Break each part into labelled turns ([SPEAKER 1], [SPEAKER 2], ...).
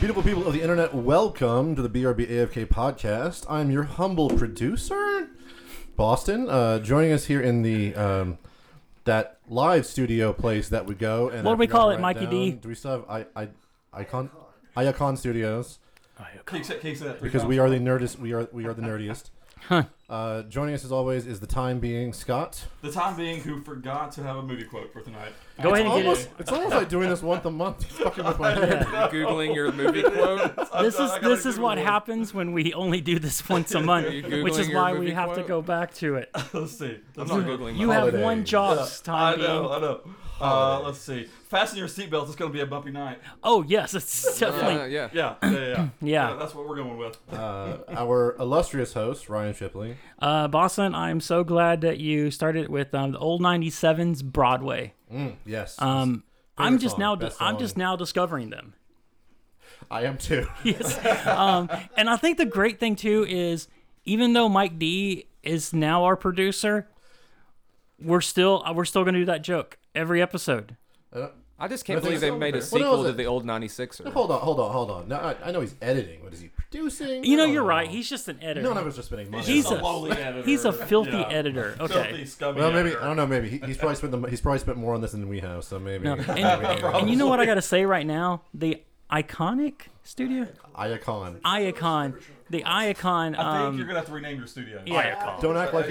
[SPEAKER 1] Beautiful people of the internet, welcome to the BRB AFK podcast. I'm your humble producer, Boston. Uh, joining us here in the um, that live studio place that we go. And
[SPEAKER 2] What
[SPEAKER 1] I
[SPEAKER 2] do we
[SPEAKER 1] forgot
[SPEAKER 2] call
[SPEAKER 1] to
[SPEAKER 2] it,
[SPEAKER 1] write
[SPEAKER 2] Mikey D?
[SPEAKER 1] down. Do we still have I, I, Icon Iacon Studios?
[SPEAKER 3] Keep sa- keep saying that three
[SPEAKER 1] Because
[SPEAKER 3] times.
[SPEAKER 1] we are the nerdest. We are we are the nerdiest. Uh, joining us as always is the time being Scott.
[SPEAKER 3] the time being who forgot to have a movie quote for tonight.
[SPEAKER 2] Go ahead and
[SPEAKER 1] Almost,
[SPEAKER 2] get
[SPEAKER 1] it's almost like doing this once a month. It's fucking with my head.
[SPEAKER 2] it. Yeah.
[SPEAKER 4] Googling your movie quote.
[SPEAKER 2] This
[SPEAKER 3] I
[SPEAKER 2] is
[SPEAKER 3] gotta
[SPEAKER 2] this is
[SPEAKER 3] Google
[SPEAKER 2] what
[SPEAKER 3] it.
[SPEAKER 2] happens when we only do this once a month,
[SPEAKER 4] you Googling
[SPEAKER 2] which is
[SPEAKER 4] your
[SPEAKER 2] why we
[SPEAKER 4] movie
[SPEAKER 2] have to
[SPEAKER 4] quote?
[SPEAKER 2] go back to it.
[SPEAKER 3] Let's see. I'm not googling.
[SPEAKER 2] You
[SPEAKER 3] mine.
[SPEAKER 2] have one
[SPEAKER 1] Holidays.
[SPEAKER 2] job, time.
[SPEAKER 3] I know.
[SPEAKER 2] being-
[SPEAKER 3] I know. Uh, let's see. Fasten your seatbelts. It's gonna be a bumpy night.
[SPEAKER 2] Oh yes, it's definitely
[SPEAKER 4] Uh, yeah.
[SPEAKER 3] Yeah. Yeah. Yeah. yeah.
[SPEAKER 2] Yeah.
[SPEAKER 3] that's what we're going with.
[SPEAKER 1] Uh, our illustrious host Ryan Shipley.
[SPEAKER 2] Uh, Boston, I'm so glad that you started with um, the old '97s Broadway.
[SPEAKER 1] Mm, yes.
[SPEAKER 2] Um, I'm just
[SPEAKER 1] song,
[SPEAKER 2] now
[SPEAKER 1] best
[SPEAKER 2] I'm
[SPEAKER 1] song.
[SPEAKER 2] just now discovering them. Um,
[SPEAKER 1] I am too.
[SPEAKER 2] And I think the great thing too is even though Mike D is now our producer, we're still uh, we're still gonna do that joke every episode.
[SPEAKER 4] I just can't
[SPEAKER 1] think
[SPEAKER 4] believe they
[SPEAKER 1] so.
[SPEAKER 4] made a
[SPEAKER 1] What else
[SPEAKER 4] sequel to
[SPEAKER 1] is-
[SPEAKER 4] the old 96er.
[SPEAKER 1] Hold on, hold on, hold on. Now I, I know he's editing. What is he producing?
[SPEAKER 2] You know,
[SPEAKER 1] I don't
[SPEAKER 2] you're right. He's just an editor.
[SPEAKER 1] none of us are spending money.
[SPEAKER 2] He's
[SPEAKER 3] Just
[SPEAKER 2] a-
[SPEAKER 3] lowly editor.
[SPEAKER 2] He's a filthy
[SPEAKER 3] Yeah.
[SPEAKER 2] editor.
[SPEAKER 3] Filthy,
[SPEAKER 2] Okay.
[SPEAKER 3] scummy.
[SPEAKER 1] well, maybe
[SPEAKER 3] editor.
[SPEAKER 1] I don't know. Maybe he, he's probably spent the, he's probably spent more on this than we have. So maybe.
[SPEAKER 2] No,
[SPEAKER 1] maybe
[SPEAKER 2] and- And you know what I gotta say right now? The iconic studio,
[SPEAKER 1] Iacon.
[SPEAKER 2] Iacon, the Iacon.
[SPEAKER 3] I think you're
[SPEAKER 2] Um,
[SPEAKER 3] gonna have to rename your studio.
[SPEAKER 2] yeah,
[SPEAKER 1] Don't act like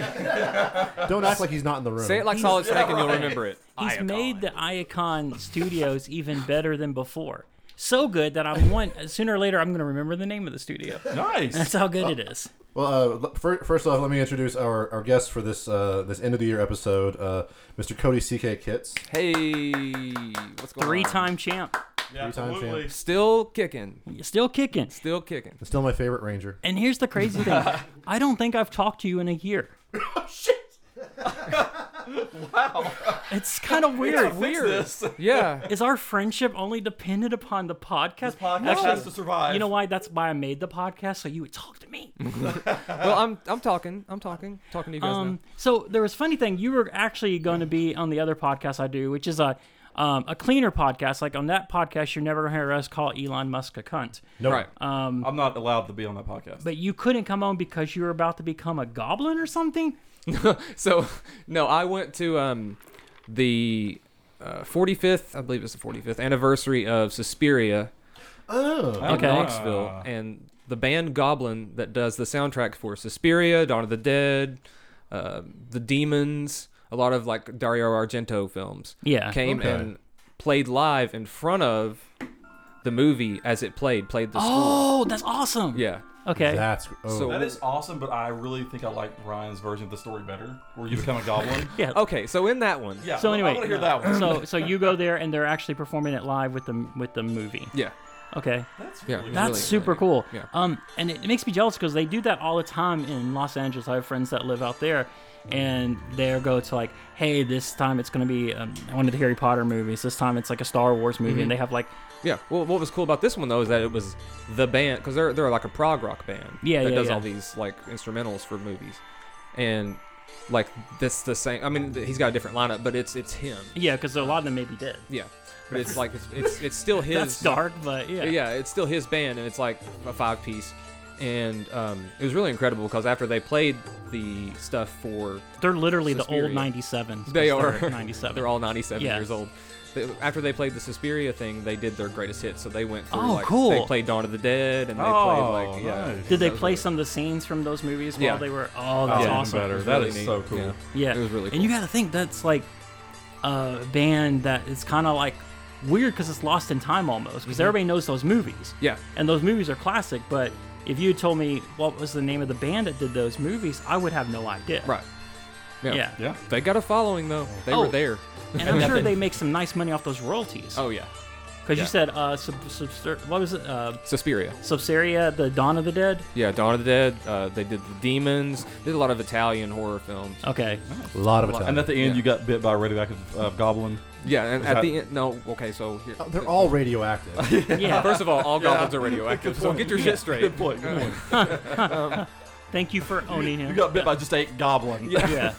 [SPEAKER 1] don't act like he's not in the room.
[SPEAKER 4] Say it like Solid Snake and you'll remember it.
[SPEAKER 2] he's made the Iacon Studios even better than before. So good that I want sooner or later I'm gonna remember the name of the studio.
[SPEAKER 3] Nice.
[SPEAKER 2] That's how good it is.
[SPEAKER 1] Well, uh, l- fir- first off, let me introduce our, our guest for this uh, this end of the year episode, uh, Mr. Cody CK Kits.
[SPEAKER 4] Hey, what's going on?
[SPEAKER 2] Three-time champ,
[SPEAKER 3] Yeah,
[SPEAKER 1] times
[SPEAKER 3] absolutely.
[SPEAKER 4] Still kicking.
[SPEAKER 2] still kicking.
[SPEAKER 4] Still kicking.
[SPEAKER 1] Still my favorite Ranger.
[SPEAKER 2] And here's the crazy thing: I don't think I've talked to you in a year.
[SPEAKER 3] Oh,
[SPEAKER 2] wow, it's kind of weird.
[SPEAKER 3] Fix this.
[SPEAKER 4] Yeah.
[SPEAKER 2] Is our friendship only dependent upon the podcast?
[SPEAKER 3] Podcast has to survive.
[SPEAKER 2] you know why? That's why I made the podcast, so you would talk to me.
[SPEAKER 4] Well, I'm I'm talking. I'm talking. Talking to you guys
[SPEAKER 2] Um, so there was a funny thing. You were actually going to be on the other podcast I do, which is a um, a cleaner podcast. Like on that podcast, you're never going to hear us call Elon Musk a cunt.
[SPEAKER 1] No,
[SPEAKER 4] now. Right.
[SPEAKER 3] I'm not allowed to be on that podcast.
[SPEAKER 2] But you couldn't come on because you were about to become a goblin or something.
[SPEAKER 4] so, no, I went to um the uh, 45th, I believe it's the 45th anniversary of Suspiria
[SPEAKER 1] Oh,
[SPEAKER 2] Okay.
[SPEAKER 4] in Knoxville, and the band Goblin that does the soundtrack for Suspiria, Dawn of the Dead, uh, The Demons, a lot of like Dario Argento films
[SPEAKER 2] Yeah.
[SPEAKER 4] came
[SPEAKER 1] Okay.
[SPEAKER 4] and played live in front of the movie as it played, played the score.
[SPEAKER 2] Oh, that's awesome.
[SPEAKER 4] Yeah,
[SPEAKER 2] Okay.
[SPEAKER 1] that's oh,
[SPEAKER 4] So-
[SPEAKER 3] That is awesome, but I really think I like Ryan's version of the story better, where you become a goblin.
[SPEAKER 2] yeah.
[SPEAKER 4] okay. So in that one,
[SPEAKER 3] Yeah.
[SPEAKER 2] So
[SPEAKER 3] I- I
[SPEAKER 2] anyway,
[SPEAKER 3] want to hear that one.
[SPEAKER 2] so so you go there and they're actually performing it live with the with the movie.
[SPEAKER 4] yeah,
[SPEAKER 2] Okay.
[SPEAKER 3] That's
[SPEAKER 4] yeah,
[SPEAKER 3] really
[SPEAKER 4] it was
[SPEAKER 2] That's
[SPEAKER 4] really-
[SPEAKER 2] super
[SPEAKER 4] really-
[SPEAKER 2] cool.
[SPEAKER 4] Yeah.
[SPEAKER 2] Um, and it, it makes me jealous because they do that all the time in Los Angeles. I have friends that live out there, and they'll go to like, hey, this time it's gonna be um, one of the Harry Potter movies. This time it's like a Star Wars movie,
[SPEAKER 4] Mm-hmm.
[SPEAKER 2] and they have like,
[SPEAKER 4] Yeah. Well, what was cool about this one though is that it was the band because they're they're like a prog rock band.
[SPEAKER 2] Yeah,
[SPEAKER 4] That
[SPEAKER 2] yeah,
[SPEAKER 4] does
[SPEAKER 2] yeah.
[SPEAKER 4] all these like instrumentals for movies, and like this the same. I mean, th- he's got a different lineup, but it's it's him.
[SPEAKER 2] yeah, because a lot of them may be dead.
[SPEAKER 4] Yeah. But it's like it's it's, it's still his.
[SPEAKER 2] That's dark, but yeah.
[SPEAKER 4] Yeah, it's still his band, and it's like a five piece. And um, it was really incredible because after they played the stuff for
[SPEAKER 2] They're literally the old
[SPEAKER 4] Suspiria.
[SPEAKER 2] 97s. 'cause
[SPEAKER 4] They
[SPEAKER 2] they're
[SPEAKER 4] are.
[SPEAKER 2] 97.
[SPEAKER 4] They're all 97
[SPEAKER 2] Yeah.
[SPEAKER 4] years old. They- after they played the Suspiria thing, they did their greatest hits. So they went through.
[SPEAKER 2] Oh,
[SPEAKER 4] like,
[SPEAKER 2] cool.
[SPEAKER 4] They played Dawn of the Dead, and they
[SPEAKER 3] Oh,
[SPEAKER 4] played like yeah.
[SPEAKER 3] nice.
[SPEAKER 2] Did they
[SPEAKER 4] That was
[SPEAKER 2] play
[SPEAKER 4] really-
[SPEAKER 2] some of the scenes from those movies while
[SPEAKER 4] Yeah.
[SPEAKER 2] they were? Oh, that's
[SPEAKER 4] Yeah.
[SPEAKER 2] awesome.
[SPEAKER 3] better.
[SPEAKER 4] It was
[SPEAKER 3] That
[SPEAKER 4] really
[SPEAKER 3] is
[SPEAKER 4] neat.
[SPEAKER 3] so cool.
[SPEAKER 4] Yeah.
[SPEAKER 2] Yeah,
[SPEAKER 4] It was really
[SPEAKER 2] And you
[SPEAKER 4] cool.
[SPEAKER 2] got to think that's like a band that is kind of like weird because it's lost in time almost because everybody knows those movies.
[SPEAKER 4] Mm-hmm. Yeah.
[SPEAKER 2] and those movies are classic. But if you had told me what was the name of the band that did those movies, I would have no idea.
[SPEAKER 4] Right. Yeah.
[SPEAKER 2] Yeah.
[SPEAKER 3] Yeah.
[SPEAKER 4] They got a following though. They
[SPEAKER 2] Oh.
[SPEAKER 4] were there.
[SPEAKER 2] And I'm sure they make some nice money off those royalties.
[SPEAKER 4] Oh yeah.
[SPEAKER 2] because
[SPEAKER 4] yeah.
[SPEAKER 2] you said uh, sub, subster- what was it? Uh,
[SPEAKER 4] Suspiria.
[SPEAKER 2] Subseria, the Dawn of the Dead.
[SPEAKER 4] Yeah, Dawn of the Dead. Uh, they did the Demons. Did a lot of Italian horror films.
[SPEAKER 2] Okay,
[SPEAKER 1] a lot of time.
[SPEAKER 3] And at the end,
[SPEAKER 4] Yeah.
[SPEAKER 3] you got bit by a radioactive uh, goblin.
[SPEAKER 4] Yeah, and
[SPEAKER 3] Was
[SPEAKER 4] at
[SPEAKER 3] that- Oh,
[SPEAKER 4] the end, no. Okay, so here,
[SPEAKER 1] They're all radioactive.
[SPEAKER 2] yeah.
[SPEAKER 4] First of all, all goblins are radioactive, so get your shit straight.
[SPEAKER 3] Good point. Good point.
[SPEAKER 2] Thank you for owning him.
[SPEAKER 3] You got bit by just a goblin.
[SPEAKER 2] yeah.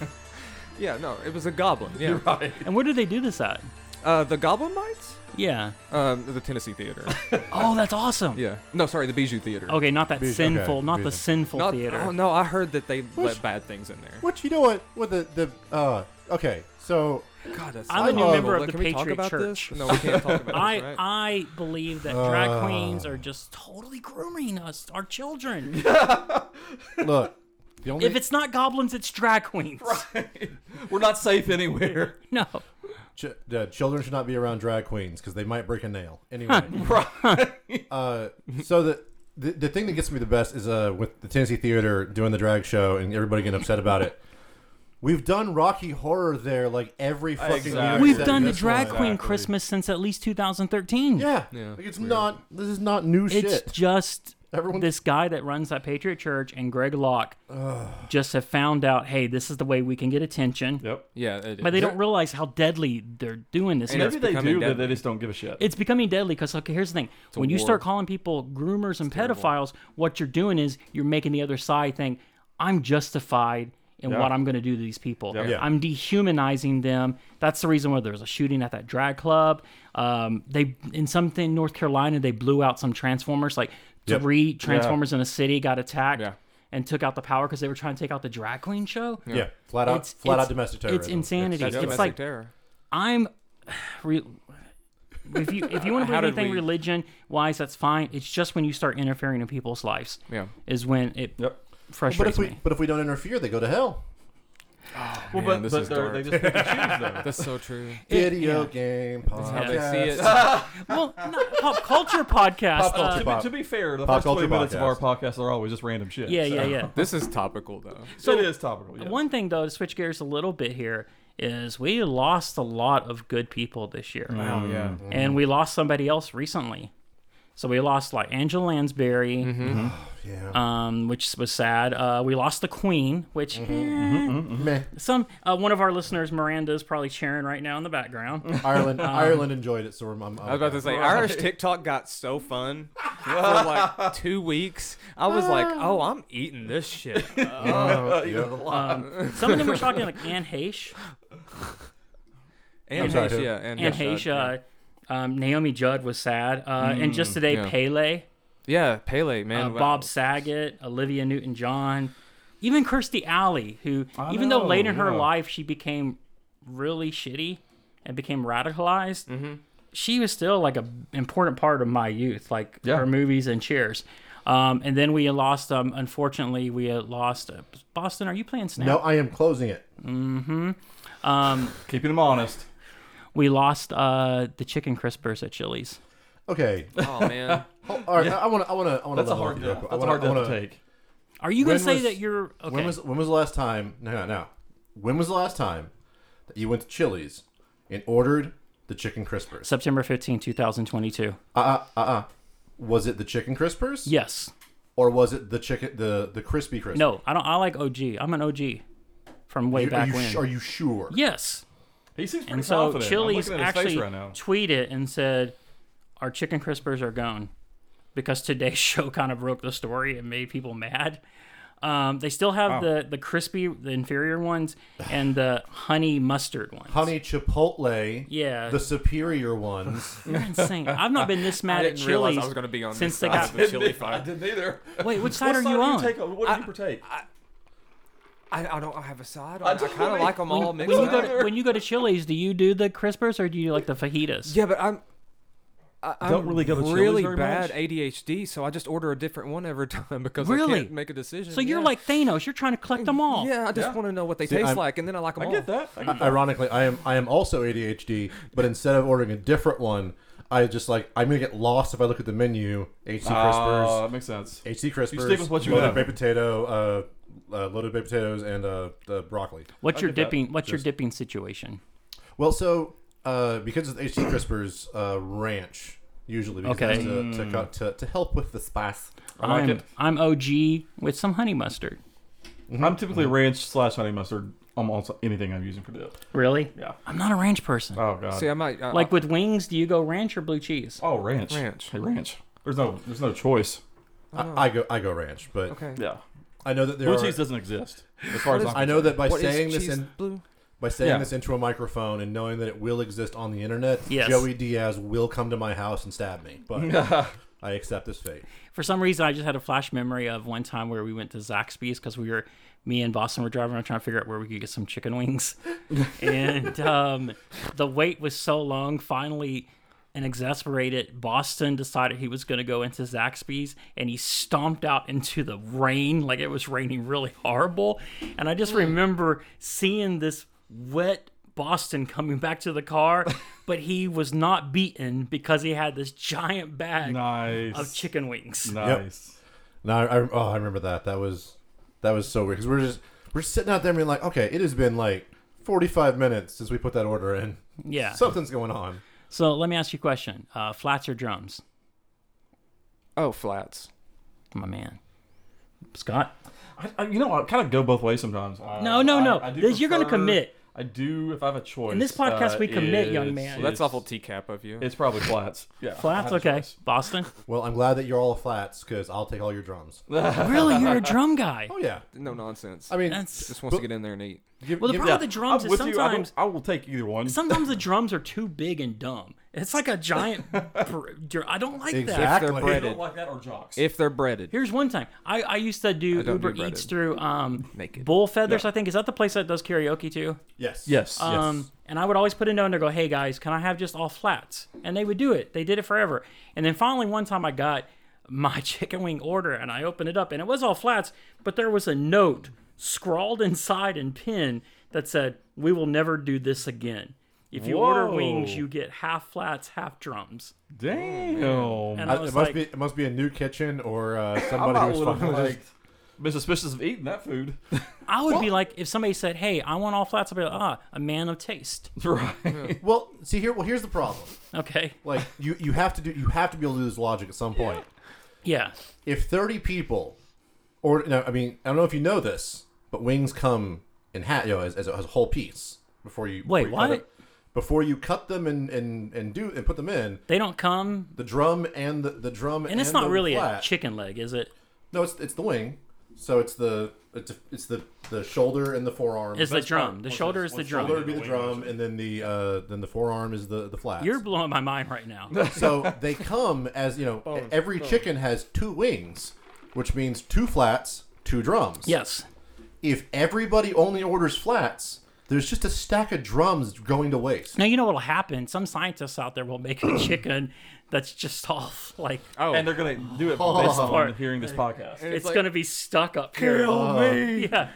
[SPEAKER 4] Yeah, no, it was a goblin. Yeah.
[SPEAKER 2] And where did they do this at?
[SPEAKER 4] Uh, the Goblin Mites?
[SPEAKER 2] Yeah.
[SPEAKER 4] Um, the Tennessee Theater.
[SPEAKER 2] Oh, that's awesome.
[SPEAKER 4] yeah. No, sorry, the Bijou Theater.
[SPEAKER 2] Okay, not that
[SPEAKER 1] Be- okay,
[SPEAKER 2] sinful, not
[SPEAKER 1] be-
[SPEAKER 2] the sinful
[SPEAKER 4] Not-
[SPEAKER 2] Oh, theater.
[SPEAKER 4] Oh no, I heard that they
[SPEAKER 1] Which-
[SPEAKER 4] let bad things in there.
[SPEAKER 1] Which you know what? With the the uh, okay, so
[SPEAKER 4] God, that's
[SPEAKER 2] I'm
[SPEAKER 1] a new
[SPEAKER 4] horrible.
[SPEAKER 2] member of the
[SPEAKER 4] Can we talk
[SPEAKER 2] Patriot
[SPEAKER 4] about
[SPEAKER 2] Church.
[SPEAKER 4] This? No, we can't talk about
[SPEAKER 2] I
[SPEAKER 4] this, right?
[SPEAKER 2] I believe that drag
[SPEAKER 1] Ah.
[SPEAKER 2] queens are just totally grooming us, our children.
[SPEAKER 1] look, the only
[SPEAKER 2] if it's not goblins, it's drag queens.
[SPEAKER 3] We're not safe anywhere.
[SPEAKER 2] No.
[SPEAKER 1] ch- the children should not be around drag queens because they might break a nail. Anyway, uh, so the, the the thing that gets me the best is uh with the Tennessee Theater doing the drag show and everybody getting upset about it. We've done Rocky Horror there like every fucking year.
[SPEAKER 3] Exactly.
[SPEAKER 2] We've
[SPEAKER 1] except
[SPEAKER 2] done the
[SPEAKER 1] this
[SPEAKER 2] drag
[SPEAKER 1] one.
[SPEAKER 2] queen
[SPEAKER 3] Exactly.
[SPEAKER 2] Christmas since at least 2013.
[SPEAKER 1] Yeah,
[SPEAKER 4] Yeah,
[SPEAKER 1] like it's
[SPEAKER 4] weird.
[SPEAKER 1] not. This is not new
[SPEAKER 2] It's
[SPEAKER 1] shit.
[SPEAKER 2] just
[SPEAKER 1] Everyone-
[SPEAKER 2] this guy that runs that Patriot Church and Greg Locke just have found out, hey, this is the way we can get attention.
[SPEAKER 3] Yep.
[SPEAKER 4] yeah, it
[SPEAKER 2] But they
[SPEAKER 4] is.
[SPEAKER 2] don't realize how deadly they're doing this.
[SPEAKER 4] And
[SPEAKER 2] It's,
[SPEAKER 4] it's-
[SPEAKER 3] Maybe they
[SPEAKER 4] becoming
[SPEAKER 3] do, but
[SPEAKER 4] deadly.
[SPEAKER 3] they just don't give a shit.
[SPEAKER 2] it's becoming deadly because, okay, here's the thing. When you
[SPEAKER 4] war.
[SPEAKER 2] start calling people groomers and pedophiles, what you're doing is you're making the other side think, I'm justified in
[SPEAKER 3] Yeah.
[SPEAKER 2] what I'm going to do to these people.
[SPEAKER 3] Yeah.
[SPEAKER 2] I'm dehumanizing them. That's the reason why there was a shooting at that drag club. Um, they in something North Carolina, they blew out some transformers. Like
[SPEAKER 1] Yep.
[SPEAKER 2] three transformers in a city got attacked
[SPEAKER 4] Yeah.
[SPEAKER 2] and took out the power because they were trying to take out the drag queen show.
[SPEAKER 1] yeah, flat out,
[SPEAKER 2] It's-
[SPEAKER 1] flat
[SPEAKER 2] it's-
[SPEAKER 1] out domestic terrorism.
[SPEAKER 2] It's insanity.
[SPEAKER 4] That's
[SPEAKER 2] It's,
[SPEAKER 4] domestic
[SPEAKER 2] like
[SPEAKER 4] terror.
[SPEAKER 2] I'm. Re- if you if you want to
[SPEAKER 4] How
[SPEAKER 2] believe
[SPEAKER 4] did
[SPEAKER 2] anything
[SPEAKER 4] we-
[SPEAKER 2] religion wise, that's fine. It's just when you start interfering in people's lives,
[SPEAKER 4] Yeah.
[SPEAKER 2] is when it
[SPEAKER 3] Yep.
[SPEAKER 1] But
[SPEAKER 2] frustrates
[SPEAKER 1] if we
[SPEAKER 2] me.
[SPEAKER 1] but if we don't interfere, they go to hell.
[SPEAKER 3] Well,
[SPEAKER 4] Man,
[SPEAKER 3] but,
[SPEAKER 4] this
[SPEAKER 3] but
[SPEAKER 4] is
[SPEAKER 3] they're-
[SPEAKER 4] dark.
[SPEAKER 3] they just pick and choose, though.
[SPEAKER 4] That's so true.
[SPEAKER 2] It-
[SPEAKER 1] Video
[SPEAKER 2] yeah.
[SPEAKER 1] game
[SPEAKER 4] How
[SPEAKER 1] podcast.
[SPEAKER 4] they see it.
[SPEAKER 2] Well, not pop culture podcast.
[SPEAKER 1] Pop culture
[SPEAKER 2] uh,
[SPEAKER 3] to, be,
[SPEAKER 1] Pop-
[SPEAKER 3] to be fair, the
[SPEAKER 1] pop
[SPEAKER 3] first 20
[SPEAKER 1] culture
[SPEAKER 3] minutes of our podcast are always just random shit.
[SPEAKER 2] yeah,
[SPEAKER 3] so.
[SPEAKER 2] yeah, yeah.
[SPEAKER 4] This is topical though.
[SPEAKER 2] So-
[SPEAKER 3] it is topical. Yeah.
[SPEAKER 2] One thing though, to switch gears a little bit here, is we lost a lot of good people this year,
[SPEAKER 3] Oh, yeah.
[SPEAKER 2] and we lost somebody else recently. So we lost like Angela Lansbury,
[SPEAKER 1] Yeah.
[SPEAKER 2] um, which was sad. Uh, we lost the Queen, which eh,
[SPEAKER 1] Meh.
[SPEAKER 2] some uh, one of our listeners, Miranda, is probably cheering right now in the background.
[SPEAKER 1] Ireland Ireland enjoyed it, so I'm, I'm
[SPEAKER 4] Um, I was about to say Irish TikTok got so fun for like two weeks. I was like,
[SPEAKER 2] Ah.
[SPEAKER 4] oh, I'm eating this shit.
[SPEAKER 1] Oh,
[SPEAKER 4] uh,
[SPEAKER 1] yeah.
[SPEAKER 2] Um, some of them were talking like Anne Heche,
[SPEAKER 4] And
[SPEAKER 1] sorry, who?
[SPEAKER 4] yeah, and
[SPEAKER 2] Anne Heche, uh, um, Naomi Judd was sad, uh, and just today
[SPEAKER 4] yeah.
[SPEAKER 2] Pele.
[SPEAKER 4] Yeah, Pele,
[SPEAKER 2] uh,
[SPEAKER 4] man. wow.
[SPEAKER 2] Bob Saget, Olivia Newton John, even Kirstie Alley, who,
[SPEAKER 3] I
[SPEAKER 2] even though
[SPEAKER 3] know,
[SPEAKER 2] late in her
[SPEAKER 3] yeah.
[SPEAKER 2] life she became really shitty and became radicalized, she was still like a important part of my youth, like
[SPEAKER 3] Yeah.
[SPEAKER 2] her movies and Cheers. Um, and then we lost, um, unfortunately, we uh, lost. Uh, Boston, are you playing Snap?
[SPEAKER 1] No, I am closing it.
[SPEAKER 3] Keeping them honest.
[SPEAKER 2] We lost uh, the chicken crispers at Chili's.
[SPEAKER 1] Okay.
[SPEAKER 4] Oh man.
[SPEAKER 1] Oh, all right. I want to. I want to. I want to.
[SPEAKER 3] That's a hard
[SPEAKER 1] Real
[SPEAKER 3] death.
[SPEAKER 1] quick.
[SPEAKER 3] That's a
[SPEAKER 1] I
[SPEAKER 3] hard
[SPEAKER 1] wanna, I
[SPEAKER 3] death to
[SPEAKER 1] wanna-
[SPEAKER 3] take.
[SPEAKER 2] Are you going
[SPEAKER 1] When
[SPEAKER 2] to say
[SPEAKER 1] was-
[SPEAKER 2] that you're okay?
[SPEAKER 1] When was when was the last time? No, no, no. When was the last time that you went to Chili's and ordered the chicken crispers?
[SPEAKER 2] September 15, 2022.
[SPEAKER 1] Uh, uh, uh, uh. Was it the chicken crispers?
[SPEAKER 2] Yes.
[SPEAKER 1] Or was it the chicken the the crispy crispers?
[SPEAKER 2] No, I don't. I like OG. I'm an OG from way
[SPEAKER 1] You- Are
[SPEAKER 2] back
[SPEAKER 1] you,
[SPEAKER 2] when.
[SPEAKER 1] sh- are you sure?
[SPEAKER 2] Yes.
[SPEAKER 3] He seems pretty
[SPEAKER 2] And so
[SPEAKER 3] confident.
[SPEAKER 2] Chili's
[SPEAKER 3] I'm looking at his
[SPEAKER 2] actually
[SPEAKER 3] face right now.
[SPEAKER 2] tweeted and said, Our chicken crispers are gone because today's show kind of broke the story and made people mad. Um, they still have the, the crispy, the inferior ones, and the honey mustard ones.
[SPEAKER 1] Honey chipotle.
[SPEAKER 2] Yeah.
[SPEAKER 1] The superior ones.
[SPEAKER 2] You're insane. I've not been this
[SPEAKER 4] I
[SPEAKER 2] mad at
[SPEAKER 4] didn't realize
[SPEAKER 2] Chili's.
[SPEAKER 4] I was gonna be on
[SPEAKER 2] since
[SPEAKER 4] since
[SPEAKER 2] they
[SPEAKER 4] they
[SPEAKER 2] got-
[SPEAKER 4] got the chili
[SPEAKER 3] I
[SPEAKER 4] fire.
[SPEAKER 3] didn't either.
[SPEAKER 2] Wait, which side are
[SPEAKER 3] What
[SPEAKER 2] you on?
[SPEAKER 3] Do you take? What do you partake?
[SPEAKER 4] I, I don't have a side.
[SPEAKER 3] I
[SPEAKER 4] I, I
[SPEAKER 3] don't
[SPEAKER 4] kind of
[SPEAKER 3] really-
[SPEAKER 4] like them all
[SPEAKER 2] when
[SPEAKER 4] mixed
[SPEAKER 2] you
[SPEAKER 4] up.
[SPEAKER 2] go to, when you go to Chili's, do you do the crispers or do you like the fajitas?
[SPEAKER 4] yeah, but I'm. I, I'm
[SPEAKER 3] Don't really go to Chili's
[SPEAKER 4] really
[SPEAKER 3] very much.
[SPEAKER 4] bad ADHD, so I just order a different one every time because I
[SPEAKER 2] Really?
[SPEAKER 4] can't make a decision.
[SPEAKER 2] So you're
[SPEAKER 4] Yeah. Uh,
[SPEAKER 2] like Thanos. You're trying to collect them all.
[SPEAKER 4] yeah, I just
[SPEAKER 3] Yeah.
[SPEAKER 4] want to know what they taste
[SPEAKER 1] I'm-
[SPEAKER 4] like, and then I like them
[SPEAKER 3] I
[SPEAKER 4] all.
[SPEAKER 3] get that. I get that.
[SPEAKER 1] Ironically, I am I am also ADHD, but instead of ordering a different one, I just like I'm gonna get lost if I look at the menu. HC
[SPEAKER 3] Ah,
[SPEAKER 1] crispers,
[SPEAKER 3] that makes sense.
[SPEAKER 1] HC crispers.
[SPEAKER 3] stick with what you
[SPEAKER 1] loaded
[SPEAKER 3] have.
[SPEAKER 1] baked potato, uh, uh, loaded baked potatoes, and uh, the broccoli.
[SPEAKER 2] What's your
[SPEAKER 3] get that.
[SPEAKER 2] dipping? What's your dipping situation?
[SPEAKER 1] Well, so uh, because of the HC crispers, uh, ranch usually because
[SPEAKER 2] Okay.
[SPEAKER 1] that's to,
[SPEAKER 3] Mm.
[SPEAKER 1] to, cut- to to help with the spice.
[SPEAKER 3] I like
[SPEAKER 2] am
[SPEAKER 3] it.
[SPEAKER 2] I'm OG with some honey mustard.
[SPEAKER 3] I'm typically ranch slash honey mustard. Almost anything I'm using for dip.
[SPEAKER 2] Really?
[SPEAKER 3] Yeah.
[SPEAKER 2] I'm not a ranch person.
[SPEAKER 3] Oh god.
[SPEAKER 4] See, I might uh,
[SPEAKER 2] like with wings, do you go ranch or blue cheese?
[SPEAKER 3] oh ranch.
[SPEAKER 4] Ranch.
[SPEAKER 3] Hey ranch. There's no. There's no choice.
[SPEAKER 1] I, I go I go ranch, but
[SPEAKER 4] Ah. uh, okay.
[SPEAKER 3] Yeah.
[SPEAKER 1] I know that there
[SPEAKER 3] Blue
[SPEAKER 1] are.
[SPEAKER 3] cheese doesn't exist as far as
[SPEAKER 4] is-
[SPEAKER 3] I'm
[SPEAKER 1] I know that by
[SPEAKER 4] What is
[SPEAKER 1] saying this
[SPEAKER 4] cheese
[SPEAKER 1] in
[SPEAKER 4] blue?
[SPEAKER 1] by saying
[SPEAKER 4] Yeah.
[SPEAKER 1] this into a microphone and knowing that it will exist on the internet,
[SPEAKER 2] Yes.
[SPEAKER 1] Joey Diaz will come to my house and stab me. But I accept this fate.
[SPEAKER 2] For some reason, I just had a flash memory of one time where we went to Zaxby's because we were, me and Boston were driving around trying to figure out where we could get some chicken wings. and um, the wait was so long. Finally, an exasperated Boston decided he was going to go into Zaxby's and he stomped out into the rain like it was raining really horrible. And I just remember seeing this wet Boston coming back to the car, but he was not beaten because he had this giant bag
[SPEAKER 3] Nice.
[SPEAKER 2] of chicken wings.
[SPEAKER 3] Nice.
[SPEAKER 1] No, I, I oh I remember that. That was that was so weird because we're just we're sitting out there and being like, okay, it has been like forty five minutes since we put that order in.
[SPEAKER 2] Yeah. So,
[SPEAKER 1] Something's going on.
[SPEAKER 2] let me ask you a question: uh, flats or drums?
[SPEAKER 4] Oh, flats.
[SPEAKER 2] My man, Scott.
[SPEAKER 3] I, I, you know, I kind of go both ways sometimes. I-
[SPEAKER 2] No, no, no.
[SPEAKER 3] I, I do
[SPEAKER 2] This- you're gonna
[SPEAKER 3] prefer-
[SPEAKER 2] commit.
[SPEAKER 3] I do if I have a choice. Uh,
[SPEAKER 2] In this podcast, we commit, young
[SPEAKER 3] it's-
[SPEAKER 2] man.
[SPEAKER 4] Well, that's
[SPEAKER 3] it's-
[SPEAKER 4] awful TCAP of you.
[SPEAKER 3] It's probably flats. Yeah.
[SPEAKER 2] Flats,
[SPEAKER 3] I have a
[SPEAKER 2] okay.
[SPEAKER 3] choice.
[SPEAKER 2] Boston.
[SPEAKER 1] Well, I'm glad that you're all flats because I'll take all your drums.
[SPEAKER 2] really, you're a drum guy.
[SPEAKER 1] Oh yeah,
[SPEAKER 4] no nonsense.
[SPEAKER 1] I mean,
[SPEAKER 2] That's
[SPEAKER 4] just wants
[SPEAKER 1] but-
[SPEAKER 4] to get in there and eat.
[SPEAKER 1] give,
[SPEAKER 2] well. The
[SPEAKER 1] give-
[SPEAKER 2] problem with the drums
[SPEAKER 3] I'm
[SPEAKER 2] is
[SPEAKER 3] with you. I don't-
[SPEAKER 2] sometimes,
[SPEAKER 3] I will take either one.
[SPEAKER 2] sometimes the drums are too big and dumb. It's like a giant. br- dr- I don't like that.
[SPEAKER 1] exactly.
[SPEAKER 3] If
[SPEAKER 4] they're
[SPEAKER 3] you
[SPEAKER 4] breaded.
[SPEAKER 3] don't like that or jocks.
[SPEAKER 4] If they're breaded.
[SPEAKER 2] Here's one time I, I used to do
[SPEAKER 4] I don't
[SPEAKER 2] Uber
[SPEAKER 4] do breaded.
[SPEAKER 2] Eats through um,
[SPEAKER 4] Naked.
[SPEAKER 2] Bull Feathers. I think is that the place that does karaoke too.
[SPEAKER 1] Yes. Uh,
[SPEAKER 3] yes.
[SPEAKER 2] Um, And I would always put it down there, go, hey guys, can I have just all flats? And they would do it. They did it forever. And then finally, one time I got my chicken wing order and I opened it up and it was all flats, but there was a note scrawled inside in pen that said, we will never do this again. If you order
[SPEAKER 3] Whoa.
[SPEAKER 2] wings, you get half flats, half drums.
[SPEAKER 3] Damn.
[SPEAKER 2] And
[SPEAKER 1] I-
[SPEAKER 2] I,
[SPEAKER 1] it must
[SPEAKER 2] was like,
[SPEAKER 1] be it must be a new kitchen or uh, somebody
[SPEAKER 3] I
[SPEAKER 1] who's
[SPEAKER 3] would have
[SPEAKER 1] fucking with
[SPEAKER 3] like, been suspicious of eating that food.
[SPEAKER 2] I would be like, if somebody said, hey, I want all flats, I'd be like, ah, a man of taste.
[SPEAKER 3] right.
[SPEAKER 1] us. Well, see here. Well, here's the problem.
[SPEAKER 2] Okay.
[SPEAKER 1] Like you, you have to do you have to be able to do this logic at some point.
[SPEAKER 2] Yeah.
[SPEAKER 1] If thirty people, or no, I mean, I don't know if you know this, but wings come in hat, you know, as, as, a, as a whole piece before you.
[SPEAKER 2] Wait,
[SPEAKER 1] before you cut
[SPEAKER 2] what?
[SPEAKER 1] it- Before you cut them and and and do and put them in
[SPEAKER 2] They don't come.
[SPEAKER 1] the drum and the the drum
[SPEAKER 2] And it's not
[SPEAKER 1] the
[SPEAKER 2] really a
[SPEAKER 1] flat-
[SPEAKER 2] chicken leg, is it?
[SPEAKER 1] No, it's it's the wing. So it's the it's, it's the the shoulder and the forearm.
[SPEAKER 2] It's the
[SPEAKER 3] That's
[SPEAKER 2] drum.
[SPEAKER 3] part-
[SPEAKER 2] The
[SPEAKER 3] what's
[SPEAKER 2] shoulder
[SPEAKER 3] that-
[SPEAKER 2] is the
[SPEAKER 3] what's
[SPEAKER 2] drum.
[SPEAKER 1] shoulder would be the
[SPEAKER 3] Wing.
[SPEAKER 1] drum, and then the uh, then the forearm is the the flat.
[SPEAKER 2] You're blowing my mind right now.
[SPEAKER 1] so they come as you know. e-, every chicken has two wings, which means two flats, two drums.
[SPEAKER 2] yes.
[SPEAKER 1] If everybody only orders flats, there's just a stack of drums going to waste.
[SPEAKER 2] Now you know what'll happen. Some scientists out there will make a chicken that's just off like
[SPEAKER 4] Oh,
[SPEAKER 3] And they're going to do it based
[SPEAKER 2] Or-
[SPEAKER 3] on hearing this podcast.
[SPEAKER 2] it's,
[SPEAKER 4] like-
[SPEAKER 2] gonna be stuck up here. Oh,
[SPEAKER 4] me.
[SPEAKER 2] Yeah.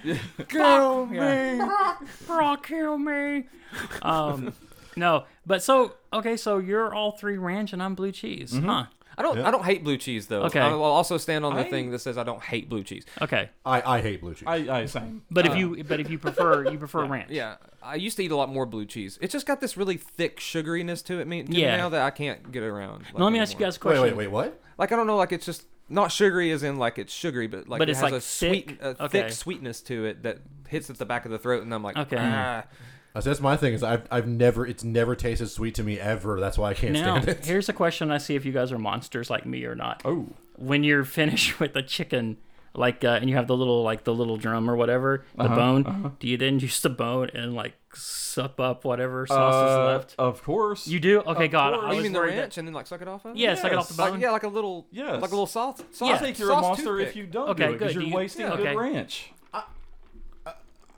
[SPEAKER 4] Kill
[SPEAKER 3] Um,
[SPEAKER 4] me.
[SPEAKER 2] Brock, Brock, kill me. Um, no, but so okay, so you're all three ranch and I'm blue cheese, huh?
[SPEAKER 4] I don't. I don't hate blue cheese though.
[SPEAKER 2] Okay.
[SPEAKER 4] I will also stand on the
[SPEAKER 3] I-
[SPEAKER 4] thing that says I don't hate blue cheese.
[SPEAKER 2] Okay,
[SPEAKER 1] I, I hate blue cheese.
[SPEAKER 3] I, I same.
[SPEAKER 2] but if you but if you prefer you prefer ranch,
[SPEAKER 4] Yeah, I used to eat a lot more blue cheese. It's just got this really thick sugariness to it. Me, to
[SPEAKER 2] Yeah.
[SPEAKER 4] yeah. Now that I can't get around. Like,
[SPEAKER 2] Now, let me ask you
[SPEAKER 4] anymore.
[SPEAKER 2] guys a
[SPEAKER 1] wait,
[SPEAKER 2] question.
[SPEAKER 1] wait, wait, what?
[SPEAKER 4] Like I don't know. Like it's just not sugary as in like it's sugary, but like
[SPEAKER 2] But
[SPEAKER 4] it
[SPEAKER 2] it's, like,
[SPEAKER 4] has a sweet,
[SPEAKER 2] thick?
[SPEAKER 4] a
[SPEAKER 2] Okay.
[SPEAKER 4] thick sweetness to it that hits at the back of the throat, and I'm like,
[SPEAKER 2] Okay.
[SPEAKER 4] okay. Ah.
[SPEAKER 1] Uh, So that's my thing is I've, I've never it's never tasted sweet to me ever. That's why I can't
[SPEAKER 2] Now
[SPEAKER 1] stand it.
[SPEAKER 2] here's a question. I see if you guys are monsters like me or not.
[SPEAKER 3] Oh.
[SPEAKER 2] when you're finished with the chicken like uh, and you have the little like the little drum or whatever the bone do you then use the bone and like sup up whatever sauce
[SPEAKER 3] Uh,
[SPEAKER 2] is left
[SPEAKER 3] Of course.
[SPEAKER 2] you do okay god i
[SPEAKER 3] course.
[SPEAKER 4] Oh,
[SPEAKER 2] was
[SPEAKER 4] you mean the
[SPEAKER 2] worried
[SPEAKER 4] ranch and then like suck it off of?
[SPEAKER 2] yeah suck it off the
[SPEAKER 3] Yes.
[SPEAKER 2] bone
[SPEAKER 4] Like, yeah, like a little,
[SPEAKER 3] Yes.
[SPEAKER 4] like a little sauce. sauce
[SPEAKER 3] I think you're a
[SPEAKER 4] sauce
[SPEAKER 3] monster
[SPEAKER 4] toothpick.
[SPEAKER 3] if you don't
[SPEAKER 2] Okay,
[SPEAKER 3] do
[SPEAKER 2] good.
[SPEAKER 3] it because you're
[SPEAKER 2] Do you-
[SPEAKER 3] wasting
[SPEAKER 2] yeah.
[SPEAKER 3] a good
[SPEAKER 2] Okay.
[SPEAKER 3] ranch.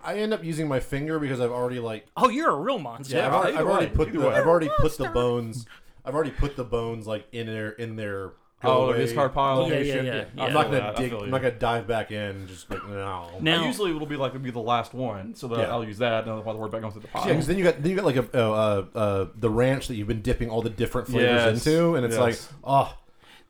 [SPEAKER 1] I end up using my finger because I've already like
[SPEAKER 2] oh you're a real monster
[SPEAKER 1] Yeah, I've, already,
[SPEAKER 3] either
[SPEAKER 1] I've already
[SPEAKER 3] way,
[SPEAKER 1] put
[SPEAKER 3] either
[SPEAKER 1] the
[SPEAKER 3] way.
[SPEAKER 1] I've already put the bones. I've already put the bones like in their in their.
[SPEAKER 3] Oh,
[SPEAKER 1] away.
[SPEAKER 3] like this card pile.
[SPEAKER 2] Yeah, yeah, yeah, yeah.
[SPEAKER 1] I'm not gonna
[SPEAKER 3] that. I
[SPEAKER 1] dig.
[SPEAKER 3] feel
[SPEAKER 1] I'm
[SPEAKER 3] you.
[SPEAKER 1] not gonna dive back in. and Just like no.
[SPEAKER 2] now
[SPEAKER 3] I usually it'll be like it'll be the last one, so that
[SPEAKER 1] Yeah.
[SPEAKER 3] I'll use that. And while the word back goes to the pile.
[SPEAKER 1] Yeah, because then you got then you got like a oh, uh, uh, the ranch that you've been dipping all the different flavors
[SPEAKER 3] Yes.
[SPEAKER 1] into, and it's
[SPEAKER 3] Yes.
[SPEAKER 1] like oh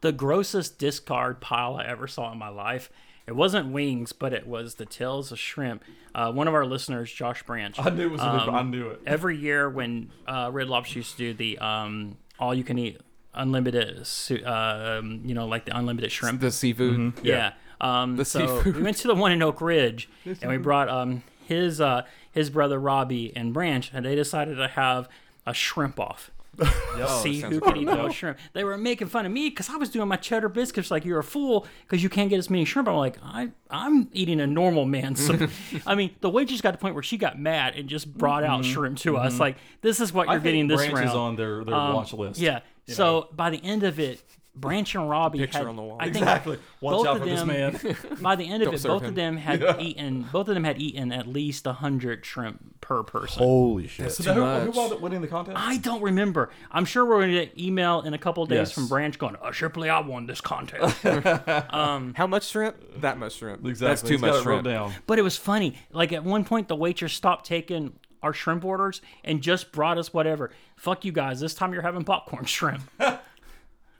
[SPEAKER 2] the grossest discard pile I ever saw in my life. It wasn't wings, but it was the tails of shrimp. Uh, one of our listeners, Josh Branch.
[SPEAKER 3] I knew it was. a
[SPEAKER 2] Um,
[SPEAKER 3] good, I knew it.
[SPEAKER 2] every year when uh, Red Lobster used to do the um, all you can eat unlimited, su- uh, um, you know, like the unlimited shrimp.
[SPEAKER 4] the seafood.
[SPEAKER 2] Yeah. Um, so
[SPEAKER 4] seafood.
[SPEAKER 2] we went to the one in Oak Ridge, and we brought um, his uh, his brother Robbie and Branch, and they decided to have a shrimp off.
[SPEAKER 4] Oh,
[SPEAKER 2] see
[SPEAKER 4] sounds
[SPEAKER 2] who
[SPEAKER 4] great.
[SPEAKER 2] can eat the most shrimp. They were making fun of me because I was doing my cheddar biscuits like you're a fool because you can't get as many shrimp. I'm like, I, I'm eating a normal man. So, I mean, the waitress got to the point where she got mad and just brought out shrimp to us. Like, this is what
[SPEAKER 3] Mm-hmm. I
[SPEAKER 2] you're
[SPEAKER 3] think
[SPEAKER 2] getting this
[SPEAKER 3] Branch
[SPEAKER 2] round.
[SPEAKER 3] is on their, their
[SPEAKER 2] Um,
[SPEAKER 3] watch list.
[SPEAKER 2] Yeah. So by the end of it, Branch and Robbie
[SPEAKER 4] Picture
[SPEAKER 2] had,
[SPEAKER 4] on the wall.
[SPEAKER 2] I think
[SPEAKER 3] Exactly. Watch
[SPEAKER 2] both
[SPEAKER 3] out
[SPEAKER 2] of
[SPEAKER 3] for this
[SPEAKER 2] them,
[SPEAKER 3] man.
[SPEAKER 2] By the end of
[SPEAKER 4] Don't
[SPEAKER 2] it,
[SPEAKER 4] serve
[SPEAKER 2] both
[SPEAKER 4] him.
[SPEAKER 2] of them had eaten. Both of them had eaten at least hundred shrimp per
[SPEAKER 3] Oh.
[SPEAKER 2] person.
[SPEAKER 1] Holy shit.
[SPEAKER 3] So who, who
[SPEAKER 4] much.
[SPEAKER 3] wound up winning the contest?
[SPEAKER 2] I don't remember. I'm sure we're going to get email in a couple days
[SPEAKER 3] Yes.
[SPEAKER 2] from Branch going, oh, Shipley, I won this contest.
[SPEAKER 4] Mm-hmm. How much shrimp? That much shrimp.
[SPEAKER 3] exactly.
[SPEAKER 4] That's too
[SPEAKER 3] He's got
[SPEAKER 4] much
[SPEAKER 3] it wrote
[SPEAKER 4] shrimp.
[SPEAKER 3] Down.
[SPEAKER 2] but it was funny. Like at one point, the waitress stopped taking our shrimp orders and just brought us whatever. Fuck you guys. This time you're having popcorn shrimp.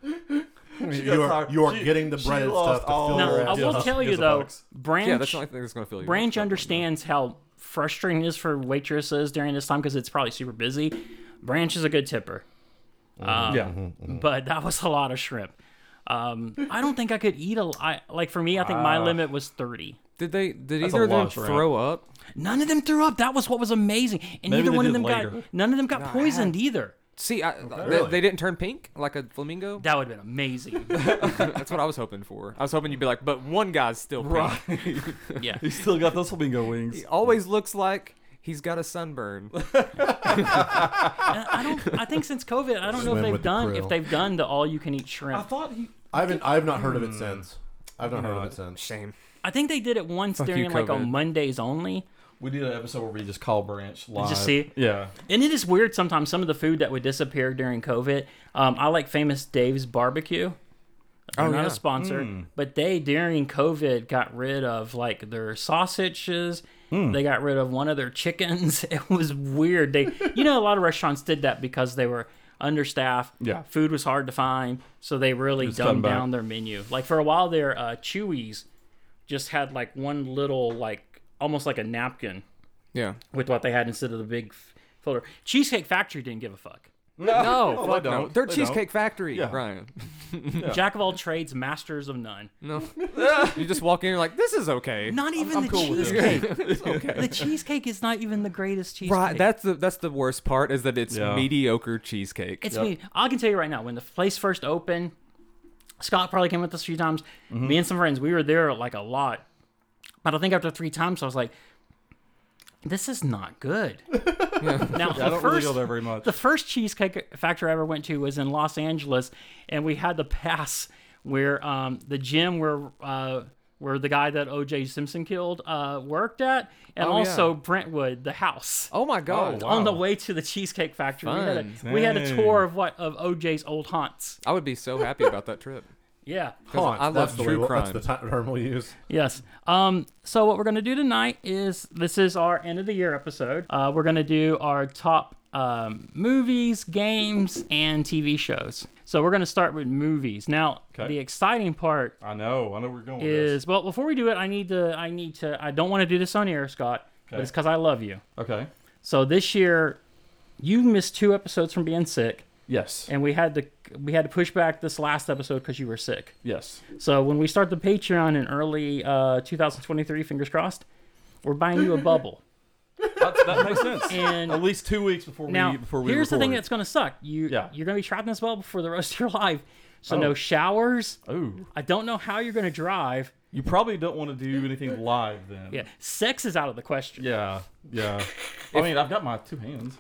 [SPEAKER 3] Oh, got
[SPEAKER 1] You are,
[SPEAKER 3] tired.
[SPEAKER 1] you are
[SPEAKER 3] She-
[SPEAKER 1] getting the
[SPEAKER 3] she
[SPEAKER 1] breaded
[SPEAKER 3] lost
[SPEAKER 1] stuff to
[SPEAKER 3] all
[SPEAKER 1] fill
[SPEAKER 2] Now,
[SPEAKER 1] your
[SPEAKER 3] her
[SPEAKER 2] I
[SPEAKER 1] ass.
[SPEAKER 3] idea.
[SPEAKER 2] will tell you
[SPEAKER 3] Gives a
[SPEAKER 2] though,
[SPEAKER 3] fucks.
[SPEAKER 2] Branch.
[SPEAKER 4] Yeah, that's the only thing that's gonna feel you.
[SPEAKER 2] Branch understands how frustrating it is for waitresses during this time because it's probably super busy. Branch is a good tipper,
[SPEAKER 3] yeah.
[SPEAKER 2] but that was a lot of shrimp. Um, I don't think I could eat a. I, like for me, I think my limit was thirty.
[SPEAKER 4] Did they? Did
[SPEAKER 3] That's a
[SPEAKER 4] either of
[SPEAKER 3] lot
[SPEAKER 4] them
[SPEAKER 3] of shrimp.
[SPEAKER 4] throw up?
[SPEAKER 2] None of them threw up. That was what was amazing, and
[SPEAKER 3] Maybe
[SPEAKER 2] neither
[SPEAKER 3] they
[SPEAKER 2] one of
[SPEAKER 3] did
[SPEAKER 2] them
[SPEAKER 3] later.
[SPEAKER 2] got none of them got poisoned either.
[SPEAKER 4] See, I,
[SPEAKER 1] Really?
[SPEAKER 4] they, they didn't turn pink like a flamingo.
[SPEAKER 2] That would have been amazing.
[SPEAKER 4] That's what I was hoping for. I was hoping you'd be like, but one guy's still pink.
[SPEAKER 2] Yeah.
[SPEAKER 3] He's still got those flamingo wings.
[SPEAKER 4] He always looks like he's got a sunburn.
[SPEAKER 2] And I don't. I think since COVID, I don't know
[SPEAKER 1] Swim
[SPEAKER 2] if they've
[SPEAKER 1] with the
[SPEAKER 2] done
[SPEAKER 1] krill.
[SPEAKER 2] if they've done the all you can eat
[SPEAKER 3] I
[SPEAKER 2] shrimp.
[SPEAKER 3] thought he.
[SPEAKER 1] I haven't, I've not heard of it since. I've not heard of it since.
[SPEAKER 4] Shame.
[SPEAKER 2] I think they did it once
[SPEAKER 4] you,
[SPEAKER 2] during like
[SPEAKER 4] COVID.
[SPEAKER 2] on Mondays only.
[SPEAKER 3] We did an episode where we just call Branch live.
[SPEAKER 2] just see?
[SPEAKER 3] Yeah.
[SPEAKER 2] And it is weird sometimes some of the food that would disappear during COVID. Um, I like Famous Dave's Barbecue. They're
[SPEAKER 4] Oh,
[SPEAKER 2] not
[SPEAKER 4] yeah.
[SPEAKER 2] a sponsor,
[SPEAKER 3] Hmm.
[SPEAKER 2] but they during COVID got rid of like their sausages.
[SPEAKER 3] Hmm.
[SPEAKER 2] They got rid of one of their chickens. It was weird. They, you know, a lot of restaurants did that because they were understaffed.
[SPEAKER 3] Yeah.
[SPEAKER 2] food was hard to find, so they really
[SPEAKER 3] Just cutting
[SPEAKER 2] dumbed
[SPEAKER 3] back.
[SPEAKER 2] down their menu. Like for a while there, uh, Chewy's just had like one little like almost like a napkin
[SPEAKER 4] Yeah.
[SPEAKER 2] with what they had instead of the big f- filter. Cheesecake Factory didn't give a fuck.
[SPEAKER 4] No,
[SPEAKER 3] no,
[SPEAKER 4] fuck
[SPEAKER 3] they
[SPEAKER 4] no.
[SPEAKER 3] don't.
[SPEAKER 4] They're
[SPEAKER 3] They
[SPEAKER 4] Cheesecake Factory,
[SPEAKER 3] Yeah.
[SPEAKER 4] Ryan.
[SPEAKER 2] Jack of all trades, masters of none.
[SPEAKER 4] No. you just walk in and you're like, this is okay.
[SPEAKER 2] Not even the
[SPEAKER 3] cool with
[SPEAKER 2] cheesecake. The cheesecake is not even the greatest cheesecake.
[SPEAKER 4] Right. That's the that's the worst part is that it's
[SPEAKER 3] Yeah.
[SPEAKER 4] mediocre cheesecake.
[SPEAKER 2] It's me. I can tell you right now, when the place first opened, Scott probably came with us a few times.
[SPEAKER 3] Mm-hmm.
[SPEAKER 2] Me and some friends, we were there like a lot. But I think after three times, I was like, this is not good. Now,
[SPEAKER 3] I
[SPEAKER 2] the
[SPEAKER 3] don't really
[SPEAKER 2] first
[SPEAKER 3] go there very much.
[SPEAKER 2] The first cheesecake factory I ever went to was in Los Angeles, and we had the pass where um, the gym where uh, where the guy that O.J. Simpson killed uh, worked at, and
[SPEAKER 4] Oh, yeah.
[SPEAKER 2] also Brentwood, the house.
[SPEAKER 4] oh my god.
[SPEAKER 3] Oh, wow.
[SPEAKER 2] On the way to the Cheesecake Factory, we had, a,
[SPEAKER 4] Fun.
[SPEAKER 2] we had a
[SPEAKER 3] Dang.
[SPEAKER 2] tour of what of OJ's old haunts.
[SPEAKER 4] I would be so happy about that trip.
[SPEAKER 2] Yeah.
[SPEAKER 4] 'Cause
[SPEAKER 1] Haunt.
[SPEAKER 4] I
[SPEAKER 1] that's
[SPEAKER 4] love
[SPEAKER 1] the
[SPEAKER 4] true
[SPEAKER 1] way-
[SPEAKER 4] crime.
[SPEAKER 1] That's the ti- term we'll use.
[SPEAKER 2] Yes. Um, so what we're gonna do tonight is this is our end of the year episode. Uh, we're gonna do our top um, movies, games, and TV shows. So we're gonna start with movies. Now,
[SPEAKER 3] Okay.
[SPEAKER 2] the exciting part
[SPEAKER 3] I know. I know where we're going with this.
[SPEAKER 2] is well, before we do it, I need to I need to I don't want to do this on air, Scott, but
[SPEAKER 3] Okay.
[SPEAKER 2] it's because I love you.
[SPEAKER 3] Okay.
[SPEAKER 2] So this year, you missed two episodes from being sick,
[SPEAKER 3] Yes.
[SPEAKER 2] and we had to we had to push back this last episode because you were sick.
[SPEAKER 3] yes.
[SPEAKER 2] So when we start the Patreon in early uh, 2023, fingers crossed, we're buying you a bubble.
[SPEAKER 3] That, that makes sense. At
[SPEAKER 2] And
[SPEAKER 3] least two weeks before we
[SPEAKER 2] now
[SPEAKER 3] before we
[SPEAKER 2] here's the thing
[SPEAKER 3] record.
[SPEAKER 2] that's gonna suck. You
[SPEAKER 3] Yeah.
[SPEAKER 2] you're gonna be trapped in this bubble for the rest of your life. So
[SPEAKER 3] Oh.
[SPEAKER 2] no showers.
[SPEAKER 3] Ooh.
[SPEAKER 2] I don't know how you're gonna drive.
[SPEAKER 3] You probably don't want to do anything live then.
[SPEAKER 2] Yeah, sex is out of the question.
[SPEAKER 3] Yeah. Yeah. I mean, I've got my two hands.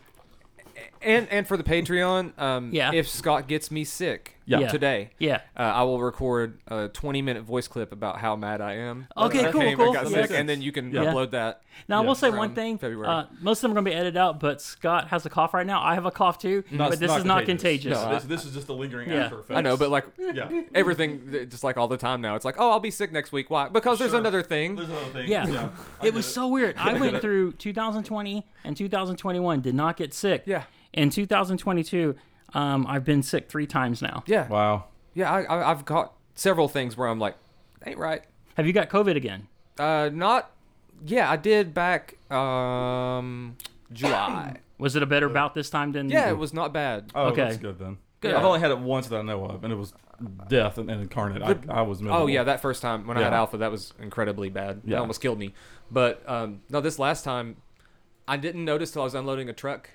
[SPEAKER 4] And and for the Patreon, um
[SPEAKER 2] Yeah.
[SPEAKER 4] if Scott gets me sick
[SPEAKER 3] Yeah.
[SPEAKER 2] Yeah.
[SPEAKER 4] today.
[SPEAKER 2] Yeah.
[SPEAKER 4] Uh, I will record a 20 minute voice clip about how mad I am. that
[SPEAKER 2] Okay,
[SPEAKER 4] I
[SPEAKER 2] cool,
[SPEAKER 4] came
[SPEAKER 2] cool.
[SPEAKER 4] And, got
[SPEAKER 2] That makes
[SPEAKER 4] sick, and then you can
[SPEAKER 2] Yeah.
[SPEAKER 4] upload that.
[SPEAKER 2] Now I
[SPEAKER 3] Yeah,
[SPEAKER 2] will say
[SPEAKER 4] from
[SPEAKER 2] one thing.
[SPEAKER 4] February.
[SPEAKER 2] Uh, most of them are gonna be edited out, but Scott has a cough right now. I have a cough too,
[SPEAKER 3] Not-
[SPEAKER 2] but this is not contagious.
[SPEAKER 4] No,
[SPEAKER 3] No, this, this is just a lingering
[SPEAKER 2] Yeah.
[SPEAKER 3] after effect.
[SPEAKER 4] I know, but like
[SPEAKER 3] yeah.
[SPEAKER 4] everything, th- just like all the time now, it's like, oh, I'll be sick next week. Why? Because there's
[SPEAKER 3] Sure.
[SPEAKER 4] another thing.
[SPEAKER 3] There's another thing.
[SPEAKER 2] Yeah.
[SPEAKER 3] I
[SPEAKER 2] It
[SPEAKER 3] get
[SPEAKER 2] was so weird. I went
[SPEAKER 3] it.
[SPEAKER 2] through 2020 and 2021, did not get sick.
[SPEAKER 4] Yeah.
[SPEAKER 2] In 2022, um, I've been sick three times now.
[SPEAKER 4] yeah,
[SPEAKER 3] Wow.
[SPEAKER 4] yeah. I, I, I've caught several things where I'm like, ain't right.
[SPEAKER 2] Have you got COVID again?
[SPEAKER 4] Uh, not. Yeah, I did back um July.
[SPEAKER 2] Was it a better bout this time than?
[SPEAKER 4] yeah, it was not bad.
[SPEAKER 3] Oh,
[SPEAKER 2] Okay.
[SPEAKER 3] that's good then.
[SPEAKER 4] Good.
[SPEAKER 3] I've only had it once that I know of, and it was death and, and incarnate. I, I was miserable.
[SPEAKER 4] Oh yeah, that first time when I had
[SPEAKER 3] Yeah.
[SPEAKER 4] alpha, that was incredibly bad. That
[SPEAKER 3] Yeah.
[SPEAKER 4] almost killed me. But um, no, this last time, I didn't notice till I was unloading a truck.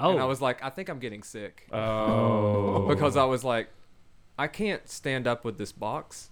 [SPEAKER 4] and I
[SPEAKER 2] Oh,
[SPEAKER 4] was like, I think I'm getting sick
[SPEAKER 5] Oh.
[SPEAKER 4] because I was like, I can't stand up with this box,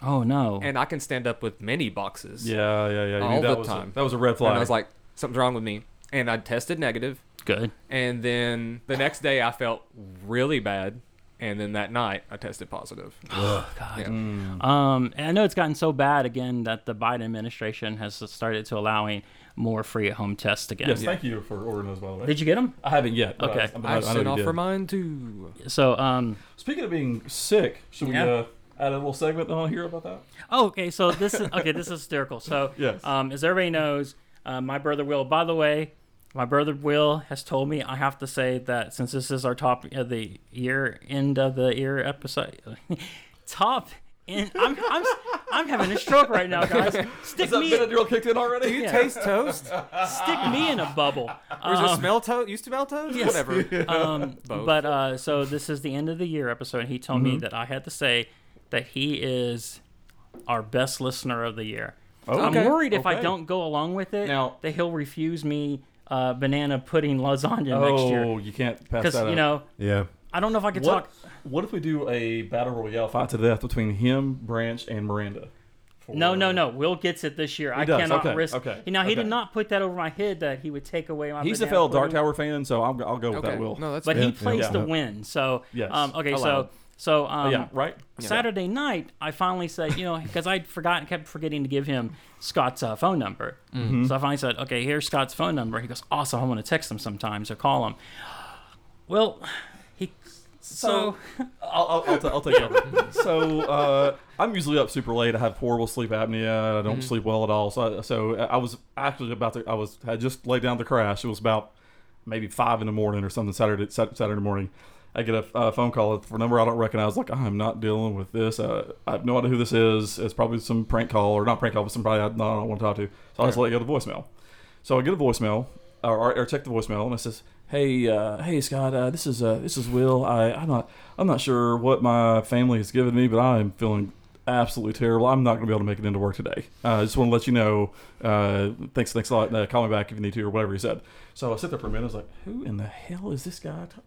[SPEAKER 2] oh no.
[SPEAKER 4] and I can stand up with many boxes.
[SPEAKER 3] Yeah, yeah, yeah. You
[SPEAKER 4] All
[SPEAKER 3] knew that
[SPEAKER 4] the
[SPEAKER 3] was
[SPEAKER 4] time.
[SPEAKER 3] A, that was a red
[SPEAKER 4] and
[SPEAKER 3] flag.
[SPEAKER 4] I was like, something's wrong with me, and I tested negative,
[SPEAKER 2] Good.
[SPEAKER 4] and then the next day I felt really bad, and then that night I tested positive.
[SPEAKER 2] God.
[SPEAKER 4] Yeah.
[SPEAKER 2] Um, and I know it's gotten so bad again that the Biden administration has started to allowing more free at home tests again.
[SPEAKER 3] yes, thank you for ordering those, by the way.
[SPEAKER 2] Did you get them?
[SPEAKER 3] I haven't yet. but
[SPEAKER 2] Okay.
[SPEAKER 3] I, but I, I
[SPEAKER 4] I've
[SPEAKER 3] know
[SPEAKER 4] sent
[SPEAKER 3] you
[SPEAKER 4] off
[SPEAKER 3] did.
[SPEAKER 4] for mine too.
[SPEAKER 2] So, um,
[SPEAKER 3] Speaking of being sick, should
[SPEAKER 2] Yeah.
[SPEAKER 3] we uh, add a little segment on here about that?
[SPEAKER 2] oh, okay. So this is okay. This is hysterical. So,
[SPEAKER 3] Yes.
[SPEAKER 2] um, as everybody knows, uh, my brother Will. By the way, my brother Will has told me I have to say that since this is our top of the year, end of the year episode, top. end I'm, I'm I'm having a stroke right now, guys. Stick
[SPEAKER 3] Is that
[SPEAKER 2] me
[SPEAKER 3] Benadryl kicked in already?
[SPEAKER 2] Yeah.
[SPEAKER 4] Taste toast?
[SPEAKER 2] stick me in a bubble.
[SPEAKER 4] Or is it
[SPEAKER 3] Uh-huh.
[SPEAKER 2] Um,
[SPEAKER 4] smell toast? You smell toast?
[SPEAKER 2] Yes.
[SPEAKER 4] Whatever.
[SPEAKER 2] um,
[SPEAKER 4] Both.
[SPEAKER 2] but uh, so this is the end of the year episode, and he told me that I had to say that he is our best listener of the year. I'm
[SPEAKER 4] Okay.
[SPEAKER 2] worried if I
[SPEAKER 3] Oh, Okay.
[SPEAKER 2] don't go along with it
[SPEAKER 3] Now-
[SPEAKER 2] that he'll refuse me uh, banana pudding lasagna next year
[SPEAKER 3] Oh, you can't pass
[SPEAKER 2] because
[SPEAKER 3] that
[SPEAKER 2] you
[SPEAKER 3] up.
[SPEAKER 2] know
[SPEAKER 1] Yeah.
[SPEAKER 2] I don't know if I could
[SPEAKER 3] what,
[SPEAKER 2] talk.
[SPEAKER 3] what if we do a battle royale fight to the death between him, Branch, and Miranda? For-
[SPEAKER 2] No, no, no. Will gets it this year. I
[SPEAKER 3] does,
[SPEAKER 2] cannot
[SPEAKER 3] okay,
[SPEAKER 2] risk.
[SPEAKER 3] okay,
[SPEAKER 2] Now he
[SPEAKER 3] okay.
[SPEAKER 2] did not put that over my head that he would take away my.
[SPEAKER 3] He's a
[SPEAKER 2] banana
[SPEAKER 3] fellow Dark
[SPEAKER 2] pudding.
[SPEAKER 3] Tower fan, so I'll, I'll go with
[SPEAKER 4] Okay.
[SPEAKER 3] that. Will.
[SPEAKER 4] No, that's
[SPEAKER 2] but
[SPEAKER 4] good.
[SPEAKER 2] he plays
[SPEAKER 3] yeah.
[SPEAKER 2] to win. So
[SPEAKER 3] Yes.
[SPEAKER 2] um, okay, so
[SPEAKER 4] Allowed.
[SPEAKER 2] so um,
[SPEAKER 3] yeah, right.
[SPEAKER 2] Saturday night, I finally said, you know, because I'd forgotten, kept forgetting to give him Scott's uh, phone number.
[SPEAKER 3] Mm-hmm.
[SPEAKER 2] So I finally said, okay, here's Scott's phone number. He goes, awesome. I want to text him sometimes or call him. Well, he so,
[SPEAKER 3] I'll, I'll, I'll, t- I'll take over. so uh, I'm usually up super late. I have horrible sleep apnea. I don't sleep well at all. So I, so I was actually about to. I was had just laid down to crash. It was about maybe five in the morning or something Saturday Sat- Saturday morning. I get a uh, phone call for a number I don't recognize. Like I'm not dealing with this. Uh, I have no idea who this is. It's probably some prank call or not prank call, but somebody I, I don't want to talk to. So I just let it go to voicemail. So I get a voicemail or, or, or check the voicemail and it says, "Hey, uh, hey Scott, uh, this is uh, this is Will. I I'm not I'm not sure what my family has given me, but I am feeling absolutely terrible. I'm not going to be able to make it into work today. Uh, I just want to let you know. Uh, thanks, thanks a lot. Uh, call me back if you need to or whatever he said. So I sit there for a minute. I was like, who in the hell is this guy? t-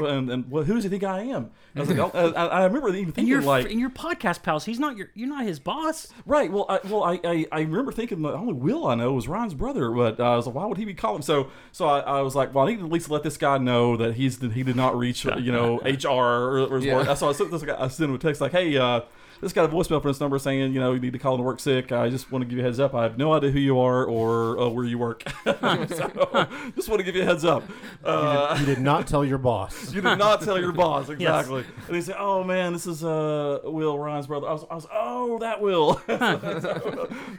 [SPEAKER 3] and and well, who does he think I am? I was like, oh, uh, I, I remember even
[SPEAKER 2] and
[SPEAKER 3] thinking
[SPEAKER 2] your
[SPEAKER 3] like,
[SPEAKER 2] and your podcast pals, he's not your, you're not his boss.
[SPEAKER 3] Right. Well, I, well, I, I, I remember thinking the only Will I know was Ryan's brother, but uh, I was like, why would he be calling? So, so I, I was like, well, I need to at least let this guy know that he's that he did not reach, you know, HR or, or his
[SPEAKER 4] Yeah.
[SPEAKER 3] work. So I sent this guy, I sent him a text like, hey, uh, this got a voicemail from this number saying, you know, you need to call and work sick. I just want to give you a heads up. I have no idea who you are or uh, where you work. so, just want to give you a heads up. Uh,
[SPEAKER 1] You did not tell your boss.
[SPEAKER 3] you did not tell your boss exactly. And he said, "Oh man, this is uh, Will Ryan's brother." I was, I was, oh, that Will.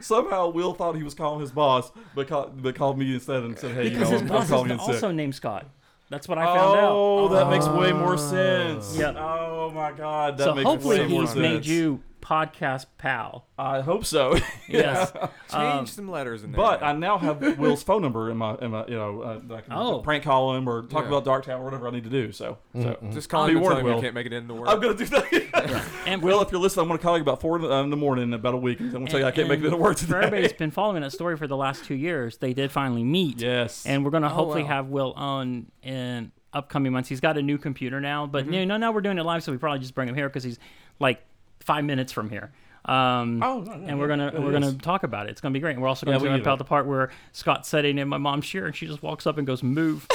[SPEAKER 3] Somehow, Will thought he was calling his boss, but called, but called me instead and said, "Hey,
[SPEAKER 2] Because
[SPEAKER 3] you know,
[SPEAKER 2] his
[SPEAKER 3] I'm,
[SPEAKER 2] boss
[SPEAKER 3] I'm
[SPEAKER 2] is
[SPEAKER 3] calling in
[SPEAKER 2] also
[SPEAKER 3] sick."
[SPEAKER 2] named Scott. That's what I found
[SPEAKER 3] Oh,
[SPEAKER 2] out. Uh-huh.
[SPEAKER 3] that makes way more sense.
[SPEAKER 2] Yep.
[SPEAKER 3] Oh my God, that
[SPEAKER 2] so
[SPEAKER 3] makes
[SPEAKER 2] hopefully
[SPEAKER 3] way more
[SPEAKER 2] he's
[SPEAKER 3] sense.
[SPEAKER 2] made you podcast pal.
[SPEAKER 3] I hope so.
[SPEAKER 2] Yes.
[SPEAKER 4] Change some letters in there.
[SPEAKER 3] um, But I now have Will's phone number in my, in my you know, uh, that I can
[SPEAKER 2] Oh.
[SPEAKER 3] prank call him or talk
[SPEAKER 4] Yeah. Mm-hmm.
[SPEAKER 3] about Dark Tower or whatever I need to do. So, so
[SPEAKER 4] just call
[SPEAKER 3] Be
[SPEAKER 4] him and tell
[SPEAKER 3] warned,
[SPEAKER 4] him you
[SPEAKER 3] Will.
[SPEAKER 4] can't make it into work.
[SPEAKER 3] I'm gonna do that.
[SPEAKER 2] and
[SPEAKER 3] Will, if you're listening, I'm going to call you about four in the, uh, in the morning in about a week. I'm going to tell you I can't make it
[SPEAKER 2] and
[SPEAKER 3] into work
[SPEAKER 2] For everybody
[SPEAKER 3] today.
[SPEAKER 2] that's been following that story for the last two years, they did finally meet.
[SPEAKER 3] Yes.
[SPEAKER 2] And we're going to hopefully
[SPEAKER 4] wow.
[SPEAKER 2] have Will on in upcoming months. He's got a new computer now, but
[SPEAKER 3] Mm-hmm.
[SPEAKER 2] you know, now we're doing it live, so we probably just bring him here because he's like five minutes from here. Um,
[SPEAKER 3] Oh, no, no,
[SPEAKER 2] and we're
[SPEAKER 3] yeah,
[SPEAKER 2] gonna
[SPEAKER 3] yeah,
[SPEAKER 2] we're
[SPEAKER 3] it
[SPEAKER 2] gonna
[SPEAKER 3] is.
[SPEAKER 2] talk about it. It's gonna be great. And we're also gonna
[SPEAKER 3] Yeah, we
[SPEAKER 2] talk
[SPEAKER 3] do
[SPEAKER 2] about
[SPEAKER 3] that.
[SPEAKER 2] the part where Scott's sitting in my mom's chair and she just walks up and goes, "Move."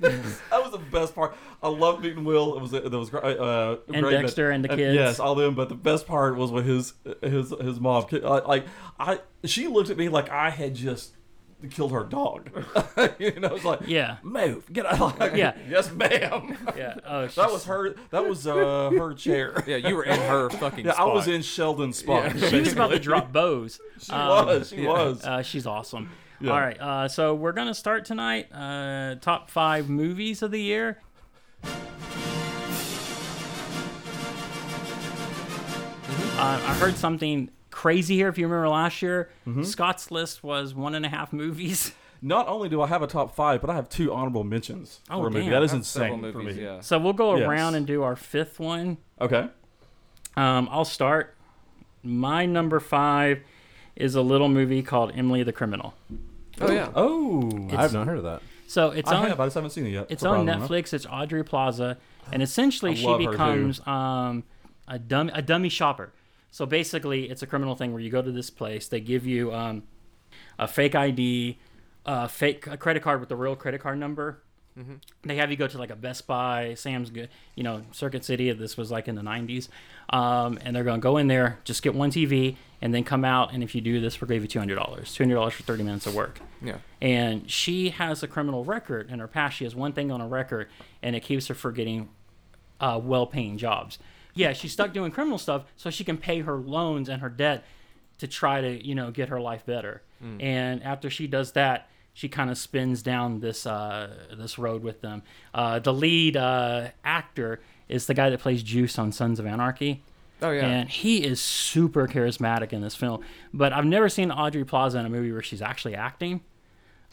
[SPEAKER 3] that was the best part. I love meeting Will. It was it was gr- uh,
[SPEAKER 2] And
[SPEAKER 3] great that-
[SPEAKER 2] Dexter and the kids.
[SPEAKER 3] yes, all them. But the best part was when his his his mom ki- uh, like I she looked at me like I had just killed her dog. you know, it's like
[SPEAKER 2] Yeah.
[SPEAKER 3] move, get out. Like,
[SPEAKER 2] Yeah.
[SPEAKER 3] yes, ma'am.
[SPEAKER 2] yeah. Oh, she's,
[SPEAKER 3] That was her. That was uh, her chair.
[SPEAKER 4] yeah, you were in her fucking
[SPEAKER 3] Yeah, I
[SPEAKER 4] spot.
[SPEAKER 3] was in Sheldon's spot.
[SPEAKER 2] She was about to drop bows.
[SPEAKER 3] She was. She was.
[SPEAKER 2] Uh, she's awesome.
[SPEAKER 3] Yeah.
[SPEAKER 2] All right, uh, so we're gonna start tonight. Uh, top five movies of the year.
[SPEAKER 3] Mm-hmm.
[SPEAKER 2] Uh, I heard something crazy here. If you remember last year,
[SPEAKER 3] Mm-hmm.
[SPEAKER 2] Scott's list was one and a half movies.
[SPEAKER 3] Not only do I have a top five, but I have two honorable mentions
[SPEAKER 2] Oh,
[SPEAKER 3] for a movie.
[SPEAKER 2] damn.
[SPEAKER 3] that is
[SPEAKER 4] That's several
[SPEAKER 3] insane
[SPEAKER 4] movies,
[SPEAKER 3] for me.
[SPEAKER 4] Yeah.
[SPEAKER 2] So we'll go
[SPEAKER 3] Yes.
[SPEAKER 2] around and do our fifth one.
[SPEAKER 3] Okay.
[SPEAKER 2] Um, I'll start. My number five is a little movie called Emily the Criminal.
[SPEAKER 4] Oh yeah.
[SPEAKER 1] Oh, I've not heard of that.
[SPEAKER 2] So it's
[SPEAKER 3] I
[SPEAKER 2] on.
[SPEAKER 3] have. I just haven't seen it yet.
[SPEAKER 2] It's
[SPEAKER 3] for
[SPEAKER 2] on
[SPEAKER 3] probably enough.
[SPEAKER 2] Netflix. It's Audrey Plaza, and essentially
[SPEAKER 3] I
[SPEAKER 2] she
[SPEAKER 3] love her, too.
[SPEAKER 2] becomes um, a dummy a dummy shopper. So basically, it's a criminal thing where you go to this place, they give you um, a fake ID, a fake a credit card with the real credit card number.
[SPEAKER 3] Mm-hmm.
[SPEAKER 2] They have you go to like a Best Buy, Sam's Good, you know, Circuit City. This was like in the 90s. Um, and they're going to go in there, just get one TV, and then come out. And if you do this, we'll give you $200. $200 for 30 minutes of work
[SPEAKER 4] Yeah.
[SPEAKER 2] and she has a criminal record in her past. She has one thing on her record, and it keeps her from getting uh, well-paying jobs. Yeah, she's stuck doing criminal stuff so she can pay her loans and her debt to try to you know get her life better.
[SPEAKER 4] Mm.
[SPEAKER 2] And after she does that, she kind of spins down this uh, this road with them. Uh, the lead uh, actor is the guy that plays Juice on Sons of Anarchy.
[SPEAKER 4] Oh yeah.
[SPEAKER 2] And he is super charismatic in this film. But I've never seen Audrey Plaza in a movie where she's actually acting.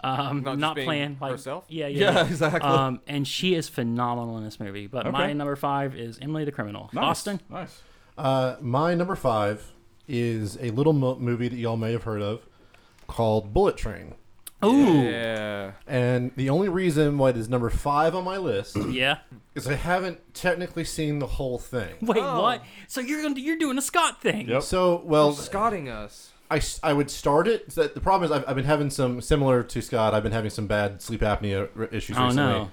[SPEAKER 2] Um,
[SPEAKER 4] Not
[SPEAKER 2] not
[SPEAKER 4] just being
[SPEAKER 2] playing like
[SPEAKER 4] herself?
[SPEAKER 2] Yeah, yeah,
[SPEAKER 3] Yeah, exactly.
[SPEAKER 2] Um, and she is phenomenal in this movie. But my
[SPEAKER 3] Okay.
[SPEAKER 2] number five is Emily the Criminal.
[SPEAKER 3] Nice.
[SPEAKER 2] Austin,
[SPEAKER 3] Nice.
[SPEAKER 1] Uh, my number five is a little mo- movie that y'all may have heard of called Bullet Train.
[SPEAKER 2] ooh,
[SPEAKER 4] Yeah.
[SPEAKER 1] And the only reason why it is number five on my list
[SPEAKER 2] yeah.
[SPEAKER 1] is I haven't technically seen the whole thing.
[SPEAKER 2] Wait,
[SPEAKER 4] Oh.
[SPEAKER 2] what? So you're gonna you're doing a Scott thing?
[SPEAKER 3] Yep.
[SPEAKER 1] So, well,
[SPEAKER 4] Scotting us.
[SPEAKER 1] I, s- I would start it. So the problem is I've, I've been having some similar to Scott. I've been having some bad sleep apnea r- issues
[SPEAKER 2] Oh,
[SPEAKER 1] recently,
[SPEAKER 2] no.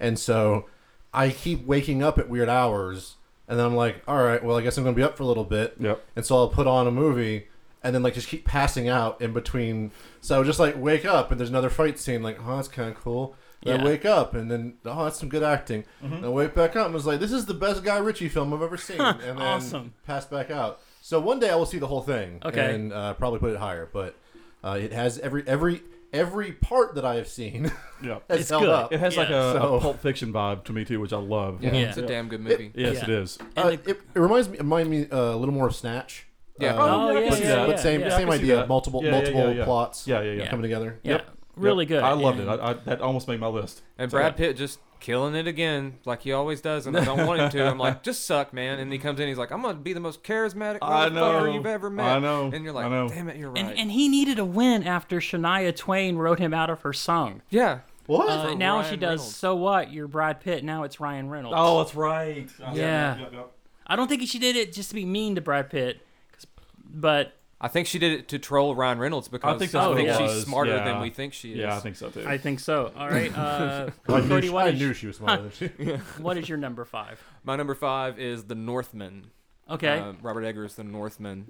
[SPEAKER 1] and so I keep waking up at weird hours, and then I'm like, all right, well I guess I'm gonna be up for a little bit.
[SPEAKER 3] Yep.
[SPEAKER 1] And so I'll put on a movie, and then like just keep passing out in between. So I would just like wake up and there's another fight scene. Like, oh, that's kind of cool. Then I
[SPEAKER 2] Yeah. Mm-hmm.
[SPEAKER 1] wake up and then oh, that's some good acting. And I wake back up and was like, this is the best Guy Ritchie film I've ever seen. and then
[SPEAKER 2] Awesome.
[SPEAKER 1] pass back out. So one day I will see the whole thing
[SPEAKER 2] Okay.
[SPEAKER 1] and uh, probably put it higher. But uh, it has every every every part that I have seen
[SPEAKER 3] Yep.
[SPEAKER 1] has
[SPEAKER 2] It's
[SPEAKER 1] held
[SPEAKER 2] good.
[SPEAKER 1] up.
[SPEAKER 3] It has like
[SPEAKER 2] Yeah.
[SPEAKER 3] a,
[SPEAKER 1] So-
[SPEAKER 3] a Pulp Fiction vibe to me too, which I love.
[SPEAKER 4] Yeah.
[SPEAKER 2] Yeah.
[SPEAKER 4] It's a damn good movie.
[SPEAKER 3] Yes,
[SPEAKER 2] Yeah.
[SPEAKER 3] it is.
[SPEAKER 2] And
[SPEAKER 1] Uh,
[SPEAKER 2] the-
[SPEAKER 1] it, it reminds me, it reminded me uh, a little more of Snatch.
[SPEAKER 4] Yeah.
[SPEAKER 1] Uh,
[SPEAKER 2] Oh, yeah,
[SPEAKER 1] but,
[SPEAKER 2] yeah, yeah,
[SPEAKER 1] but same
[SPEAKER 2] yeah. I
[SPEAKER 1] same
[SPEAKER 3] can see
[SPEAKER 1] idea.
[SPEAKER 3] that.
[SPEAKER 1] Multiple
[SPEAKER 3] Yeah, yeah,
[SPEAKER 1] multiple
[SPEAKER 3] yeah, yeah.
[SPEAKER 1] plots.
[SPEAKER 3] Yeah, yeah, yeah.
[SPEAKER 1] coming together.
[SPEAKER 2] yeah,
[SPEAKER 3] Yep.
[SPEAKER 2] really good.
[SPEAKER 3] I loved it.
[SPEAKER 2] And-
[SPEAKER 3] I, I, that almost made my list.
[SPEAKER 4] And
[SPEAKER 3] So-
[SPEAKER 4] Brad Pitt just killing it again, like he always does, and I don't want him to. I'm like, just suck, man. And he comes in, he's like, I'm gonna be the most charismatic
[SPEAKER 3] I know.
[SPEAKER 4] motherfucker you've ever met.
[SPEAKER 3] I know.
[SPEAKER 4] And you're like,
[SPEAKER 3] I know.
[SPEAKER 4] damn it, you're right.
[SPEAKER 2] and, and he needed a win after Shania Twain wrote him out of her song.
[SPEAKER 4] yeah.
[SPEAKER 1] What?
[SPEAKER 2] Uh,
[SPEAKER 4] For
[SPEAKER 2] now
[SPEAKER 4] Ryan
[SPEAKER 2] she does.
[SPEAKER 4] Reynolds.
[SPEAKER 2] So what? You're Brad Pitt. Now it's Ryan Reynolds.
[SPEAKER 3] Oh, that's right. Uh,
[SPEAKER 2] Yeah.
[SPEAKER 3] yep, yep.
[SPEAKER 2] I don't think she did it just to be mean to Brad Pitt, 'cause- but
[SPEAKER 4] I think she did it to troll Ryan Reynolds because I think,
[SPEAKER 3] think that's
[SPEAKER 2] what it
[SPEAKER 4] she's
[SPEAKER 3] was.
[SPEAKER 4] smarter
[SPEAKER 3] Yeah.
[SPEAKER 4] than we think she is.
[SPEAKER 3] Yeah, I think so too.
[SPEAKER 2] I think so. All right, uh,
[SPEAKER 1] I, knew,
[SPEAKER 2] Cody,
[SPEAKER 1] she-
[SPEAKER 2] what
[SPEAKER 1] I
[SPEAKER 2] is-
[SPEAKER 1] knew she was smarter than she.
[SPEAKER 2] what is your number five?
[SPEAKER 4] My number five is The Northman.
[SPEAKER 2] Okay,
[SPEAKER 4] Uh, Robert Eggers, The Northman.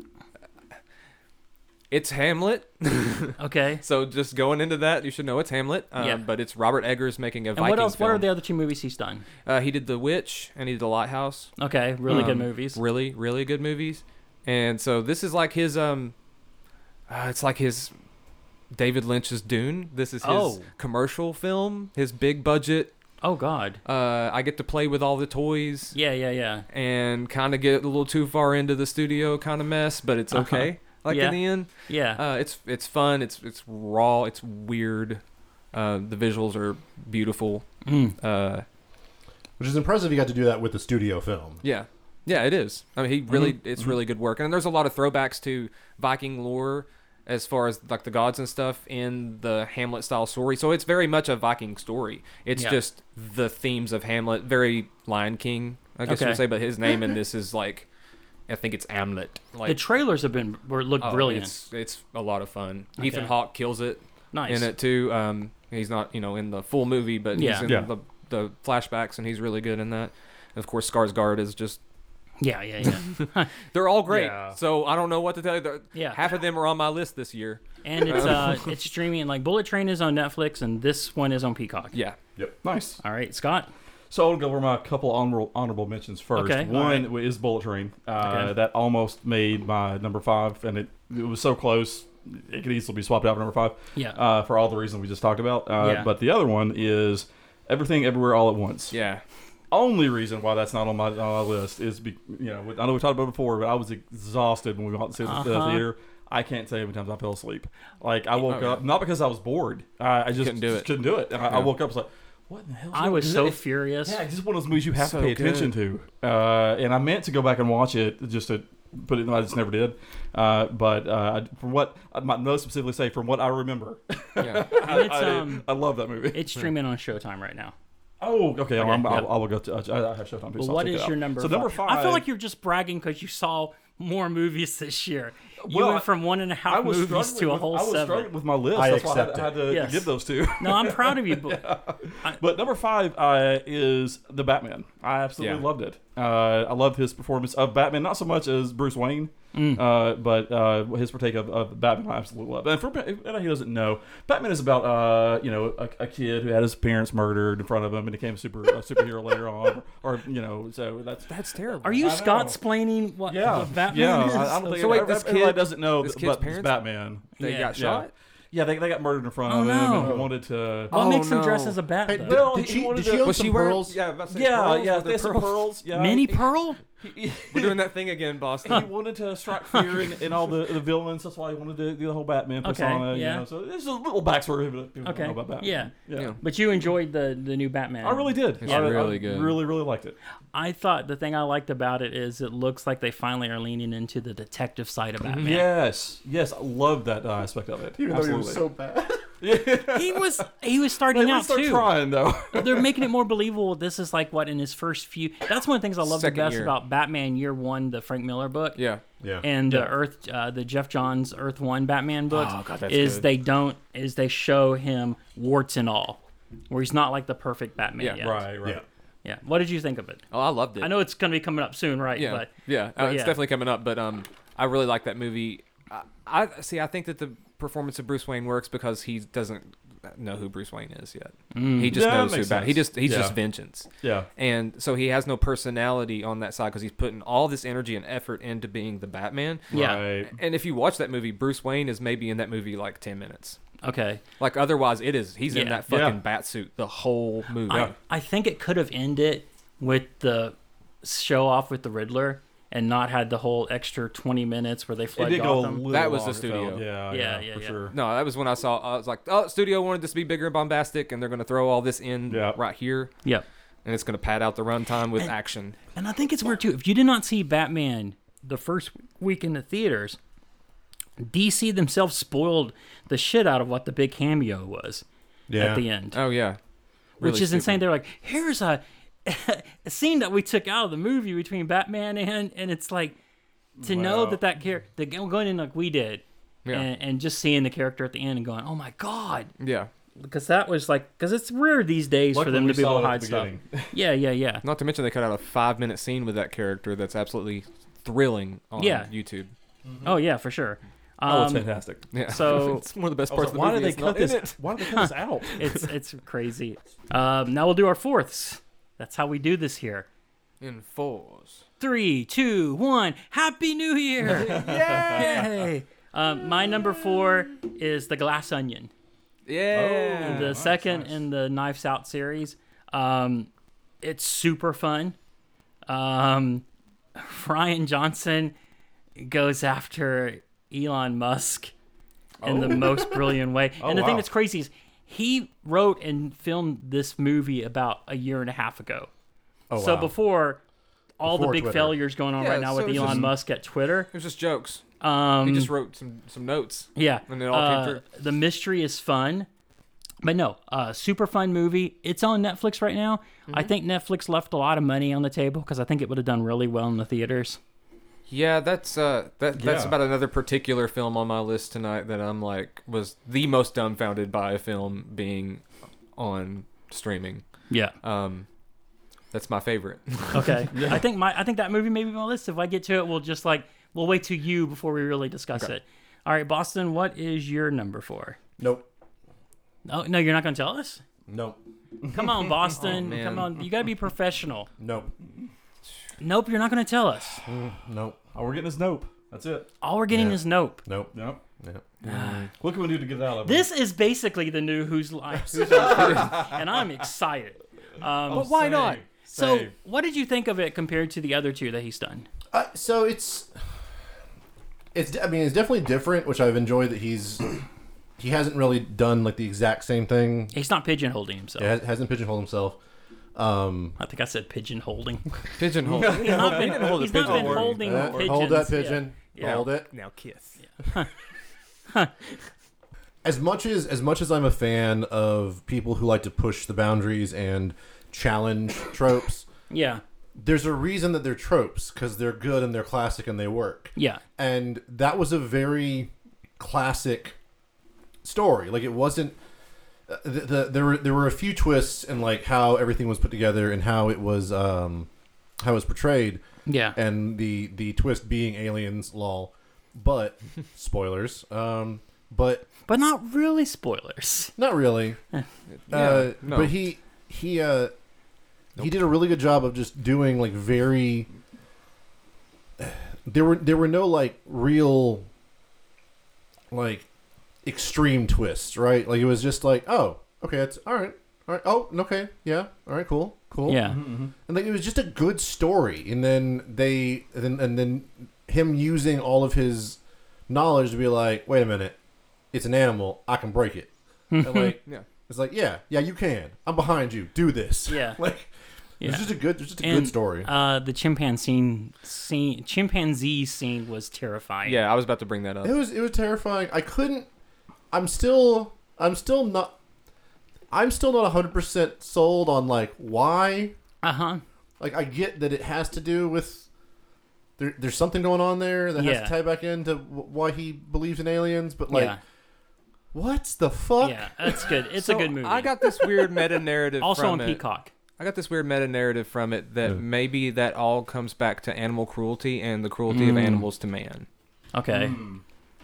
[SPEAKER 4] It's Hamlet.
[SPEAKER 2] okay.
[SPEAKER 4] So just going into that, you should know it's Hamlet. Um,
[SPEAKER 2] Yeah.
[SPEAKER 4] But it's Robert Eggers making a
[SPEAKER 2] And
[SPEAKER 4] Vikings
[SPEAKER 2] what else? What are
[SPEAKER 4] film.
[SPEAKER 2] the other two movies he's done?
[SPEAKER 4] Uh, he did The Witch and he did The Lighthouse.
[SPEAKER 2] Okay, really good
[SPEAKER 4] Um,
[SPEAKER 2] movies.
[SPEAKER 4] Really, really good movies. And so this is like his um uh, it's like his David Lynch's Dune. This is his
[SPEAKER 2] Oh.
[SPEAKER 4] commercial film, his big budget.
[SPEAKER 2] oh God.
[SPEAKER 4] Uh I get to play with all the toys
[SPEAKER 2] Yeah, yeah, yeah.
[SPEAKER 4] and kind of get a little too far into the studio kind of mess, but it's okay. Like
[SPEAKER 2] Uh-huh. Yeah.
[SPEAKER 4] in the end,
[SPEAKER 2] Yeah.
[SPEAKER 4] uh, it's it's fun. It's it's raw. It's weird. Uh, the visuals are beautiful.
[SPEAKER 2] Mm.
[SPEAKER 4] Uh,
[SPEAKER 1] Which is impressive. You got to do that with a studio film.
[SPEAKER 4] Yeah. Yeah, it is. I mean, he
[SPEAKER 2] Mm-hmm.
[SPEAKER 4] really,
[SPEAKER 3] Mhm.
[SPEAKER 4] it's
[SPEAKER 3] Mhm.
[SPEAKER 4] really good work. And there's a lot of throwbacks to Viking lore as far as like the gods and stuff in the Hamlet style story. So it's very much a Viking story. It's
[SPEAKER 2] Yeah.
[SPEAKER 4] just the themes of Hamlet, very Lion King, I guess you
[SPEAKER 2] Okay.
[SPEAKER 4] would say, but his name in this is like, I think it's Amlet. Like,
[SPEAKER 2] the trailers have been were look
[SPEAKER 4] oh,
[SPEAKER 2] brilliant.
[SPEAKER 4] It's, it's a lot of fun. Ethan
[SPEAKER 2] Okay.
[SPEAKER 4] Hawke kills it
[SPEAKER 2] nice.
[SPEAKER 4] in it too. Um, he's not, you know, in the full movie, but
[SPEAKER 2] Yeah.
[SPEAKER 4] he's in
[SPEAKER 3] Yeah.
[SPEAKER 4] the, the flashbacks and he's really good in that. And of course, Skarsgård is just
[SPEAKER 2] Yeah, yeah, yeah.
[SPEAKER 4] they're all great.
[SPEAKER 3] Yeah.
[SPEAKER 4] So I don't know what to tell you. They're-
[SPEAKER 2] Yeah.
[SPEAKER 4] Half of them are on my list this year.
[SPEAKER 2] and it's uh, it's streaming. Like Bullet Train is on Netflix, and this one is on Peacock.
[SPEAKER 4] Yeah.
[SPEAKER 3] nice.
[SPEAKER 2] All right, Scott.
[SPEAKER 3] So I'll go over my couple honorable honorable mentions first.
[SPEAKER 2] Okay, all
[SPEAKER 3] One is Bullet Train. Uh,
[SPEAKER 2] Okay.
[SPEAKER 3] That almost made my number five, and it it was so close. It could easily be swapped out for number five.
[SPEAKER 2] Yeah.
[SPEAKER 3] uh, for all the reasons we just talked about. Uh,
[SPEAKER 2] Yeah.
[SPEAKER 3] But the other one is Everything Everywhere All at Once.
[SPEAKER 4] Yeah.
[SPEAKER 3] Only reason why that's not on my, on my list is, be, you know, I know we talked about it before, but I was exhausted when we went to see it at the
[SPEAKER 2] Uh-huh.
[SPEAKER 3] theater. I can't tell you how many times I fell asleep. Like I woke
[SPEAKER 4] Oh, yeah.
[SPEAKER 3] up not because I was bored. I, I just
[SPEAKER 4] Couldn't do it.
[SPEAKER 3] Couldn't do it. I,
[SPEAKER 4] Yeah.
[SPEAKER 3] I woke up was like, what in the hell?
[SPEAKER 2] I was so
[SPEAKER 3] It's-
[SPEAKER 2] furious.
[SPEAKER 3] yeah, it's just one of those movies you have
[SPEAKER 4] So
[SPEAKER 3] to pay attention to. Uh, and I meant to go back and watch it just to put it. in I just never did. Uh, but uh, I- from what I might most specifically say, from what I remember,
[SPEAKER 4] Yeah.
[SPEAKER 3] I,
[SPEAKER 2] it's,
[SPEAKER 3] I-
[SPEAKER 2] um,
[SPEAKER 3] I love that movie.
[SPEAKER 2] It's streaming on Showtime right now.
[SPEAKER 3] oh, okay. I'm, I'm,
[SPEAKER 4] yeah.
[SPEAKER 3] I'll, I will go to. I, I have Showtime. too,
[SPEAKER 2] But
[SPEAKER 3] so I'll
[SPEAKER 2] what
[SPEAKER 3] check
[SPEAKER 2] is
[SPEAKER 3] it out.
[SPEAKER 2] your number?
[SPEAKER 3] So number five.
[SPEAKER 2] I feel like you're just bragging because you saw more movies this year. You
[SPEAKER 3] Well,
[SPEAKER 2] went from one and a
[SPEAKER 3] I
[SPEAKER 2] half
[SPEAKER 3] was
[SPEAKER 2] movies
[SPEAKER 3] struggling
[SPEAKER 2] to a
[SPEAKER 3] with,
[SPEAKER 2] whole
[SPEAKER 3] I was
[SPEAKER 2] seven.
[SPEAKER 3] struggling with my list.
[SPEAKER 1] I
[SPEAKER 3] That's why
[SPEAKER 1] accept
[SPEAKER 3] I had, I had to
[SPEAKER 2] Yes.
[SPEAKER 3] give those two.
[SPEAKER 2] No, I'm proud of you. But
[SPEAKER 3] But number five uh, is the Batman. I absolutely
[SPEAKER 4] Yeah.
[SPEAKER 3] loved it. Uh, I loved his performance of Batman, not so much as Bruce Wayne,
[SPEAKER 4] Mm.
[SPEAKER 3] uh, but uh, his partake of, of Batman. I absolutely loved. And for anybody who doesn't know, Batman is about uh, you know a, a kid who had his parents murdered in front of him and became a super a superhero later on, or, you know so that's.
[SPEAKER 4] That's terrible.
[SPEAKER 2] Are
[SPEAKER 3] I
[SPEAKER 2] you
[SPEAKER 3] know.
[SPEAKER 2] Scott splaining what,
[SPEAKER 3] Yeah,
[SPEAKER 2] what Batman
[SPEAKER 3] yeah.
[SPEAKER 2] is?
[SPEAKER 3] I, I don't think
[SPEAKER 4] So wait,
[SPEAKER 3] everybody
[SPEAKER 4] this kid-
[SPEAKER 3] doesn't know
[SPEAKER 4] this
[SPEAKER 3] that-
[SPEAKER 4] kid's
[SPEAKER 3] but it's
[SPEAKER 4] parents-
[SPEAKER 3] Batman.
[SPEAKER 4] They
[SPEAKER 2] Yeah.
[SPEAKER 4] got
[SPEAKER 3] Yeah.
[SPEAKER 4] shot?
[SPEAKER 3] Yeah, they, they got murdered in front
[SPEAKER 2] Oh,
[SPEAKER 3] of him, and
[SPEAKER 2] no.
[SPEAKER 3] he wanted to.
[SPEAKER 2] what
[SPEAKER 4] Oh,
[SPEAKER 2] makes him
[SPEAKER 4] no.
[SPEAKER 2] dress as a bat?
[SPEAKER 1] Hey,
[SPEAKER 2] though?
[SPEAKER 1] did-
[SPEAKER 3] Well,
[SPEAKER 1] did,
[SPEAKER 3] he
[SPEAKER 1] she,
[SPEAKER 3] wanted
[SPEAKER 1] did she
[SPEAKER 3] to-
[SPEAKER 1] own
[SPEAKER 4] Was
[SPEAKER 1] some
[SPEAKER 4] she wearing?
[SPEAKER 1] pearls?
[SPEAKER 4] Yeah, I was about to say
[SPEAKER 3] yeah,
[SPEAKER 4] pearls.
[SPEAKER 3] yeah,
[SPEAKER 4] Were there
[SPEAKER 3] they had some
[SPEAKER 4] pearls?
[SPEAKER 3] pearls. Yeah,
[SPEAKER 2] Minnie Pearl?
[SPEAKER 4] We're doing that thing again,
[SPEAKER 3] he
[SPEAKER 4] Boston.
[SPEAKER 3] wanted to strike fear in, in all the, the villains. That's why he wanted to do the whole Batman
[SPEAKER 2] Okay, yeah.
[SPEAKER 3] persona. You know? So there's a little backstory of it. People
[SPEAKER 2] Okay,
[SPEAKER 3] don't know about Batman.
[SPEAKER 2] yeah.
[SPEAKER 3] yeah.
[SPEAKER 4] Yeah.
[SPEAKER 2] But you enjoyed the, the new Batman.
[SPEAKER 3] I really did.
[SPEAKER 4] It's
[SPEAKER 3] I,
[SPEAKER 4] really
[SPEAKER 3] I
[SPEAKER 4] good.
[SPEAKER 3] Really, really liked
[SPEAKER 2] Oh,
[SPEAKER 3] it.
[SPEAKER 2] I thought the thing I liked about it is it looks like they finally are leaning into the detective side of
[SPEAKER 4] Mm-hmm.
[SPEAKER 2] Batman.
[SPEAKER 3] Yes, yes, I love that uh, aspect of it.
[SPEAKER 1] Even though he
[SPEAKER 3] Absolutely.
[SPEAKER 1] was so bad.
[SPEAKER 2] He was he was starting
[SPEAKER 3] They really
[SPEAKER 2] out
[SPEAKER 3] start
[SPEAKER 2] too.
[SPEAKER 3] trying though.
[SPEAKER 2] They're making it more believable. This is like what in his first few. That's one of the things I love
[SPEAKER 4] Second
[SPEAKER 2] the best
[SPEAKER 4] year.
[SPEAKER 2] about Batman Year One, the Frank Miller book.
[SPEAKER 4] yeah.
[SPEAKER 1] Yeah.
[SPEAKER 2] and
[SPEAKER 3] Yeah.
[SPEAKER 2] the Earth, uh, the Jeff Johns Earth One Batman books
[SPEAKER 4] Oh, God, that's
[SPEAKER 2] is
[SPEAKER 4] good.
[SPEAKER 2] they don't is they show him warts and all, where he's not like the perfect Batman.
[SPEAKER 4] Yeah,
[SPEAKER 2] yet.
[SPEAKER 3] right, right.
[SPEAKER 1] yeah.
[SPEAKER 2] Yeah. What did you think of it?
[SPEAKER 4] Oh, I loved it.
[SPEAKER 2] I know it's gonna be coming up soon, right?
[SPEAKER 4] Yeah,
[SPEAKER 2] But
[SPEAKER 4] yeah,
[SPEAKER 2] but
[SPEAKER 4] uh, it's
[SPEAKER 2] yeah.
[SPEAKER 4] definitely coming up. But um, I really like that movie. I, I see. I think that the performance of Bruce Wayne works because he doesn't know who Bruce Wayne is yet. He
[SPEAKER 3] Mm.
[SPEAKER 4] just
[SPEAKER 3] Yeah, that
[SPEAKER 4] knows who
[SPEAKER 3] makes
[SPEAKER 4] Batman. He
[SPEAKER 3] sense.
[SPEAKER 4] just he's just
[SPEAKER 3] Yeah.
[SPEAKER 4] vengeance,
[SPEAKER 3] Yeah.
[SPEAKER 4] and so he has no personality on that side because he's putting all this energy and effort into being the Batman.
[SPEAKER 2] Yeah.
[SPEAKER 3] Right.
[SPEAKER 4] And if you watch that movie, Bruce Wayne is maybe in that movie like ten minutes.
[SPEAKER 2] okay.
[SPEAKER 4] Like otherwise, it is he's in
[SPEAKER 2] Yeah.
[SPEAKER 4] that fucking
[SPEAKER 3] Yeah.
[SPEAKER 4] bat suit the whole movie.
[SPEAKER 2] I, I think it could have ended with the show off with the Riddler and not had the whole extra twenty minutes where they
[SPEAKER 3] It
[SPEAKER 2] flood
[SPEAKER 3] did go a
[SPEAKER 2] Gotham.
[SPEAKER 3] little
[SPEAKER 4] That was the
[SPEAKER 3] longer,
[SPEAKER 4] studio.
[SPEAKER 3] though. Yeah,
[SPEAKER 2] Yeah,
[SPEAKER 3] yeah,
[SPEAKER 2] yeah,
[SPEAKER 3] for
[SPEAKER 2] yeah.
[SPEAKER 3] sure.
[SPEAKER 4] No, that was when I saw. I was like, "Oh, studio wanted this to be bigger and bombastic, and they're going to throw all this in
[SPEAKER 3] Yeah.
[SPEAKER 4] right here."
[SPEAKER 2] Yep.
[SPEAKER 4] and it's going to pad out the runtime with action.
[SPEAKER 2] And I think it's weird too. If you did not see Batman the first week in the theaters, DC themselves spoiled the shit out of what the big cameo was
[SPEAKER 1] Yeah.
[SPEAKER 2] at the end,
[SPEAKER 4] Oh yeah,
[SPEAKER 2] which is insane. They're like, "Here's a, a scene that we took out of the movie between Batman and," and it's like to know
[SPEAKER 3] Wow.
[SPEAKER 2] that that character going in like we did,
[SPEAKER 4] Yeah.
[SPEAKER 2] and, and just seeing the character at the end and going, "Oh my god,"
[SPEAKER 4] Yeah,
[SPEAKER 2] because that was like because it's rare these days for
[SPEAKER 3] Luckily,
[SPEAKER 2] them
[SPEAKER 3] we
[SPEAKER 2] to be able
[SPEAKER 3] saw it
[SPEAKER 2] to
[SPEAKER 3] at
[SPEAKER 2] hide
[SPEAKER 3] the
[SPEAKER 2] stuff.
[SPEAKER 3] beginning.
[SPEAKER 2] Yeah, yeah, yeah.
[SPEAKER 4] not to mention they cut out a five-minute scene with that character that's absolutely thrilling on
[SPEAKER 2] Yeah.
[SPEAKER 4] YouTube.
[SPEAKER 2] Oh yeah, for sure.
[SPEAKER 3] Oh, it's
[SPEAKER 2] Um,
[SPEAKER 3] fantastic.
[SPEAKER 4] Yeah,
[SPEAKER 2] So-
[SPEAKER 4] it's one of the best
[SPEAKER 3] I was like,
[SPEAKER 4] parts of the
[SPEAKER 3] why
[SPEAKER 4] movie.
[SPEAKER 3] did they
[SPEAKER 4] It's
[SPEAKER 3] cut
[SPEAKER 4] not in it.
[SPEAKER 3] this? Why did they cut this out?
[SPEAKER 2] it's it's crazy. Um, now we'll do our fourths. That's how we do this here.
[SPEAKER 4] in fours?
[SPEAKER 2] Three, two, one. Happy New Year! Yay! Um, my number four is the Glass Onion,
[SPEAKER 4] Yeah,
[SPEAKER 1] Oh,
[SPEAKER 2] the second in the Knives Out series. Um, it's super fun. Um, Ryan Johnson goes after Elon Musk in
[SPEAKER 1] Oh.
[SPEAKER 2] the most brilliant way. and the thing
[SPEAKER 3] wow.
[SPEAKER 2] that's crazy is he wrote and filmed this movie about a year and a half ago. so
[SPEAKER 1] Oh, wow.
[SPEAKER 2] before all
[SPEAKER 1] Before
[SPEAKER 2] the big
[SPEAKER 1] Twitter.
[SPEAKER 2] failures going on
[SPEAKER 4] Yeah,
[SPEAKER 2] right now
[SPEAKER 4] so
[SPEAKER 2] with
[SPEAKER 4] it's
[SPEAKER 2] Elon
[SPEAKER 4] just-
[SPEAKER 2] Musk at Twitter.
[SPEAKER 4] it was just jokes.
[SPEAKER 2] Um,
[SPEAKER 4] He just wrote some some notes.
[SPEAKER 2] yeah.
[SPEAKER 4] And it all came
[SPEAKER 2] Uh,
[SPEAKER 4] through.
[SPEAKER 2] The mystery is fun. But no, uh, super fun movie. It's on Netflix right now.
[SPEAKER 4] Mm-hmm.
[SPEAKER 2] I think Netflix left a lot of money on the table because I think it would have done really well in the theaters.
[SPEAKER 4] Yeah, that's uh, that that's
[SPEAKER 3] Yeah.
[SPEAKER 4] about another particular film on my list tonight that I'm like was the most dumbfounded by a film being on streaming.
[SPEAKER 2] Yeah.
[SPEAKER 4] Um, that's my favorite.
[SPEAKER 2] Okay. I think my I think that movie may be on my list. If I get to it, we'll just like we'll wait to you before we really discuss it. All right, Boston, what is your number four?
[SPEAKER 1] Nope.
[SPEAKER 2] Oh no, you're not gonna tell us?
[SPEAKER 1] Nope.
[SPEAKER 2] Come on, Boston.
[SPEAKER 4] Oh, man.
[SPEAKER 2] Come on. You gotta be professional.
[SPEAKER 1] Nope.
[SPEAKER 2] Nope, you're not gonna tell us.
[SPEAKER 1] Nope.
[SPEAKER 3] Oh, we're getting his nope. That's it.
[SPEAKER 2] All we're getting
[SPEAKER 1] Yeah.
[SPEAKER 2] is nope.
[SPEAKER 1] Nope.
[SPEAKER 3] Nope.
[SPEAKER 1] Nope.
[SPEAKER 3] What can we do to get it out of
[SPEAKER 2] This is basically the new Who's Life, Who's Line, and I'm excited. Um,
[SPEAKER 4] But why not?
[SPEAKER 2] so,
[SPEAKER 3] same.
[SPEAKER 2] what did you think of it compared to the other two that he's done?
[SPEAKER 1] Uh, so it's it's I mean it's definitely different, which I've enjoyed that he's he hasn't really done like the exact same thing.
[SPEAKER 2] He's not pigeonholing himself.
[SPEAKER 1] He has, hasn't pigeonholed himself. Um,
[SPEAKER 2] I think I said pigeon holding.
[SPEAKER 4] Pigeonhole.
[SPEAKER 2] He's not been,
[SPEAKER 3] hold a
[SPEAKER 2] he's not been
[SPEAKER 3] pigeon. Don't worry.
[SPEAKER 2] holding
[SPEAKER 1] eh,
[SPEAKER 2] pigeons.
[SPEAKER 1] hold that
[SPEAKER 2] yeah.
[SPEAKER 1] pigeon.
[SPEAKER 4] Yeah.
[SPEAKER 1] Hold it.
[SPEAKER 4] Now kiss.
[SPEAKER 1] as much as as much as I'm a fan of people who like to push the boundaries and challenge tropes,
[SPEAKER 2] Yeah.
[SPEAKER 1] there's a reason that they're tropes because they're good and they're classic and they work.
[SPEAKER 2] Yeah.
[SPEAKER 1] And that was a very classic story. Like it wasn't. uh, The, the, there were there were a few twists in like how everything was put together and how it was um, how it was portrayed
[SPEAKER 2] Yeah.
[SPEAKER 1] and the the twist being aliens lol but spoilers um, but
[SPEAKER 2] But not really spoilers.
[SPEAKER 1] not really. uh,
[SPEAKER 4] no.
[SPEAKER 1] But he he uh, he did a really good job of just doing like very. There were there were no like real like extreme twists, right? Like it was just like, oh, okay, that's all right, all right, oh, okay, yeah, all right, cool, cool,
[SPEAKER 2] Yeah.
[SPEAKER 1] and like it was just a good story and then they and, and then him using all of his knowledge to be like wait a minute it's an animal i can break it and like
[SPEAKER 4] Yeah.
[SPEAKER 1] it's like yeah yeah you can i'm behind you do this
[SPEAKER 2] Yeah.
[SPEAKER 1] like
[SPEAKER 2] Yeah.
[SPEAKER 1] it's just a good it's just a
[SPEAKER 2] And,
[SPEAKER 1] good story
[SPEAKER 2] Uh, the chimpanzee scene, chimpanzee scene was terrifying.
[SPEAKER 4] Yeah, I was about to bring that up.
[SPEAKER 1] it was it was terrifying i couldn't i'm still i'm still not i'm still not 100% sold on like why
[SPEAKER 2] Uh huh.
[SPEAKER 1] like I get that it has to do with there, there's something going on there that has
[SPEAKER 2] Yeah.
[SPEAKER 1] to tie back into w- why he believes in aliens, but like
[SPEAKER 2] yeah.
[SPEAKER 1] what the fuck?
[SPEAKER 2] Yeah. That's good. It's a
[SPEAKER 4] So
[SPEAKER 2] good movie.
[SPEAKER 4] I got this weird meta narrative.
[SPEAKER 2] also
[SPEAKER 4] from
[SPEAKER 2] on
[SPEAKER 4] it.
[SPEAKER 2] Peacock.
[SPEAKER 4] I got this weird meta narrative from it that maybe that all comes back to animal cruelty and the cruelty
[SPEAKER 2] Mm.
[SPEAKER 4] of animals to man.
[SPEAKER 2] Okay.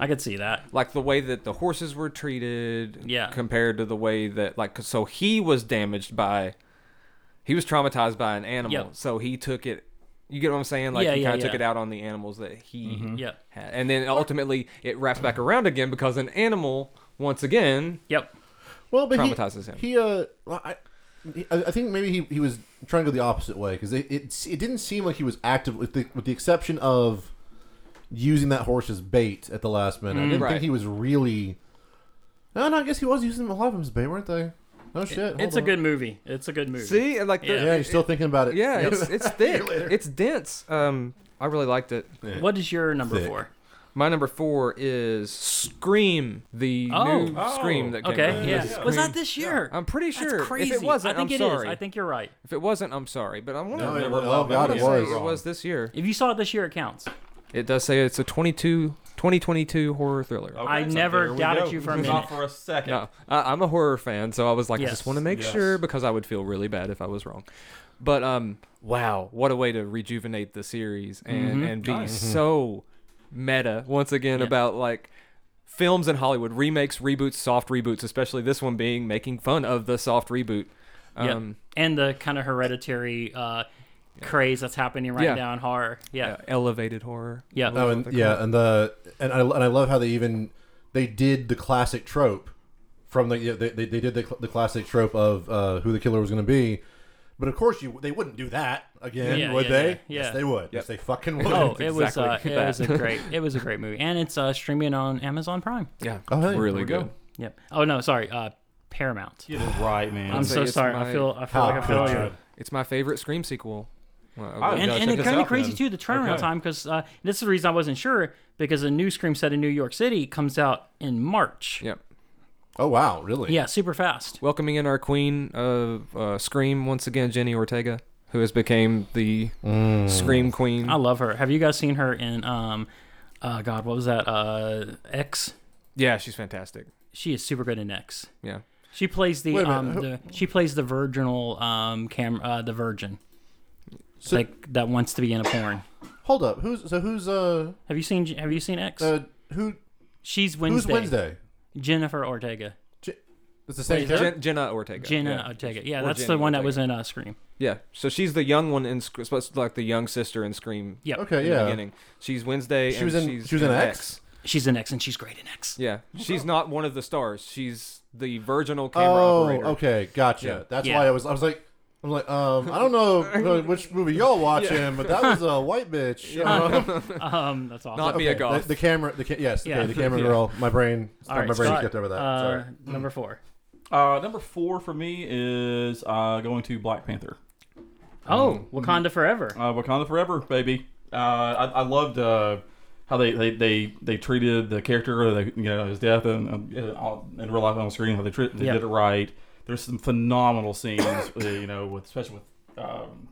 [SPEAKER 2] I could see that.
[SPEAKER 4] Like the way that the horses were treated
[SPEAKER 2] Yeah.
[SPEAKER 4] compared to the way that, like, so he was damaged by, he was traumatized by an animal.
[SPEAKER 2] Yep.
[SPEAKER 4] So he took it, you get what I'm saying? Like,
[SPEAKER 2] Yeah,
[SPEAKER 4] he
[SPEAKER 2] yeah,
[SPEAKER 4] kind of took
[SPEAKER 2] yeah. Mm-hmm.
[SPEAKER 4] it out on the animals that he
[SPEAKER 2] Yeah.
[SPEAKER 4] had. And then ultimately it wraps back around again because an animal, once again,
[SPEAKER 2] Yep.
[SPEAKER 1] Well, but he-
[SPEAKER 4] Traumatizes him.
[SPEAKER 1] He uh, well, I, he- I I think maybe he, he was trying to go the opposite way because it, it it didn't seem like he was active with the with the exception of using that horse as bait at the last minute. I
[SPEAKER 2] Mm-hmm.
[SPEAKER 1] didn't
[SPEAKER 4] right.
[SPEAKER 1] think he was really. No, no, I guess he was using a lot of them as bait, weren't they? Oh shit! hold
[SPEAKER 2] It's a
[SPEAKER 1] on.
[SPEAKER 2] good movie. It's a good movie.
[SPEAKER 4] see, like, the,
[SPEAKER 2] Yeah.
[SPEAKER 1] Yeah, you're still thinking about it.
[SPEAKER 4] yeah, it's, it's thick,
[SPEAKER 1] later.
[SPEAKER 4] it's dense. Um, I really liked it.
[SPEAKER 2] What is your number
[SPEAKER 1] Thick.
[SPEAKER 2] four?
[SPEAKER 4] My number four is Scream, the
[SPEAKER 2] Oh.
[SPEAKER 4] new Scream that came out.
[SPEAKER 2] Okay. Yeah.
[SPEAKER 3] Yeah.
[SPEAKER 2] Was that this year?
[SPEAKER 4] I'm pretty
[SPEAKER 2] That's
[SPEAKER 4] sure.
[SPEAKER 2] crazy.
[SPEAKER 4] If it wasn't,
[SPEAKER 2] I think
[SPEAKER 4] I'm
[SPEAKER 2] it is.
[SPEAKER 4] sorry.
[SPEAKER 2] I think you're right.
[SPEAKER 4] if it wasn't, I'm sorry. But I want
[SPEAKER 1] No,
[SPEAKER 4] to.
[SPEAKER 1] it,
[SPEAKER 3] Never
[SPEAKER 1] oh
[SPEAKER 3] loved
[SPEAKER 1] god,
[SPEAKER 3] it.
[SPEAKER 1] it
[SPEAKER 4] say
[SPEAKER 1] was.
[SPEAKER 4] it was this year.
[SPEAKER 2] If you saw it this year, it counts.
[SPEAKER 4] It does say it's a 22, 2022 horror thriller.
[SPEAKER 1] Oh,
[SPEAKER 3] Okay,
[SPEAKER 2] I never
[SPEAKER 3] there we
[SPEAKER 2] doubted
[SPEAKER 3] go.
[SPEAKER 2] you for a minute.
[SPEAKER 3] Not for a second.
[SPEAKER 4] No, I, I'm a horror fan, so I was like, I
[SPEAKER 2] Yes.
[SPEAKER 4] just want to make
[SPEAKER 3] Yes.
[SPEAKER 4] sure because I would feel really bad if I was wrong. But um, wow, what a way to rejuvenate the series and
[SPEAKER 2] Mm-hmm.
[SPEAKER 4] and be
[SPEAKER 3] Nice.
[SPEAKER 4] so meta once again about like films in Hollywood remakes, reboots, soft reboots, especially this one being making fun of the soft reboot.
[SPEAKER 2] Yep.
[SPEAKER 4] Um,
[SPEAKER 2] and the kind of hereditary uh, craze that's happening right
[SPEAKER 4] Yeah.
[SPEAKER 2] now in horror. Yeah.
[SPEAKER 4] uh, elevated horror.
[SPEAKER 2] Yeah.
[SPEAKER 1] Oh, and yeah, and the and I, and I love how they even they did the classic trope from the yeah, they, they, they did the, cl- the classic trope of uh, who the killer was going to be, but of course you they wouldn't do that again,
[SPEAKER 2] Yeah,
[SPEAKER 1] would
[SPEAKER 2] yeah,
[SPEAKER 1] they?
[SPEAKER 2] yeah, yeah.
[SPEAKER 1] Yes, they would. Yes, they fucking would.
[SPEAKER 2] Oh, it was
[SPEAKER 4] Exactly
[SPEAKER 2] uh, it
[SPEAKER 4] that.
[SPEAKER 2] was a great it was a great movie, and it's uh, streaming on Amazon Prime.
[SPEAKER 4] Yeah.
[SPEAKER 1] Oh, hey,
[SPEAKER 4] really
[SPEAKER 1] there we
[SPEAKER 4] good.
[SPEAKER 1] go.
[SPEAKER 2] Yep. Oh no, sorry, uh, Paramount.
[SPEAKER 3] Get it right, man.
[SPEAKER 2] I'm
[SPEAKER 4] say
[SPEAKER 2] so
[SPEAKER 4] it's
[SPEAKER 2] sorry. I
[SPEAKER 4] my-
[SPEAKER 2] feel I feel like I feel you.
[SPEAKER 4] It's my favorite Scream sequel. Well,
[SPEAKER 3] I-
[SPEAKER 4] okay.
[SPEAKER 2] And,
[SPEAKER 3] gotta
[SPEAKER 2] and
[SPEAKER 3] check
[SPEAKER 2] it's
[SPEAKER 3] this
[SPEAKER 2] kind of
[SPEAKER 3] out
[SPEAKER 2] crazy
[SPEAKER 3] then.
[SPEAKER 2] too the turnaround
[SPEAKER 3] Okay.
[SPEAKER 2] time because uh, this is the reason I wasn't sure because a new Scream set in New York City comes out in March.
[SPEAKER 4] yeah.
[SPEAKER 1] Oh wow, really?
[SPEAKER 2] Yeah, super fast.
[SPEAKER 4] welcoming in our queen of uh, Scream once again, Jenny Ortega, who has became the
[SPEAKER 1] Mm.
[SPEAKER 4] Scream queen.
[SPEAKER 2] I love her. Have you guys seen her in um, uh, God, what was that? Uh, X.
[SPEAKER 4] yeah, she's fantastic.
[SPEAKER 2] She is super good in X.
[SPEAKER 4] Yeah,
[SPEAKER 2] She plays the
[SPEAKER 1] Wait a minute,
[SPEAKER 2] um
[SPEAKER 1] who-
[SPEAKER 2] the she plays the virginal um cam uh, the virgin.
[SPEAKER 1] So-
[SPEAKER 2] like that wants to be in a porn.
[SPEAKER 1] Hold up, who's so who's uh,
[SPEAKER 2] Have you seen Have you seen X?
[SPEAKER 1] uh who
[SPEAKER 2] She's
[SPEAKER 1] who's
[SPEAKER 2] Wednesday.
[SPEAKER 1] Wednesday?
[SPEAKER 2] Jennifer Ortega.
[SPEAKER 1] J- It's the same character.
[SPEAKER 4] Jen- Jenna Ortega.
[SPEAKER 2] Jenna
[SPEAKER 4] yeah.
[SPEAKER 2] Ortega. Yeah,
[SPEAKER 4] Or
[SPEAKER 2] that's
[SPEAKER 4] Jenny
[SPEAKER 2] the one
[SPEAKER 4] Ortega.
[SPEAKER 2] that was in uh, Scream.
[SPEAKER 4] Yeah, so she's the young one in Sc- supposed to like the young sister in Scream.
[SPEAKER 2] Yep.
[SPEAKER 1] Okay,
[SPEAKER 4] in
[SPEAKER 1] yeah.
[SPEAKER 4] The beginning, she's Wednesday.
[SPEAKER 1] She
[SPEAKER 4] and
[SPEAKER 1] was in-
[SPEAKER 4] She's
[SPEAKER 1] she was in X?
[SPEAKER 2] She's in X and she's great in X.
[SPEAKER 4] Yeah, she's not one of the stars. She's the virginal camera
[SPEAKER 1] Oh,
[SPEAKER 4] operator.
[SPEAKER 1] okay, gotcha.
[SPEAKER 4] Yeah.
[SPEAKER 1] That's
[SPEAKER 2] Yeah.
[SPEAKER 1] why I was I was like. I'm like, um, I don't know which movie y'all watching, but that was a white bitch. Um,
[SPEAKER 2] Um, that's awesome.
[SPEAKER 4] Not be a goth.
[SPEAKER 1] The, the camera, the ca- yes,
[SPEAKER 2] Yeah.
[SPEAKER 1] okay, the camera girl. My brain,
[SPEAKER 2] All right,
[SPEAKER 1] my brain
[SPEAKER 2] Scott,
[SPEAKER 1] skipped over that.
[SPEAKER 2] uh,
[SPEAKER 1] Sorry.
[SPEAKER 2] Number four.
[SPEAKER 3] Uh, number four for me is uh, going to Black Panther.
[SPEAKER 2] Oh, Wakanda Forever.
[SPEAKER 3] Uh, Wakanda Forever, baby. Uh, I, I loved uh, how they, they, they, they treated the character, uh, they, you know, his death, and um, uh, on- in real life on screen. How they, treat, they
[SPEAKER 2] Yeah.
[SPEAKER 3] did it right. There's some phenomenal scenes, uh, you know, with especially with. Um,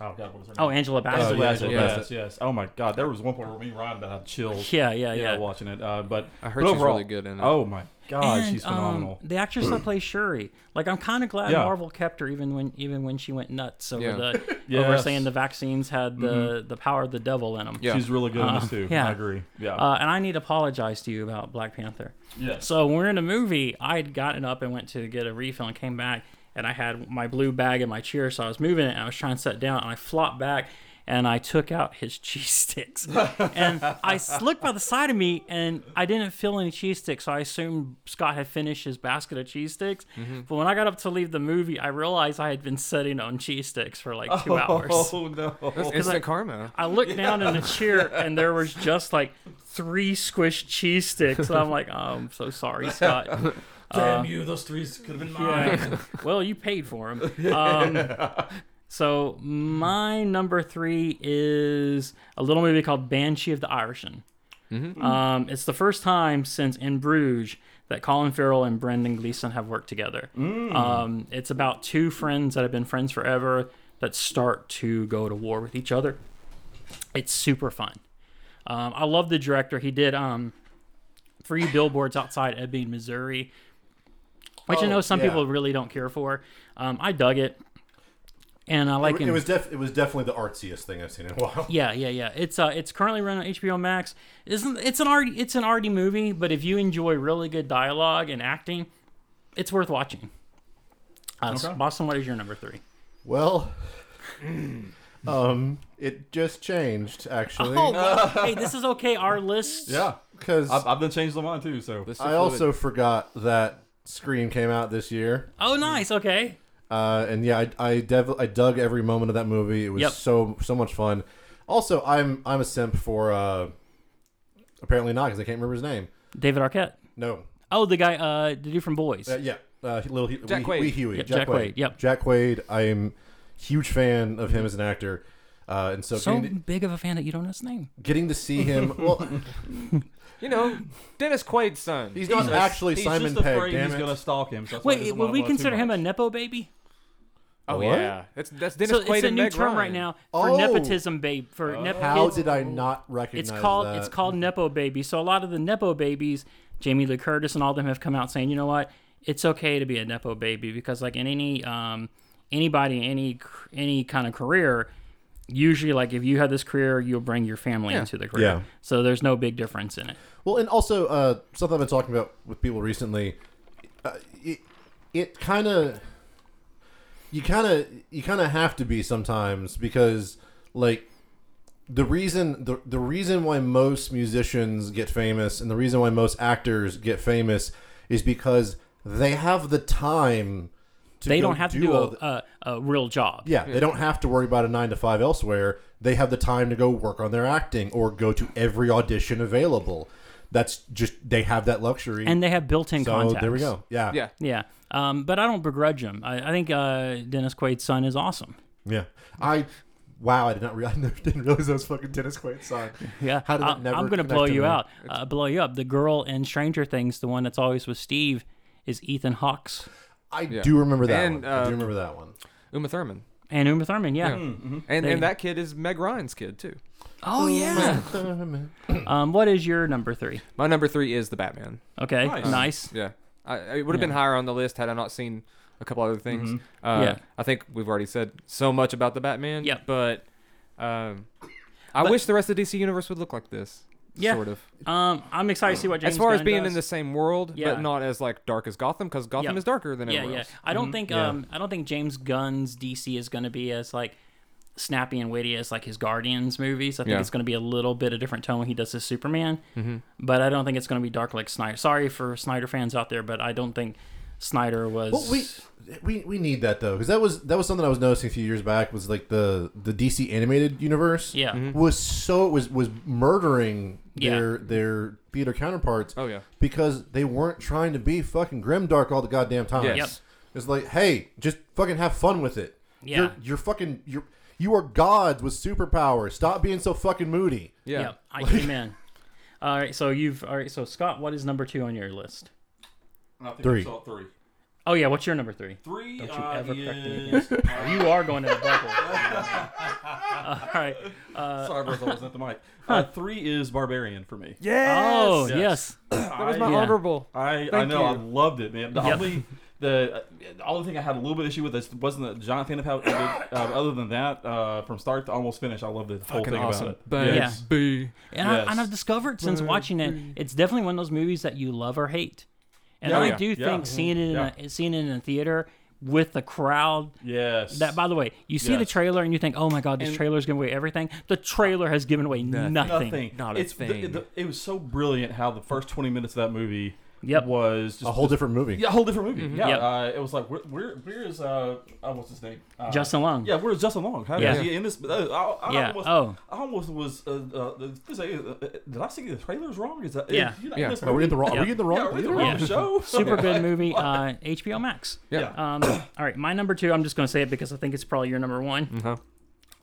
[SPEAKER 3] oh God, what was her
[SPEAKER 2] Oh,
[SPEAKER 3] name?
[SPEAKER 2] Angela
[SPEAKER 3] Oh,
[SPEAKER 2] Bassett.
[SPEAKER 1] Angela
[SPEAKER 3] yes,
[SPEAKER 1] Bassett.
[SPEAKER 3] yes, yes. Oh my God, there was one point where me and Ryan about had chills.
[SPEAKER 2] yeah, yeah, yeah.
[SPEAKER 3] yeah, watching it. Uh, but
[SPEAKER 4] I heard
[SPEAKER 3] but
[SPEAKER 4] she's
[SPEAKER 3] overall-
[SPEAKER 4] really good in it.
[SPEAKER 3] Oh my God,
[SPEAKER 2] And,
[SPEAKER 3] she's
[SPEAKER 2] um,
[SPEAKER 3] phenomenal.
[SPEAKER 2] the actress that plays Shuri, like I'm kind of glad
[SPEAKER 3] Yeah.
[SPEAKER 2] Marvel kept her even when even when she went nuts over
[SPEAKER 4] Yeah.
[SPEAKER 2] the over
[SPEAKER 3] Yes.
[SPEAKER 2] saying the vaccines had the the power of the devil in them.
[SPEAKER 4] Yeah.
[SPEAKER 3] She's really good in this
[SPEAKER 2] Uh,
[SPEAKER 3] too.
[SPEAKER 2] yeah.
[SPEAKER 3] I agree. Yeah.
[SPEAKER 2] Uh, and I need to apologize to you about Black Panther.
[SPEAKER 3] yes.
[SPEAKER 2] So when we were in a movie, I had gotten up and went to get a refill and came back, and I had my blue bag in my chair, so I was moving it, and I was trying to sit down, and I flopped back, and I took out his cheese sticks, and I looked by the side of me, and I didn't feel any cheese sticks, so I assumed Scott had finished his basket of cheese sticks. But when I got up to leave the movie, I realized I had been sitting on cheese sticks for like two hours.
[SPEAKER 3] Oh no.
[SPEAKER 4] That's instant karma.
[SPEAKER 2] I looked down in the chair and there was just like three squished cheese sticks. And I'm like, oh, I'm so sorry, Scott.
[SPEAKER 3] Damn you, those threes could have been
[SPEAKER 2] Uh, Yeah. well, you paid for them. Um, so my number three is a little movie called Banshee of the Irishman. Um, it's the first time since In Bruges that Colin Farrell and Brendan Gleeson have worked together. Um, it's about two friends that have been friends forever that start to go to war with each other. It's super fun. Um, I love the director. He did um, three billboards outside Ebbing, Missouri, which I
[SPEAKER 1] Oh,
[SPEAKER 2] know some
[SPEAKER 1] yeah.
[SPEAKER 2] people really don't care for. Um, I dug it, and I like
[SPEAKER 1] it,
[SPEAKER 2] him.
[SPEAKER 1] was def- it was definitely the artsiest thing I've seen in a while.
[SPEAKER 2] Yeah, yeah, yeah. It's uh, it's currently run on HBO Max. Isn't it's an art it's an arty movie, but if you enjoy really good dialogue and acting, it's worth watching. Uh,
[SPEAKER 3] Okay.
[SPEAKER 2] Boston, what is your number three?
[SPEAKER 1] Well, um, it just changed actually
[SPEAKER 2] Oh, wow. hey, this is okay. Our list.
[SPEAKER 3] Yeah.
[SPEAKER 1] because
[SPEAKER 3] I've, I've been changed on mine too, so
[SPEAKER 4] This is
[SPEAKER 1] I also forgot that Scream came out this year.
[SPEAKER 2] Oh, nice. Okay.
[SPEAKER 1] Uh, and yeah, I I, dev- I dug every moment of that movie. It was
[SPEAKER 2] Yep.
[SPEAKER 1] so so much fun. Also, I'm I'm a simp for uh, apparently not because I can't remember his name.
[SPEAKER 2] David Arquette.
[SPEAKER 1] No,
[SPEAKER 2] Oh, the guy, uh, the dude from Boys.
[SPEAKER 1] Uh, yeah, uh, little he-
[SPEAKER 4] Jack
[SPEAKER 1] Wee,
[SPEAKER 4] Quaid.
[SPEAKER 1] Wee Huey.
[SPEAKER 2] Yeah,
[SPEAKER 1] Jack,
[SPEAKER 2] Jack
[SPEAKER 1] Quaid.
[SPEAKER 2] Quaid, yep.
[SPEAKER 1] Jack Quaid. I'm huge fan of him as an actor, uh, and so,
[SPEAKER 2] so
[SPEAKER 1] getting, to,
[SPEAKER 2] big of a fan that you don't know his name.
[SPEAKER 1] getting to see him. Well,
[SPEAKER 4] You know, Dennis Quaid's son.
[SPEAKER 1] he's not actually Simon
[SPEAKER 3] just
[SPEAKER 1] Pegg.
[SPEAKER 3] afraid
[SPEAKER 1] Damn
[SPEAKER 3] he's
[SPEAKER 1] it.
[SPEAKER 3] gonna stalk him. So that's why he
[SPEAKER 2] Wait,
[SPEAKER 3] doesn't
[SPEAKER 2] would
[SPEAKER 3] wanna
[SPEAKER 2] we
[SPEAKER 3] blow
[SPEAKER 2] consider
[SPEAKER 3] too
[SPEAKER 2] him a
[SPEAKER 3] much.
[SPEAKER 2] nepo baby?
[SPEAKER 4] oh
[SPEAKER 1] What?
[SPEAKER 4] yeah, that's that's Dennis
[SPEAKER 2] so
[SPEAKER 4] Quaid
[SPEAKER 2] it's a
[SPEAKER 4] and
[SPEAKER 2] new
[SPEAKER 4] Meg
[SPEAKER 2] term
[SPEAKER 4] Ryan.
[SPEAKER 2] right now for
[SPEAKER 1] Oh.
[SPEAKER 2] nepotism babe for nepo
[SPEAKER 1] How
[SPEAKER 2] kids.
[SPEAKER 1] did I not recognize?
[SPEAKER 2] It's called
[SPEAKER 1] that?
[SPEAKER 2] it's called nepo baby. So a lot of the nepo babies, Jamie Lee Curtis and all them have come out saying, you know what, it's okay to be a nepo baby because like in any um, anybody in any c- any kind of career, usually like if you have this career, you'll bring your family into the career.
[SPEAKER 1] Yeah.
[SPEAKER 2] So there's no big difference in it.
[SPEAKER 1] Well, and also uh, something I've been talking about with people recently, uh, it it kind of you kind of you kind of have to be sometimes because like the reason the, the reason why most musicians get famous and the reason why most actors get famous is because they have the time to
[SPEAKER 2] They
[SPEAKER 1] go
[SPEAKER 2] don't have to do
[SPEAKER 1] all
[SPEAKER 2] a,
[SPEAKER 1] the-
[SPEAKER 2] a, a real job.
[SPEAKER 1] yeah, they don't have to worry about a nine to five elsewhere. They have the time to go work on their acting or go to every audition available. That's just they have that luxury.
[SPEAKER 2] And they have built-in
[SPEAKER 1] so
[SPEAKER 2] contacts.
[SPEAKER 1] there we go. Yeah,
[SPEAKER 4] Yeah,
[SPEAKER 2] Yeah, um, but I don't begrudge him. I, I think uh, Dennis Quaid's son is awesome.
[SPEAKER 1] yeah. I wow, I did not realize didn't realize that was fucking Dennis Quaid's son.
[SPEAKER 2] Yeah,
[SPEAKER 1] How did
[SPEAKER 2] I,
[SPEAKER 1] that never
[SPEAKER 2] am gonna
[SPEAKER 1] connect
[SPEAKER 2] blow
[SPEAKER 1] to
[SPEAKER 2] you
[SPEAKER 1] me?
[SPEAKER 2] out, uh, blow you up. The girl in Stranger Things, the one that's always with Steve, is Ethan Hawke's
[SPEAKER 1] I do remember that.
[SPEAKER 4] And,
[SPEAKER 1] one. I
[SPEAKER 4] uh,
[SPEAKER 1] do remember that one.
[SPEAKER 4] Uma Thurman,
[SPEAKER 2] and Uma Thurman. Yeah.
[SPEAKER 4] and and that kid is Meg Ryan's kid too.
[SPEAKER 2] Oh yeah. um, what is your number three?
[SPEAKER 4] My number three is the Batman.
[SPEAKER 2] Okay,
[SPEAKER 3] Nice.
[SPEAKER 2] nice.
[SPEAKER 4] Yeah, I, it would have been
[SPEAKER 2] Yeah. Mm-hmm.
[SPEAKER 4] higher on the list had I not seen a couple other things. Uh,
[SPEAKER 2] Yeah.
[SPEAKER 4] I think we've already said so much about the Batman.
[SPEAKER 2] Yep.
[SPEAKER 4] but um, I
[SPEAKER 2] But-
[SPEAKER 4] wish the rest of DC universe would look like this.
[SPEAKER 2] Yeah.
[SPEAKER 4] sort of.
[SPEAKER 2] Um, I'm excited to see what James.
[SPEAKER 4] as far as
[SPEAKER 2] Gunn
[SPEAKER 4] being
[SPEAKER 2] does.
[SPEAKER 4] in the same world,
[SPEAKER 2] Yeah.
[SPEAKER 4] but not as like dark as Gotham, because Gotham
[SPEAKER 2] Yeah.
[SPEAKER 4] is darker than
[SPEAKER 2] Yeah,
[SPEAKER 4] everywhere
[SPEAKER 2] yeah.
[SPEAKER 4] else.
[SPEAKER 2] I don't think
[SPEAKER 1] Yeah.
[SPEAKER 2] um, I don't think James Gunn's DC is gonna be as like snappy and witty as like his Guardians movies. I think
[SPEAKER 4] Yeah.
[SPEAKER 2] it's gonna be a little bit a different tone when he does his Superman. But I don't think it's gonna be dark like Snyder. Sorry for Snyder fans out there, but I don't think Snyder was.
[SPEAKER 1] Well, we we we need that though because that was that was something I was noticing a few years back was like the the DC animated universe
[SPEAKER 2] Yeah. Mhm.
[SPEAKER 1] was so was was murdering
[SPEAKER 2] Yeah.
[SPEAKER 1] their their theater counterparts
[SPEAKER 4] Oh yeah.
[SPEAKER 1] because they weren't trying to be fucking grimdark all the goddamn time.
[SPEAKER 4] Yes.
[SPEAKER 2] Yep.
[SPEAKER 1] It's like, hey, just fucking have fun with it.
[SPEAKER 2] Yeah.
[SPEAKER 1] You're, you're fucking you're you are gods with superpowers. Stop being so fucking moody.
[SPEAKER 4] Yeah.
[SPEAKER 2] Yep, I came in. All right, so you've all right. So Scott, what is number two on your list?
[SPEAKER 3] I think
[SPEAKER 1] Three.
[SPEAKER 3] I saw three.
[SPEAKER 2] Oh yeah, what's your number three?
[SPEAKER 3] Three.
[SPEAKER 2] Don't you
[SPEAKER 3] uh,
[SPEAKER 2] ever correct me.
[SPEAKER 3] is-
[SPEAKER 2] You are going to the bubble. all right. Uh,
[SPEAKER 3] Sorry, Bertha, I wasn't at the mic. Uh, three is Barbarian for me.
[SPEAKER 2] oh
[SPEAKER 3] Yes.
[SPEAKER 2] yes.
[SPEAKER 3] That
[SPEAKER 4] That was my
[SPEAKER 2] yeah.
[SPEAKER 4] honorable.
[SPEAKER 3] I, I
[SPEAKER 4] Thank
[SPEAKER 3] know I
[SPEAKER 4] you.
[SPEAKER 3] loved it, man. The
[SPEAKER 2] Yep.
[SPEAKER 3] only the, the only thing I had a little bit issue with this wasn't a giant fan of how it ended. Uh, other than that, uh, from start to almost finish, I loved the whole
[SPEAKER 4] Fucking
[SPEAKER 3] thing
[SPEAKER 4] awesome.
[SPEAKER 3] about it.
[SPEAKER 4] Bang.
[SPEAKER 3] Yes.
[SPEAKER 4] Boo.
[SPEAKER 2] And,
[SPEAKER 3] Yes.
[SPEAKER 2] I, and I've discovered since watching
[SPEAKER 3] mm.
[SPEAKER 2] it, it's definitely one of those movies that you love or hate. And
[SPEAKER 3] Yeah.
[SPEAKER 2] I
[SPEAKER 3] Yeah.
[SPEAKER 2] do
[SPEAKER 3] Yeah.
[SPEAKER 2] think seeing it in a, seeing it in a theater with the crowd.
[SPEAKER 3] Yes.
[SPEAKER 2] That by the way, you see the
[SPEAKER 3] Yes.
[SPEAKER 2] trailer and you think, "Oh my god, this trailer's giving away everything." The trailer has given away nothing.
[SPEAKER 3] nothing.
[SPEAKER 4] Not a
[SPEAKER 3] it's, the-
[SPEAKER 4] thing.
[SPEAKER 3] the- it was so brilliant how the first twenty minutes of that movie
[SPEAKER 2] Yep. Mm-hmm.
[SPEAKER 3] was just
[SPEAKER 1] A whole different movie.
[SPEAKER 3] yeah, a whole different movie. Yeah,
[SPEAKER 2] Yep.
[SPEAKER 3] uh, it was like where where, where is uh, uh what's his name? Uh,
[SPEAKER 2] Justin Long.
[SPEAKER 3] Yeah, where's Justin Long? How
[SPEAKER 2] Yeah.
[SPEAKER 3] is he in this? Uh, I, I
[SPEAKER 2] Yeah,
[SPEAKER 3] Almost,
[SPEAKER 2] oh.
[SPEAKER 3] I almost was. Uh, uh, this, uh, uh, did I see the trailers wrong? Is that
[SPEAKER 2] Yeah.
[SPEAKER 3] Is, you know,
[SPEAKER 4] Yeah.
[SPEAKER 3] this
[SPEAKER 1] Are we in the wrong? Are
[SPEAKER 2] Yeah.
[SPEAKER 1] we in the wrong?
[SPEAKER 3] Yeah, are we in the
[SPEAKER 1] theater?
[SPEAKER 3] wrong
[SPEAKER 2] Yeah.
[SPEAKER 3] show?
[SPEAKER 2] Super good movie. Uh, HBO Max.
[SPEAKER 4] Yeah.
[SPEAKER 2] Um, all right, my number two. I'm just going to say it because I think it's probably your number one.
[SPEAKER 4] Uh-huh.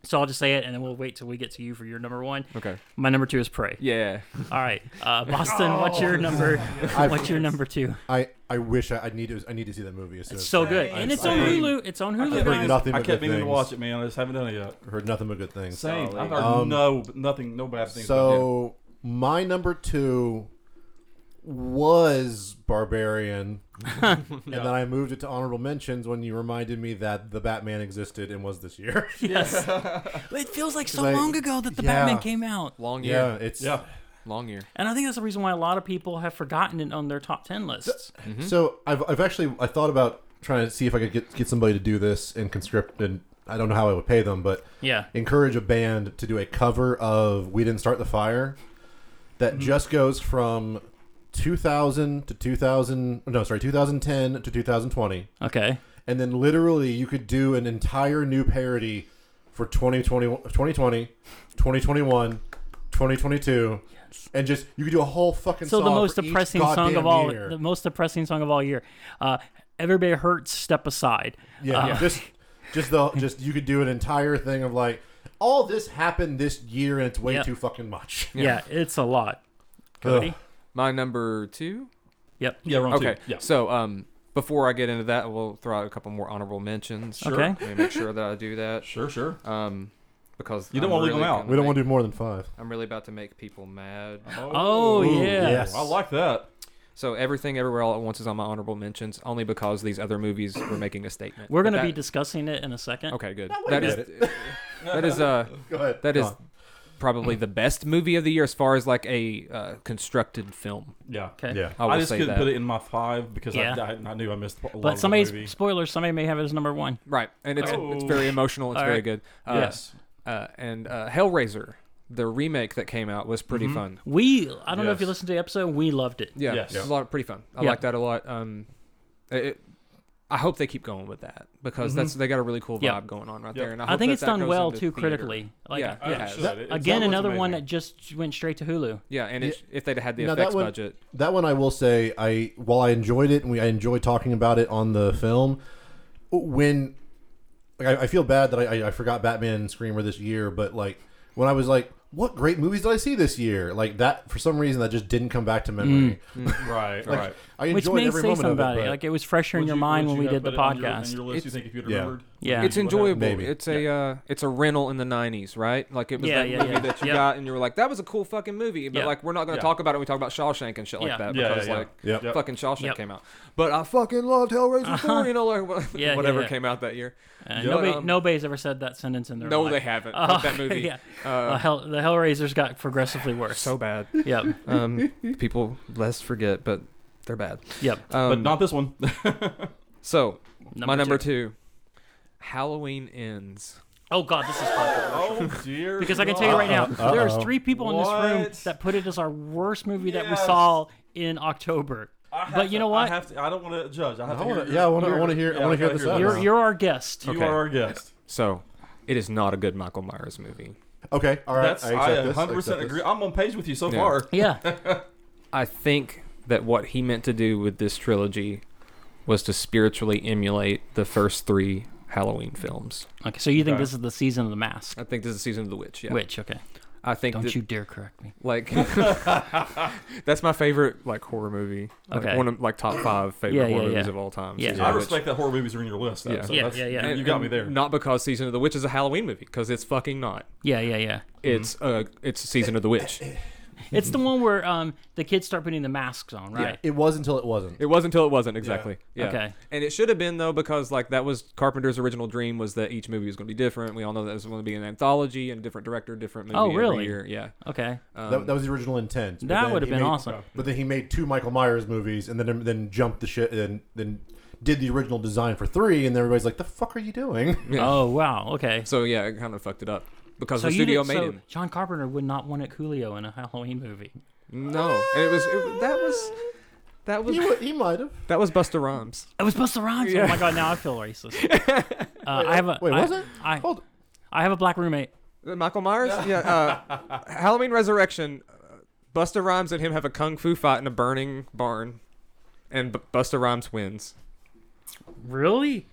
[SPEAKER 2] So I'll just say it, and then we'll wait till we get to you for your number one.
[SPEAKER 4] Okay.
[SPEAKER 2] My number two is Prey.
[SPEAKER 4] Yeah.
[SPEAKER 2] All right, uh, Boston. what's your number? what's your number two?
[SPEAKER 1] I I wish I, I need to I need to see that movie. As soon
[SPEAKER 2] It's
[SPEAKER 1] as
[SPEAKER 2] so good,
[SPEAKER 1] I-
[SPEAKER 2] and it's
[SPEAKER 1] I
[SPEAKER 2] on
[SPEAKER 1] heard-
[SPEAKER 2] Hulu. It's on
[SPEAKER 1] I've
[SPEAKER 2] Hulu.
[SPEAKER 1] heard
[SPEAKER 2] guys.
[SPEAKER 1] nothing
[SPEAKER 3] I
[SPEAKER 1] but
[SPEAKER 3] kept
[SPEAKER 1] good
[SPEAKER 3] meaning to
[SPEAKER 1] things.
[SPEAKER 3] watch it, man. I just haven't done it yet.
[SPEAKER 1] Heard nothing but good things.
[SPEAKER 3] Same. I've heard
[SPEAKER 1] Um,
[SPEAKER 3] no, nothing, no bad things. about it.
[SPEAKER 1] So my number two was Barbarian, and then I moved it to honorable mentions when you reminded me that the Batman existed and was this year.
[SPEAKER 2] Yes. it feels like so
[SPEAKER 1] Like,
[SPEAKER 2] long ago that the
[SPEAKER 1] yeah.
[SPEAKER 2] Batman came out,
[SPEAKER 4] Long year.
[SPEAKER 1] yeah, it's
[SPEAKER 3] yeah,
[SPEAKER 4] Long year.
[SPEAKER 2] and I think that's the reason why a lot of people have forgotten it on their top ten lists.
[SPEAKER 1] So I've, I've actually I thought about trying to see if I could get get somebody to do this and conscript and I don't know how I would pay them, but
[SPEAKER 2] Yeah.
[SPEAKER 1] encourage a band to do a cover of "We Didn't Start the Fire" that
[SPEAKER 3] Mm-hmm.
[SPEAKER 1] just goes from 2000 to 2000 no sorry 2010 to 2020
[SPEAKER 2] Okay.
[SPEAKER 1] and then literally you could do an entire new parody for 2020 2020 2021 2022 and just you could do a whole fucking
[SPEAKER 2] So
[SPEAKER 1] song
[SPEAKER 2] the most
[SPEAKER 1] for each
[SPEAKER 2] depressing song
[SPEAKER 1] goddamn
[SPEAKER 2] of all,
[SPEAKER 1] year.
[SPEAKER 2] the most depressing song of all year. Uh, Everybody hurts. Step aside.
[SPEAKER 1] Yeah,
[SPEAKER 2] Uh,
[SPEAKER 1] just just the just you could do an entire thing of like all this happened this year and it's way
[SPEAKER 2] Yeah.
[SPEAKER 1] too fucking much.
[SPEAKER 2] yeah. It's a lot. Cody.
[SPEAKER 4] My number two.
[SPEAKER 2] Yep.
[SPEAKER 3] yeah, wrong
[SPEAKER 4] Okay.
[SPEAKER 3] two. Yeah,
[SPEAKER 4] So um, before I get into that, we'll throw out a couple more honorable mentions.
[SPEAKER 2] Sure. Okay.
[SPEAKER 4] Let me make sure that I do that.
[SPEAKER 3] sure, sure.
[SPEAKER 4] Um, because
[SPEAKER 3] You don't
[SPEAKER 4] I'm
[SPEAKER 3] wanna leave them out.
[SPEAKER 4] gonna
[SPEAKER 1] We don't want
[SPEAKER 4] make-
[SPEAKER 1] to do more than five.
[SPEAKER 4] I'm really about to make people mad.
[SPEAKER 2] Oh yeah.
[SPEAKER 1] yes.
[SPEAKER 3] I like that.
[SPEAKER 4] So everything, everywhere, all at once is on my honorable mentions, only because these other movies were making a statement.
[SPEAKER 2] We're
[SPEAKER 4] But
[SPEAKER 2] gonna be
[SPEAKER 4] that-
[SPEAKER 2] discussing it in a second.
[SPEAKER 4] okay. Good.
[SPEAKER 1] wait
[SPEAKER 4] That
[SPEAKER 1] a
[SPEAKER 4] is. that is uh.
[SPEAKER 1] Go ahead.
[SPEAKER 4] That
[SPEAKER 1] Go
[SPEAKER 4] is
[SPEAKER 1] on.
[SPEAKER 4] probably the best movie of the year as far as like a uh, constructed film.
[SPEAKER 3] Yeah.
[SPEAKER 2] Okay.
[SPEAKER 1] yeah.
[SPEAKER 4] I will
[SPEAKER 3] I just
[SPEAKER 4] say
[SPEAKER 3] couldn't
[SPEAKER 4] that.
[SPEAKER 3] put it in my five because
[SPEAKER 2] Yeah.
[SPEAKER 3] I, I, I knew I missed a lot of
[SPEAKER 2] But
[SPEAKER 3] the
[SPEAKER 2] somebody's
[SPEAKER 3] movie.
[SPEAKER 2] spoilers. Somebody may have it as number one.
[SPEAKER 4] Right, and it's
[SPEAKER 3] Oh.
[SPEAKER 4] it's very emotional. It's
[SPEAKER 2] All
[SPEAKER 4] very
[SPEAKER 2] right.
[SPEAKER 4] good. Uh,
[SPEAKER 3] Yes.
[SPEAKER 4] uh, and uh, Hellraiser, the remake that came out, was
[SPEAKER 3] Mm-hmm.
[SPEAKER 4] pretty fun.
[SPEAKER 2] We. I don't know if you
[SPEAKER 3] Yes.
[SPEAKER 2] listened to the episode. We loved it.
[SPEAKER 4] Yeah,
[SPEAKER 3] Yes.
[SPEAKER 4] it was a lot of, pretty fun. I
[SPEAKER 2] Yeah.
[SPEAKER 4] like that a lot. Um, it, it- I hope they keep going with that because that's they got a really cool vibe
[SPEAKER 2] Yep.
[SPEAKER 4] going on right
[SPEAKER 3] Mm-hmm. Yep.
[SPEAKER 4] there. And I,
[SPEAKER 2] I,
[SPEAKER 4] hope
[SPEAKER 2] think
[SPEAKER 4] that
[SPEAKER 2] it's
[SPEAKER 4] that
[SPEAKER 2] done
[SPEAKER 4] goes
[SPEAKER 2] well
[SPEAKER 4] into
[SPEAKER 2] too
[SPEAKER 4] theater.
[SPEAKER 2] critically. Like
[SPEAKER 4] yeah,
[SPEAKER 3] I
[SPEAKER 4] it has.
[SPEAKER 3] should. It- that
[SPEAKER 2] again,
[SPEAKER 3] one's
[SPEAKER 2] another one that
[SPEAKER 3] amazing.
[SPEAKER 2] just went straight to Hulu.
[SPEAKER 4] yeah, and it, if they'd had the
[SPEAKER 1] Now, that
[SPEAKER 4] effects
[SPEAKER 1] one-
[SPEAKER 4] budget,
[SPEAKER 1] That one I will say I while I enjoyed it and we I enjoy talking about it on the film when like I, I feel bad that I, I, I forgot Batman and Screamer this year, but like when I was like, what great movies did I see this year? Like that for some reason that just didn't come back to memory.
[SPEAKER 3] Right.
[SPEAKER 4] Like,
[SPEAKER 3] right.
[SPEAKER 1] I
[SPEAKER 2] Mm. Which
[SPEAKER 1] enjoyed
[SPEAKER 2] may
[SPEAKER 1] every
[SPEAKER 2] say
[SPEAKER 1] moment
[SPEAKER 2] something
[SPEAKER 1] of it.
[SPEAKER 2] about it.
[SPEAKER 1] but-
[SPEAKER 2] Like it was fresher in
[SPEAKER 3] Would
[SPEAKER 2] your
[SPEAKER 3] you-
[SPEAKER 2] mind
[SPEAKER 3] would
[SPEAKER 2] when
[SPEAKER 3] you
[SPEAKER 2] we
[SPEAKER 3] have
[SPEAKER 2] did the
[SPEAKER 3] put it on your- on
[SPEAKER 2] podcast.
[SPEAKER 3] your list, you
[SPEAKER 4] It's-
[SPEAKER 3] think if you'd
[SPEAKER 1] yeah.
[SPEAKER 3] remembered?
[SPEAKER 2] Yeah.
[SPEAKER 4] it's
[SPEAKER 3] What
[SPEAKER 4] enjoyable.
[SPEAKER 1] Maybe.
[SPEAKER 4] It's a uh, it's a rental in the '90s, right? Like it was
[SPEAKER 2] Yeah,
[SPEAKER 4] that
[SPEAKER 2] yeah,
[SPEAKER 4] movie
[SPEAKER 2] yeah.
[SPEAKER 4] that you
[SPEAKER 2] Yeah.
[SPEAKER 4] got, and you were like, "That was a cool fucking movie," but
[SPEAKER 2] Yeah.
[SPEAKER 4] like we're not going to
[SPEAKER 3] Yeah.
[SPEAKER 4] talk about it. when We talk about Shawshank and shit like
[SPEAKER 2] Yeah.
[SPEAKER 4] that
[SPEAKER 3] Yeah, yeah,
[SPEAKER 4] because
[SPEAKER 3] yeah.
[SPEAKER 4] like
[SPEAKER 1] Yep.
[SPEAKER 3] Yep.
[SPEAKER 4] fucking Shawshank
[SPEAKER 2] Yep. Uh-huh.
[SPEAKER 4] came out. But I fucking loved Hellraiser 4, you know, like wha-
[SPEAKER 2] Yeah, yeah,
[SPEAKER 4] whatever
[SPEAKER 2] yeah.
[SPEAKER 4] came out that year.
[SPEAKER 2] Uh,
[SPEAKER 3] Yeah.
[SPEAKER 2] nobody,
[SPEAKER 4] Um,
[SPEAKER 2] nobody's ever said that sentence in their
[SPEAKER 4] No,
[SPEAKER 2] life.
[SPEAKER 4] they haven't.
[SPEAKER 2] Oh,
[SPEAKER 4] Fuck that movie.
[SPEAKER 2] yeah.
[SPEAKER 4] Uh,
[SPEAKER 2] Uh, hell, the Hellraisers got progressively worse.
[SPEAKER 4] so bad.
[SPEAKER 2] yep,
[SPEAKER 4] Um, people less forget, but they're bad.
[SPEAKER 2] yep.
[SPEAKER 4] Um,
[SPEAKER 3] but not this one.
[SPEAKER 4] so
[SPEAKER 2] Number
[SPEAKER 4] my number two. Halloween ends.
[SPEAKER 2] Oh God, this is fun.
[SPEAKER 3] oh dear.
[SPEAKER 2] because I can tell you right now,
[SPEAKER 1] Uh-oh.
[SPEAKER 2] there's three people in this room
[SPEAKER 3] What?
[SPEAKER 2] that put it as our worst movie that we
[SPEAKER 3] Yes.
[SPEAKER 2] saw in October.
[SPEAKER 3] I have
[SPEAKER 2] But you
[SPEAKER 3] to-
[SPEAKER 2] know what?
[SPEAKER 3] I, have to, I don't want to judge. I have
[SPEAKER 1] I
[SPEAKER 3] to hear
[SPEAKER 1] wanna-
[SPEAKER 3] your-
[SPEAKER 1] yeah, I wanna- I
[SPEAKER 3] your-
[SPEAKER 1] wanna hear- I wanna
[SPEAKER 3] gotta
[SPEAKER 1] hear this out.
[SPEAKER 2] You're
[SPEAKER 3] Uh-huh.
[SPEAKER 1] Uh,
[SPEAKER 2] you're our guest.
[SPEAKER 3] You
[SPEAKER 4] Okay.
[SPEAKER 3] are our guest.
[SPEAKER 4] So, it is not a good Michael Myers movie.
[SPEAKER 1] Okay, all right.
[SPEAKER 3] That's
[SPEAKER 1] I
[SPEAKER 3] I
[SPEAKER 1] accept this, I
[SPEAKER 3] 100 percent
[SPEAKER 1] accept this.
[SPEAKER 3] agree. I'm on page with you so
[SPEAKER 4] Yeah.
[SPEAKER 3] far.
[SPEAKER 2] Yeah.
[SPEAKER 4] I think that what he meant to do with this trilogy was to spiritually emulate the first three Halloween films.
[SPEAKER 2] Okay. So you think
[SPEAKER 3] Okay.
[SPEAKER 2] this is the season of the mask?
[SPEAKER 4] I think this is season of the witch. Yeah,
[SPEAKER 2] Which okay.
[SPEAKER 4] I think
[SPEAKER 2] Don't
[SPEAKER 4] that,
[SPEAKER 2] you dare correct me.
[SPEAKER 4] like that's my favorite like horror movie. Like,
[SPEAKER 2] Okay.
[SPEAKER 4] one of like top five favorite
[SPEAKER 2] Yeah, yeah,
[SPEAKER 4] horror movies
[SPEAKER 2] yeah.
[SPEAKER 4] of all time.
[SPEAKER 2] Yeah.
[SPEAKER 4] Season
[SPEAKER 3] I
[SPEAKER 4] of the Witch.
[SPEAKER 3] respect that horror movies are in your list. Though,
[SPEAKER 4] Yeah.
[SPEAKER 3] so
[SPEAKER 2] Yeah,
[SPEAKER 3] that's-
[SPEAKER 2] yeah, yeah.
[SPEAKER 3] You,
[SPEAKER 4] And-
[SPEAKER 3] you got me
[SPEAKER 4] and
[SPEAKER 3] there.
[SPEAKER 4] Not because season of the witch is a Halloween movie, because it's fucking not.
[SPEAKER 2] Yeah, yeah, yeah.
[SPEAKER 4] It's uh, it's season of the witch.
[SPEAKER 2] It's the one where um the kids start putting the masks on, right?
[SPEAKER 1] It was until it wasn't.
[SPEAKER 4] It was until it wasn't exactly. Yeah.
[SPEAKER 2] Okay.
[SPEAKER 4] And it should have been though, because like that was Carpenter's original dream was that each movie was going to be different. We all know that was going to be an anthology and a different director, different movie.
[SPEAKER 2] Oh, really?
[SPEAKER 4] Every year. Yeah.
[SPEAKER 2] Okay.
[SPEAKER 1] that, that was the original intent. but
[SPEAKER 2] Um, That
[SPEAKER 1] then
[SPEAKER 2] would've
[SPEAKER 1] he
[SPEAKER 2] been
[SPEAKER 1] made-
[SPEAKER 2] awesome.
[SPEAKER 1] But then he made two Michael Myers movies, and then then jumped the shit, and then did the original design for three, and everybody's like, "The fuck are you doing?"
[SPEAKER 4] Yeah.
[SPEAKER 2] Oh wow. Okay.
[SPEAKER 4] So yeah, it kind of fucked it up because
[SPEAKER 2] So
[SPEAKER 4] the
[SPEAKER 2] you
[SPEAKER 4] studio
[SPEAKER 2] did,
[SPEAKER 4] made
[SPEAKER 2] so
[SPEAKER 4] him.
[SPEAKER 2] John Carpenter would not want it Julio in a Halloween movie.
[SPEAKER 4] No, and it was it, that was that
[SPEAKER 1] he,
[SPEAKER 4] was
[SPEAKER 1] wa- he might have.
[SPEAKER 4] that was Buster Rhymes.
[SPEAKER 2] It was Busta Rhymes. Oh my god, now I feel racist. Uh, I have a
[SPEAKER 1] Wait,
[SPEAKER 2] I-
[SPEAKER 1] was it?
[SPEAKER 2] I,
[SPEAKER 1] Hold.
[SPEAKER 2] I have a black roommate.
[SPEAKER 4] Uh, Michael Myers? Yeah. Uh, Halloween Resurrection. Uh, Buster Rhymes and him have a kung fu fight in a burning barn, and B- Buster Rhymes wins.
[SPEAKER 2] Really?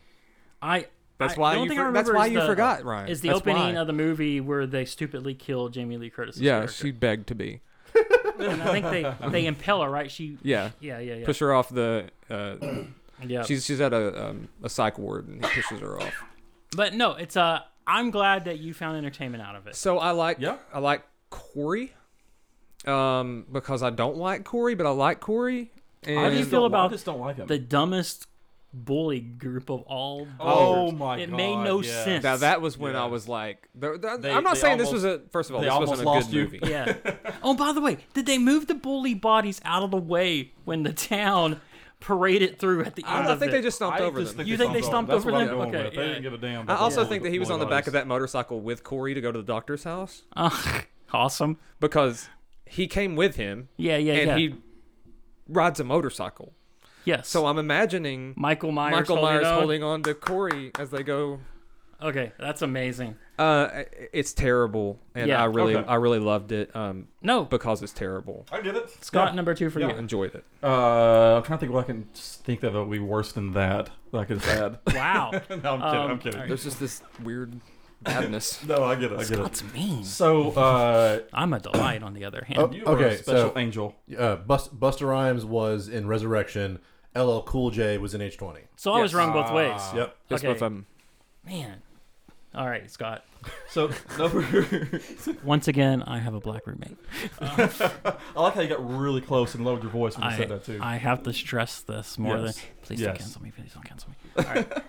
[SPEAKER 2] I.
[SPEAKER 4] That's
[SPEAKER 2] I-
[SPEAKER 4] why
[SPEAKER 2] the only
[SPEAKER 4] you
[SPEAKER 2] thing I
[SPEAKER 4] for- that's
[SPEAKER 2] remember
[SPEAKER 4] why
[SPEAKER 2] is
[SPEAKER 4] you
[SPEAKER 2] the-
[SPEAKER 4] forgot, Ryan.
[SPEAKER 2] Is the
[SPEAKER 4] That's
[SPEAKER 2] opening
[SPEAKER 4] why.
[SPEAKER 2] of the movie where they stupidly kill Jamie Lee Curtis?
[SPEAKER 4] Yeah, she begged to be.
[SPEAKER 2] And I think they they impel her, right? She.
[SPEAKER 4] Yeah.
[SPEAKER 2] Yeah, yeah, yeah.
[SPEAKER 4] Push her off the. Uh,
[SPEAKER 2] yeah.
[SPEAKER 4] She's she's at a um, a psych ward and he pushes her off.
[SPEAKER 2] But no, it's uh I'm glad that you found entertainment out of it.
[SPEAKER 4] So I like
[SPEAKER 3] Yeah.
[SPEAKER 4] I like Corey, um, because I don't like Corey, but I like Corey. And
[SPEAKER 3] I
[SPEAKER 2] do you
[SPEAKER 3] just
[SPEAKER 2] feel
[SPEAKER 3] don't-
[SPEAKER 2] about
[SPEAKER 3] I just don't like him.
[SPEAKER 2] The dumbest bully group of all.
[SPEAKER 3] Oh
[SPEAKER 2] bullies.
[SPEAKER 3] my
[SPEAKER 2] It
[SPEAKER 3] God,
[SPEAKER 2] made no
[SPEAKER 3] yeah.
[SPEAKER 2] sense.
[SPEAKER 4] now that was when
[SPEAKER 3] Yeah.
[SPEAKER 4] I was like, they're- they're-
[SPEAKER 3] They-
[SPEAKER 4] I'm not
[SPEAKER 3] they
[SPEAKER 4] saying this was
[SPEAKER 3] almost-
[SPEAKER 4] a first of all,
[SPEAKER 3] they
[SPEAKER 4] this
[SPEAKER 3] almost
[SPEAKER 4] wasn't a
[SPEAKER 3] lost
[SPEAKER 4] good
[SPEAKER 3] you.
[SPEAKER 4] movie.
[SPEAKER 2] Yeah. oh, by the way, did they move the bully bodies out of the way when the town paraded through at the end
[SPEAKER 4] I don't
[SPEAKER 2] of
[SPEAKER 4] think
[SPEAKER 2] it?
[SPEAKER 4] they just stomped
[SPEAKER 3] I
[SPEAKER 4] over
[SPEAKER 3] just
[SPEAKER 4] them.
[SPEAKER 2] You think they stomped
[SPEAKER 3] That's
[SPEAKER 2] over
[SPEAKER 3] what I'm
[SPEAKER 2] them?
[SPEAKER 3] going
[SPEAKER 2] Okay,
[SPEAKER 3] with. They
[SPEAKER 2] yeah.
[SPEAKER 3] didn't give a damn.
[SPEAKER 4] I
[SPEAKER 3] about
[SPEAKER 4] also
[SPEAKER 3] the
[SPEAKER 4] think that he was on the back of that motorcycle with Corey to go to the doctor's house
[SPEAKER 2] Ugh, awesome.
[SPEAKER 4] because he came with him
[SPEAKER 2] Yeah, yeah,
[SPEAKER 4] and
[SPEAKER 2] yeah.
[SPEAKER 4] he rides a motorcycle.
[SPEAKER 2] yes.
[SPEAKER 4] So I'm imagining
[SPEAKER 2] Michael Myers.
[SPEAKER 4] Michael Myers
[SPEAKER 2] on.
[SPEAKER 4] holding on to Corey as they go.
[SPEAKER 2] Okay, that's amazing.
[SPEAKER 4] Uh, it's terrible, and
[SPEAKER 2] Yeah.
[SPEAKER 4] I really,
[SPEAKER 3] Okay.
[SPEAKER 4] I really loved it. Um,
[SPEAKER 2] No, but
[SPEAKER 4] because it's terrible.
[SPEAKER 3] I get it.
[SPEAKER 2] Scott number two for
[SPEAKER 4] I
[SPEAKER 2] you.
[SPEAKER 4] enjoyed it.
[SPEAKER 3] Uh, I'm trying to think what I can just think of that would be worse than that. That I could add.
[SPEAKER 2] Wow.
[SPEAKER 3] no, I'm kidding.
[SPEAKER 2] Um,
[SPEAKER 3] I'm kidding.
[SPEAKER 4] There's just this weird madness.
[SPEAKER 3] No, I get it. I get it.
[SPEAKER 2] Scott's mean.
[SPEAKER 3] So, uh,
[SPEAKER 2] I'm a delight. On the other hand,
[SPEAKER 1] Oh.
[SPEAKER 3] you are
[SPEAKER 1] Okay,
[SPEAKER 3] a special
[SPEAKER 1] so-
[SPEAKER 3] angel.
[SPEAKER 1] Uh, Bust, Buster Rhymes was in Resurrection. LL Cool J was in H twenty.
[SPEAKER 2] so I was
[SPEAKER 4] yes.
[SPEAKER 2] wrong both ways.
[SPEAKER 3] Ah.
[SPEAKER 1] Yep.
[SPEAKER 4] Just
[SPEAKER 2] Okay.
[SPEAKER 4] both of 'em.
[SPEAKER 2] Man. All right, Scott.
[SPEAKER 3] So, number.
[SPEAKER 2] Once again, I have a black roommate.
[SPEAKER 3] I like how you got really close and lowered your voice when you
[SPEAKER 2] I,
[SPEAKER 3] said that too.
[SPEAKER 2] I have to stress this more
[SPEAKER 3] Yes.
[SPEAKER 2] than please don't
[SPEAKER 3] Yes.
[SPEAKER 2] cancel me. Please don't cancel me.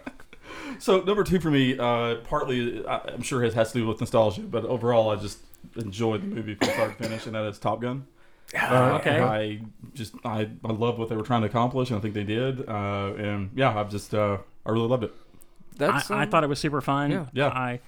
[SPEAKER 3] So number two for me, uh, partly I- I'm sure it has to do with nostalgia, but overall I just enjoyed the movie from start to finish, and that is Top Gun.
[SPEAKER 4] Ah,
[SPEAKER 3] Uh,
[SPEAKER 2] okay.
[SPEAKER 3] I just I I love what they were trying to accomplish, and I think they did. Uh, and yeah, I've just uh, I really loved it.
[SPEAKER 4] That's.
[SPEAKER 2] I, I
[SPEAKER 4] um,
[SPEAKER 2] thought it was super fun.
[SPEAKER 4] Yeah.
[SPEAKER 3] Yeah.
[SPEAKER 2] I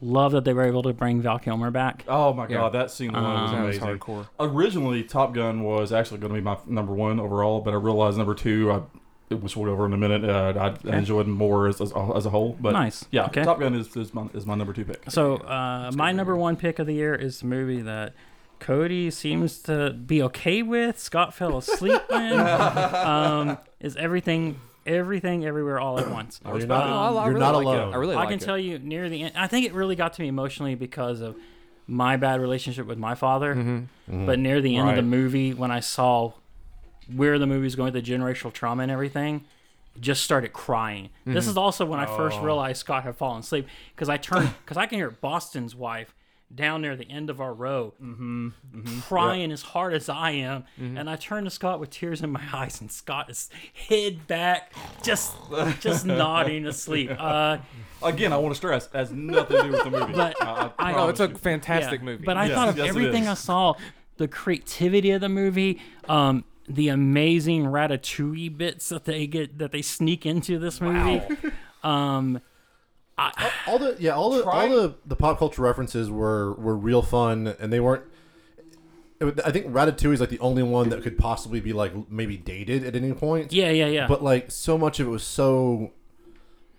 [SPEAKER 2] love that they were able to bring Val Kilmer back.
[SPEAKER 3] Oh my
[SPEAKER 4] Yeah. Uh,
[SPEAKER 3] god, that scene alone was
[SPEAKER 4] that
[SPEAKER 2] Um,
[SPEAKER 4] was
[SPEAKER 3] amazing.
[SPEAKER 4] hardcore.
[SPEAKER 3] Originally, Top Gun was actually going to be my number one overall, but I realized number two, I, which we'll go over in a minute, uh, I I enjoyed more as, as, as a whole. But
[SPEAKER 2] Nice.
[SPEAKER 3] yeah,
[SPEAKER 2] Okay.
[SPEAKER 3] Top Gun is, is my is my number two pick.
[SPEAKER 2] So uh, my number one pick of the year is the movie that Cody seems to be okay with. Scott fell asleep in. um, is everything, everything, everywhere, all at once.
[SPEAKER 1] You're not,
[SPEAKER 2] Um,
[SPEAKER 4] No, I- I
[SPEAKER 1] you're
[SPEAKER 4] really
[SPEAKER 1] not
[SPEAKER 4] like it.
[SPEAKER 1] alone.
[SPEAKER 4] I really
[SPEAKER 2] I
[SPEAKER 4] like
[SPEAKER 2] can
[SPEAKER 4] it.
[SPEAKER 2] tell you near the end. I think it really got to me emotionally because of my bad relationship with my father.
[SPEAKER 4] Mm-hmm.
[SPEAKER 2] But near the end of
[SPEAKER 3] Right.
[SPEAKER 2] the movie, when I saw where the movie's going, the generational trauma and everything, just started crying.
[SPEAKER 4] Mm-hmm.
[SPEAKER 2] This is also when I first realized Scott had fallen asleep because I turned because I can hear Boston's wife down near the end of our row crying as hard as I am,
[SPEAKER 4] Mm-hmm.
[SPEAKER 2] and I turn to Scott with tears in my eyes, and Scott is head back, just just nodding asleep. Uh,
[SPEAKER 3] Again, I want to stress has nothing to do with the movie.
[SPEAKER 2] But
[SPEAKER 3] I,
[SPEAKER 2] I-
[SPEAKER 3] I
[SPEAKER 4] Oh, it's
[SPEAKER 3] promise
[SPEAKER 4] a
[SPEAKER 3] you.
[SPEAKER 4] fantastic
[SPEAKER 2] yeah,
[SPEAKER 4] movie.
[SPEAKER 2] But I
[SPEAKER 3] Yes,
[SPEAKER 2] thought of
[SPEAKER 3] yes, it
[SPEAKER 2] everything
[SPEAKER 3] is.
[SPEAKER 2] I saw, the creativity of the movie, um, the amazing ratatouille bits that they get that they sneak into this movie. Um,
[SPEAKER 1] all the yeah all the all
[SPEAKER 3] Try-
[SPEAKER 1] the, the pop culture references were were real fun and they weren't it would- I think Ratatouille is like the only one that could possibly be like maybe dated at any point.
[SPEAKER 2] Yeah, yeah, yeah.
[SPEAKER 1] But like so much of it was so,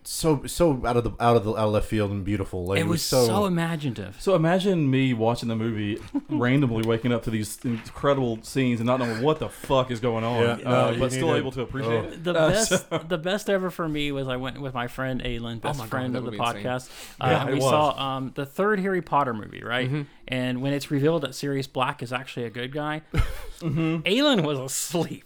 [SPEAKER 1] so so out of the out of the out of left field and beautiful. Like
[SPEAKER 2] it was so, imaginative.
[SPEAKER 3] So imagine me watching the movie, randomly waking up to these incredible scenes and not knowing what the fuck is going on,
[SPEAKER 1] Yeah,
[SPEAKER 3] uh,
[SPEAKER 1] no, you
[SPEAKER 3] but still
[SPEAKER 1] need to-
[SPEAKER 3] able to appreciate
[SPEAKER 1] oh.
[SPEAKER 3] it.
[SPEAKER 2] The
[SPEAKER 3] Uh,
[SPEAKER 2] best,
[SPEAKER 3] so-
[SPEAKER 2] the best ever for me was I went with my friend Aylin, best
[SPEAKER 4] my God,
[SPEAKER 2] friend
[SPEAKER 4] that
[SPEAKER 2] of the
[SPEAKER 4] would be insane.
[SPEAKER 2] podcast.
[SPEAKER 3] Yeah,
[SPEAKER 2] uh,
[SPEAKER 3] it
[SPEAKER 2] we
[SPEAKER 3] was.
[SPEAKER 2] saw um, the third Harry Potter movie, right? And when it's revealed that Sirius Black is actually a good guy, Aylin was asleep.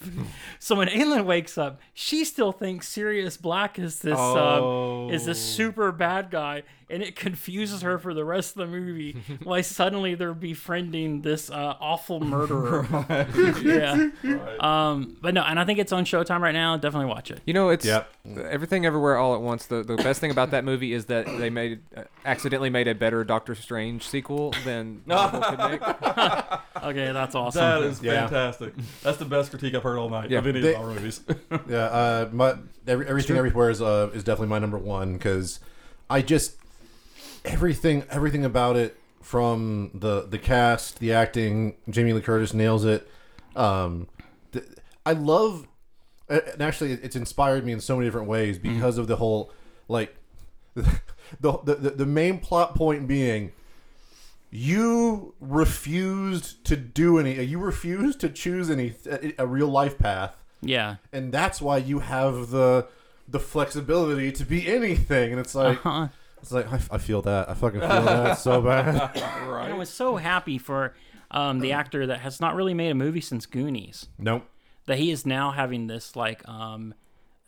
[SPEAKER 2] so when Aylin wakes up, she still thinks Sirius Black is this
[SPEAKER 3] Oh.
[SPEAKER 2] um, is this super bad guy, and it confuses her for the rest of the movie. why suddenly they're befriending this uh, awful murderer? yeah. Um, but no, and I think it's on Showtime right now. Definitely watch it.
[SPEAKER 4] You know, it's
[SPEAKER 1] Yep.
[SPEAKER 4] everything, everywhere, all at once. The the best thing about that movie is that they made uh, accidentally made a better Doctor Strange sequel than Marvel could make.
[SPEAKER 2] Okay, that's awesome.
[SPEAKER 3] That is
[SPEAKER 1] Yeah.
[SPEAKER 3] fantastic. That's the best critique I've heard all night
[SPEAKER 4] Yeah.
[SPEAKER 3] of any
[SPEAKER 1] They-
[SPEAKER 3] of our movies.
[SPEAKER 1] Yeah, uh, my every, everything everywhere is uh, is definitely my number one because I just everything everything about it from the the cast, the acting, Jamie Lee Curtis nails it. Um, th- I love, and actually, it's inspired me in so many different ways because of the whole like the, the the the main plot point being you refused to do any you refused to choose any a, a real life path
[SPEAKER 2] yeah.
[SPEAKER 1] and that's why you have the the flexibility to be anything and it's like
[SPEAKER 2] Huh.
[SPEAKER 1] it's like I, f- I feel that i fucking feel that so bad
[SPEAKER 2] And I
[SPEAKER 3] right.
[SPEAKER 2] was so happy for um, the actor that has not really made a movie since Goonies
[SPEAKER 1] nope
[SPEAKER 2] that he is now having this like um,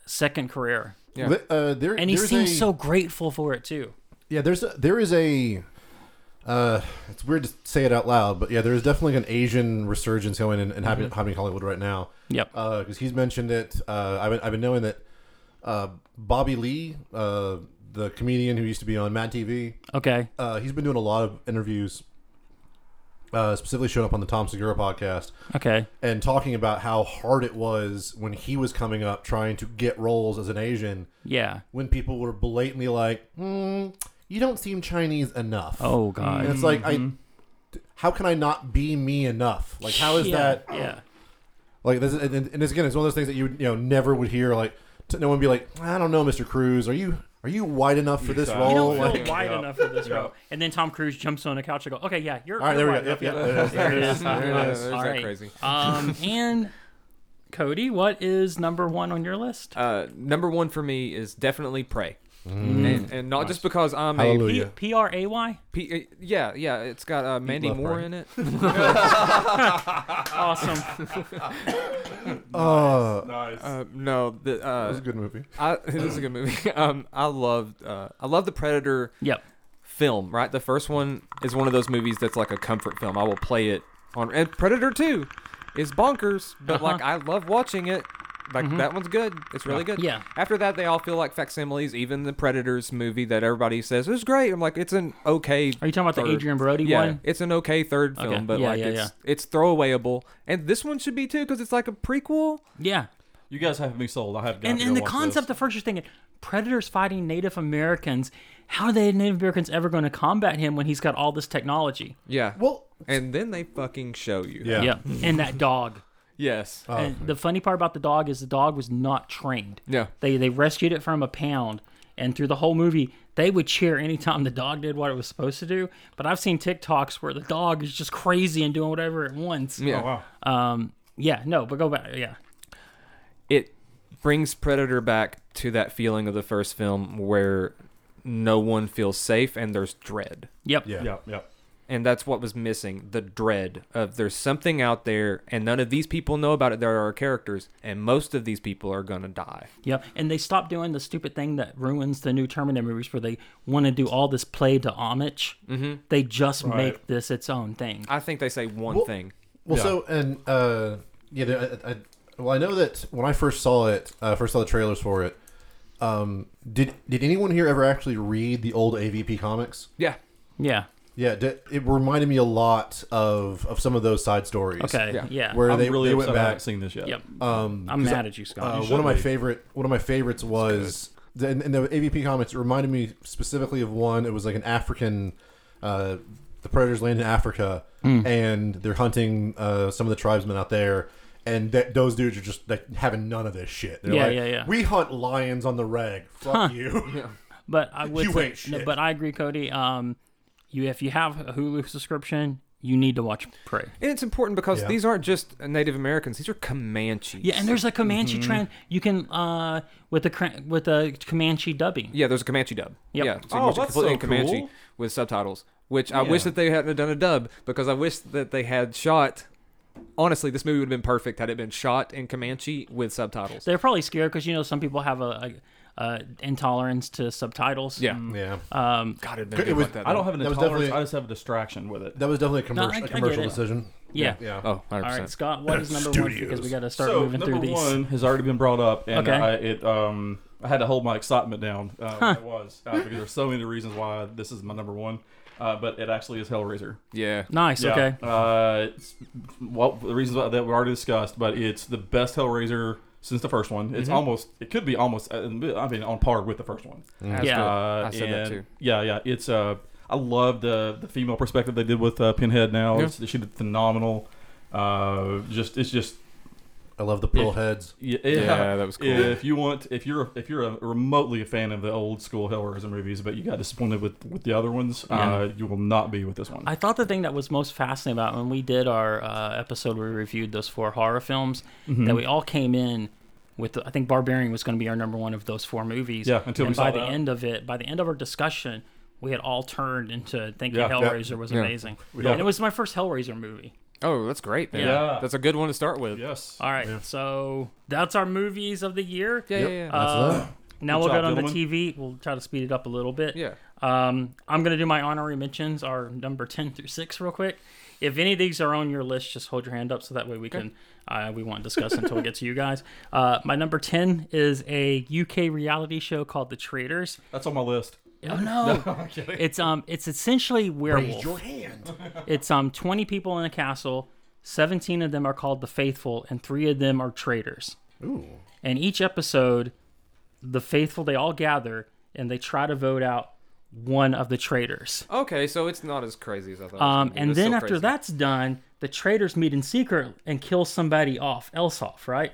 [SPEAKER 2] second career,
[SPEAKER 4] Yeah.
[SPEAKER 1] Th- uh, there,
[SPEAKER 2] and he
[SPEAKER 1] there's
[SPEAKER 2] seems
[SPEAKER 1] a-
[SPEAKER 2] so grateful for it too.
[SPEAKER 1] yeah there's a, there is a uh, it's weird to say it out loud but yeah there is definitely an asian resurgence going in, in
[SPEAKER 2] Mm-hmm.
[SPEAKER 1] happening happening in hollywood right now
[SPEAKER 2] Yep.
[SPEAKER 1] because he's mentioned it. Uh, I've, been, I've been knowing that uh, Bobby Lee, uh, the comedian who used to be on Mad TV,
[SPEAKER 2] Okay.
[SPEAKER 1] uh, he's been doing a lot of interviews, uh, specifically showing up on the Tom Segura podcast
[SPEAKER 2] Okay.
[SPEAKER 1] and talking about how hard it was when he was coming up trying to get roles as an Asian
[SPEAKER 2] Yeah.
[SPEAKER 1] when people were blatantly like, hmm, you don't seem Chinese enough.
[SPEAKER 2] Oh God.
[SPEAKER 1] And it's like, I. How can I not be me enough? Like, how is
[SPEAKER 2] Yeah,
[SPEAKER 1] that?
[SPEAKER 2] Yeah.
[SPEAKER 1] Like this, and, and this again, it's one of those things that you would, you know never would hear. Like t- no one would be like, I don't know, Mr. Cruz, are you are you white enough for this
[SPEAKER 3] You
[SPEAKER 1] role?
[SPEAKER 2] You don't feel
[SPEAKER 1] like,
[SPEAKER 2] wide
[SPEAKER 3] Yeah.
[SPEAKER 2] enough for this
[SPEAKER 3] Yeah.
[SPEAKER 2] role. And then Tom Cruise jumps on the couch and go, "Okay, yeah, you're."
[SPEAKER 1] all right, there
[SPEAKER 2] you're
[SPEAKER 1] we go.
[SPEAKER 2] wide
[SPEAKER 1] Yep, yep,
[SPEAKER 2] enough, yeah."
[SPEAKER 1] there it is, there it is.
[SPEAKER 4] Yeah, there's
[SPEAKER 2] All
[SPEAKER 4] that
[SPEAKER 2] right.
[SPEAKER 4] crazy.
[SPEAKER 2] Um, and Cody, what is number one on your list?
[SPEAKER 4] Uh, number one for me is definitely Prey, and, and not just because I'm a
[SPEAKER 1] Hallelujah.
[SPEAKER 2] P R A Y.
[SPEAKER 4] P- uh, yeah, yeah. It's got uh, Mandy
[SPEAKER 1] love
[SPEAKER 4] Moore
[SPEAKER 1] Prey.
[SPEAKER 4] in it.
[SPEAKER 2] Awesome.
[SPEAKER 1] Uh,
[SPEAKER 3] Nice.
[SPEAKER 4] Uh, no, the,
[SPEAKER 1] that
[SPEAKER 4] uh,
[SPEAKER 1] was a good movie.
[SPEAKER 4] I, it is a good movie. Um, I loved, uh, I love the Predator
[SPEAKER 2] yep.
[SPEAKER 4] film. Right, the first one is one of those movies that's like a comfort film. I will play it on. And Predator Two is bonkers, but
[SPEAKER 2] Uh-huh.
[SPEAKER 4] like I love watching it. Like that one's good. It's really good.
[SPEAKER 2] Mm-hmm. Yeah.
[SPEAKER 4] After that, they all feel like facsimiles. Even the Predators movie that everybody says is great. I'm like, it's an
[SPEAKER 2] Are
[SPEAKER 4] okay.
[SPEAKER 2] you talking about the
[SPEAKER 4] third-
[SPEAKER 2] Adrian Brody
[SPEAKER 4] yeah,
[SPEAKER 2] one?
[SPEAKER 4] it's an okay third film,
[SPEAKER 2] Okay.
[SPEAKER 4] but
[SPEAKER 2] Yeah,
[SPEAKER 4] like
[SPEAKER 2] yeah,
[SPEAKER 4] it's it's throwawayable, and this one should be too because it's like a prequel.
[SPEAKER 2] Yeah.
[SPEAKER 3] you guys have me sold. I have got
[SPEAKER 2] And
[SPEAKER 3] to
[SPEAKER 2] and
[SPEAKER 3] go
[SPEAKER 2] the
[SPEAKER 3] watch
[SPEAKER 2] concept
[SPEAKER 3] this.
[SPEAKER 2] of first you're thinking predators fighting Native Americans. How are they Native Americans ever going to combat him when he's got all this technology?
[SPEAKER 4] Yeah.
[SPEAKER 1] Well,
[SPEAKER 4] and then they fucking show you. Oh,
[SPEAKER 1] yeah,
[SPEAKER 2] Yep. and that dog.
[SPEAKER 4] Yes.
[SPEAKER 2] And the funny part about the dog is the dog was not trained.
[SPEAKER 4] Yeah.
[SPEAKER 2] They they rescued it from a pound, and through the whole movie, they would cheer anytime the dog did what it was supposed to do. But I've seen TikToks where the dog is just crazy and doing whatever it wants.
[SPEAKER 4] yeah.
[SPEAKER 3] Oh, wow.
[SPEAKER 2] Um. Yeah. No. But go back. Yeah.
[SPEAKER 4] It brings Predator back to that feeling of the first film where no one feels safe and there's dread.
[SPEAKER 2] Yep.
[SPEAKER 1] yeah,
[SPEAKER 3] Yep, yep.
[SPEAKER 4] And that's what was missing the dread of there's something out there and none of these people know about it. There are characters, and most of these people are going to die.
[SPEAKER 2] Yep. And they stopped doing the stupid thing that ruins the new Terminator movies, where they want to do all this play to homage. Mm-hmm. They just make this its own thing.
[SPEAKER 4] I think they say one
[SPEAKER 1] Well-
[SPEAKER 4] thing.
[SPEAKER 1] Well,
[SPEAKER 3] Yeah.
[SPEAKER 1] so and uh, yeah, there- I, I, well, I know that when I first saw it, uh, first saw the trailers for it. Um, did did anyone here ever actually read the old AVP comics?
[SPEAKER 4] Yeah.
[SPEAKER 2] yeah.
[SPEAKER 1] Yeah, d- it reminded me a lot of of some of those side stories.
[SPEAKER 2] Okay. Yeah.
[SPEAKER 4] Yeah.
[SPEAKER 1] where
[SPEAKER 3] I'm
[SPEAKER 1] they
[SPEAKER 3] really
[SPEAKER 1] they
[SPEAKER 3] upset
[SPEAKER 1] went
[SPEAKER 3] I
[SPEAKER 1] back.
[SPEAKER 3] haven't seen this yet.
[SPEAKER 2] Yep.
[SPEAKER 1] Um,
[SPEAKER 2] I'm mad at you, Scott.
[SPEAKER 1] Uh,
[SPEAKER 3] Oh, You
[SPEAKER 1] one of my
[SPEAKER 3] should be.
[SPEAKER 1] favorite one of my favorites was the, in, in the AVP comics. It reminded me specifically of one. It was like an African uh, the predators land in Africa
[SPEAKER 2] Hmm.
[SPEAKER 1] and they're hunting uh, some of the tribesmen out there. And that, those dudes are just like having none of this shit. They're
[SPEAKER 2] Yeah,
[SPEAKER 1] like,
[SPEAKER 2] yeah, yeah.
[SPEAKER 1] We hunt lions on the reg. Fuck you.
[SPEAKER 2] But I would
[SPEAKER 1] You
[SPEAKER 2] say,
[SPEAKER 1] ain't
[SPEAKER 2] no,
[SPEAKER 1] shit.
[SPEAKER 2] but I agree, Cody. Um, you if you have a Hulu subscription, you need to watch Prey.
[SPEAKER 4] And it's important because
[SPEAKER 1] Yeah.
[SPEAKER 4] these aren't just Native Americans; these are Comanches.
[SPEAKER 2] Yeah, and there's a Comanche trend. You can uh with the cra- with the Comanche dubbing.
[SPEAKER 4] yeah, there's a Comanche dub.
[SPEAKER 2] Yep.
[SPEAKER 4] Yeah, so you can
[SPEAKER 3] Oh,
[SPEAKER 4] watch it
[SPEAKER 3] that's
[SPEAKER 4] completely
[SPEAKER 3] so
[SPEAKER 4] in Comanche
[SPEAKER 3] cool.
[SPEAKER 4] with subtitles. Which I wish
[SPEAKER 3] Yeah.
[SPEAKER 4] that they hadn't done a dub because I wish that they had shot. Honestly, this movie would have been perfect had it been shot in Comanche with subtitles.
[SPEAKER 2] They're probably scared because you know some people have a, a, a intolerance to subtitles.
[SPEAKER 4] Yeah,
[SPEAKER 1] yeah.
[SPEAKER 2] Um,
[SPEAKER 4] God, it'd
[SPEAKER 1] It
[SPEAKER 4] been good
[SPEAKER 1] was-
[SPEAKER 4] like that.
[SPEAKER 3] I don't have an
[SPEAKER 1] That was
[SPEAKER 3] intolerance.
[SPEAKER 1] definitely-
[SPEAKER 3] I just have a distraction with it.
[SPEAKER 1] That was definitely a,
[SPEAKER 2] No,
[SPEAKER 1] commercial a
[SPEAKER 2] I- I get
[SPEAKER 1] commercial
[SPEAKER 2] it.
[SPEAKER 1] decision.
[SPEAKER 2] yeah.
[SPEAKER 1] Yeah.
[SPEAKER 4] though. Oh, 100%.
[SPEAKER 2] All right, Scott. What is number one? Because we got to start
[SPEAKER 3] so
[SPEAKER 2] moving
[SPEAKER 3] number
[SPEAKER 2] through these.
[SPEAKER 3] one has already been brought up, and
[SPEAKER 2] Okay.
[SPEAKER 3] I, it um I had to hold my excitement down. Uh, when It was uh, because there's so many reasons why this is my number one, uh, but it actually is Hellraiser.
[SPEAKER 4] Yeah.
[SPEAKER 2] Nice. Okay.
[SPEAKER 3] Uh, it's, well, the reasons that we already discussed, but it's the best Hellraiser since the first one.
[SPEAKER 2] Mm-hmm.
[SPEAKER 3] It's almost it could be almost uh, I mean on par with the first one.
[SPEAKER 4] That's
[SPEAKER 2] Yeah.
[SPEAKER 4] good.
[SPEAKER 3] Uh,
[SPEAKER 4] I said that
[SPEAKER 3] and-
[SPEAKER 4] too.
[SPEAKER 3] Yeah, yeah. It's uh, I love the the female perspective they did with uh, Pinhead. Now
[SPEAKER 4] Yeah.
[SPEAKER 3] it's, she did phenomenal. Uh, just it's just
[SPEAKER 1] I love the pearl heads.
[SPEAKER 3] yeah,
[SPEAKER 4] Yeah, that was cool.
[SPEAKER 3] If you want, if you're if you're a, remotely a fan of the old school Hellraiser movies, but you got disappointed with with the other ones, uh, you will not be with this one.
[SPEAKER 2] I thought the thing that was most fascinating about when we did our uh, episode where we reviewed those four horror films
[SPEAKER 3] Mm-hmm.
[SPEAKER 2] that we all came in with. I think Barbarian was going to be our number one of those four movies.
[SPEAKER 3] Yeah, until we
[SPEAKER 2] and
[SPEAKER 3] saw
[SPEAKER 2] by the
[SPEAKER 3] that.
[SPEAKER 2] end of it, by the end of our discussion, we had all turned into thinking
[SPEAKER 3] Yeah. Yeah.
[SPEAKER 2] Hellraiser was
[SPEAKER 4] Yeah.
[SPEAKER 2] amazing,
[SPEAKER 3] Yeah.
[SPEAKER 2] and it was my first Hellraiser movie.
[SPEAKER 4] Oh, that's great. Then.
[SPEAKER 3] Yeah.
[SPEAKER 4] That's a good one to start with.
[SPEAKER 3] yes.
[SPEAKER 2] All right, so that's our movies of the year.
[SPEAKER 4] Yeah, yeah, yeah.
[SPEAKER 1] That's
[SPEAKER 2] Uh,
[SPEAKER 1] that.
[SPEAKER 2] Now
[SPEAKER 3] Good
[SPEAKER 2] we'll
[SPEAKER 3] job,
[SPEAKER 2] get on the
[SPEAKER 3] gentlemen.
[SPEAKER 2] TV. We'll try to speed it up a little bit.
[SPEAKER 4] Yeah.
[SPEAKER 2] Um, I'm gonna do my honorary mentions are number ten through six real quick. If any of these are on your list, just hold your hand up so that way we can uh, we won't discuss until we get to you guys. Uh, my number ten is a UK reality show called The Traitors.
[SPEAKER 3] That's on my list.
[SPEAKER 2] Oh no, it's um it's essentially werewolf.
[SPEAKER 1] hand.
[SPEAKER 2] It's um 20 people in a castle. 17 of them are called the faithful, and three of them are traitors.
[SPEAKER 1] Ooh.
[SPEAKER 2] And each episode, the faithful they all gather and they try to vote out one of the traitors.
[SPEAKER 4] Okay, so it's not as crazy as I thought. it was gonna
[SPEAKER 2] Um,
[SPEAKER 4] be, but
[SPEAKER 2] and
[SPEAKER 4] it's
[SPEAKER 2] then
[SPEAKER 4] still
[SPEAKER 2] after
[SPEAKER 4] crazy.
[SPEAKER 2] that's done, the traitors meet in secret and kill somebody off, else off, right?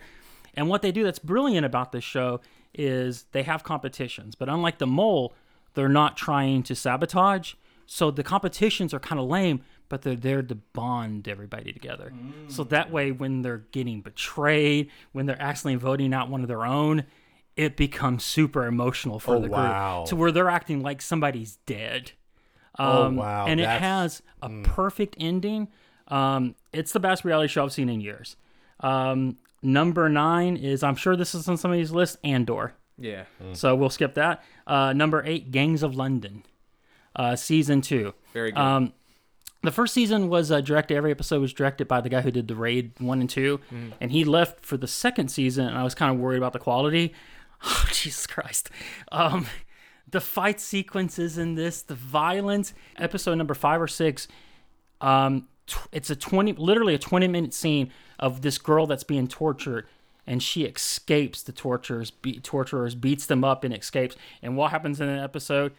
[SPEAKER 2] And what they do that's brilliant about this show is they have competitions, but unlike the mole, they're not trying to sabotage. So the competitions are kind of lame, but they're there to bond everybody together.
[SPEAKER 4] Mm.
[SPEAKER 2] So that way, when they're getting betrayed, when they're accidentally voting out one of their own, it becomes super emotional for
[SPEAKER 1] Oh,
[SPEAKER 2] the
[SPEAKER 1] wow.
[SPEAKER 2] group to where they're acting like somebody's dead.
[SPEAKER 1] Oh
[SPEAKER 2] Um,
[SPEAKER 1] wow.
[SPEAKER 2] And it
[SPEAKER 1] that's- mm.
[SPEAKER 2] has a perfect ending. Um, it's the best reality show I've seen in years. Um, number nine is I'm sure this is on somebody's list, Andor.
[SPEAKER 4] yeah,
[SPEAKER 1] Mm.
[SPEAKER 2] So we'll skip that. Uh, number eight, Gangs of London, uh, season two.
[SPEAKER 4] very good.
[SPEAKER 2] Um, the first season was uh, directed. Every episode was directed by the guy who did the raid one and two, and he left for the second season. And I was kind of worried about the quality. Oh, Jesus Christ! Um, the fight sequences in this, the violence. Episode number five or six. Um, tw- it's a twenty, literally a twenty-minute scene of this girl that's being tortured, and she escapes the torturers, be- torturers beats them up and escapes. And what happens in an episode?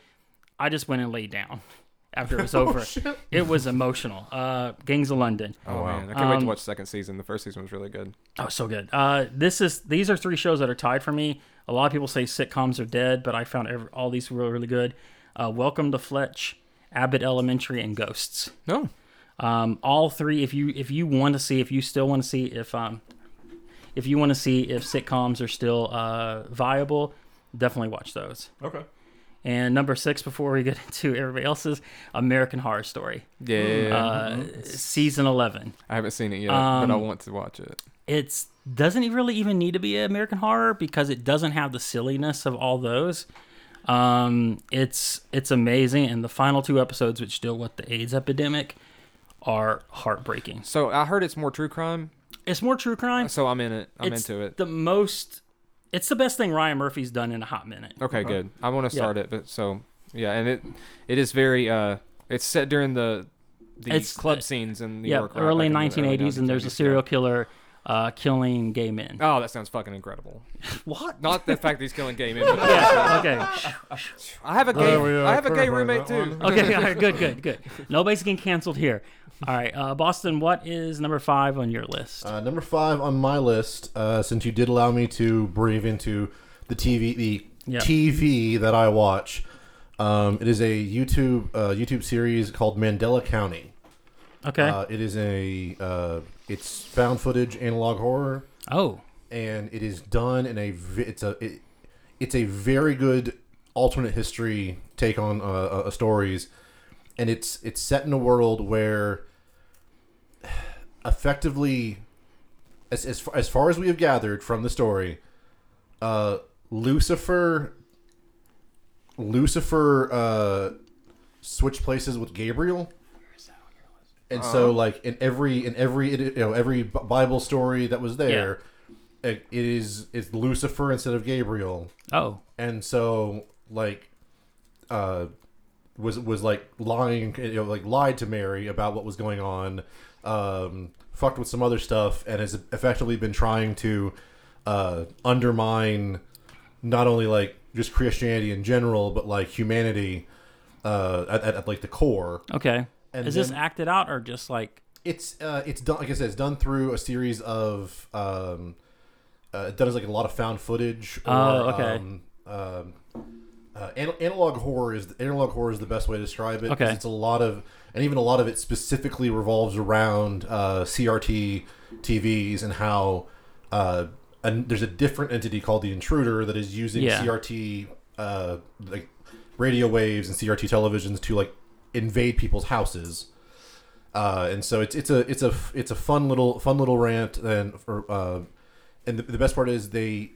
[SPEAKER 2] I just went and laid down after it was over. It was emotional. Uh, Gangs of London.
[SPEAKER 4] oh man, I can't
[SPEAKER 2] um,
[SPEAKER 4] wait to watch the second season. The first season was really good.
[SPEAKER 2] Oh, so good. Uh, this is these are three shows that are tied for me. A lot of people say sitcoms are dead, but I found every, all these really really good. Uh, Welcome to Fletch, Abbott Elementary, and Ghosts.
[SPEAKER 4] No,
[SPEAKER 2] Um, all three. If you if you want to see, if you still want to see if um, if you want to see if sitcoms are still uh, viable, definitely watch those.
[SPEAKER 3] Okay.
[SPEAKER 2] And number six, before we get into everybody else's, American Horror Story,
[SPEAKER 4] yeah,
[SPEAKER 2] uh, season eleven.
[SPEAKER 4] I haven't seen it yet, but I
[SPEAKER 2] Um,
[SPEAKER 4] want to watch it.
[SPEAKER 2] it's doesn't it really even need to be American horror because it doesn't have the silliness of all those. Um, it's it's amazing, and the final two episodes, which deal with the AIDS epidemic, are heartbreaking.
[SPEAKER 4] So I heard it's more true crime,
[SPEAKER 2] It's more true crime.
[SPEAKER 4] so I'm in it. I'm
[SPEAKER 2] it's
[SPEAKER 4] into it.
[SPEAKER 2] The most, it's the best thing Ryan Murphy's done in a hot minute.
[SPEAKER 4] Okay, good. I want to
[SPEAKER 2] Yeah.
[SPEAKER 4] start it, but so yeah, and it it is very uh, it's set during the the
[SPEAKER 2] It's- uh,
[SPEAKER 4] club scenes in New
[SPEAKER 2] yeah,
[SPEAKER 4] York, right?
[SPEAKER 2] early
[SPEAKER 4] Back in the
[SPEAKER 2] 1980s, and there's a
[SPEAKER 4] 1980s,
[SPEAKER 2] serial killer uh, killing gay men.
[SPEAKER 4] Oh, that sounds fucking incredible.
[SPEAKER 2] what?
[SPEAKER 4] Not the fact that he's killing gay men. But
[SPEAKER 2] Yeah. Okay.
[SPEAKER 4] I have a gay.
[SPEAKER 1] There we are,
[SPEAKER 4] I have a gay
[SPEAKER 1] clarified that
[SPEAKER 4] roommate too.
[SPEAKER 1] one.
[SPEAKER 2] Okay. All right. Good. Good. Good. Nobody's getting canceled here. All right. Uh, Boston. What is number five on your list?
[SPEAKER 1] Uh, number five on my list, uh, since you did allow me to breathe into the TV, the
[SPEAKER 2] Yeah.
[SPEAKER 1] TV that I watch. Um, it is a YouTube uh, YouTube series called Mandela County.
[SPEAKER 2] Okay.
[SPEAKER 1] Uh, it is a uh, it's found footage analog horror,
[SPEAKER 2] oh.
[SPEAKER 1] and it is done in a v- it's a it, it's a very good alternate history take on uh, uh, stories, and it's it's set in a world where effectively, as as far as, far as we have gathered from the story, uh, Lucifer Lucifer uh, switched places with Gabriel. And so, like in every in every you know every B- Bible story that was there, it, it is it's Lucifer instead of Gabriel,
[SPEAKER 2] Oh.
[SPEAKER 1] and so like, uh, was was like lying, you know, like lied to Mary about what was going on, um, fucked with some other stuff, and has effectively been trying to uh, undermine not only like just Christianity in general, but like humanity uh, at, at, at like the core.
[SPEAKER 2] Okay.
[SPEAKER 1] And
[SPEAKER 2] is this
[SPEAKER 1] then-
[SPEAKER 2] acted out or just like?
[SPEAKER 1] it's uh, it's done like I said, it's done through a series of um, uh, done as like a lot of found footage. Or,
[SPEAKER 2] Oh, okay.
[SPEAKER 1] Um, um, uh, an- analog horror is analog horror is the best way to describe it. 'cause
[SPEAKER 2] Okay.
[SPEAKER 1] it's a lot of and even a lot of it specifically revolves around uh, CRT TVs and how uh, and there's a different entity called the intruder that is using
[SPEAKER 2] Yeah.
[SPEAKER 1] CRT uh, like radio waves and CRT televisions to like invade people's houses. Uh, and so it's it's a it's a it's a fun little fun little rant and for, uh, and the, the best part is they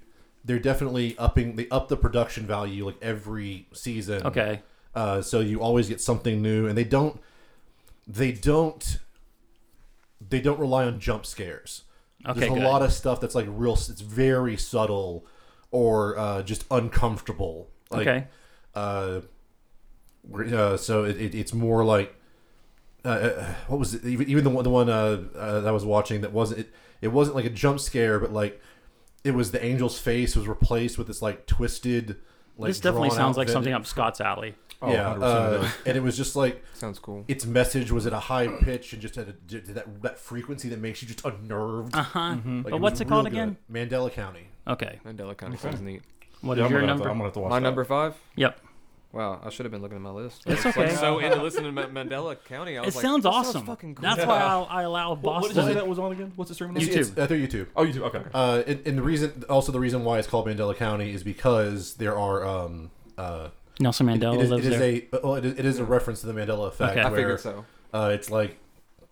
[SPEAKER 1] they're definitely upping they up the production value like every season.
[SPEAKER 2] Okay.
[SPEAKER 1] Uh, so you always get something new, and they don't they don't they don't rely on jump scares.
[SPEAKER 2] Okay,
[SPEAKER 1] There's a
[SPEAKER 2] good.
[SPEAKER 1] lot of stuff that's like real. It's very subtle or uh, just uncomfortable. Like,
[SPEAKER 2] okay.
[SPEAKER 1] uh, where- uh, so it, it, it's more like uh, uh, what was it? Even, even the one the one uh, uh, that I was watching that wasn't it, it wasn't like a jump scare, but like it was the angel's face was replaced with this like twisted. Like,
[SPEAKER 2] this definitely
[SPEAKER 1] drawn
[SPEAKER 2] sounds
[SPEAKER 1] out
[SPEAKER 2] like
[SPEAKER 1] ven-
[SPEAKER 2] something up Scott's alley.
[SPEAKER 3] Oh,
[SPEAKER 1] yeah,
[SPEAKER 3] 100% it
[SPEAKER 1] uh,
[SPEAKER 3] does.
[SPEAKER 1] and it was just like
[SPEAKER 4] Sounds cool.
[SPEAKER 1] its message was at a high pitch and just had a, did that that frequency that makes you just unnerved.
[SPEAKER 2] Uh huh.
[SPEAKER 4] Uh-huh.
[SPEAKER 1] Like,
[SPEAKER 2] But
[SPEAKER 1] was
[SPEAKER 2] what's it
[SPEAKER 1] real
[SPEAKER 2] called
[SPEAKER 1] good.
[SPEAKER 2] again?
[SPEAKER 1] Mandela County.
[SPEAKER 2] Okay.
[SPEAKER 4] Mandela kind of sounds neat.
[SPEAKER 2] What is
[SPEAKER 3] Yeah, I'm
[SPEAKER 2] your
[SPEAKER 3] gonna have
[SPEAKER 2] number?
[SPEAKER 3] To, I'm gonna have to watch
[SPEAKER 4] My
[SPEAKER 3] that.
[SPEAKER 4] number five.
[SPEAKER 2] Yep.
[SPEAKER 4] Wow, I should have been looking at my list.
[SPEAKER 2] It's
[SPEAKER 4] I was, like,
[SPEAKER 2] okay.
[SPEAKER 4] so into listening to Ma- Mandela County. I
[SPEAKER 2] It
[SPEAKER 4] was like,
[SPEAKER 2] sounds
[SPEAKER 4] this
[SPEAKER 2] awesome.
[SPEAKER 4] fucking cool.
[SPEAKER 2] That's why I, I allow
[SPEAKER 3] What, what
[SPEAKER 2] Boston.
[SPEAKER 3] did you say that was on again? What's it streaming? on?
[SPEAKER 2] You-
[SPEAKER 1] It's-
[SPEAKER 2] YouTube.
[SPEAKER 1] I think YouTube.
[SPEAKER 3] Oh, YouTube. Okay. okay.
[SPEAKER 1] Uh, and, and the reason, also the reason why it's called Mandela County is because there are, um, uh,
[SPEAKER 2] Nelson
[SPEAKER 1] it-
[SPEAKER 2] Mandela
[SPEAKER 1] it is,
[SPEAKER 2] lives
[SPEAKER 1] it is
[SPEAKER 2] there.
[SPEAKER 1] a, well, it is, it is a reference to the Mandela effect.
[SPEAKER 2] Okay.
[SPEAKER 4] I
[SPEAKER 1] Where,
[SPEAKER 4] figured so.
[SPEAKER 1] Uh, it's like,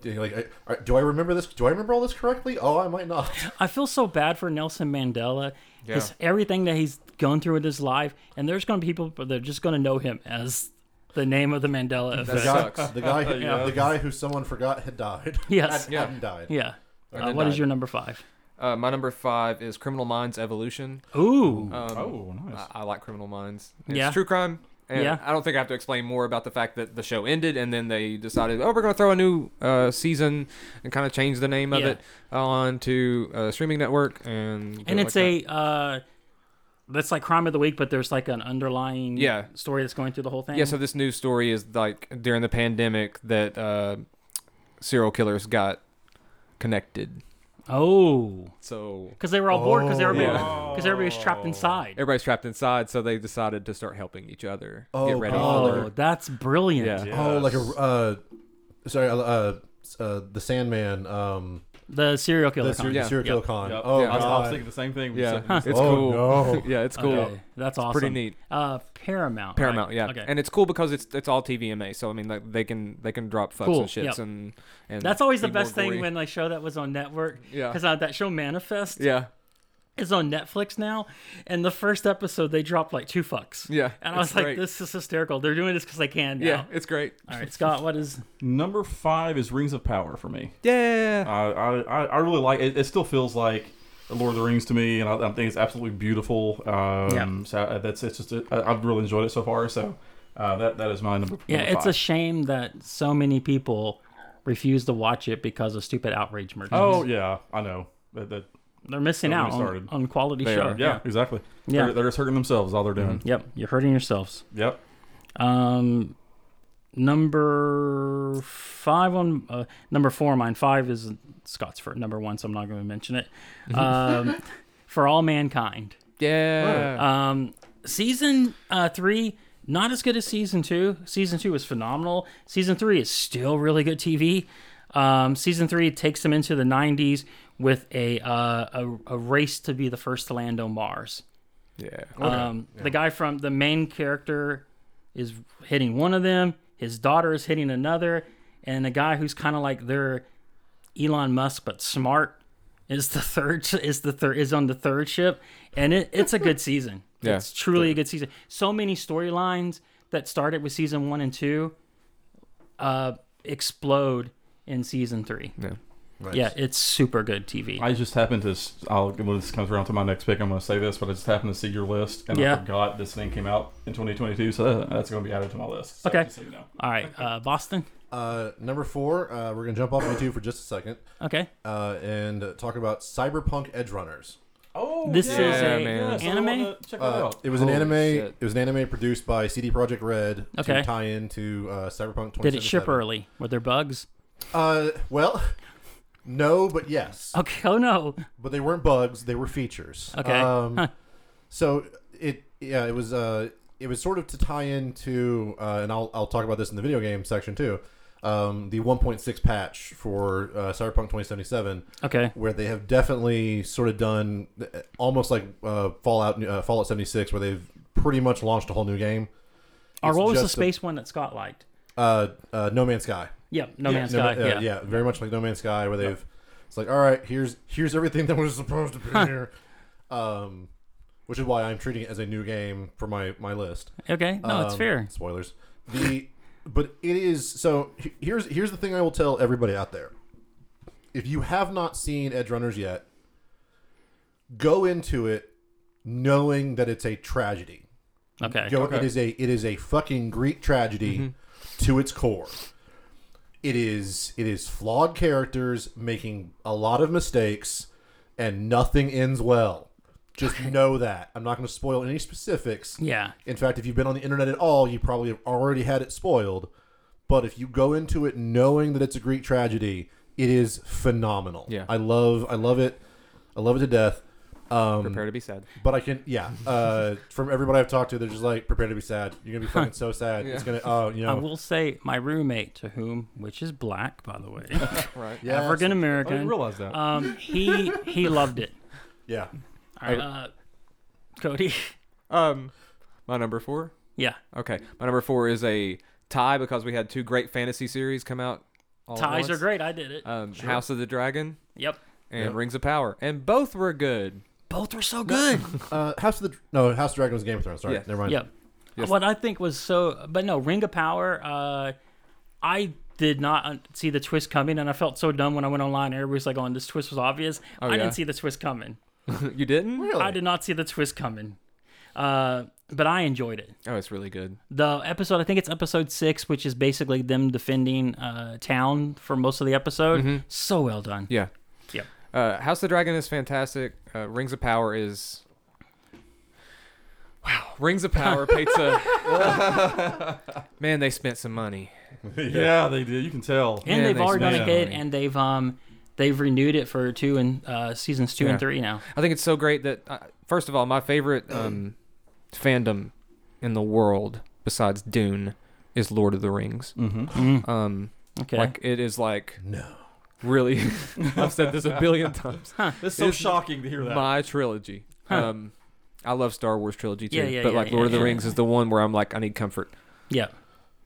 [SPEAKER 1] you know, like, I- all right, do I remember this? Do I remember all this correctly? Oh, I might not.
[SPEAKER 2] I feel so bad for Nelson Mandela.
[SPEAKER 4] Yeah.
[SPEAKER 2] It's everything that he's gone through with his life, and there's going to be people that are just going to know him as the name of the Mandela
[SPEAKER 1] The
[SPEAKER 2] effect.
[SPEAKER 4] That's-
[SPEAKER 1] guy,
[SPEAKER 4] sucks.
[SPEAKER 1] the guy, who,
[SPEAKER 3] Yeah.
[SPEAKER 1] the guy who someone forgot had died.
[SPEAKER 2] Yes.
[SPEAKER 1] Had-
[SPEAKER 4] Yeah.
[SPEAKER 1] hadn't died.
[SPEAKER 2] Yeah.
[SPEAKER 4] And
[SPEAKER 2] Uh,
[SPEAKER 4] then
[SPEAKER 2] what is
[SPEAKER 4] died.
[SPEAKER 2] your number five?
[SPEAKER 4] Uh, my number five is Criminal Minds Evolution.
[SPEAKER 2] Ooh.
[SPEAKER 4] Um,
[SPEAKER 3] oh, nice.
[SPEAKER 4] I, I like Criminal Minds. It's
[SPEAKER 2] Yeah.
[SPEAKER 4] true crime. And
[SPEAKER 2] Yeah.
[SPEAKER 4] I don't think I have to explain more about the fact that the show ended and then they decided, oh, we're going to throw a new uh, season and kind of change the name of
[SPEAKER 2] Yeah.
[SPEAKER 4] it onto a streaming network. And, do
[SPEAKER 2] and
[SPEAKER 4] it
[SPEAKER 2] it's
[SPEAKER 4] like
[SPEAKER 2] a uh, that's like crime of the week, but there's like an underlying
[SPEAKER 4] Yeah.
[SPEAKER 2] story that's going through the whole thing.
[SPEAKER 4] that. Yeah, so this news story is like during the pandemic that uh, serial killers got connected.
[SPEAKER 2] oh,
[SPEAKER 4] So
[SPEAKER 2] because they were all bored because
[SPEAKER 4] Oh.
[SPEAKER 2] everybody
[SPEAKER 3] Yeah.
[SPEAKER 2] because everybody was trapped inside.
[SPEAKER 4] everybody's trapped inside, so they decided to start helping each other.
[SPEAKER 1] Oh,
[SPEAKER 4] get ready
[SPEAKER 2] Oh,
[SPEAKER 4] for
[SPEAKER 2] that's brilliant.
[SPEAKER 4] Yeah.
[SPEAKER 1] Oh, like a,
[SPEAKER 3] Yes.
[SPEAKER 1] uh, sorry, uh, uh, the Sandman, um,
[SPEAKER 2] The serial killer.
[SPEAKER 1] the serial
[SPEAKER 2] comic.
[SPEAKER 4] Yeah.
[SPEAKER 1] serial killer
[SPEAKER 2] Yep.
[SPEAKER 1] con.
[SPEAKER 3] Yep.
[SPEAKER 1] Oh,
[SPEAKER 4] Yeah.
[SPEAKER 3] I was, I was
[SPEAKER 1] God.
[SPEAKER 3] thinking the same thing.
[SPEAKER 4] Yeah,
[SPEAKER 3] So-
[SPEAKER 4] it's
[SPEAKER 1] Oh,
[SPEAKER 4] cool.
[SPEAKER 1] no.
[SPEAKER 4] yeah, it's cool.
[SPEAKER 2] Okay, that's awesome.
[SPEAKER 4] Pretty neat.
[SPEAKER 2] Uh, Paramount.
[SPEAKER 4] Paramount,
[SPEAKER 2] right?
[SPEAKER 4] yeah,
[SPEAKER 2] Okay.
[SPEAKER 4] and it's cool because it's it's all TVMA, so I mean, like they can they can drop fucks
[SPEAKER 2] Cool,
[SPEAKER 4] and shits
[SPEAKER 2] yep.
[SPEAKER 4] and and
[SPEAKER 2] That's always the
[SPEAKER 4] be more
[SPEAKER 2] best thing
[SPEAKER 4] gory.
[SPEAKER 2] when a show that was on network.
[SPEAKER 4] Yeah.
[SPEAKER 2] Because uh, that show Manifest
[SPEAKER 4] yeah
[SPEAKER 2] is on Netflix now, and the first episode they dropped like two fucks.
[SPEAKER 4] yeah
[SPEAKER 2] And I was
[SPEAKER 4] it's
[SPEAKER 2] like,
[SPEAKER 4] great.
[SPEAKER 2] this is hysterical. They're doing this because they can now.
[SPEAKER 4] yeah it's great
[SPEAKER 2] All right, Scott, what is.
[SPEAKER 3] Number five is Rings of Power for me.
[SPEAKER 4] yeah
[SPEAKER 3] I I, I- I really like it. It still feels like the Lord of the Rings to me, and I, I think it's absolutely beautiful. Um,
[SPEAKER 2] Yeah.
[SPEAKER 3] So uh, that's it's just a, I, I've really enjoyed it so far. So uh, that that is my number.
[SPEAKER 2] Yeah,
[SPEAKER 3] number
[SPEAKER 2] it's a
[SPEAKER 3] five.
[SPEAKER 2] shame that so many people refuse to watch it because of stupid outrage merchants.
[SPEAKER 3] oh yeah, I know. That, that,
[SPEAKER 2] They're missing
[SPEAKER 3] Don't
[SPEAKER 2] out
[SPEAKER 3] get
[SPEAKER 2] on,
[SPEAKER 3] started.
[SPEAKER 2] on quality
[SPEAKER 4] They
[SPEAKER 2] show.
[SPEAKER 4] are,
[SPEAKER 3] yeah, exactly.
[SPEAKER 2] Yeah. Mm-hmm.
[SPEAKER 3] They're, they're just hurting themselves. All they're doing.
[SPEAKER 2] Yep. You're hurting yourselves.
[SPEAKER 3] Yep.
[SPEAKER 2] Um, number five on uh, number four. on Mine five is Scott's for number one, so I'm not going to mention it. Um, for all mankind.
[SPEAKER 4] Yeah.
[SPEAKER 2] Um, season uh, three, not as good as season two. Season two was phenomenal. Season three is still really good TV. Um, season three takes them into the 90s with a, uh, a a race to be the first to land on Mars.
[SPEAKER 4] yeah.
[SPEAKER 2] Um, The guy from the main character is hitting one of them. His daughter is hitting another, and the guy who's kind of like their Elon Musk but smart is the third is the third is on the third ship, and it, it's a good season.
[SPEAKER 4] Yeah.
[SPEAKER 2] It's truly a good season. So many storylines that started with season one and two uh, explode in season three.
[SPEAKER 4] Yeah.
[SPEAKER 1] Right.
[SPEAKER 2] Yeah, it's super good TV.
[SPEAKER 3] I just happened to. s- I'll when this comes around to my next pick, I'm going to say this, but I just happened to see your list, and
[SPEAKER 2] Yeah.
[SPEAKER 3] I forgot this thing came out in 2022, so that, that's going to be added to my list. So
[SPEAKER 2] Okay.
[SPEAKER 3] just so you know.
[SPEAKER 2] All right, uh, Boston.
[SPEAKER 1] Uh, number four, uh, we're gonna jump off YouTube for just a second
[SPEAKER 2] Okay.
[SPEAKER 1] uh, and uh, talk about Cyberpunk Edge Runners.
[SPEAKER 3] Oh,
[SPEAKER 2] This
[SPEAKER 3] yeah.
[SPEAKER 2] is
[SPEAKER 4] Yeah,
[SPEAKER 2] a
[SPEAKER 4] man.
[SPEAKER 3] Yes, I
[SPEAKER 2] anime.
[SPEAKER 3] wanna Check that
[SPEAKER 1] Uh,
[SPEAKER 2] Oh,
[SPEAKER 3] out.
[SPEAKER 1] it was an
[SPEAKER 4] Holy
[SPEAKER 1] anime.
[SPEAKER 4] shit.
[SPEAKER 1] It was an anime produced by CD Projekt Red
[SPEAKER 2] Okay.
[SPEAKER 1] to tie into uh, Cyberpunk. 2077.
[SPEAKER 2] Did it ship early? Were there bugs?
[SPEAKER 1] Uh, well, no, but yes.
[SPEAKER 2] Okay. Oh no.
[SPEAKER 1] But they weren't bugs; they were features.
[SPEAKER 2] Okay.
[SPEAKER 1] Um,
[SPEAKER 2] Huh.
[SPEAKER 1] So it yeah it was uh it was sort of to tie into uh, and I'll I'll talk about this in the video game section too. Um, the 1.6 patch for uh, Cyberpunk 2077,
[SPEAKER 2] Okay.
[SPEAKER 1] where they have definitely sort of done uh, almost like uh, Fallout uh, Fallout 76, where they've pretty much launched a whole new game.
[SPEAKER 2] Or
[SPEAKER 1] It's
[SPEAKER 2] what was the
[SPEAKER 1] just a-
[SPEAKER 2] space one that Scott liked?
[SPEAKER 1] Uh, uh, No Man's Sky.
[SPEAKER 2] Yep. No Man's
[SPEAKER 1] No
[SPEAKER 2] Sky.
[SPEAKER 1] Ma- uh,
[SPEAKER 2] yeah.
[SPEAKER 1] yeah, very much like No Man's Sky, where they've it's like, all right, here's here's everything that was supposed to be here, um, which is why I'm treating it as a new game for my my list.
[SPEAKER 2] Okay. No, it's
[SPEAKER 1] Um,
[SPEAKER 2] fair.
[SPEAKER 1] Spoilers. The but it is so. he- Here's here's the thing I will tell everybody out there. If you have not seen Edge Runners yet, go into it knowing that it's a tragedy.
[SPEAKER 2] Okay.
[SPEAKER 1] Go, It
[SPEAKER 3] Okay.
[SPEAKER 1] is a it is a fucking Greek tragedy to its core. It is it is flawed characters making a lot of mistakes, and nothing ends well. Just know that. I'm not going to spoil any specifics.
[SPEAKER 2] Yeah.
[SPEAKER 1] In fact, if you've been on the internet at all, you probably have already had it spoiled. But if you go into it knowing that it's a Greek tragedy, it is phenomenal.
[SPEAKER 4] Yeah.
[SPEAKER 1] I love I love it. I love it to death. Um,
[SPEAKER 4] Prepare to be sad.
[SPEAKER 1] but I can, yeah. Uh, from everybody I've talked to, they're just like, prepare to be sad. You're gonna be fucking so sad. It's gonna, oh, you
[SPEAKER 2] I
[SPEAKER 1] know,
[SPEAKER 2] will say my roommate, to whom, which is black, by the way,
[SPEAKER 4] Right.
[SPEAKER 1] yes.
[SPEAKER 2] African
[SPEAKER 3] I didn't
[SPEAKER 2] American,
[SPEAKER 3] realize that.
[SPEAKER 2] um, he he loved it.
[SPEAKER 1] yeah.
[SPEAKER 2] All right, uh, Cody.
[SPEAKER 4] Um, my number four.
[SPEAKER 2] Yeah.
[SPEAKER 4] Okay, my number four is a tie because we had two great fantasy series come out. All at
[SPEAKER 2] Ties are
[SPEAKER 4] once.
[SPEAKER 2] great. I did it.
[SPEAKER 4] Um, House of the Dragon
[SPEAKER 2] yep.
[SPEAKER 4] and Rings of Power, and both were good.
[SPEAKER 2] Both were so good.
[SPEAKER 1] Uh, House of the no, House of Dragon was Game of Thrones. Sorry,
[SPEAKER 4] Yes.
[SPEAKER 1] never mind.
[SPEAKER 2] Yep.
[SPEAKER 4] Yes.
[SPEAKER 2] What I think was so, but no, Ring of Power. Uh, I did not un- see the twist coming, and I felt so dumb when I went online. Everybody's like, "Oh, this twist was obvious."
[SPEAKER 4] Oh,
[SPEAKER 2] I
[SPEAKER 4] yeah.
[SPEAKER 2] didn't see the twist coming.
[SPEAKER 4] you didn't?
[SPEAKER 1] Really?
[SPEAKER 2] I did not see the twist coming. Uh, but I enjoyed it.
[SPEAKER 4] Oh, it's really good.
[SPEAKER 2] The episode, I think it's episode six, which is basically them defending uh, town for most of the episode. So well done.
[SPEAKER 4] Mm-hmm. Yeah.
[SPEAKER 2] Yep.
[SPEAKER 4] Uh, House of the Dragon is fantastic. Uh, Rings of Power is. Wow, Rings of Power pizza. Man, they spent some money.
[SPEAKER 3] yeah. they did. You can tell.
[SPEAKER 2] And
[SPEAKER 4] Yeah,
[SPEAKER 2] they've
[SPEAKER 4] they
[SPEAKER 2] already done
[SPEAKER 3] spent
[SPEAKER 2] a hit,
[SPEAKER 4] money.
[SPEAKER 2] and they've um, they've renewed it for two and uh, seasons two
[SPEAKER 4] Yeah.
[SPEAKER 2] and three now.
[SPEAKER 4] I think it's so great that uh, first of all, my favorite um, fandom in the world besides Dune is Lord of the Rings.
[SPEAKER 3] Mm-hmm.
[SPEAKER 4] Um,
[SPEAKER 2] Mm, Okay.
[SPEAKER 4] like it is like
[SPEAKER 1] No.
[SPEAKER 4] really. I've said this a billion times.
[SPEAKER 3] It's so
[SPEAKER 4] It's
[SPEAKER 3] shocking to hear that.
[SPEAKER 4] My trilogy.
[SPEAKER 2] Huh.
[SPEAKER 4] Um, I love Star Wars trilogy too,
[SPEAKER 2] Yeah, yeah,
[SPEAKER 4] but
[SPEAKER 2] yeah,
[SPEAKER 4] like Lord
[SPEAKER 2] yeah,
[SPEAKER 4] of the
[SPEAKER 2] yeah.
[SPEAKER 4] Rings is the one where I'm like, I need comfort,
[SPEAKER 2] yeah.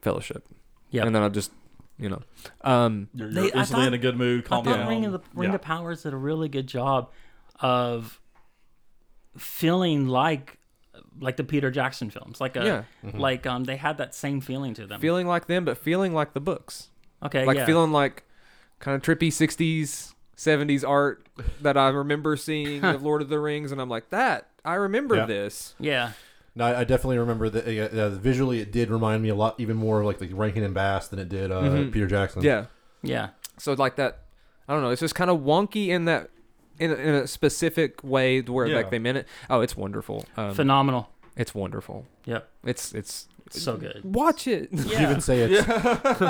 [SPEAKER 4] fellowship.
[SPEAKER 2] Yep.
[SPEAKER 4] and then I'll just, you know, um,
[SPEAKER 3] You're,
[SPEAKER 2] They-
[SPEAKER 3] you're
[SPEAKER 2] I
[SPEAKER 3] instantly
[SPEAKER 2] thought-
[SPEAKER 3] in a good mood.
[SPEAKER 2] I
[SPEAKER 3] Calm
[SPEAKER 2] thought
[SPEAKER 3] down.
[SPEAKER 2] Ring of the Ring
[SPEAKER 3] yeah.
[SPEAKER 2] of Powers did a really good job of feeling like like the Peter Jackson films, like a
[SPEAKER 4] Yeah. Mm-hmm.
[SPEAKER 2] like um they had that same feeling to them.
[SPEAKER 4] feeling like them, but feeling like the books,
[SPEAKER 2] okay,
[SPEAKER 4] like
[SPEAKER 2] Uh, yeah.
[SPEAKER 4] feeling like kind of trippy '60s, '70s art that I remember seeing of Lord of the Rings, and I'm like, that I remember
[SPEAKER 1] Yeah.
[SPEAKER 4] this.
[SPEAKER 2] yeah,
[SPEAKER 1] No, I I definitely remember that. Uh, uh, visually, it did remind me a lot, even more of like the Rankin and Bass than it did uh, Peter Jackson.
[SPEAKER 4] Yeah,
[SPEAKER 2] yeah,
[SPEAKER 4] so like that, I don't know. It's just kind of wonky in that in a, in a specific way to where
[SPEAKER 3] Yeah.
[SPEAKER 4] like they meant it. Oh, it's wonderful. Um,
[SPEAKER 2] Phenomenal.
[SPEAKER 4] it's wonderful.
[SPEAKER 2] Yep.
[SPEAKER 4] It's it's
[SPEAKER 2] It's so good.
[SPEAKER 4] watch it.
[SPEAKER 1] You even say it's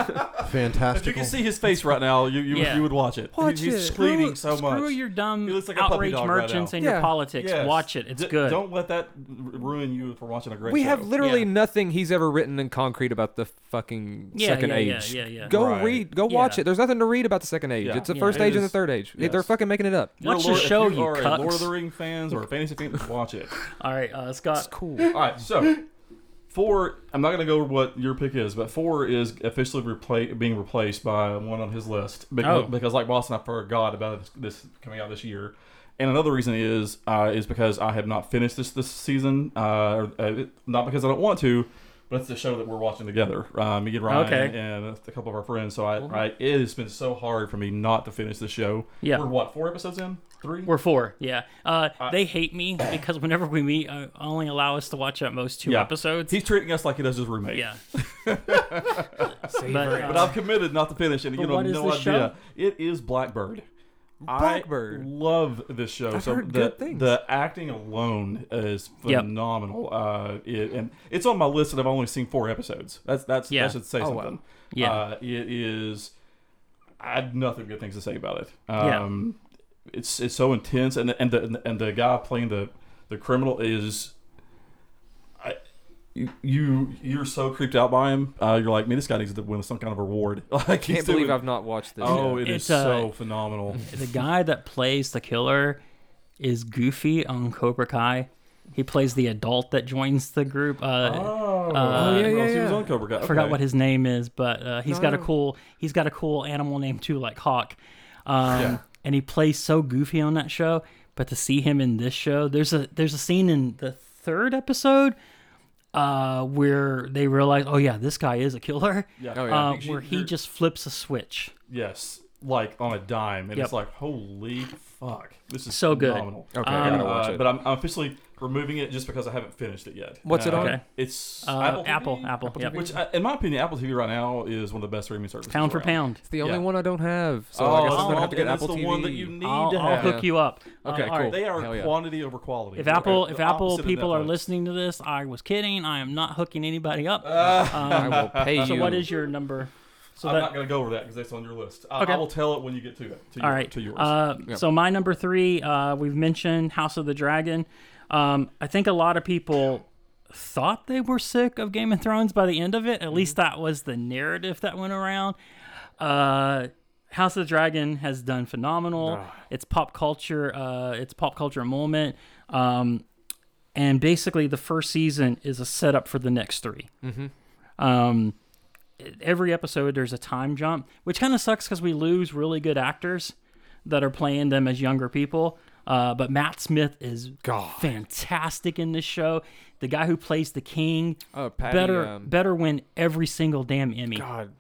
[SPEAKER 3] If you
[SPEAKER 1] fantastic.
[SPEAKER 3] can see his face right now, you you,
[SPEAKER 2] Yeah.
[SPEAKER 3] you would watch it.
[SPEAKER 4] Watch
[SPEAKER 3] He's
[SPEAKER 4] it.
[SPEAKER 3] pleading so
[SPEAKER 2] screw
[SPEAKER 3] much.
[SPEAKER 2] your dumb
[SPEAKER 3] He looks like a puppy
[SPEAKER 2] outrage
[SPEAKER 3] dog right
[SPEAKER 2] merchants
[SPEAKER 3] now.
[SPEAKER 2] and
[SPEAKER 4] Yeah.
[SPEAKER 2] your politics.
[SPEAKER 3] Yes.
[SPEAKER 2] Watch it. It's
[SPEAKER 3] D-
[SPEAKER 2] good.
[SPEAKER 3] Don't let that r- ruin you for watching a great
[SPEAKER 4] We
[SPEAKER 3] show.
[SPEAKER 4] have literally
[SPEAKER 2] Yeah.
[SPEAKER 4] nothing he's ever written in concrete about the fucking
[SPEAKER 2] Yeah,
[SPEAKER 4] second
[SPEAKER 2] yeah, yeah,
[SPEAKER 4] age.
[SPEAKER 2] yeah, yeah.
[SPEAKER 4] Go
[SPEAKER 3] Right.
[SPEAKER 4] read, go watch
[SPEAKER 2] Yeah.
[SPEAKER 4] it. There's nothing to read about the second age.
[SPEAKER 3] Yeah.
[SPEAKER 4] It's the
[SPEAKER 2] Yeah.
[SPEAKER 4] first
[SPEAKER 3] It
[SPEAKER 4] age and the
[SPEAKER 3] is-
[SPEAKER 4] third age. They-
[SPEAKER 3] yes.
[SPEAKER 4] They're fucking making it up.
[SPEAKER 3] You're
[SPEAKER 2] Watch
[SPEAKER 3] a
[SPEAKER 2] the
[SPEAKER 3] Lord, if
[SPEAKER 2] show,
[SPEAKER 3] you
[SPEAKER 2] you
[SPEAKER 3] are a Lord of the
[SPEAKER 2] cucks.
[SPEAKER 3] Ring fans or a fantasy fan, watch it.
[SPEAKER 2] All right, uh,
[SPEAKER 4] It's
[SPEAKER 2] Scott.
[SPEAKER 4] cool.
[SPEAKER 3] All right, so four. I'm not going to go over what your pick is, but four is officially repla- being replaced by one on his list because,
[SPEAKER 2] Oh.
[SPEAKER 3] because like Boston, I forgot about this, this coming out this year. And another reason is uh, is because I have not finished this this season, uh, or, uh, it- not because I don't want to, but it's the show that we're watching together. Uh, me and Ryan
[SPEAKER 2] Okay.
[SPEAKER 3] and a couple of our friends. So I, I it has been so hard for me not to finish the show.
[SPEAKER 2] Yeah.
[SPEAKER 3] we're what four episodes in? Three.
[SPEAKER 2] We're four. Yeah. Uh, they hate me because whenever we meet, uh, only allow us to watch at most two
[SPEAKER 3] Yeah.
[SPEAKER 2] episodes.
[SPEAKER 3] He's treating us like he does his roommate.
[SPEAKER 2] yeah. but, uh,
[SPEAKER 3] But I've committed not to finish it. You
[SPEAKER 2] But
[SPEAKER 3] know,
[SPEAKER 2] what is
[SPEAKER 3] no
[SPEAKER 2] this
[SPEAKER 3] idea.
[SPEAKER 2] show?
[SPEAKER 3] It is Blackbird. I
[SPEAKER 4] Blackbird.
[SPEAKER 3] love this show.
[SPEAKER 4] I've
[SPEAKER 3] so
[SPEAKER 4] heard
[SPEAKER 3] the,
[SPEAKER 4] good things.
[SPEAKER 3] the acting alone is
[SPEAKER 2] Yep.
[SPEAKER 3] phenomenal. Uh, it, and it's on my list, and I've only seen four episodes. That's that's
[SPEAKER 2] Yeah.
[SPEAKER 3] that should say
[SPEAKER 4] Oh, wow.
[SPEAKER 3] something.
[SPEAKER 2] Yeah.
[SPEAKER 3] uh, it is. I have nothing good things to say about it.
[SPEAKER 2] Yeah.
[SPEAKER 3] Um, it's it's so intense, and and the and the guy playing the the criminal is you- you you're so creeped out by him. Uh, you're like, man, this guy needs to win some kind of reward. Like,
[SPEAKER 4] I can't believe I've not watched this.
[SPEAKER 3] Oh,
[SPEAKER 4] yet.
[SPEAKER 3] it is
[SPEAKER 2] It's, uh,
[SPEAKER 3] so phenomenal.
[SPEAKER 2] the guy that plays the killer is Goofy on Cobra Kai. He plays the adult that joins the group. Uh,
[SPEAKER 3] Oh,
[SPEAKER 2] uh,
[SPEAKER 3] I didn't realize
[SPEAKER 4] yeah,
[SPEAKER 3] he was
[SPEAKER 4] yeah.
[SPEAKER 3] on Cobra Kai.
[SPEAKER 2] I forgot
[SPEAKER 3] Okay.
[SPEAKER 2] what his name is, but uh, he's
[SPEAKER 4] No,
[SPEAKER 2] got a
[SPEAKER 4] no.
[SPEAKER 2] cool he's got a cool animal name too, like Hawk. Um,
[SPEAKER 3] Yeah.
[SPEAKER 2] And he plays so goofy on that show. But to see him in this show, there's a there's a scene in the third episode uh, where they realize, oh yeah, this guy is a killer.
[SPEAKER 3] Yeah.
[SPEAKER 4] Oh, yeah.
[SPEAKER 2] Uh,
[SPEAKER 3] Actually,
[SPEAKER 2] where he
[SPEAKER 3] there-
[SPEAKER 2] just flips a switch.
[SPEAKER 3] Yes, like on a dime, and
[SPEAKER 2] Yep.
[SPEAKER 3] it's like, holy fuck, this is
[SPEAKER 2] So good.
[SPEAKER 3] Phenomenal.
[SPEAKER 4] Okay, I gotta watch
[SPEAKER 3] Uh,
[SPEAKER 4] it.
[SPEAKER 3] But I'm, I'm officially removing it just because I haven't finished it yet.
[SPEAKER 4] What's it
[SPEAKER 3] Uh,
[SPEAKER 4] on?
[SPEAKER 2] Okay.
[SPEAKER 3] It's
[SPEAKER 2] Uh,
[SPEAKER 3] Apple, TV?
[SPEAKER 2] Apple, Apple, yep.
[SPEAKER 3] Which, I, in my opinion, Apple TV right now is one of the best streaming services.
[SPEAKER 2] Pound for
[SPEAKER 3] around.
[SPEAKER 2] pound.
[SPEAKER 4] It's the only
[SPEAKER 3] yeah.
[SPEAKER 4] one I don't have. So
[SPEAKER 3] Oh,
[SPEAKER 4] I guess
[SPEAKER 3] it's
[SPEAKER 4] I'm gonna have
[SPEAKER 3] all-
[SPEAKER 4] to get
[SPEAKER 3] and it's
[SPEAKER 4] Apple
[SPEAKER 3] the
[SPEAKER 4] TV.
[SPEAKER 3] one that you need
[SPEAKER 2] I'll,
[SPEAKER 3] to
[SPEAKER 2] I'll
[SPEAKER 3] have.
[SPEAKER 2] hook you up. Uh,
[SPEAKER 4] Okay,
[SPEAKER 2] all
[SPEAKER 4] cool.
[SPEAKER 3] They are
[SPEAKER 4] Hell yeah.
[SPEAKER 3] quantity over quality.
[SPEAKER 2] If
[SPEAKER 3] They're
[SPEAKER 2] Apple,
[SPEAKER 3] the
[SPEAKER 2] if Apple
[SPEAKER 3] opposite of
[SPEAKER 2] people are
[SPEAKER 3] Netflix.
[SPEAKER 2] listening to this, I was kidding. I am not hooking anybody up.
[SPEAKER 3] Uh,
[SPEAKER 4] I will pay you.
[SPEAKER 2] so what is your number? So
[SPEAKER 3] I'm
[SPEAKER 2] that,
[SPEAKER 3] not going to go over that because that's on your list. I,
[SPEAKER 2] Okay.
[SPEAKER 3] I will tell it when you get to it. To
[SPEAKER 2] All
[SPEAKER 3] your,
[SPEAKER 2] right.
[SPEAKER 3] To yours.
[SPEAKER 2] Uh,
[SPEAKER 4] Yep.
[SPEAKER 2] So my number three, uh, we've mentioned House of the Dragon. Um, I think a lot of people thought they were sick of Game of Thrones by the end of it. At least
[SPEAKER 3] Mm-hmm.
[SPEAKER 2] that was the narrative that went around. Uh, House of the Dragon has done phenomenal. It's pop culture. Uh, it's pop culture moment. Um, and basically, the first season is a setup for the next 3
[SPEAKER 3] Mm-hmm.
[SPEAKER 2] Um, every episode there's a time jump, which kind of sucks because we lose really good actors that are playing them as younger people. Uh, but Matt Smith is fantastic in this show. The guy who plays the king,
[SPEAKER 4] Oh, Patty,
[SPEAKER 2] better
[SPEAKER 4] um,
[SPEAKER 2] better win every single damn Emmy.
[SPEAKER 4] God.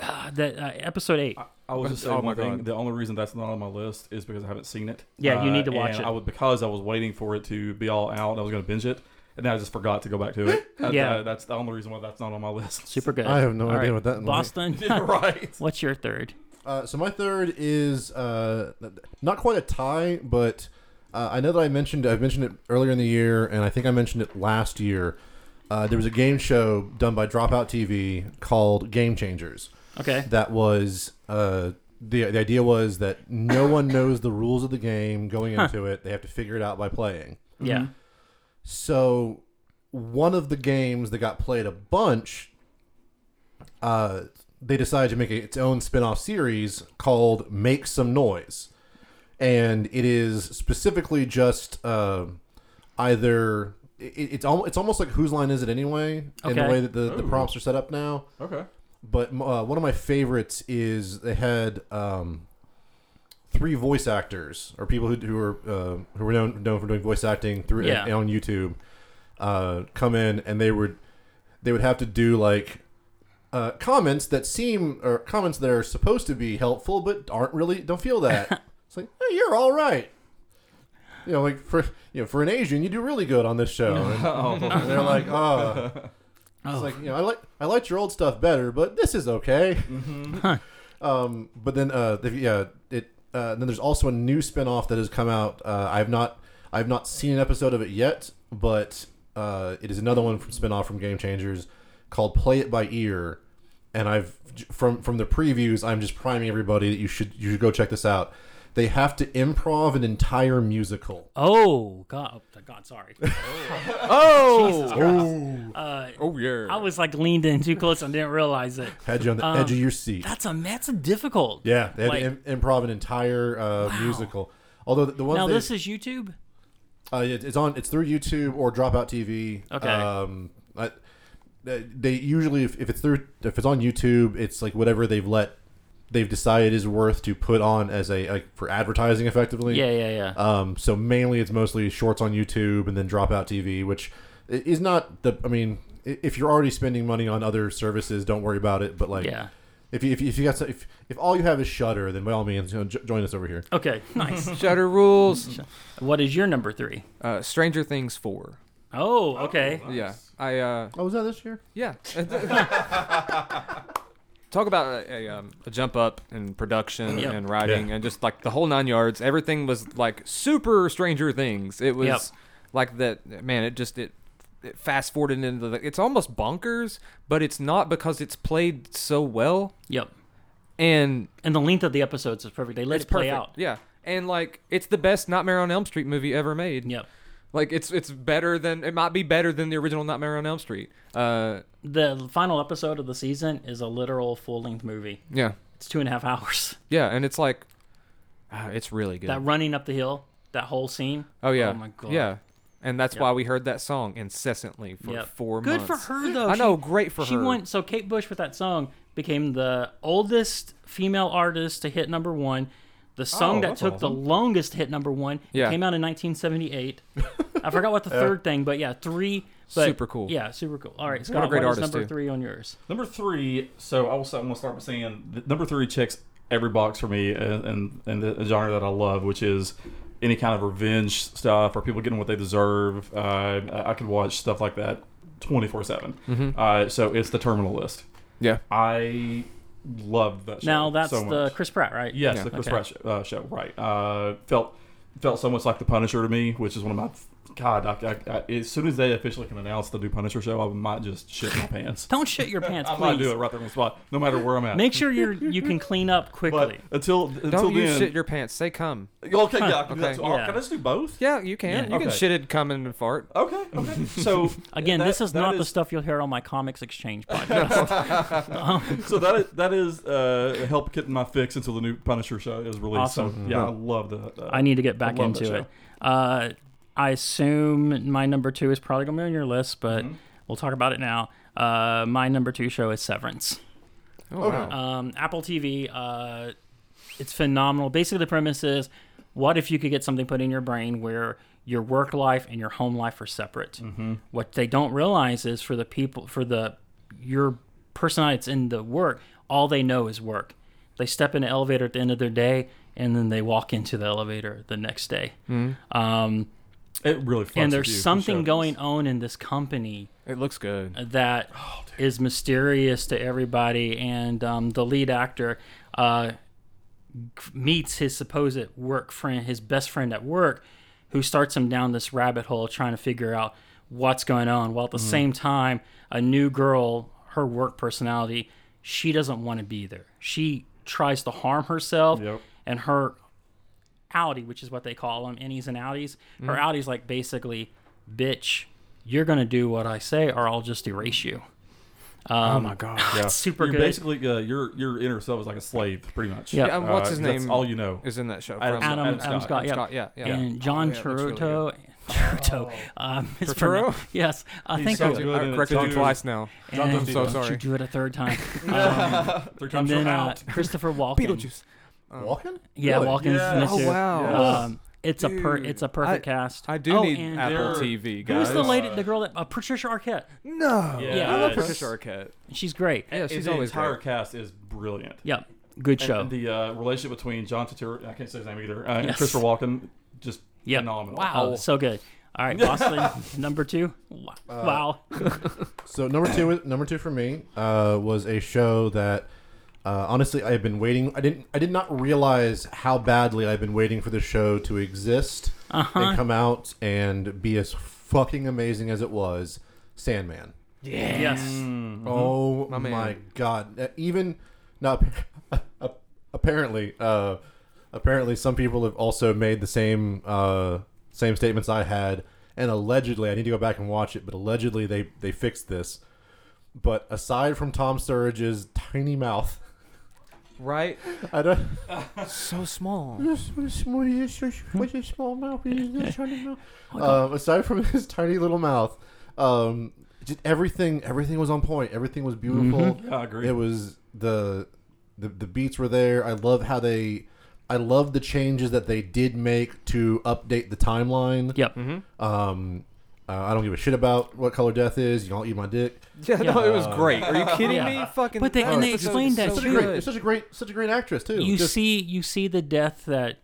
[SPEAKER 2] Uh, that uh, episode eight.
[SPEAKER 3] I was just
[SPEAKER 4] Oh
[SPEAKER 3] saying one
[SPEAKER 4] my
[SPEAKER 3] thing.
[SPEAKER 4] God.
[SPEAKER 3] The only reason that's not on my list is because I haven't seen it. Uh,
[SPEAKER 2] Yeah, you need to watch
[SPEAKER 3] and
[SPEAKER 2] it.
[SPEAKER 3] I would because I was waiting for it to be all out. and I was going to binge it, and then I just forgot to go back to it. Uh,
[SPEAKER 2] Yeah.
[SPEAKER 3] that's the only reason why that's not on my list.
[SPEAKER 2] Super good.
[SPEAKER 1] I have no
[SPEAKER 2] All
[SPEAKER 1] idea what that might-
[SPEAKER 2] Boston.
[SPEAKER 3] right.
[SPEAKER 2] What's your third?
[SPEAKER 1] Uh, so my third is uh, not quite a tie, but uh, I know that I mentioned I mentioned it earlier in the year, and I think I mentioned it last year. Uh, there was a game show done by Dropout TV called Game Changers.
[SPEAKER 2] Okay.
[SPEAKER 1] That was uh, the the idea was that no one knows the rules of the game going into it; they have to figure it out by playing.
[SPEAKER 2] Yeah.
[SPEAKER 1] So one of the games that got played a bunch, uh, they decided to make its own spin-off series called "Make Some Noise," and it is specifically just uh, either it, it's al- it's almost like whose line is it anyway in the
[SPEAKER 2] Okay.
[SPEAKER 1] way that the, the
[SPEAKER 3] Ooh.
[SPEAKER 1] prompts are set up now.
[SPEAKER 3] Okay.
[SPEAKER 1] But uh, one of my favorites is they had um, three voice actors or people who who were uh, who were known, known for doing voice acting through
[SPEAKER 2] Yeah.
[SPEAKER 1] on YouTube uh, come in and they would they would have to do like uh, comments that seem or comments that are supposed to be helpful but aren't really don't feel that it's like hey, you're all right you know like for you know for an Asian you do really good on this show and, and they're like oh. It's like you know, I like I liked your old stuff better, but this is okay. um, but then uh, the, yeah, it uh, then there's also a new spin-off that has come out. Uh, I've not I've not seen an episode of it yet, but uh, it is another one from spin-off from Game Changers called Play It by Ear. And I've from from the previews, I'm just priming everybody that you should you should go check this out. They have to improv an entire musical.
[SPEAKER 2] Oh God, oh, God, sorry.
[SPEAKER 4] Oh,
[SPEAKER 1] Oh,
[SPEAKER 2] Uh,
[SPEAKER 4] oh yeah.
[SPEAKER 2] I was like leaned in too close and didn't realize it.
[SPEAKER 1] had you on the edge of your seat.
[SPEAKER 2] That's a that's a difficult.
[SPEAKER 1] Yeah, they had
[SPEAKER 2] Like-
[SPEAKER 1] to im- improv an entire uh, musical. Although the, the one
[SPEAKER 2] Now
[SPEAKER 1] thing-
[SPEAKER 2] this is YouTube.
[SPEAKER 1] Uh, it, it's on. It's through YouTube or Dropout TV.
[SPEAKER 2] Okay.
[SPEAKER 1] Um, I, they they usually, if, if it's through, if it's on YouTube, it's like whatever they've let, they've decided is worth to put on as a like for advertising effectively.
[SPEAKER 2] Yeah, yeah, yeah.
[SPEAKER 1] Um, so mainly it's mostly shorts on YouTube and then Dropout TV, which i- is not the. I mean, i- if you're already spending money on other services, don't worry about it. But like,
[SPEAKER 2] Yeah.
[SPEAKER 1] If you, if you, if you got some, if, if all you have is Shutter, then by all means, you know, jo- join us over here.
[SPEAKER 2] okay, nice.
[SPEAKER 4] Shutter rules.
[SPEAKER 2] what is your number three?
[SPEAKER 4] Uh, Stranger Things four.
[SPEAKER 2] Oh, okay.
[SPEAKER 4] Yeah, I uh,
[SPEAKER 1] Oh, was that this year?
[SPEAKER 4] yeah. Talk about a, a, um, a jump up in production
[SPEAKER 2] Yep.
[SPEAKER 4] and writing and just like the whole nine yards. Everything was like super Stranger Things. It was
[SPEAKER 2] Yep.
[SPEAKER 4] like that. Man, it just it. It fast forwarded into the. It's almost bonkers, but it's not because it's played so well.
[SPEAKER 2] Yep.
[SPEAKER 4] And
[SPEAKER 2] And the length of the episodes is perfect. They let
[SPEAKER 4] it's
[SPEAKER 2] it play
[SPEAKER 4] perfect.
[SPEAKER 2] out.
[SPEAKER 4] Yeah, and like it's the best Nightmare on Elm Street movie ever made.
[SPEAKER 2] Yep.
[SPEAKER 4] like it's it's better than it might be better than the original Nightmare on Elm Street. Uh,
[SPEAKER 2] The final episode of the season is a literal full length movie.
[SPEAKER 4] yeah,
[SPEAKER 2] It's two and a half hours.
[SPEAKER 4] yeah, and it's like ah, it's really good.
[SPEAKER 2] That running up the hill, that whole scene.
[SPEAKER 4] oh yeah,
[SPEAKER 2] Oh my god.
[SPEAKER 4] yeah, and that's why we heard that song incessantly for
[SPEAKER 2] Yep.
[SPEAKER 4] four
[SPEAKER 2] Good
[SPEAKER 4] months.
[SPEAKER 2] for her though.
[SPEAKER 4] I
[SPEAKER 2] She-
[SPEAKER 4] know, great for
[SPEAKER 2] she
[SPEAKER 4] her.
[SPEAKER 2] won. So Kate Bush with that song became the oldest female artist to hit number one. The song
[SPEAKER 3] Oh,
[SPEAKER 2] that
[SPEAKER 3] that's
[SPEAKER 2] took the longest to hit number one
[SPEAKER 4] Yeah.
[SPEAKER 2] came out in 1978. I forgot what the third thing, but yeah, three. But
[SPEAKER 4] Super cool.
[SPEAKER 2] Yeah, super cool. All right, Scott, what,
[SPEAKER 4] great
[SPEAKER 2] what is
[SPEAKER 4] artist,
[SPEAKER 2] number
[SPEAKER 4] too.
[SPEAKER 2] three on yours?
[SPEAKER 3] Number three. So I will. say- I'm gonna start by saying th- number three checks every box for me, and and, and the genre that I love, which is any kind of revenge stuff or people getting what they deserve. Uh, I I could watch stuff like that 24 seven. Uh, so it's the Terminal List.
[SPEAKER 4] Yeah,
[SPEAKER 3] I loved that. Show
[SPEAKER 2] Now that's
[SPEAKER 3] so
[SPEAKER 2] the
[SPEAKER 3] much.
[SPEAKER 2] Chris Pratt, right?
[SPEAKER 3] Yes,
[SPEAKER 4] Yeah.
[SPEAKER 3] the Chris
[SPEAKER 2] Okay.
[SPEAKER 3] Pratt show, uh, show, right? Uh, felt felt so much like the Punisher to me, which is one of my God. I, I, I, as soon as they officially can announce the new Punisher show, I might just shit my pants.
[SPEAKER 2] Don't shit your pants,
[SPEAKER 3] I
[SPEAKER 2] please.
[SPEAKER 3] might do it right there on the spot, no matter where I'm at.
[SPEAKER 2] Make sure you're you can clean up
[SPEAKER 3] but
[SPEAKER 2] quickly.
[SPEAKER 3] until until
[SPEAKER 4] don't you
[SPEAKER 3] then,
[SPEAKER 4] shit your pants. Say come.
[SPEAKER 3] okay, yeah, I can, do that
[SPEAKER 4] Okay.
[SPEAKER 3] too. Oh,
[SPEAKER 2] Yeah.
[SPEAKER 3] can I just do both?
[SPEAKER 4] Yeah, you can.
[SPEAKER 2] Yeah.
[SPEAKER 4] You can
[SPEAKER 3] Okay.
[SPEAKER 4] shit it, come and fart.
[SPEAKER 3] Okay, okay. So
[SPEAKER 2] Again,
[SPEAKER 3] that-
[SPEAKER 2] this is
[SPEAKER 3] that
[SPEAKER 2] not the stuff you'll hear on my Comics Exchange podcast.
[SPEAKER 3] so that is, that is uh, help getting my fix until the new Punisher show is released.
[SPEAKER 2] Awesome.
[SPEAKER 3] So yeah, I love that. Uh,
[SPEAKER 2] I need to get back
[SPEAKER 3] I love that
[SPEAKER 2] into it.
[SPEAKER 3] show.
[SPEAKER 2] Uh, I assume my number two is probably gonna be on your list, but we'll talk about it now. Uh, my number two show is Severance.
[SPEAKER 4] Oh, wow.
[SPEAKER 2] Um, Apple TV. Uh, it's phenomenal. Basically, the premise is, what if you could get something put in your brain where your work life and your home life are separate?
[SPEAKER 4] Mm-hmm.
[SPEAKER 2] What they don't realize is for the people, for the your personality that's in the work, all they know is work. They step in the elevator at the end of their day, and then they walk into the elevator the next day.
[SPEAKER 4] Mm.
[SPEAKER 2] Um,
[SPEAKER 3] It really fucks
[SPEAKER 2] and
[SPEAKER 3] with
[SPEAKER 2] there's
[SPEAKER 3] you, the
[SPEAKER 2] something
[SPEAKER 3] show.
[SPEAKER 2] going on in this company uh,
[SPEAKER 4] It looks good. Oh,
[SPEAKER 2] that is mysterious to everybody, and um, the lead actor uh, g- meets his supposed work friend, his best friend at work, who starts him down this rabbit hole trying to figure out what's going on. While at the
[SPEAKER 4] Mm-hmm.
[SPEAKER 2] same time, a new girl, her work personality, she doesn't want to be there. She tries to harm herself,
[SPEAKER 3] Yep.
[SPEAKER 2] and her Audi, which is what they call them, innies and outies. Her
[SPEAKER 4] Mm-hmm.
[SPEAKER 2] outies like basically, bitch, you're gonna do what I say, or I'll just erase you. Um,
[SPEAKER 4] oh my god.
[SPEAKER 3] Yeah.
[SPEAKER 2] It's super
[SPEAKER 3] You're
[SPEAKER 2] good.
[SPEAKER 3] Basically, uh, your your inner self is like a slave, pretty much.
[SPEAKER 2] Yep.
[SPEAKER 4] Yeah, and what's
[SPEAKER 3] Uh,
[SPEAKER 4] his
[SPEAKER 3] that's
[SPEAKER 4] name?
[SPEAKER 3] all you know.
[SPEAKER 4] is in that show.
[SPEAKER 3] Adam-
[SPEAKER 4] from-
[SPEAKER 2] Adam, Adam, Scott,
[SPEAKER 3] Scott.
[SPEAKER 2] yeah.
[SPEAKER 4] Scott, yeah, yeah.
[SPEAKER 2] and John
[SPEAKER 4] Oh, yeah, it looks really
[SPEAKER 2] Turturro.
[SPEAKER 4] Oh.
[SPEAKER 2] Turturro, uh, mispronounced- Yes, I think.
[SPEAKER 3] sounds
[SPEAKER 2] it-
[SPEAKER 3] good.
[SPEAKER 4] I corrected you
[SPEAKER 3] Doctor-
[SPEAKER 4] twice now.
[SPEAKER 2] and-
[SPEAKER 4] I'm so
[SPEAKER 3] Don't
[SPEAKER 2] Don't you
[SPEAKER 4] sorry.
[SPEAKER 2] do it a third time. Um,
[SPEAKER 3] Three
[SPEAKER 2] and
[SPEAKER 3] times
[SPEAKER 2] then
[SPEAKER 3] you're
[SPEAKER 2] uh,
[SPEAKER 3] out.
[SPEAKER 2] Christopher Walken.
[SPEAKER 4] Beetlejuice.
[SPEAKER 1] Walking?
[SPEAKER 2] Yeah, Walken's
[SPEAKER 3] Yeah.
[SPEAKER 2] in it
[SPEAKER 3] Oh,
[SPEAKER 2] too.
[SPEAKER 4] wow.
[SPEAKER 2] Um, it's a per,
[SPEAKER 4] Dude.
[SPEAKER 2] it's a perfect cast.
[SPEAKER 4] I do
[SPEAKER 2] Oh,
[SPEAKER 4] need
[SPEAKER 2] and
[SPEAKER 4] Apple
[SPEAKER 3] They're-
[SPEAKER 4] TV, guys.
[SPEAKER 2] Who's the lady? The girl that uh, Patricia Arquette.
[SPEAKER 4] No.
[SPEAKER 3] Yeah.
[SPEAKER 4] I love
[SPEAKER 3] Yes.
[SPEAKER 4] Patricia Arquette.
[SPEAKER 2] She's great.
[SPEAKER 4] Yeah,
[SPEAKER 3] And
[SPEAKER 4] she's
[SPEAKER 3] the
[SPEAKER 4] always
[SPEAKER 3] entire
[SPEAKER 4] great.
[SPEAKER 3] cast is brilliant.
[SPEAKER 2] Yep. Good
[SPEAKER 3] And
[SPEAKER 2] show.
[SPEAKER 3] the uh, relationship between John Turturro, I can't say his name either, uh, and
[SPEAKER 2] Yes.
[SPEAKER 3] Christopher Walken, just
[SPEAKER 2] Yep.
[SPEAKER 3] phenomenal.
[SPEAKER 2] Wow,
[SPEAKER 4] Wow.
[SPEAKER 2] Oh, so good. All right, Boston number two.
[SPEAKER 4] Uh,
[SPEAKER 2] Wow. wow.
[SPEAKER 1] So number two, number two for me uh, was a show that Uh, honestly, I have been waiting. I didn't. I did not realize how badly I've been waiting for the show to exist and come out and be as fucking amazing as it was. Sandman.
[SPEAKER 2] Yes.
[SPEAKER 1] Oh my,
[SPEAKER 4] man.
[SPEAKER 1] god! Uh, Even now, apparently, uh, apparently, some people have also made the same uh, same statements I had, and allegedly, I need to go back and watch it, but allegedly, they they fixed this. But aside from Tom Sturridge's tiny mouth,
[SPEAKER 4] Right?
[SPEAKER 1] I don't.
[SPEAKER 4] So small.
[SPEAKER 1] What's his small mouth? tiny mouth? Um, aside from his tiny little mouth, um, just everything everything was on point. Everything was beautiful.
[SPEAKER 3] I agree.
[SPEAKER 1] It was the, the the beats were there. I love how they I love the changes that they did make to update the timeline.
[SPEAKER 2] Yep.
[SPEAKER 4] Mm-hmm.
[SPEAKER 1] Um uh, I don't give a shit about what color death is. You don't eat my dick.
[SPEAKER 4] Yeah, no, it was great. Are you kidding
[SPEAKER 2] Yeah.
[SPEAKER 4] me? Fucking.
[SPEAKER 2] But they- and
[SPEAKER 4] that
[SPEAKER 2] they
[SPEAKER 4] episode
[SPEAKER 2] explained
[SPEAKER 4] is
[SPEAKER 2] that
[SPEAKER 4] so
[SPEAKER 1] Such a
[SPEAKER 2] too.
[SPEAKER 1] great,
[SPEAKER 4] good.
[SPEAKER 1] it's such a great, such a great actress too.
[SPEAKER 2] You
[SPEAKER 1] Just-
[SPEAKER 2] see, you see the death that. uh,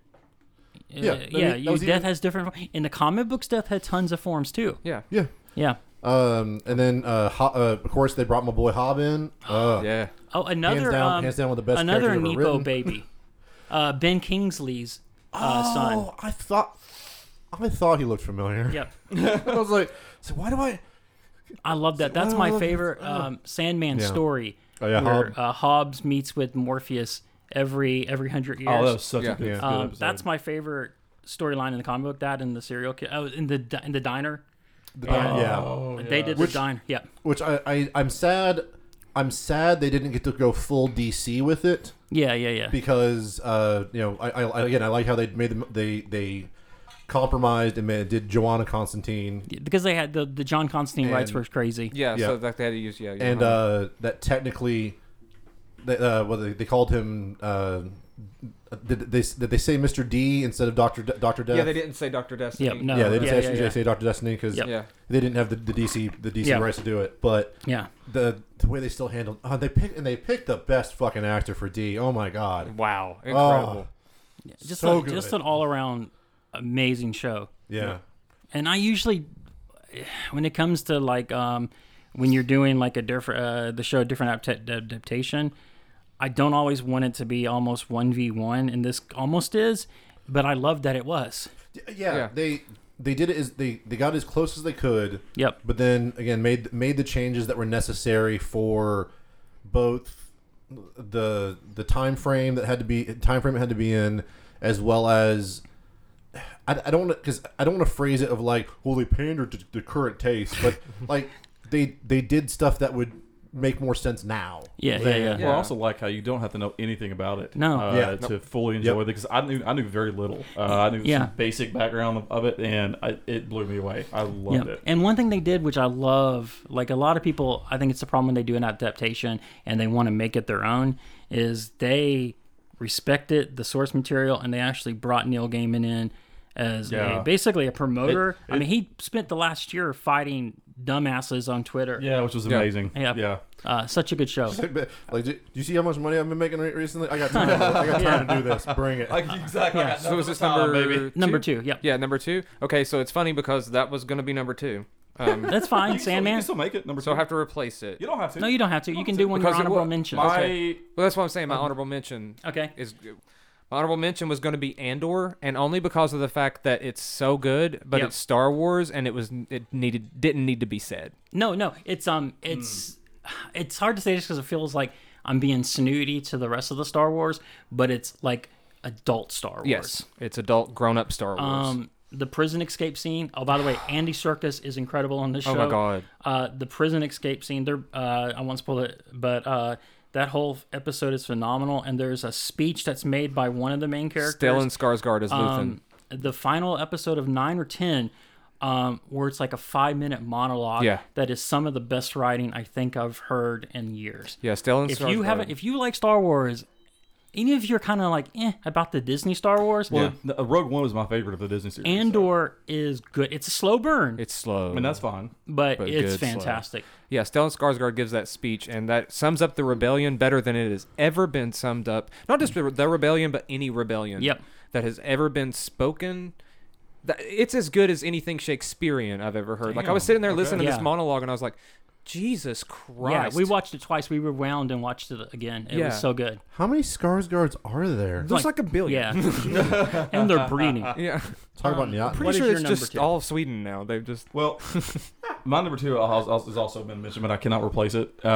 [SPEAKER 1] Yeah, I mean,
[SPEAKER 2] yeah.
[SPEAKER 1] that
[SPEAKER 2] you,
[SPEAKER 1] was
[SPEAKER 2] death
[SPEAKER 1] even-
[SPEAKER 2] has different in the comic books. Death had tons of forms too.
[SPEAKER 4] Yeah.
[SPEAKER 1] yeah.
[SPEAKER 2] Yeah.
[SPEAKER 1] Um, and then uh, Ho- uh, of course they brought my boy Hob in. Uh,
[SPEAKER 4] Yeah.
[SPEAKER 2] Oh, another
[SPEAKER 1] hands down,
[SPEAKER 2] um,
[SPEAKER 1] hands down, one of the best
[SPEAKER 2] another
[SPEAKER 1] characters ever
[SPEAKER 2] Nepo
[SPEAKER 1] written.
[SPEAKER 2] baby, uh, Ben Kingsley's uh, son.
[SPEAKER 1] Oh, I thought, I thought he looked familiar.
[SPEAKER 2] Yep.
[SPEAKER 1] I was like, so why do I?
[SPEAKER 2] I love that. That's
[SPEAKER 1] Oh,
[SPEAKER 2] my
[SPEAKER 1] look,
[SPEAKER 2] favorite um, Sandman
[SPEAKER 1] Yeah.
[SPEAKER 2] story.
[SPEAKER 1] Oh, yeah,
[SPEAKER 2] where
[SPEAKER 1] Hob-
[SPEAKER 2] uh, Hobbes meets with Morpheus every every hundred years.
[SPEAKER 3] Oh, that was such
[SPEAKER 4] Yeah.
[SPEAKER 3] a good,
[SPEAKER 1] Yeah.
[SPEAKER 3] good
[SPEAKER 2] um,
[SPEAKER 3] episode.
[SPEAKER 2] that's my favorite storyline in the comic book. That and the serial kid. Oh, in the di- in the diner. Uh,
[SPEAKER 1] The, di- yeah.
[SPEAKER 3] Oh,
[SPEAKER 2] They
[SPEAKER 3] yeah.
[SPEAKER 2] did
[SPEAKER 1] Which-
[SPEAKER 2] the diner. Yep.
[SPEAKER 1] Which I, I, I'm sad. I'm sad they didn't get to go full DC with it
[SPEAKER 2] Yeah. Yeah. Yeah.
[SPEAKER 1] because uh, you know I, I I- again I like how they made them they they compromised and made, did Joanna Constantine
[SPEAKER 2] because they had the, the John Constantine rights
[SPEAKER 1] And-
[SPEAKER 2] were crazy.
[SPEAKER 4] Yeah.
[SPEAKER 1] Yeah.
[SPEAKER 4] So like they had to use yeah.
[SPEAKER 1] and uh, that technically that uh, what they, they called him uh, did they did they say Mr D instead of Doctor Doctor Death
[SPEAKER 4] yeah, they didn't say Doctor Destiny.
[SPEAKER 2] Yeah, no.
[SPEAKER 1] yeah they didn't
[SPEAKER 2] Yeah,
[SPEAKER 1] say,
[SPEAKER 2] yeah,
[SPEAKER 1] they
[SPEAKER 2] yeah.
[SPEAKER 1] say Doctor Destiny because
[SPEAKER 2] Yep.
[SPEAKER 4] Yeah.
[SPEAKER 1] they didn't have the, the DC the DC
[SPEAKER 2] Yeah.
[SPEAKER 1] rights to do it but
[SPEAKER 2] Yeah.
[SPEAKER 1] the the way they still handled oh, they picked and they picked the best fucking actor for D oh my god
[SPEAKER 4] Wow. Incredible.
[SPEAKER 2] Just
[SPEAKER 1] So
[SPEAKER 2] a,
[SPEAKER 1] good.
[SPEAKER 2] just an all around amazing show.
[SPEAKER 1] yeah
[SPEAKER 2] and I usually, when it comes to like um, when you're doing like a different uh, the show a different apt- adaptation, I don't always want it to be almost one v one, and this almost is. But I love that it was.
[SPEAKER 1] D- yeah,
[SPEAKER 4] Yeah.
[SPEAKER 1] they they did it as they they got as close as they could
[SPEAKER 2] Yep.
[SPEAKER 1] but then again made made the changes that were necessary for both the the time frame that had to be time frame it had to be in as well as I, I don't because I don't want to phrase it of like well they pandered to the current taste but like they they did stuff that would make more sense now
[SPEAKER 2] Yeah, yeah,
[SPEAKER 1] than-
[SPEAKER 2] yeah.
[SPEAKER 3] Well, I
[SPEAKER 4] Yeah.
[SPEAKER 3] also like how you don't have to know anything about it.
[SPEAKER 2] No.
[SPEAKER 3] uh,
[SPEAKER 1] Yeah.
[SPEAKER 3] to fully enjoy it because I knew I knew very little. Uh, I knew
[SPEAKER 2] Yeah.
[SPEAKER 3] some basic background of, of it, and I, it blew me away. I loved
[SPEAKER 2] Yeah.
[SPEAKER 3] it.
[SPEAKER 2] And one thing they did, which I love, like a lot of people, I think it's the problem when they do an adaptation and they want to make it their own, is they respected the source material and they actually brought Neil Gaiman in as a-
[SPEAKER 3] Yeah.
[SPEAKER 2] basically a promoter. I
[SPEAKER 3] it-
[SPEAKER 2] mean, he spent the last year fighting dumbasses on Twitter.
[SPEAKER 3] Yeah, which was amazing.
[SPEAKER 2] Yeah.
[SPEAKER 3] yeah.
[SPEAKER 2] Uh, such a good show.
[SPEAKER 1] But, like do, do you see how much money I've been making re- recently I got time I got time to do this bring it
[SPEAKER 3] exactly.
[SPEAKER 2] Yeah.
[SPEAKER 4] So was this
[SPEAKER 1] Oh,
[SPEAKER 4] number
[SPEAKER 2] Number two, yep.
[SPEAKER 4] Yeah, number two. Okay, so it's funny because that was gonna be number two. Um,
[SPEAKER 2] That's fine,
[SPEAKER 3] You still, you
[SPEAKER 2] Sandman.
[SPEAKER 3] can still make it number
[SPEAKER 4] so
[SPEAKER 3] two.
[SPEAKER 4] I have to replace it.
[SPEAKER 3] you don't have to.
[SPEAKER 2] no, you don't have to. You can do one of your
[SPEAKER 4] Because it
[SPEAKER 2] honorable
[SPEAKER 4] wa-
[SPEAKER 2] mentions.
[SPEAKER 3] My
[SPEAKER 4] Well, that's what I'm saying. My honorable mention
[SPEAKER 2] Oh. okay.
[SPEAKER 4] is my honorable mention was going to be Andor, and only because of the fact that it's so good, but
[SPEAKER 2] Yep.
[SPEAKER 4] it's Star Wars, and it was it needed didn't need to be said.
[SPEAKER 2] No, no, it's um, it's
[SPEAKER 4] Hmm.
[SPEAKER 2] it's hard to say just because it feels like I'm being snooty to the rest of the Star Wars, but it's like adult Star Wars.
[SPEAKER 4] Yes, it's adult grown up Star Wars.
[SPEAKER 2] Um, the prison escape scene. Oh, by the way, Andy Circus is incredible on this show.
[SPEAKER 4] Oh my God.
[SPEAKER 2] Uh, the prison escape scene. There, uh, I won't spoil it, but uh, that whole episode is phenomenal. And there's a speech that's made by one of the main characters.
[SPEAKER 4] Stellan Skarsgård is Luthen.
[SPEAKER 2] um, the final episode of nine or ten, um, where it's like a five minute monologue.
[SPEAKER 4] Yeah.
[SPEAKER 2] That is some of the best writing I think I've heard in years.
[SPEAKER 4] yeah, Stellan
[SPEAKER 2] If
[SPEAKER 4] Skarsgård.
[SPEAKER 2] you haven't, if you like Star Wars, even if you're kind of like eh about the Disney Star Wars,
[SPEAKER 3] well, the- uh, Rogue One was my favorite of the Disney series. so-
[SPEAKER 2] Andor is good. It's a slow burn,
[SPEAKER 4] it's slow.
[SPEAKER 3] I mean, that's fine.
[SPEAKER 2] but,
[SPEAKER 4] but
[SPEAKER 2] it's
[SPEAKER 4] good slow.
[SPEAKER 2] fantastic.
[SPEAKER 4] Yeah, Stellan Skarsgård gives that speech, and that sums up the rebellion better than it has ever been summed up. Not just the the rebellion, but any rebellion
[SPEAKER 2] Yep.
[SPEAKER 4] that has ever been spoken. That- It's as good as anything Shakespearean I've ever heard. Like I was
[SPEAKER 3] Damn,
[SPEAKER 4] sitting there
[SPEAKER 3] okay.
[SPEAKER 4] listening to
[SPEAKER 2] Yeah.
[SPEAKER 4] this monologue, and I was like, Jesus Christ.
[SPEAKER 2] Yeah, we watched it twice. We rewound and watched it again. It
[SPEAKER 4] Yeah. Oh,
[SPEAKER 2] was so good.
[SPEAKER 1] How many Skarsgårds are there?
[SPEAKER 4] There's like, a billion.
[SPEAKER 2] Yeah, and they're breeding.
[SPEAKER 4] Yeah.
[SPEAKER 1] Talk about
[SPEAKER 2] Um,
[SPEAKER 1] Nyat.
[SPEAKER 4] Pretty
[SPEAKER 2] What is
[SPEAKER 4] sure
[SPEAKER 2] your
[SPEAKER 4] it's
[SPEAKER 2] number
[SPEAKER 4] just
[SPEAKER 2] two?
[SPEAKER 4] all of Sweden now. They've just
[SPEAKER 3] Well, my number two has, has also been mentioned, but I cannot replace it. Uh,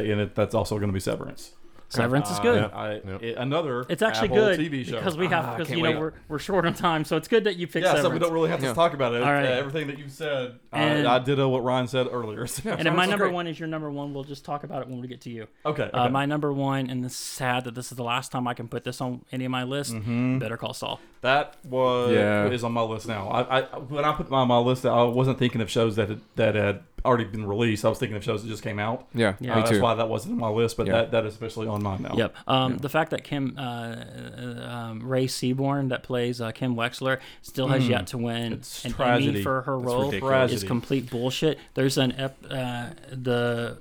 [SPEAKER 3] and it, that's also going to be Severance.
[SPEAKER 2] Severance is good.
[SPEAKER 3] Uh, I,
[SPEAKER 1] Yep.
[SPEAKER 3] it- another
[SPEAKER 2] It's actually
[SPEAKER 3] Apple
[SPEAKER 2] good
[SPEAKER 3] TV show.
[SPEAKER 2] because we have
[SPEAKER 4] Ah, I
[SPEAKER 2] because
[SPEAKER 4] can't
[SPEAKER 2] you know
[SPEAKER 4] wait.
[SPEAKER 2] we're, we're short on time, so it's good that you picked
[SPEAKER 3] yeah, so we
[SPEAKER 2] Severance.
[SPEAKER 3] don't really have to
[SPEAKER 4] Yeah.
[SPEAKER 3] talk about it.
[SPEAKER 2] All right.
[SPEAKER 3] Uh, everything that you said,
[SPEAKER 2] And-
[SPEAKER 3] I, I did uh, what Ryan said earlier. so-
[SPEAKER 2] and if my
[SPEAKER 4] Severance is
[SPEAKER 2] number
[SPEAKER 4] great.
[SPEAKER 2] one is your number one, we'll just talk about it when we get to you.
[SPEAKER 3] okay,
[SPEAKER 2] Uh,
[SPEAKER 3] okay.
[SPEAKER 2] my number one, and it's sad that this is the last time I can put this on any of my list.
[SPEAKER 3] Mm-hmm.
[SPEAKER 2] Better Call Saul.
[SPEAKER 3] that was
[SPEAKER 4] Yeah.
[SPEAKER 3] is on my list now. I, I when I put my, my list, I wasn't thinking of shows that had, that had already been released. I was thinking of shows that just came out.
[SPEAKER 4] Yeah,
[SPEAKER 2] Yeah.
[SPEAKER 3] Uh,
[SPEAKER 2] me
[SPEAKER 3] that's why that wasn't on my list, but
[SPEAKER 4] Yeah.
[SPEAKER 3] that, that is officially on mine now.
[SPEAKER 2] Yep. Um, The fact that Kim uh, uh, um, Ray Seaborn, that plays uh, Kim Wexler, still has yet to win
[SPEAKER 3] Mm. It's
[SPEAKER 2] an Emmy
[SPEAKER 3] tragedy.
[SPEAKER 2] for her
[SPEAKER 4] That's
[SPEAKER 2] role
[SPEAKER 4] ridiculous.
[SPEAKER 2] is complete bullshit. There's an ep, uh, the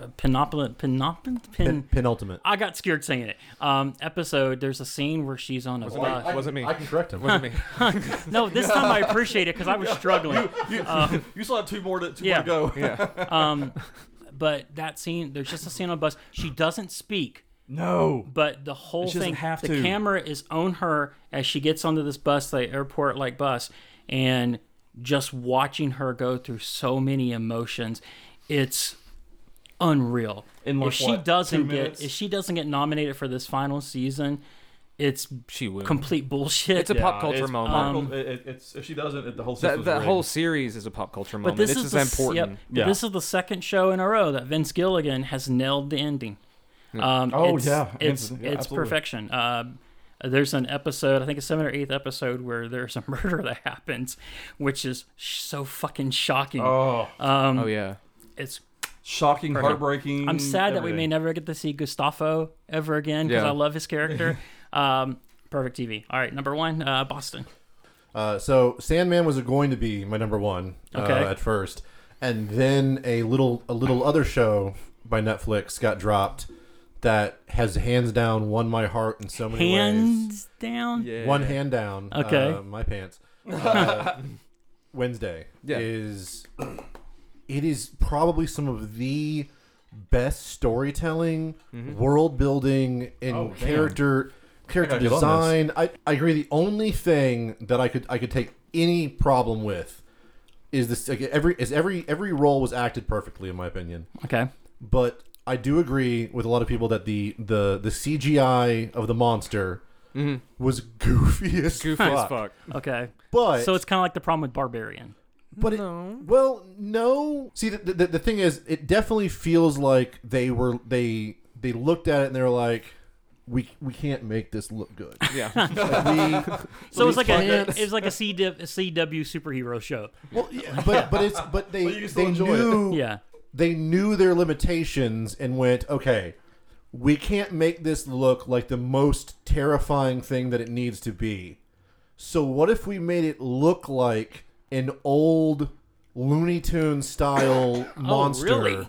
[SPEAKER 2] uh, penopla penopla
[SPEAKER 1] Pin,
[SPEAKER 2] pin.
[SPEAKER 1] penultimate.
[SPEAKER 2] I got scared saying it. Um, episode. There's a scene where she's on a bus.
[SPEAKER 4] wasn't me.
[SPEAKER 1] I can correct him.
[SPEAKER 4] Wasn't me.
[SPEAKER 2] no, this time I appreciate it because I was struggling.
[SPEAKER 3] You, you still have two more to, two
[SPEAKER 2] Uh, yeah.
[SPEAKER 3] more to go.
[SPEAKER 4] Yeah.
[SPEAKER 2] Um, but that scene, there's just a scene on a bus. She doesn't speak.
[SPEAKER 3] No.
[SPEAKER 2] but the whole
[SPEAKER 3] She doesn't
[SPEAKER 2] thing
[SPEAKER 3] have
[SPEAKER 2] the
[SPEAKER 3] to.
[SPEAKER 2] camera is on her as she gets onto this bus like airport like bus and just watching her go through so many emotions it's unreal
[SPEAKER 3] In like
[SPEAKER 2] if she
[SPEAKER 3] what, two
[SPEAKER 2] doesn't get
[SPEAKER 3] minutes?
[SPEAKER 2] if she doesn't get nominated for this final season it's
[SPEAKER 4] she will.
[SPEAKER 2] complete bullshit
[SPEAKER 4] It's a pop culture
[SPEAKER 3] Uh, it's
[SPEAKER 4] moment.
[SPEAKER 3] pop
[SPEAKER 2] Um,
[SPEAKER 3] cul- it- it- it's, if she doesn't, it, the whole
[SPEAKER 4] that
[SPEAKER 3] system's
[SPEAKER 4] that
[SPEAKER 3] rigged.
[SPEAKER 4] whole series is a pop culture
[SPEAKER 2] but
[SPEAKER 4] moment.
[SPEAKER 2] this
[SPEAKER 4] This
[SPEAKER 2] is
[SPEAKER 4] is
[SPEAKER 2] the, s-
[SPEAKER 4] important.
[SPEAKER 2] yep,
[SPEAKER 3] Yeah.
[SPEAKER 2] this is the second show in a row that Vince Gilligan has nailed the ending. Um,
[SPEAKER 3] Oh,
[SPEAKER 2] it's,
[SPEAKER 3] yeah.
[SPEAKER 2] it's
[SPEAKER 3] Vince- yeah,
[SPEAKER 2] it's
[SPEAKER 3] absolutely.
[SPEAKER 2] perfection. Uh, there's an episode, I think, a seventh or eighth episode where there's a murder that happens, which is sh- so fucking shocking.
[SPEAKER 3] Oh,
[SPEAKER 2] um,
[SPEAKER 4] Oh yeah.
[SPEAKER 2] it's
[SPEAKER 3] shocking,
[SPEAKER 2] Perfect.
[SPEAKER 3] heartbreaking.
[SPEAKER 2] I'm sad that we may
[SPEAKER 3] everything.
[SPEAKER 2] never get to see Gustavo ever again because
[SPEAKER 4] Yeah.
[SPEAKER 2] I love his character. um, perfect TV. All right, number one, uh, Boston.
[SPEAKER 1] Uh, so Sandman was going to be my number one uh,
[SPEAKER 2] Okay.
[SPEAKER 1] at first, and then a little a little other show by Netflix got dropped that has hands down won my heart in so many ways.
[SPEAKER 2] Hands down.
[SPEAKER 4] Yeah.
[SPEAKER 1] One hand down.
[SPEAKER 2] Okay.
[SPEAKER 1] uh, my pants. Uh, Wednesday
[SPEAKER 4] Yeah.
[SPEAKER 1] is it is probably some of the best storytelling, world building, and
[SPEAKER 3] Mm-hmm. Oh, damn.
[SPEAKER 1] character character
[SPEAKER 3] I gotta get on
[SPEAKER 1] design.
[SPEAKER 3] this.
[SPEAKER 1] I, I agree. The only thing that I could I could take any problem with is this like, every is every every role was acted perfectly in my opinion
[SPEAKER 2] Okay.
[SPEAKER 1] but I do agree with a lot of people that the the the CGI of the monster
[SPEAKER 2] Mm-hmm.
[SPEAKER 1] was goofy as
[SPEAKER 4] Goofy
[SPEAKER 1] fuck.
[SPEAKER 4] as fuck.
[SPEAKER 2] Okay.
[SPEAKER 1] But
[SPEAKER 2] so it's kind of like the problem with Barbarian.
[SPEAKER 1] but it, well no. See the, the the thing is, it definitely feels like they were they they looked at it and they were like, we we can't make this look good.
[SPEAKER 4] Yeah.
[SPEAKER 1] Like, we,
[SPEAKER 2] So it was
[SPEAKER 1] we
[SPEAKER 2] like a
[SPEAKER 1] can't-
[SPEAKER 2] it was like a CW, CW superhero show.
[SPEAKER 1] well, yeah, but but it's but they
[SPEAKER 3] But you can still
[SPEAKER 1] they
[SPEAKER 3] enjoy
[SPEAKER 1] knew
[SPEAKER 2] Yeah.
[SPEAKER 1] they knew their limitations and went, okay, we can't make this look like the most terrifying thing that it needs to be. So what if we made it look like an old Looney Tune style monster?
[SPEAKER 2] Oh, really?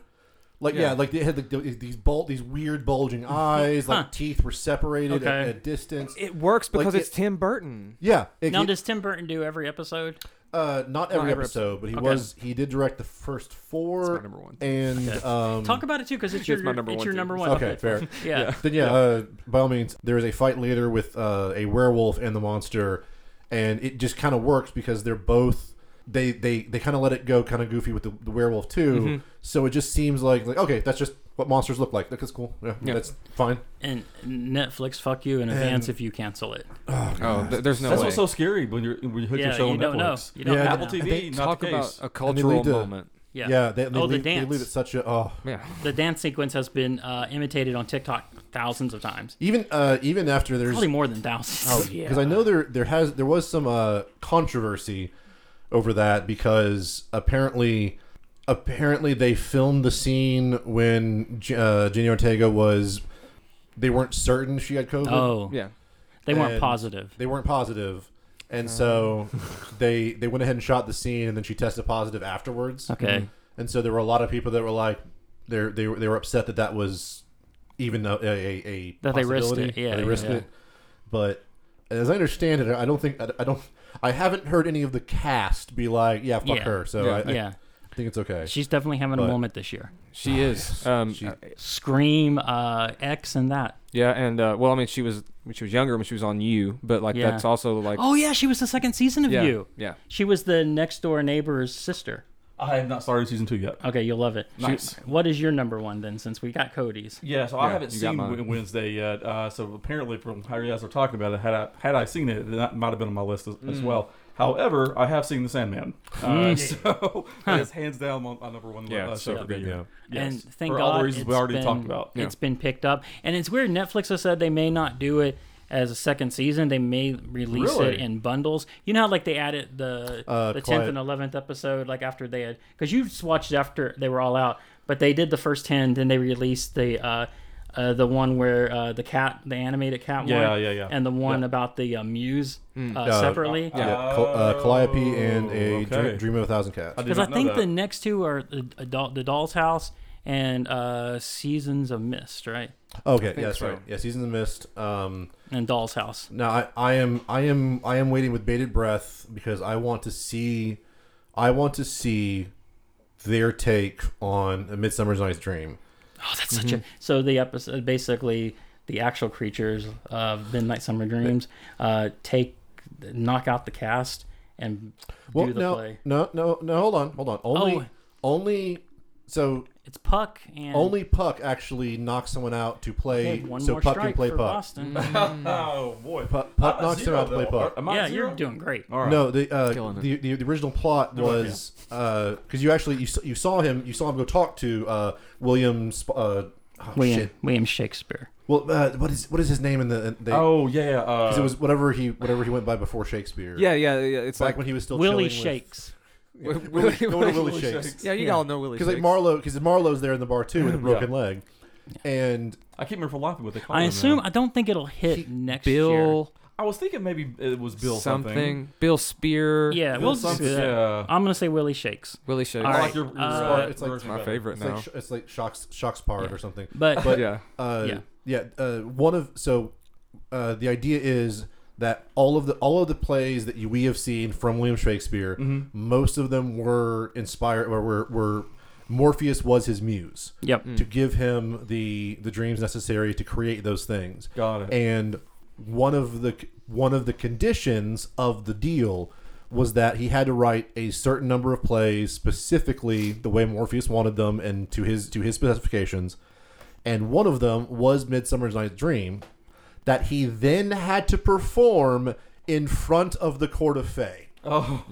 [SPEAKER 1] Like yeah.
[SPEAKER 4] Yeah.
[SPEAKER 1] like they had the, these bul- these weird bulging eyes, like teeth were separated at,
[SPEAKER 2] Okay.
[SPEAKER 1] at distance.
[SPEAKER 4] It works
[SPEAKER 1] Like,
[SPEAKER 4] because
[SPEAKER 1] it-
[SPEAKER 4] it's Tim Burton.
[SPEAKER 1] yeah, it-
[SPEAKER 2] Now,
[SPEAKER 1] it-
[SPEAKER 2] does Tim Burton do every episode?
[SPEAKER 1] uh, not every
[SPEAKER 4] every
[SPEAKER 1] episode, but he
[SPEAKER 2] Okay.
[SPEAKER 1] was he did direct the first four.
[SPEAKER 4] That's my number one.
[SPEAKER 1] And um,
[SPEAKER 2] Talk about it too, because it's your
[SPEAKER 4] It's my number
[SPEAKER 2] it's
[SPEAKER 4] one,
[SPEAKER 2] your
[SPEAKER 4] too.
[SPEAKER 2] number one.
[SPEAKER 1] okay, fair.
[SPEAKER 2] Yeah.
[SPEAKER 1] Then yeah, uh, by all means, there is a fight later with uh, a werewolf and the monster, and it just kind of works because they're both they they they kind of let it go kind of goofy with the, the werewolf too.
[SPEAKER 2] Mm-hmm.
[SPEAKER 1] So it just seems like like okay, that's just what monsters look like. That's cool. Yeah,
[SPEAKER 4] Yeah.
[SPEAKER 1] that's fine.
[SPEAKER 2] And Netflix, fuck you in advance
[SPEAKER 1] And-
[SPEAKER 2] if you cancel it.
[SPEAKER 4] Oh, th- there's no
[SPEAKER 3] That's
[SPEAKER 4] way.
[SPEAKER 3] what's so scary when you're when you hook
[SPEAKER 2] Yeah,
[SPEAKER 3] your show
[SPEAKER 2] you
[SPEAKER 3] on
[SPEAKER 2] don't know.
[SPEAKER 3] Netflix.
[SPEAKER 2] You don't
[SPEAKER 1] Yeah,
[SPEAKER 2] know.
[SPEAKER 1] I
[SPEAKER 3] Apple TV, not
[SPEAKER 4] Talk
[SPEAKER 3] the
[SPEAKER 4] about
[SPEAKER 3] case.
[SPEAKER 4] a
[SPEAKER 1] lead
[SPEAKER 4] cultural
[SPEAKER 1] to-
[SPEAKER 4] moment.
[SPEAKER 2] Yeah.
[SPEAKER 1] Yeah, they, they,
[SPEAKER 2] oh,
[SPEAKER 1] leave,
[SPEAKER 2] the dance.
[SPEAKER 1] they leave it such a oh.
[SPEAKER 4] Yeah.
[SPEAKER 2] The dance sequence has been uh, imitated on TikTok thousands of times.
[SPEAKER 1] Even uh, even after there's
[SPEAKER 2] Probably more than thousands.
[SPEAKER 1] because Oh, I know there there has there was some uh, controversy over that because apparently apparently they filmed the scene when J- uh, Jenny Ortega was they weren't certain she had COVID.
[SPEAKER 2] Oh,
[SPEAKER 4] Yeah.
[SPEAKER 2] they weren't
[SPEAKER 1] And-
[SPEAKER 2] positive.
[SPEAKER 1] They weren't positive, and so they they went ahead and shot the scene, and then she tested positive afterwards.
[SPEAKER 3] Mm-hmm.
[SPEAKER 2] Okay.
[SPEAKER 1] And so there were a lot of people that were like they they were they were upset that that was even a, a, a
[SPEAKER 2] That they risked
[SPEAKER 1] possibility,
[SPEAKER 2] it, yeah,
[SPEAKER 1] that they
[SPEAKER 2] yeah,
[SPEAKER 1] risked
[SPEAKER 2] yeah.
[SPEAKER 1] it. But as I understand it, I don't think I, I don't I haven't heard any of the cast be like, yeah, fuck
[SPEAKER 2] Yeah.
[SPEAKER 1] her. So
[SPEAKER 4] Yeah.
[SPEAKER 1] I, I,
[SPEAKER 2] yeah.
[SPEAKER 1] I think it's okay.
[SPEAKER 2] She's definitely having a
[SPEAKER 1] But-
[SPEAKER 2] moment this year.
[SPEAKER 4] She is. Um,
[SPEAKER 1] She-
[SPEAKER 4] uh,
[SPEAKER 2] Scream, uh, X, and that.
[SPEAKER 4] yeah, and uh, well, I mean, she was when she was younger when she was on you, but like
[SPEAKER 2] Yeah.
[SPEAKER 4] that's also like
[SPEAKER 2] Oh yeah, she was the second season of
[SPEAKER 4] yeah,
[SPEAKER 2] you.
[SPEAKER 4] yeah.
[SPEAKER 2] She was the next door neighbor's sister.
[SPEAKER 3] I have not started season two yet.
[SPEAKER 2] Okay, you'll love it. She-
[SPEAKER 3] Nice.
[SPEAKER 2] what is your number one then? Since we got Cody's.
[SPEAKER 3] Yeah, so I
[SPEAKER 4] Yeah,
[SPEAKER 3] haven't
[SPEAKER 4] you got
[SPEAKER 3] seen
[SPEAKER 4] mine.
[SPEAKER 3] Wed- Wednesday yet. Uh, so apparently, from how you guys are talking about it, had I had I seen it, that might have been on my list as,
[SPEAKER 1] Mm.
[SPEAKER 3] as well. However, I have seen The Sandman, uh, so that is hands down my, my number one
[SPEAKER 4] Yeah,
[SPEAKER 3] uh,
[SPEAKER 4] it's
[SPEAKER 3] show
[SPEAKER 4] so
[SPEAKER 3] for the
[SPEAKER 4] good,
[SPEAKER 3] year.
[SPEAKER 1] Hmm. yeah.
[SPEAKER 3] Yes.
[SPEAKER 2] And thank
[SPEAKER 3] for
[SPEAKER 2] God
[SPEAKER 3] all the reasons we
[SPEAKER 2] it's
[SPEAKER 3] already
[SPEAKER 2] been-
[SPEAKER 3] talked about.
[SPEAKER 2] It's been picked up, and it's weird. Netflix has said they may not do it as a second season. They may release it
[SPEAKER 1] Really?
[SPEAKER 2] in bundles. You know how like they added the
[SPEAKER 1] Uh,
[SPEAKER 2] the tenth
[SPEAKER 1] Quiet-
[SPEAKER 2] and eleventh episode like after they had because you just watched after they were all out, but they did the first ten, then they released the. Uh, uh, the one where uh, the cat, the animated cat
[SPEAKER 3] Yeah,
[SPEAKER 2] one,
[SPEAKER 3] yeah, yeah. Hmm.
[SPEAKER 2] and the one about the uh, muse uh,
[SPEAKER 1] Uh,
[SPEAKER 2] separately.
[SPEAKER 1] Yeah, Cal- uh, Calliope and a
[SPEAKER 3] Oh,
[SPEAKER 1] Dream-
[SPEAKER 3] okay.
[SPEAKER 1] Dream of a Thousand Cats.
[SPEAKER 3] I did
[SPEAKER 2] Because I
[SPEAKER 3] not know
[SPEAKER 2] think
[SPEAKER 3] that.
[SPEAKER 2] the next two are the, adult, the Doll's House and uh, Seasons of Mist, right?
[SPEAKER 1] Okay, yeah, that's
[SPEAKER 4] so.
[SPEAKER 1] right. Yeah, Season of the Mist. Um,
[SPEAKER 2] And Doll's House.
[SPEAKER 1] now I, I am I am I am waiting with bated breath because I want to see I want to see their take on a Midsummer Night's Dream.
[SPEAKER 2] Oh, that's such a. So the episode, basically, the actual creatures of Midnight Summer Dreams uh, take, knock out the cast and
[SPEAKER 1] Well,
[SPEAKER 2] do the
[SPEAKER 1] no,
[SPEAKER 2] play.
[SPEAKER 1] no, no, no. Hold on, hold on. Only,
[SPEAKER 2] Oh.
[SPEAKER 1] only. So
[SPEAKER 2] It's Puck and
[SPEAKER 1] only Puck actually knocks someone out to play.
[SPEAKER 2] Hey, one
[SPEAKER 1] so
[SPEAKER 2] more
[SPEAKER 1] Puck
[SPEAKER 2] strike
[SPEAKER 1] can play
[SPEAKER 2] for
[SPEAKER 1] Puck.
[SPEAKER 2] Boston. Mm-hmm.
[SPEAKER 3] Oh boy,
[SPEAKER 1] Puck,
[SPEAKER 3] I'm
[SPEAKER 1] Puck
[SPEAKER 3] at
[SPEAKER 1] knocks him
[SPEAKER 3] zero,
[SPEAKER 1] out to play
[SPEAKER 3] though.
[SPEAKER 1] Puck.
[SPEAKER 3] Am I
[SPEAKER 2] yeah,
[SPEAKER 3] at
[SPEAKER 2] you're
[SPEAKER 3] zero?
[SPEAKER 2] doing great.
[SPEAKER 3] All right.
[SPEAKER 1] No, the, uh,
[SPEAKER 4] Killing it.
[SPEAKER 1] the the the original plot was because you actually you, s- you saw him you saw him go talk to uh, William. Sp- uh, oh,
[SPEAKER 2] William
[SPEAKER 1] shit.
[SPEAKER 2] William Shakespeare.
[SPEAKER 1] Well, uh, what is what is his name in the? in- They,
[SPEAKER 3] Oh yeah, yeah, uh,
[SPEAKER 1] 'cause it was whatever he whatever he went by before Shakespeare.
[SPEAKER 4] yeah, yeah, yeah. It's
[SPEAKER 1] back
[SPEAKER 4] like
[SPEAKER 1] when he was still
[SPEAKER 2] Willie
[SPEAKER 1] chilling with-
[SPEAKER 2] Shakes.
[SPEAKER 4] Willie-
[SPEAKER 1] Willie- going to
[SPEAKER 4] Willie
[SPEAKER 1] Willie Shakes
[SPEAKER 4] yeah, you
[SPEAKER 2] Yeah.
[SPEAKER 4] all know Willie.
[SPEAKER 1] because like
[SPEAKER 4] Shakes.
[SPEAKER 1] Marlowe because Marlowe's there in the bar too with a broken leg, and
[SPEAKER 3] I can't remember for life what they called
[SPEAKER 2] I
[SPEAKER 3] him now.
[SPEAKER 2] assume I don't think it'll hit next year.
[SPEAKER 4] Bill
[SPEAKER 3] I was thinking maybe it was Bill something.
[SPEAKER 4] something. Bill Spear.
[SPEAKER 2] Yeah, we'll just
[SPEAKER 3] something.
[SPEAKER 2] do that.
[SPEAKER 3] Yeah.
[SPEAKER 2] I'm gonna say Willie Shakes.
[SPEAKER 4] Willie Shakes.
[SPEAKER 2] All
[SPEAKER 3] I
[SPEAKER 2] right.
[SPEAKER 3] like your, your
[SPEAKER 2] Uh,
[SPEAKER 3] smart
[SPEAKER 1] It's like-
[SPEAKER 3] version
[SPEAKER 4] my
[SPEAKER 3] better.
[SPEAKER 4] favorite
[SPEAKER 1] it's
[SPEAKER 4] now.
[SPEAKER 1] like, sh- it's like Shock's Shock's part or something.
[SPEAKER 2] But
[SPEAKER 1] But-
[SPEAKER 4] yeah,
[SPEAKER 1] Uh,
[SPEAKER 2] Yeah.
[SPEAKER 1] yeah, Uh, one of so uh, the idea is that all of the all of the plays that you, we have seen from William Shakespeare, most of them were inspired or were, were Morpheus was his muse
[SPEAKER 2] yep.
[SPEAKER 1] to
[SPEAKER 3] Mm.
[SPEAKER 1] give him the the dreams necessary to create those things.
[SPEAKER 3] Got it.
[SPEAKER 1] And one of the one of the conditions of the deal was that he had to write a certain number of plays specifically the way Morpheus wanted them and to his to his specifications. And one of them was Midsummer Night's Dream that he then had to perform in front of the court of Fae.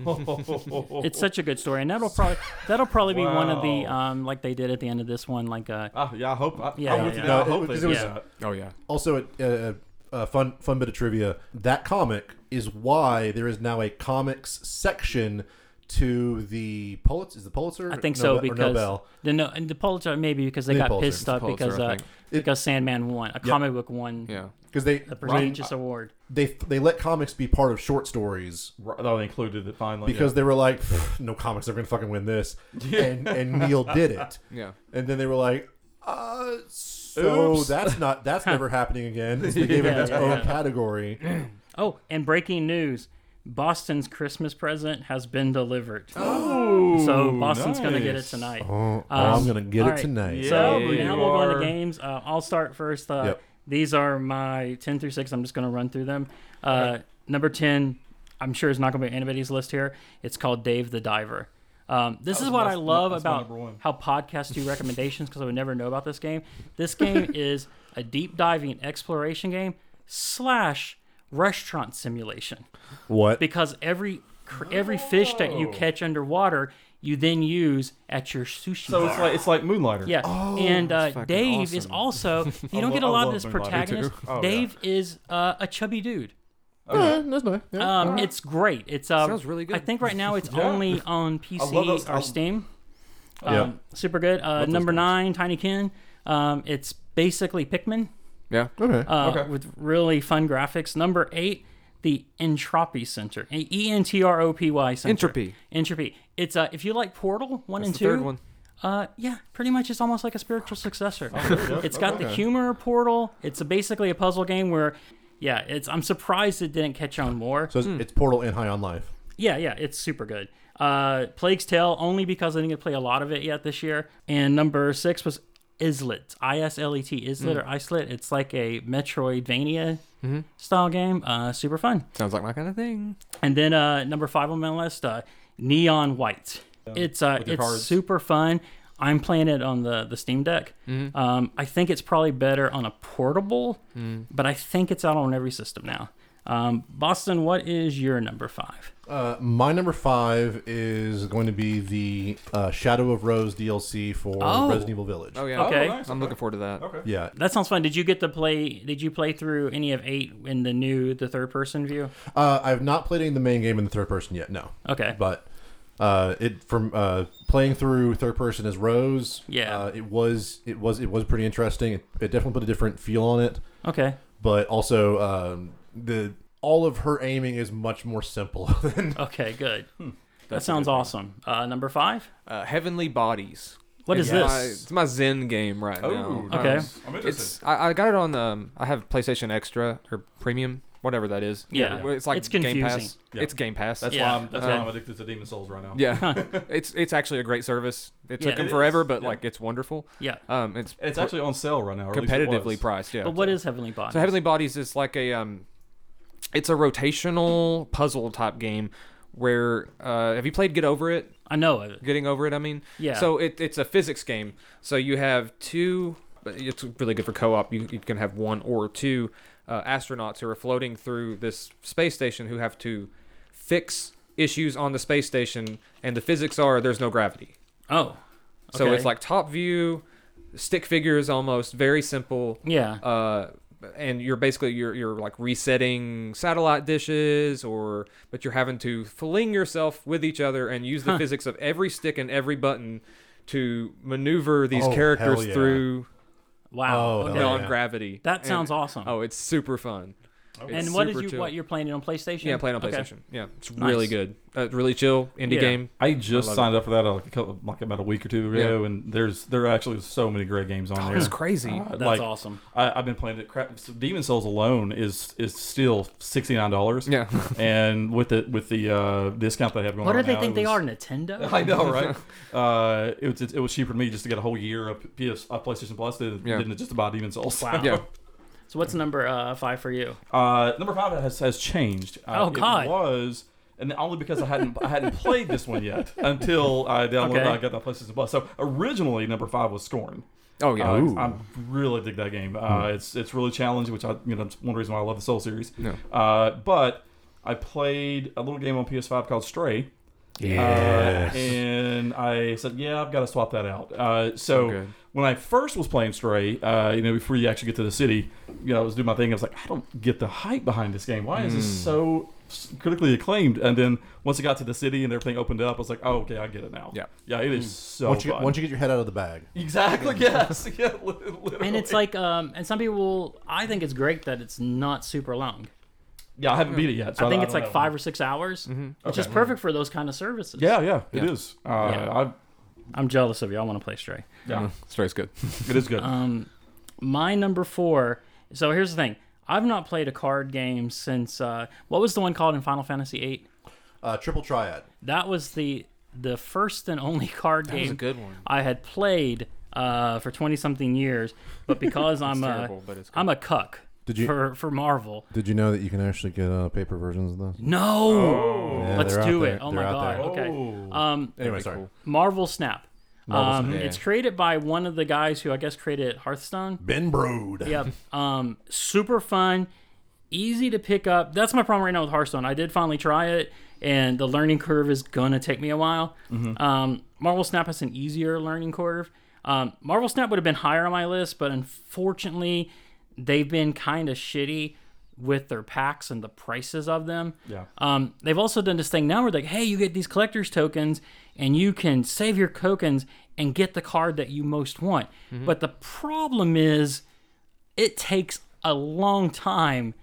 [SPEAKER 3] Oh,
[SPEAKER 2] It's such a good story, and that'll probably that'll probably be one of the
[SPEAKER 3] Wow.
[SPEAKER 2] um like they did at the end of this one, like uh
[SPEAKER 3] Ah, yeah. I hope. I,
[SPEAKER 2] Yeah,
[SPEAKER 3] yeah, I went
[SPEAKER 2] yeah, yeah.
[SPEAKER 3] to that. I hope they
[SPEAKER 1] Because it
[SPEAKER 3] do
[SPEAKER 1] was-
[SPEAKER 3] that.
[SPEAKER 4] oh yeah.
[SPEAKER 1] Also, a uh, uh, fun fun bit of trivia: that comic is why there is now a comics section to the Pulitzer. Is the Pulitzer?
[SPEAKER 2] I think
[SPEAKER 1] Nobe-
[SPEAKER 2] so
[SPEAKER 1] or
[SPEAKER 2] because
[SPEAKER 1] Nobel.
[SPEAKER 2] the no and the Pulitzer maybe because they
[SPEAKER 1] Maybe
[SPEAKER 2] got
[SPEAKER 1] Pulitzer.
[SPEAKER 2] pissed up
[SPEAKER 4] Pulitzer,
[SPEAKER 2] because
[SPEAKER 4] I
[SPEAKER 2] uh,
[SPEAKER 4] think.
[SPEAKER 2] because Sandman won a comic book won
[SPEAKER 4] Yeah.
[SPEAKER 1] because they
[SPEAKER 2] a prestigious award.
[SPEAKER 1] they they let comics be part of short stories
[SPEAKER 3] Right, oh, they included it finally.
[SPEAKER 1] because they were like, "Pfft, no comics are gonna fucking win this, and and Neil did it,
[SPEAKER 4] Yeah.
[SPEAKER 1] and then they were like. Uh, so
[SPEAKER 3] Oops.
[SPEAKER 1] that's not that's never happening again. So they gave it
[SPEAKER 2] Yeah,
[SPEAKER 1] its
[SPEAKER 2] yeah,
[SPEAKER 1] own
[SPEAKER 2] yeah.
[SPEAKER 1] category.
[SPEAKER 2] Oh, and breaking news: Boston's Christmas present has been delivered.
[SPEAKER 3] Oh,
[SPEAKER 2] so Boston's gonna get it
[SPEAKER 3] nice.
[SPEAKER 2] tonight.
[SPEAKER 1] Oh,
[SPEAKER 2] Um,
[SPEAKER 1] I'm gonna get
[SPEAKER 2] all
[SPEAKER 1] it
[SPEAKER 2] right.
[SPEAKER 1] tonight.
[SPEAKER 3] Yeah.
[SPEAKER 2] So
[SPEAKER 3] you
[SPEAKER 2] now we'll go into
[SPEAKER 3] are.
[SPEAKER 2] games. Uh, I'll start first. Uh,
[SPEAKER 1] Yep.
[SPEAKER 2] These are my 10 through 6. I'm just going to run through them. Uh, Number 10, I'm sure is not going to be on anybody's list here. It's called Dave the Diver. Um, this
[SPEAKER 3] That
[SPEAKER 2] is
[SPEAKER 3] was
[SPEAKER 2] what
[SPEAKER 3] my-
[SPEAKER 2] I love
[SPEAKER 3] that's my
[SPEAKER 2] about
[SPEAKER 3] number one.
[SPEAKER 2] how podcasts do recommendations because I would never know about this game. This game is a deep diving exploration game slash restaurant simulation
[SPEAKER 1] What?
[SPEAKER 2] because every cr- every fish that you
[SPEAKER 3] Oh.
[SPEAKER 2] catch underwater you then use at your sushi
[SPEAKER 3] So
[SPEAKER 2] bar.
[SPEAKER 3] it's like it's like Moonlighter.
[SPEAKER 2] Yeah, and uh,
[SPEAKER 4] fucking
[SPEAKER 2] Dave is
[SPEAKER 4] awesome.
[SPEAKER 2] also you don't
[SPEAKER 3] lo-
[SPEAKER 2] get a
[SPEAKER 3] I
[SPEAKER 2] lot of
[SPEAKER 3] love
[SPEAKER 2] this
[SPEAKER 3] Moonlighter. Me
[SPEAKER 2] protagonist.
[SPEAKER 3] too. Oh,
[SPEAKER 2] Dave is uh, a chubby dude.
[SPEAKER 1] Yeah, Eh, that's nice. Oh, Yeah.
[SPEAKER 2] Um, It's great. It's uh,
[SPEAKER 4] Sounds really
[SPEAKER 2] I
[SPEAKER 4] good.
[SPEAKER 2] think right now it's
[SPEAKER 3] Yeah.
[SPEAKER 2] only on PC
[SPEAKER 3] those-
[SPEAKER 2] or
[SPEAKER 3] I-
[SPEAKER 2] Steam. Um,
[SPEAKER 1] Yeah.
[SPEAKER 2] super good. Uh, number nine, Tiny Kin. Um, it's basically Pikmin
[SPEAKER 4] Yeah.
[SPEAKER 1] okay.
[SPEAKER 2] uh,
[SPEAKER 3] Okay.
[SPEAKER 2] with really fun graphics. Number eight, the Entropy Center, E- E N T R O P Y Center.
[SPEAKER 4] Entropy.
[SPEAKER 2] Entropy. It's uh, if you like Portal one and
[SPEAKER 4] the
[SPEAKER 2] two.
[SPEAKER 4] third one.
[SPEAKER 2] Uh, yeah, pretty much. It's almost like a spiritual successor. it's got the humor portal. It's a, basically a puzzle game where, yeah, it's. I'm surprised it didn't catch on more.
[SPEAKER 1] So it's, it's Portal and High on Life.
[SPEAKER 2] yeah, yeah, it's super good. Uh, Plague's Tale, only because I didn't get to play a lot of it yet this year. And number six was Islet, I S L E T, Islet or Islet. It's like a Metroidvania style game. Uh, super fun.
[SPEAKER 4] Sounds like my kind of thing.
[SPEAKER 2] And then uh, number five on my list, uh, Neon White. It's uh,
[SPEAKER 3] your
[SPEAKER 2] it's
[SPEAKER 3] cards.
[SPEAKER 2] super fun. I'm playing it on the the Steam Deck. Um, I think it's probably better on a portable, but I think it's out on every system now. Um, Boston, what is your number five?
[SPEAKER 1] Uh, my number five is going to be the uh, Shadow of Rose DLC for
[SPEAKER 2] Oh.
[SPEAKER 1] Resident Evil Village.
[SPEAKER 4] Oh yeah.
[SPEAKER 2] Okay.
[SPEAKER 3] nice,
[SPEAKER 4] I'm
[SPEAKER 3] okay.
[SPEAKER 4] looking forward to that.
[SPEAKER 3] Okay.
[SPEAKER 1] Yeah,
[SPEAKER 2] That sounds fun. Did you get to play? Did you play through any of eight in the new the third person view?
[SPEAKER 1] uh, I've not played any of the main game in the third person yet. No,
[SPEAKER 2] Okay.
[SPEAKER 1] but uh, it from uh, playing through third person as Rose.
[SPEAKER 2] Yeah.
[SPEAKER 1] uh, it was it was it was pretty interesting. It, it definitely put a different feel on it,
[SPEAKER 2] Okay.
[SPEAKER 1] but also um, the all of her aiming is much more simple than uh,
[SPEAKER 2] Okay. Good. That
[SPEAKER 4] That's a
[SPEAKER 2] sounds
[SPEAKER 4] good one.
[SPEAKER 2] awesome. Uh, number five.
[SPEAKER 4] Uh, Heavenly Bodies.
[SPEAKER 2] What is
[SPEAKER 1] Yeah.
[SPEAKER 4] My,
[SPEAKER 2] this?
[SPEAKER 4] it's my Zen game right
[SPEAKER 3] Oh,
[SPEAKER 4] now.
[SPEAKER 2] Okay.
[SPEAKER 3] nice. I'm interested.
[SPEAKER 4] It's I, I got it on um I have PlayStation Extra or Premium whatever that is.
[SPEAKER 2] Yeah.
[SPEAKER 4] Well, It's like
[SPEAKER 2] It's
[SPEAKER 4] Game Pass.
[SPEAKER 2] confusing.
[SPEAKER 3] Yeah.
[SPEAKER 4] It's Game Pass.
[SPEAKER 3] that's
[SPEAKER 2] Yeah,
[SPEAKER 3] why I'm that's why
[SPEAKER 4] okay.
[SPEAKER 3] I'm addicted to Demon Souls right now.
[SPEAKER 4] yeah. it's it's actually a great service. It took
[SPEAKER 2] Yeah.
[SPEAKER 4] them
[SPEAKER 2] It
[SPEAKER 4] forever,
[SPEAKER 3] is,
[SPEAKER 4] but
[SPEAKER 3] yeah.
[SPEAKER 4] like it's wonderful.
[SPEAKER 2] Yeah.
[SPEAKER 4] Um, it's
[SPEAKER 3] And it's actually on sale right now. or at least it
[SPEAKER 4] competitively
[SPEAKER 3] was.
[SPEAKER 4] priced. Yeah.
[SPEAKER 2] But what is Heavenly Body?
[SPEAKER 4] So Heavenly Bodies is like a um, it's a rotational puzzle type game where uh, have you played Get Over It?
[SPEAKER 2] I know of it.
[SPEAKER 4] Getting Over It, I mean.
[SPEAKER 2] Yeah.
[SPEAKER 4] So it, it's a physics game. So you have two. It's really good for co-op. You, you can have one or two uh, astronauts who are floating through this space station who have to fix issues on the space station, and the physics are there's no gravity.
[SPEAKER 2] Oh.
[SPEAKER 4] So
[SPEAKER 2] Okay.
[SPEAKER 4] it's like top view, stick figures almost, very simple
[SPEAKER 2] Yeah.
[SPEAKER 4] uh, and you're basically you're you're like resetting satellite dishes or but you're having to fling yourself with each other and use the
[SPEAKER 2] Huh.
[SPEAKER 4] physics of every stick and every button to maneuver these
[SPEAKER 1] Oh,
[SPEAKER 4] characters
[SPEAKER 1] hell yeah.
[SPEAKER 4] through
[SPEAKER 2] wow.
[SPEAKER 1] Oh,
[SPEAKER 2] okay.
[SPEAKER 1] hell
[SPEAKER 4] non
[SPEAKER 1] yeah.
[SPEAKER 4] gravity.
[SPEAKER 2] That
[SPEAKER 4] And-
[SPEAKER 2] sounds awesome.
[SPEAKER 4] Oh, it's super fun.
[SPEAKER 2] and what is you what you're playing it on PlayStation?
[SPEAKER 4] yeah, playing on
[SPEAKER 2] Okay.
[SPEAKER 4] PlayStation. Yeah, it's really
[SPEAKER 2] Nice.
[SPEAKER 4] good. Uh, really chill indie
[SPEAKER 2] Yeah.
[SPEAKER 4] game.
[SPEAKER 3] I just
[SPEAKER 4] I love
[SPEAKER 3] signed up for that uh, like, a couple, like about a week or two ago, and there's there are actually so many great games
[SPEAKER 1] Oh,
[SPEAKER 3] on there.
[SPEAKER 4] It's crazy.
[SPEAKER 3] Uh,
[SPEAKER 2] Oh, That's
[SPEAKER 3] like,
[SPEAKER 2] awesome.
[SPEAKER 3] I, I've been playing it. Crap, so Demon Souls alone is is still sixty nine dollars.
[SPEAKER 4] Yeah.
[SPEAKER 3] and with the with the uh, discount they have going
[SPEAKER 2] What
[SPEAKER 3] on
[SPEAKER 2] do they
[SPEAKER 3] now,
[SPEAKER 2] think
[SPEAKER 3] it
[SPEAKER 2] they are,
[SPEAKER 3] was-
[SPEAKER 2] Nintendo?
[SPEAKER 3] I know, right? uh, it, was, it, was cheaper to me just to get a whole year of PS of PlayStation Plus than
[SPEAKER 4] Yeah.
[SPEAKER 3] than just about Demon Souls.
[SPEAKER 2] Wow.
[SPEAKER 4] yeah,
[SPEAKER 2] So what's number uh, five for you?
[SPEAKER 3] Uh, number five has, has changed. Uh,
[SPEAKER 2] Oh, God.
[SPEAKER 3] It was, and only because I hadn't I hadn't played this one yet until I downloaded.
[SPEAKER 2] Okay.
[SPEAKER 3] I got that PlayStation Plus. So originally number five was Scorn.
[SPEAKER 4] Oh yeah.
[SPEAKER 3] Uh,
[SPEAKER 1] Ooh.
[SPEAKER 3] I really dig that game. Uh, It's it's really challenging, which I you know it's one reason why I love the Soul series.
[SPEAKER 4] Yeah.
[SPEAKER 3] Uh, but I played a little game on PS5 called Stray.
[SPEAKER 1] Yes.
[SPEAKER 3] Uh, and I said, yeah, I've got to swap that out. Uh, so
[SPEAKER 4] good.
[SPEAKER 3] when I first was playing Stray, uh, you know, before you actually get to the city, you know, I was doing my thing. I was like, I don't get the hype behind this game. Why is this so s- critically acclaimed? And then once I got to the city and everything opened up, I was like, oh, okay, I get it now.
[SPEAKER 4] Yeah.
[SPEAKER 3] Yeah, it
[SPEAKER 2] Hmm.
[SPEAKER 3] is
[SPEAKER 2] Oh,
[SPEAKER 3] so
[SPEAKER 1] once you
[SPEAKER 3] fun.
[SPEAKER 1] once you get your head out of the bag.
[SPEAKER 3] Exactly. Yes. Yeah. li- Literally.
[SPEAKER 2] And it's like, um, and some people, I think it's great that it's not super long.
[SPEAKER 3] yeah, I haven't beat it yet. So
[SPEAKER 2] I think
[SPEAKER 3] don't
[SPEAKER 2] it's like
[SPEAKER 3] know. Mm-hmm.
[SPEAKER 2] five or six hours, which is
[SPEAKER 3] Okay.
[SPEAKER 2] perfect for those kind of services.
[SPEAKER 3] Yeah, yeah, it
[SPEAKER 4] Yeah.
[SPEAKER 3] is. Uh,
[SPEAKER 2] Yeah.
[SPEAKER 3] I,
[SPEAKER 2] I'm jealous of you. I want to play Stray.
[SPEAKER 3] yeah,
[SPEAKER 4] Stray's good.
[SPEAKER 3] it is good.
[SPEAKER 2] Um, my number four. So here's the thing. I've not played a card game since uh, what was the one called in Final Fantasy VIII?
[SPEAKER 1] Uh, triple triad.
[SPEAKER 2] That was the the first and only card game
[SPEAKER 4] one.
[SPEAKER 2] I had played uh, for twenty something years, but because I'm
[SPEAKER 4] terrible,
[SPEAKER 2] a
[SPEAKER 4] but it's good.
[SPEAKER 2] am a cuck
[SPEAKER 1] Did you-
[SPEAKER 2] for for Marvel.
[SPEAKER 1] Did you know that you can actually get uh, paper versions of those?
[SPEAKER 2] No,
[SPEAKER 1] Yeah,
[SPEAKER 2] let's
[SPEAKER 1] they're out
[SPEAKER 2] do
[SPEAKER 1] there.
[SPEAKER 2] it. Oh
[SPEAKER 1] They're
[SPEAKER 2] my
[SPEAKER 1] out
[SPEAKER 2] god.
[SPEAKER 1] there.
[SPEAKER 3] Oh,
[SPEAKER 2] Okay.
[SPEAKER 4] Oh.
[SPEAKER 2] Um,
[SPEAKER 1] Anyway, sorry.
[SPEAKER 2] Marvel Snap. um,
[SPEAKER 4] Snap.
[SPEAKER 2] It's
[SPEAKER 4] Yeah.
[SPEAKER 2] created by one of the guys who I guess created Hearthstone.
[SPEAKER 1] Ben Brode.
[SPEAKER 2] Yep. Um, super fun, easy to pick up. That's my problem right now with Hearthstone. I did finally try it, and the learning curve is gonna take me a while. Um, Marvel Snap has an easier learning curve. Um, Marvel Snap would have been higher on my list, but unfortunately, they've been kind of shitty with their packs and the prices of them.
[SPEAKER 3] Yeah.
[SPEAKER 2] Um, they've also done this thing now where like, hey, you get these collector's tokens and you can save your tokens and get the card that you most want. But the problem is it takes a long time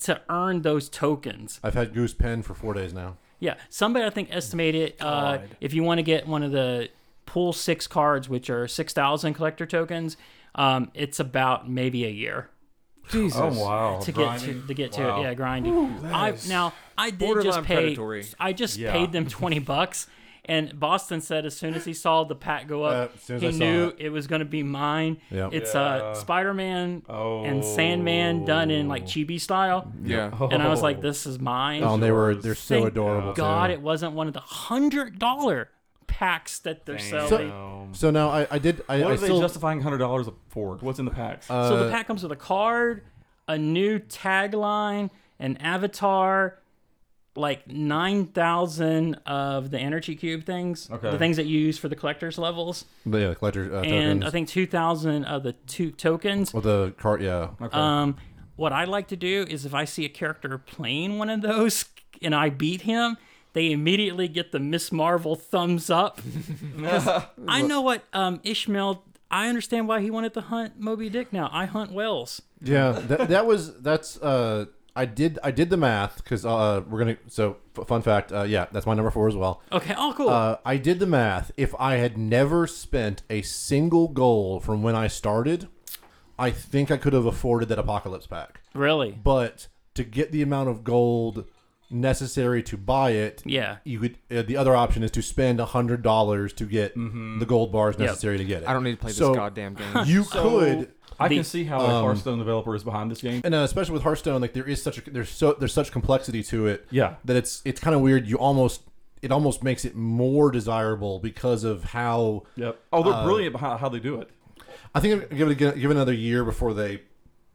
[SPEAKER 2] to earn those tokens.
[SPEAKER 1] I've had Goose Pen for four days now.
[SPEAKER 2] Yeah, somebody I think estimated uh,
[SPEAKER 3] God.
[SPEAKER 2] if you want to get one of the pool six cards, which are six thousand collector tokens, um, it's about maybe a year
[SPEAKER 4] Jesus.
[SPEAKER 3] oh wow.
[SPEAKER 2] to get to, to get to it. Yeah, grinding. I now I did
[SPEAKER 4] borderline
[SPEAKER 2] just pay.
[SPEAKER 4] predatory.
[SPEAKER 2] I just
[SPEAKER 3] Yeah.
[SPEAKER 2] paid them twenty bucks, and Boston said as soon as he saw the pack go up,
[SPEAKER 1] Uh, as soon as
[SPEAKER 2] he
[SPEAKER 1] I saw
[SPEAKER 2] knew
[SPEAKER 1] it.
[SPEAKER 2] it was going to be mine.
[SPEAKER 1] Yep. Oh.
[SPEAKER 2] It's
[SPEAKER 3] Yeah.
[SPEAKER 2] uh, Spider Man and Sandman done in like chibi style,
[SPEAKER 4] Yeah.
[SPEAKER 2] and I was like,
[SPEAKER 3] Oh.
[SPEAKER 2] "This is mine."
[SPEAKER 1] Oh, and they were they're so
[SPEAKER 2] Thank
[SPEAKER 1] adorable.
[SPEAKER 2] God,
[SPEAKER 1] too.
[SPEAKER 2] it wasn't one of the hundred dollar packs that they're
[SPEAKER 3] Damn.
[SPEAKER 2] selling. So,
[SPEAKER 1] So now I, I did I,
[SPEAKER 3] What
[SPEAKER 1] I
[SPEAKER 3] are they
[SPEAKER 1] still
[SPEAKER 3] justifying hundred dollars for? What's in the packs?
[SPEAKER 1] Uh,
[SPEAKER 2] the pack comes with a card, a new tagline, an avatar, like nine thousand of the energy cube things,
[SPEAKER 3] Okay.
[SPEAKER 2] the things that you use for the collectors levels,
[SPEAKER 1] yeah, collector uh,
[SPEAKER 2] and
[SPEAKER 1] tokens.
[SPEAKER 2] I think two thousand of the two tokens.
[SPEAKER 1] Well, the cart, yeah.
[SPEAKER 3] okay.
[SPEAKER 2] Um, what I like to do is if I see a character playing one of those and I beat him, they immediately get the Miss Marvel thumbs up. 'Cause I know what um, Ishmael. I understand why he wanted to hunt Moby Dick. Now I hunt whales.
[SPEAKER 1] Yeah, that, that was that's uh I did I did the math because uh we're gonna so f- fun fact uh yeah that's my number four as well.
[SPEAKER 2] Okay. Oh, cool.
[SPEAKER 1] Uh, I did the math. If I had never spent a single goal from when I started, I think I could have afforded that apocalypse pack.
[SPEAKER 2] really?
[SPEAKER 1] But to get the amount of gold necessary to buy it,
[SPEAKER 2] Yeah.
[SPEAKER 1] you could. Uh, the other option is to spend a hundred dollars to get the gold bars necessary to get it.
[SPEAKER 4] Mm-hmm. I don't need to play this
[SPEAKER 1] So,
[SPEAKER 4] goddamn game.
[SPEAKER 1] You
[SPEAKER 3] So,
[SPEAKER 1] could um,
[SPEAKER 3] I
[SPEAKER 2] the-
[SPEAKER 3] can see how the Hearthstone developer is behind this game.
[SPEAKER 1] and uh, especially with Hearthstone, like there is such a, there's so there's such complexity to it.
[SPEAKER 3] Yeah.
[SPEAKER 1] that it's it's kind of weird. You almost it almost makes it more desirable because of how
[SPEAKER 3] Yep. Oh,
[SPEAKER 1] Uh,
[SPEAKER 3] they're brilliant behind how they do it.
[SPEAKER 1] I think I'd give it a, give it another year before they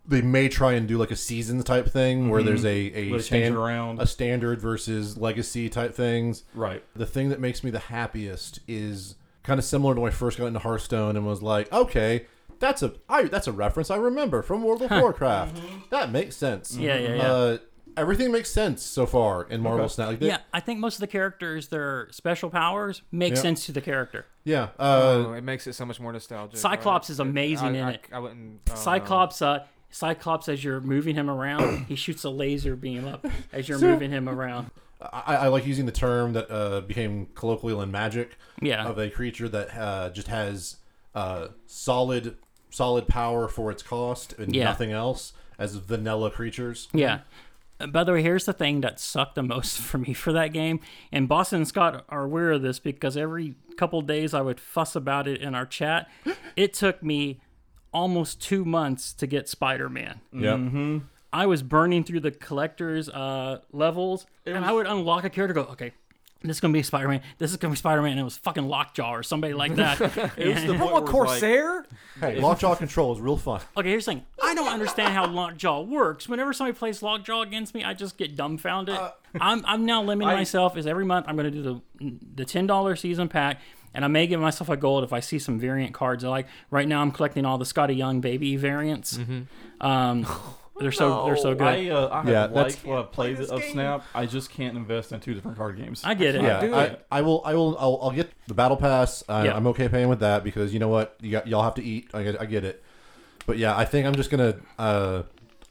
[SPEAKER 1] they may try and do like a seasons type thing where there's a a
[SPEAKER 3] Let it change it around.
[SPEAKER 1] a standard versus legacy type things.
[SPEAKER 3] Right.
[SPEAKER 1] The thing that makes me the happiest is kind of similar to when I first got into Hearthstone and was like, okay, that's a I, that's a reference I remember from World of Warcraft. That makes sense.
[SPEAKER 2] Yeah, yeah, yeah.
[SPEAKER 1] Uh, everything makes sense so far in Marvel Snap. Like they-
[SPEAKER 2] yeah. I think most of the characters, their special powers, make
[SPEAKER 1] Yeah.
[SPEAKER 2] sense to the character.
[SPEAKER 1] yeah. Uh,
[SPEAKER 4] Oh, it makes it so much more nostalgic.
[SPEAKER 2] Cyclops is amazing
[SPEAKER 4] I,
[SPEAKER 2] in
[SPEAKER 4] I,
[SPEAKER 2] it.
[SPEAKER 4] I wouldn't. I don't know.
[SPEAKER 2] Cyclops. Uh, Cyclops, as you're moving him around, he shoots a laser beam up as you're moving him around.
[SPEAKER 1] I, I like using the term that uh, became colloquial in Magic.
[SPEAKER 2] Yeah.
[SPEAKER 1] Of a creature that uh, just has uh, solid solid power for its cost and
[SPEAKER 2] Yeah.
[SPEAKER 1] nothing else as vanilla creatures.
[SPEAKER 2] Yeah. Uh, By the way, here's the thing that sucked the most for me for that game, and Boston and Scott are aware of this because every couple days I would fuss about it in our chat. It took me almost two months to get Spider Man.
[SPEAKER 1] Yeah.
[SPEAKER 2] I was burning through the collector's uh, levels, and I would unlock a character. Go, okay, this is gonna be Spider Man. This is gonna be Spider Man, and it was fucking Lockjaw or somebody like that.
[SPEAKER 3] It was the point
[SPEAKER 4] Come on,
[SPEAKER 3] where it was like-
[SPEAKER 4] Corsair.
[SPEAKER 1] Hey, Lockjaw Control is real fun.
[SPEAKER 2] Okay, here's the thing. I don't understand how Lockjaw works. Whenever somebody plays Lockjaw against me, I just get dumbfounded. I'm, I'm now limiting
[SPEAKER 3] Uh, I-
[SPEAKER 2] myself. Is every month I'm going to do the the ten dollar season pack, and I may give myself a gold if I see some variant cards. I like right now, I'm collecting all the Scotty Young baby variants.
[SPEAKER 4] Mm-hmm.
[SPEAKER 2] Um, they're so they're so good.
[SPEAKER 3] I,
[SPEAKER 2] I,
[SPEAKER 3] uh, I have
[SPEAKER 1] Yeah, that's-
[SPEAKER 3] liked what I've played of Snap. I just can't invest in two different card games.
[SPEAKER 2] get it.
[SPEAKER 1] Yeah,
[SPEAKER 4] do
[SPEAKER 1] I,
[SPEAKER 4] it.
[SPEAKER 1] I will. I will. I'll, I'll get the battle pass. I,
[SPEAKER 2] Yeah.
[SPEAKER 1] I'm okay paying with that because you know what, you got, y'all have to eat. I get, I get it. But yeah, I think I'm just gonna. Uh,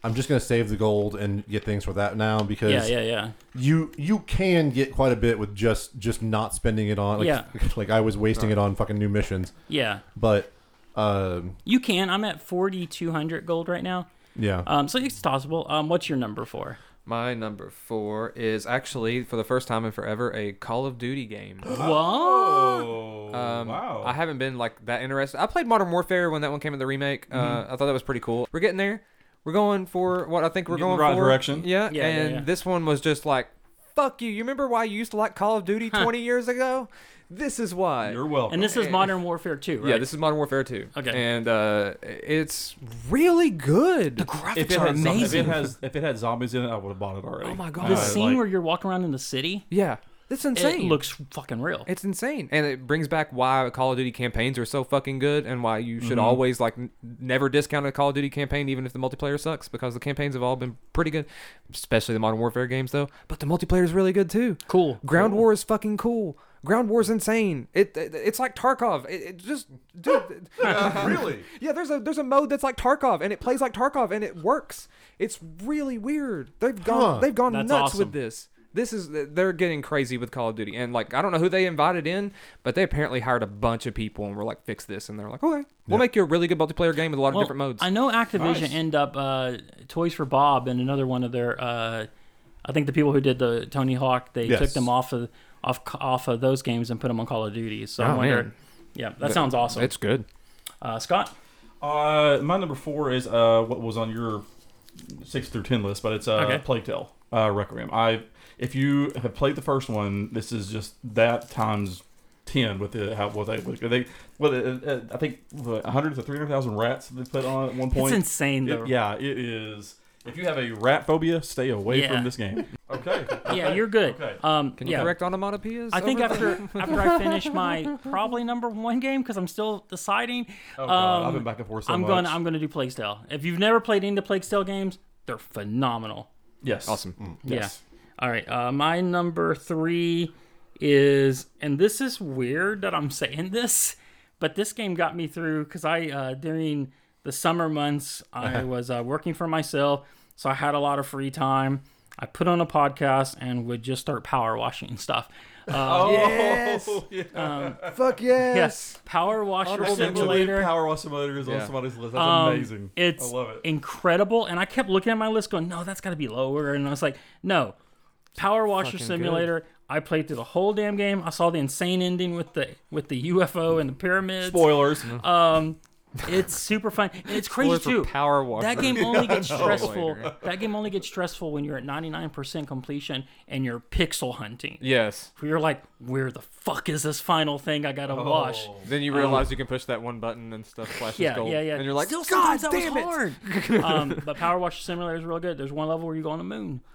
[SPEAKER 1] I'm just gonna save the gold and get things for that now because
[SPEAKER 2] yeah, yeah, yeah.
[SPEAKER 1] you you can get quite a bit with just just not spending it on like,
[SPEAKER 2] Yeah.
[SPEAKER 1] like I was wasting it on fucking new missions.
[SPEAKER 2] Yeah,
[SPEAKER 1] But um
[SPEAKER 2] you can. I'm at forty two hundred gold right now.
[SPEAKER 1] yeah.
[SPEAKER 2] Um, so it's possible. Um, what's your number for?
[SPEAKER 4] My number four is actually for the first time in forever a Call of Duty game.
[SPEAKER 3] Uh,
[SPEAKER 2] Oh, Whoa.
[SPEAKER 3] Oh,
[SPEAKER 4] Um,
[SPEAKER 3] wow.
[SPEAKER 4] I haven't been like that interested. I played Modern Warfare when that one came in the remake.
[SPEAKER 2] Mm-hmm.
[SPEAKER 4] Uh, I thought that was pretty cool. We're getting there. We're going for what I think we're
[SPEAKER 3] Getting
[SPEAKER 4] going
[SPEAKER 3] the right
[SPEAKER 4] for.
[SPEAKER 3] direction.
[SPEAKER 4] Yeah,
[SPEAKER 2] Yeah, yeah,
[SPEAKER 4] and
[SPEAKER 2] yeah.
[SPEAKER 4] this one was just like, fuck you. You remember why you used to like Call of Duty 20 years ago? This is why.
[SPEAKER 3] You're welcome.
[SPEAKER 2] And this is Modern Warfare 2, right?
[SPEAKER 4] Yeah, this is Modern Warfare 2.
[SPEAKER 2] Okay.
[SPEAKER 4] And uh, it's really good. The
[SPEAKER 2] graphics
[SPEAKER 3] if it, had zom- if it has if it had zombies in it, I would have bought it already.
[SPEAKER 4] Oh my
[SPEAKER 2] The
[SPEAKER 4] God.
[SPEAKER 3] Uh,
[SPEAKER 2] scene
[SPEAKER 3] like-
[SPEAKER 2] where you're walking around in the city,
[SPEAKER 4] Yeah. It's
[SPEAKER 2] it
[SPEAKER 4] insane.
[SPEAKER 2] looks fucking real.
[SPEAKER 4] It's insane, and it brings back why Call of Duty campaigns are so fucking good, and why you should
[SPEAKER 3] Mm-hmm.
[SPEAKER 4] always like n- never discount a Call of Duty campaign, even if the multiplayer sucks, because the campaigns have all been pretty good, especially the Modern Warfare games though. But the multiplayer is really good too.
[SPEAKER 2] cool.
[SPEAKER 4] Ground War is fucking cool. Ground War is insane. It, it it's like Tarkov. It, it just dude. Uh,
[SPEAKER 1] really?
[SPEAKER 4] Yeah, there's a there's a mode that's like Tarkov, and it plays like Tarkov, and it works. It's really weird. They've gone
[SPEAKER 1] Huh.
[SPEAKER 4] they've gone
[SPEAKER 2] That's
[SPEAKER 4] nuts with
[SPEAKER 2] awesome.
[SPEAKER 4] this. This is they're getting crazy with Call of Duty, and like I don't know who they invited in, but they apparently hired a bunch of people and were like, "Fix this," and they're like, "Okay, we'll make you a really good multiplayer game with a lot of
[SPEAKER 2] Well,
[SPEAKER 4] different modes."
[SPEAKER 2] I know Activision
[SPEAKER 3] Nice.
[SPEAKER 2] end up uh, Toys for Bob and another one of their uh, I think the people who did the Tony Hawk, they took
[SPEAKER 1] Yes.
[SPEAKER 2] them off of off off of those games and put them on Call of Duty. So I
[SPEAKER 4] Oh,
[SPEAKER 2] wonder.
[SPEAKER 4] man.
[SPEAKER 2] Yeah, that, sounds awesome.
[SPEAKER 4] It's good.
[SPEAKER 2] Uh, Scott,
[SPEAKER 3] Uh, my number four is uh, what was on your six through ten list, but it's uh,
[SPEAKER 2] Okay.
[SPEAKER 3] Plague Tale uh, Requiem. I, if you have played the first one, this is just that times ten with the, how what they what they what uh, uh, I think what, hundreds of three hundred thousand rats they put on at one
[SPEAKER 2] it's
[SPEAKER 3] point.
[SPEAKER 2] insane though.
[SPEAKER 3] It- yeah, it is. If you have a rat phobia, stay away
[SPEAKER 2] Yeah.
[SPEAKER 3] from this game. Okay.
[SPEAKER 2] Yeah, you're good.
[SPEAKER 3] Okay.
[SPEAKER 2] Um,
[SPEAKER 4] Can you
[SPEAKER 2] yeah.
[SPEAKER 4] correct onomatopoeias?
[SPEAKER 2] I think
[SPEAKER 4] over
[SPEAKER 2] after after I finish my probably number one game because I'm still deciding.
[SPEAKER 3] Oh god, I've
[SPEAKER 2] um,
[SPEAKER 3] been back and forth so
[SPEAKER 2] I'm
[SPEAKER 3] much.
[SPEAKER 2] gonna I'm gonna do Plague Tale. If you've never played any of the Plague Tale games, they're phenomenal.
[SPEAKER 3] yes.
[SPEAKER 4] Awesome.
[SPEAKER 3] Yes.
[SPEAKER 2] Yeah. All right. Uh, my number three is, and this is weird that I'm saying this, but this game got me through because I uh, during the summer months
[SPEAKER 3] Uh-huh.
[SPEAKER 2] I was uh, working for myself, so I had a lot of free time. I put on a podcast and would just start power washing stuff. Uh,
[SPEAKER 3] Yes.
[SPEAKER 5] Fuck yes.
[SPEAKER 2] Yes, power washer
[SPEAKER 4] Audible
[SPEAKER 2] simulator.
[SPEAKER 3] Power Wash Simulator is on
[SPEAKER 4] Yeah.
[SPEAKER 3] somebody's list. That's
[SPEAKER 2] Um,
[SPEAKER 3] amazing.
[SPEAKER 2] It's
[SPEAKER 3] I love it.
[SPEAKER 2] incredible. And I kept looking at my list going, no, that's got to be lower. And I was like, no. Power Washer
[SPEAKER 4] fucking
[SPEAKER 2] Simulator. I played through the whole damn game. I saw the insane ending with the with the UFO and the pyramids.
[SPEAKER 3] Spoilers.
[SPEAKER 2] Um, it's super fun. And it's crazy
[SPEAKER 4] Spoilers for
[SPEAKER 2] too.
[SPEAKER 4] Power Washer.
[SPEAKER 2] That game only gets stressful.
[SPEAKER 4] Simulator.
[SPEAKER 2] That game only gets stressful when you're at 99% completion and you're pixel hunting.
[SPEAKER 4] Yes.
[SPEAKER 2] You're like, where the fuck is this final thing I
[SPEAKER 3] Oh.
[SPEAKER 2] gotta wash?
[SPEAKER 4] Then you realize you can push that one button and stuff flashes
[SPEAKER 2] Oh. yeah,
[SPEAKER 4] gold.
[SPEAKER 2] yeah, yeah.
[SPEAKER 4] And you're like,
[SPEAKER 2] Still
[SPEAKER 4] God
[SPEAKER 2] sometimes that
[SPEAKER 4] damn
[SPEAKER 2] was
[SPEAKER 4] it.
[SPEAKER 2] hard. um, but Power Washer Simulator is real good. There's one level where you go on the moon.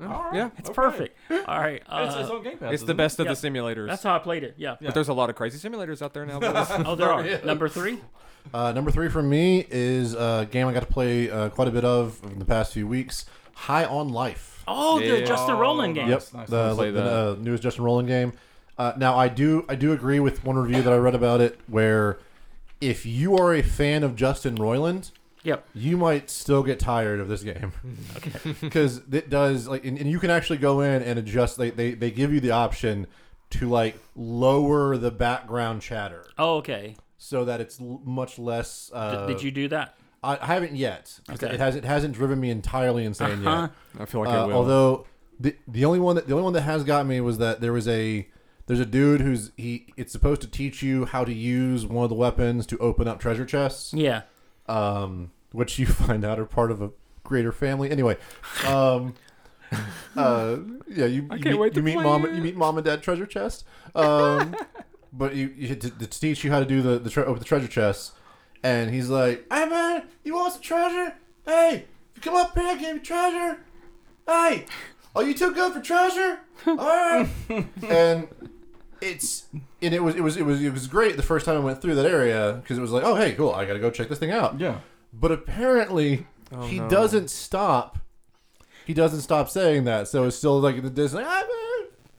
[SPEAKER 4] Yeah.
[SPEAKER 2] It's perfect. All right,
[SPEAKER 3] It's, it's
[SPEAKER 2] uh,
[SPEAKER 3] on Game Pass.
[SPEAKER 4] It's the
[SPEAKER 3] isn't
[SPEAKER 4] best of
[SPEAKER 2] Yeah.
[SPEAKER 4] the simulators.
[SPEAKER 2] that's how I played it. Yeah.
[SPEAKER 3] Yeah.
[SPEAKER 4] But there's a lot of crazy simulators out there now. boys.
[SPEAKER 2] Oh, there are number three.
[SPEAKER 1] Uh, number three for me is a game I got to play uh, quite a bit of in the past few weeks High on Life.
[SPEAKER 2] Oh, the
[SPEAKER 4] Yeah.
[SPEAKER 2] Justin
[SPEAKER 3] Oh,
[SPEAKER 2] Roland game.
[SPEAKER 1] Yep,
[SPEAKER 3] Nice, nice.
[SPEAKER 1] the,
[SPEAKER 4] Play
[SPEAKER 1] the,
[SPEAKER 4] that.
[SPEAKER 1] uh, newest Justin Roland game. Uh, now I do I do agree with one review that I read about it where if you are a fan of Justin Roiland,
[SPEAKER 2] Yep.
[SPEAKER 1] you might still get tired of this game because it does like and, and you can actually go in and adjust. They, they they give you the option to like lower the background chatter
[SPEAKER 2] Oh, okay.
[SPEAKER 1] so that it's l- much less.
[SPEAKER 2] D-
[SPEAKER 1] Uh,
[SPEAKER 2] did you do that?
[SPEAKER 1] I, I haven't yet. 'cause
[SPEAKER 2] Okay.
[SPEAKER 1] It hasn't it hasn't driven me entirely insane
[SPEAKER 2] Uh-huh.
[SPEAKER 1] yet.
[SPEAKER 4] I feel like I
[SPEAKER 1] Uh,
[SPEAKER 4] will.
[SPEAKER 1] although the the only one that the only one that has got me was that there was a there's a dude who's he it's supposed to teach you how to use one of the weapons to open up treasure chests,
[SPEAKER 2] Yeah.
[SPEAKER 1] um, which you find out are part of a greater family. Anyway, um, uh, yeah, you,
[SPEAKER 4] I
[SPEAKER 1] you
[SPEAKER 4] can't
[SPEAKER 1] meet,
[SPEAKER 4] wait to
[SPEAKER 1] you meet
[SPEAKER 4] play
[SPEAKER 1] mom
[SPEAKER 4] it.
[SPEAKER 1] you meet mom and dad treasure chest, um, but you, you to, to teach you how to do the the tre- open the treasure chests, and he's like, "Hey man, you want some treasure? Hey, if you come up here, I give you treasure." hey, are you too good for treasure? All right. and it's and it was it was it was it was great the first time I went through that area because it was like, oh hey, cool, I gotta go check this thing out.
[SPEAKER 3] Yeah.
[SPEAKER 1] But apparently, he
[SPEAKER 4] no.
[SPEAKER 1] doesn't stop. He doesn't stop saying that, so it's still like in the distance. Like, I,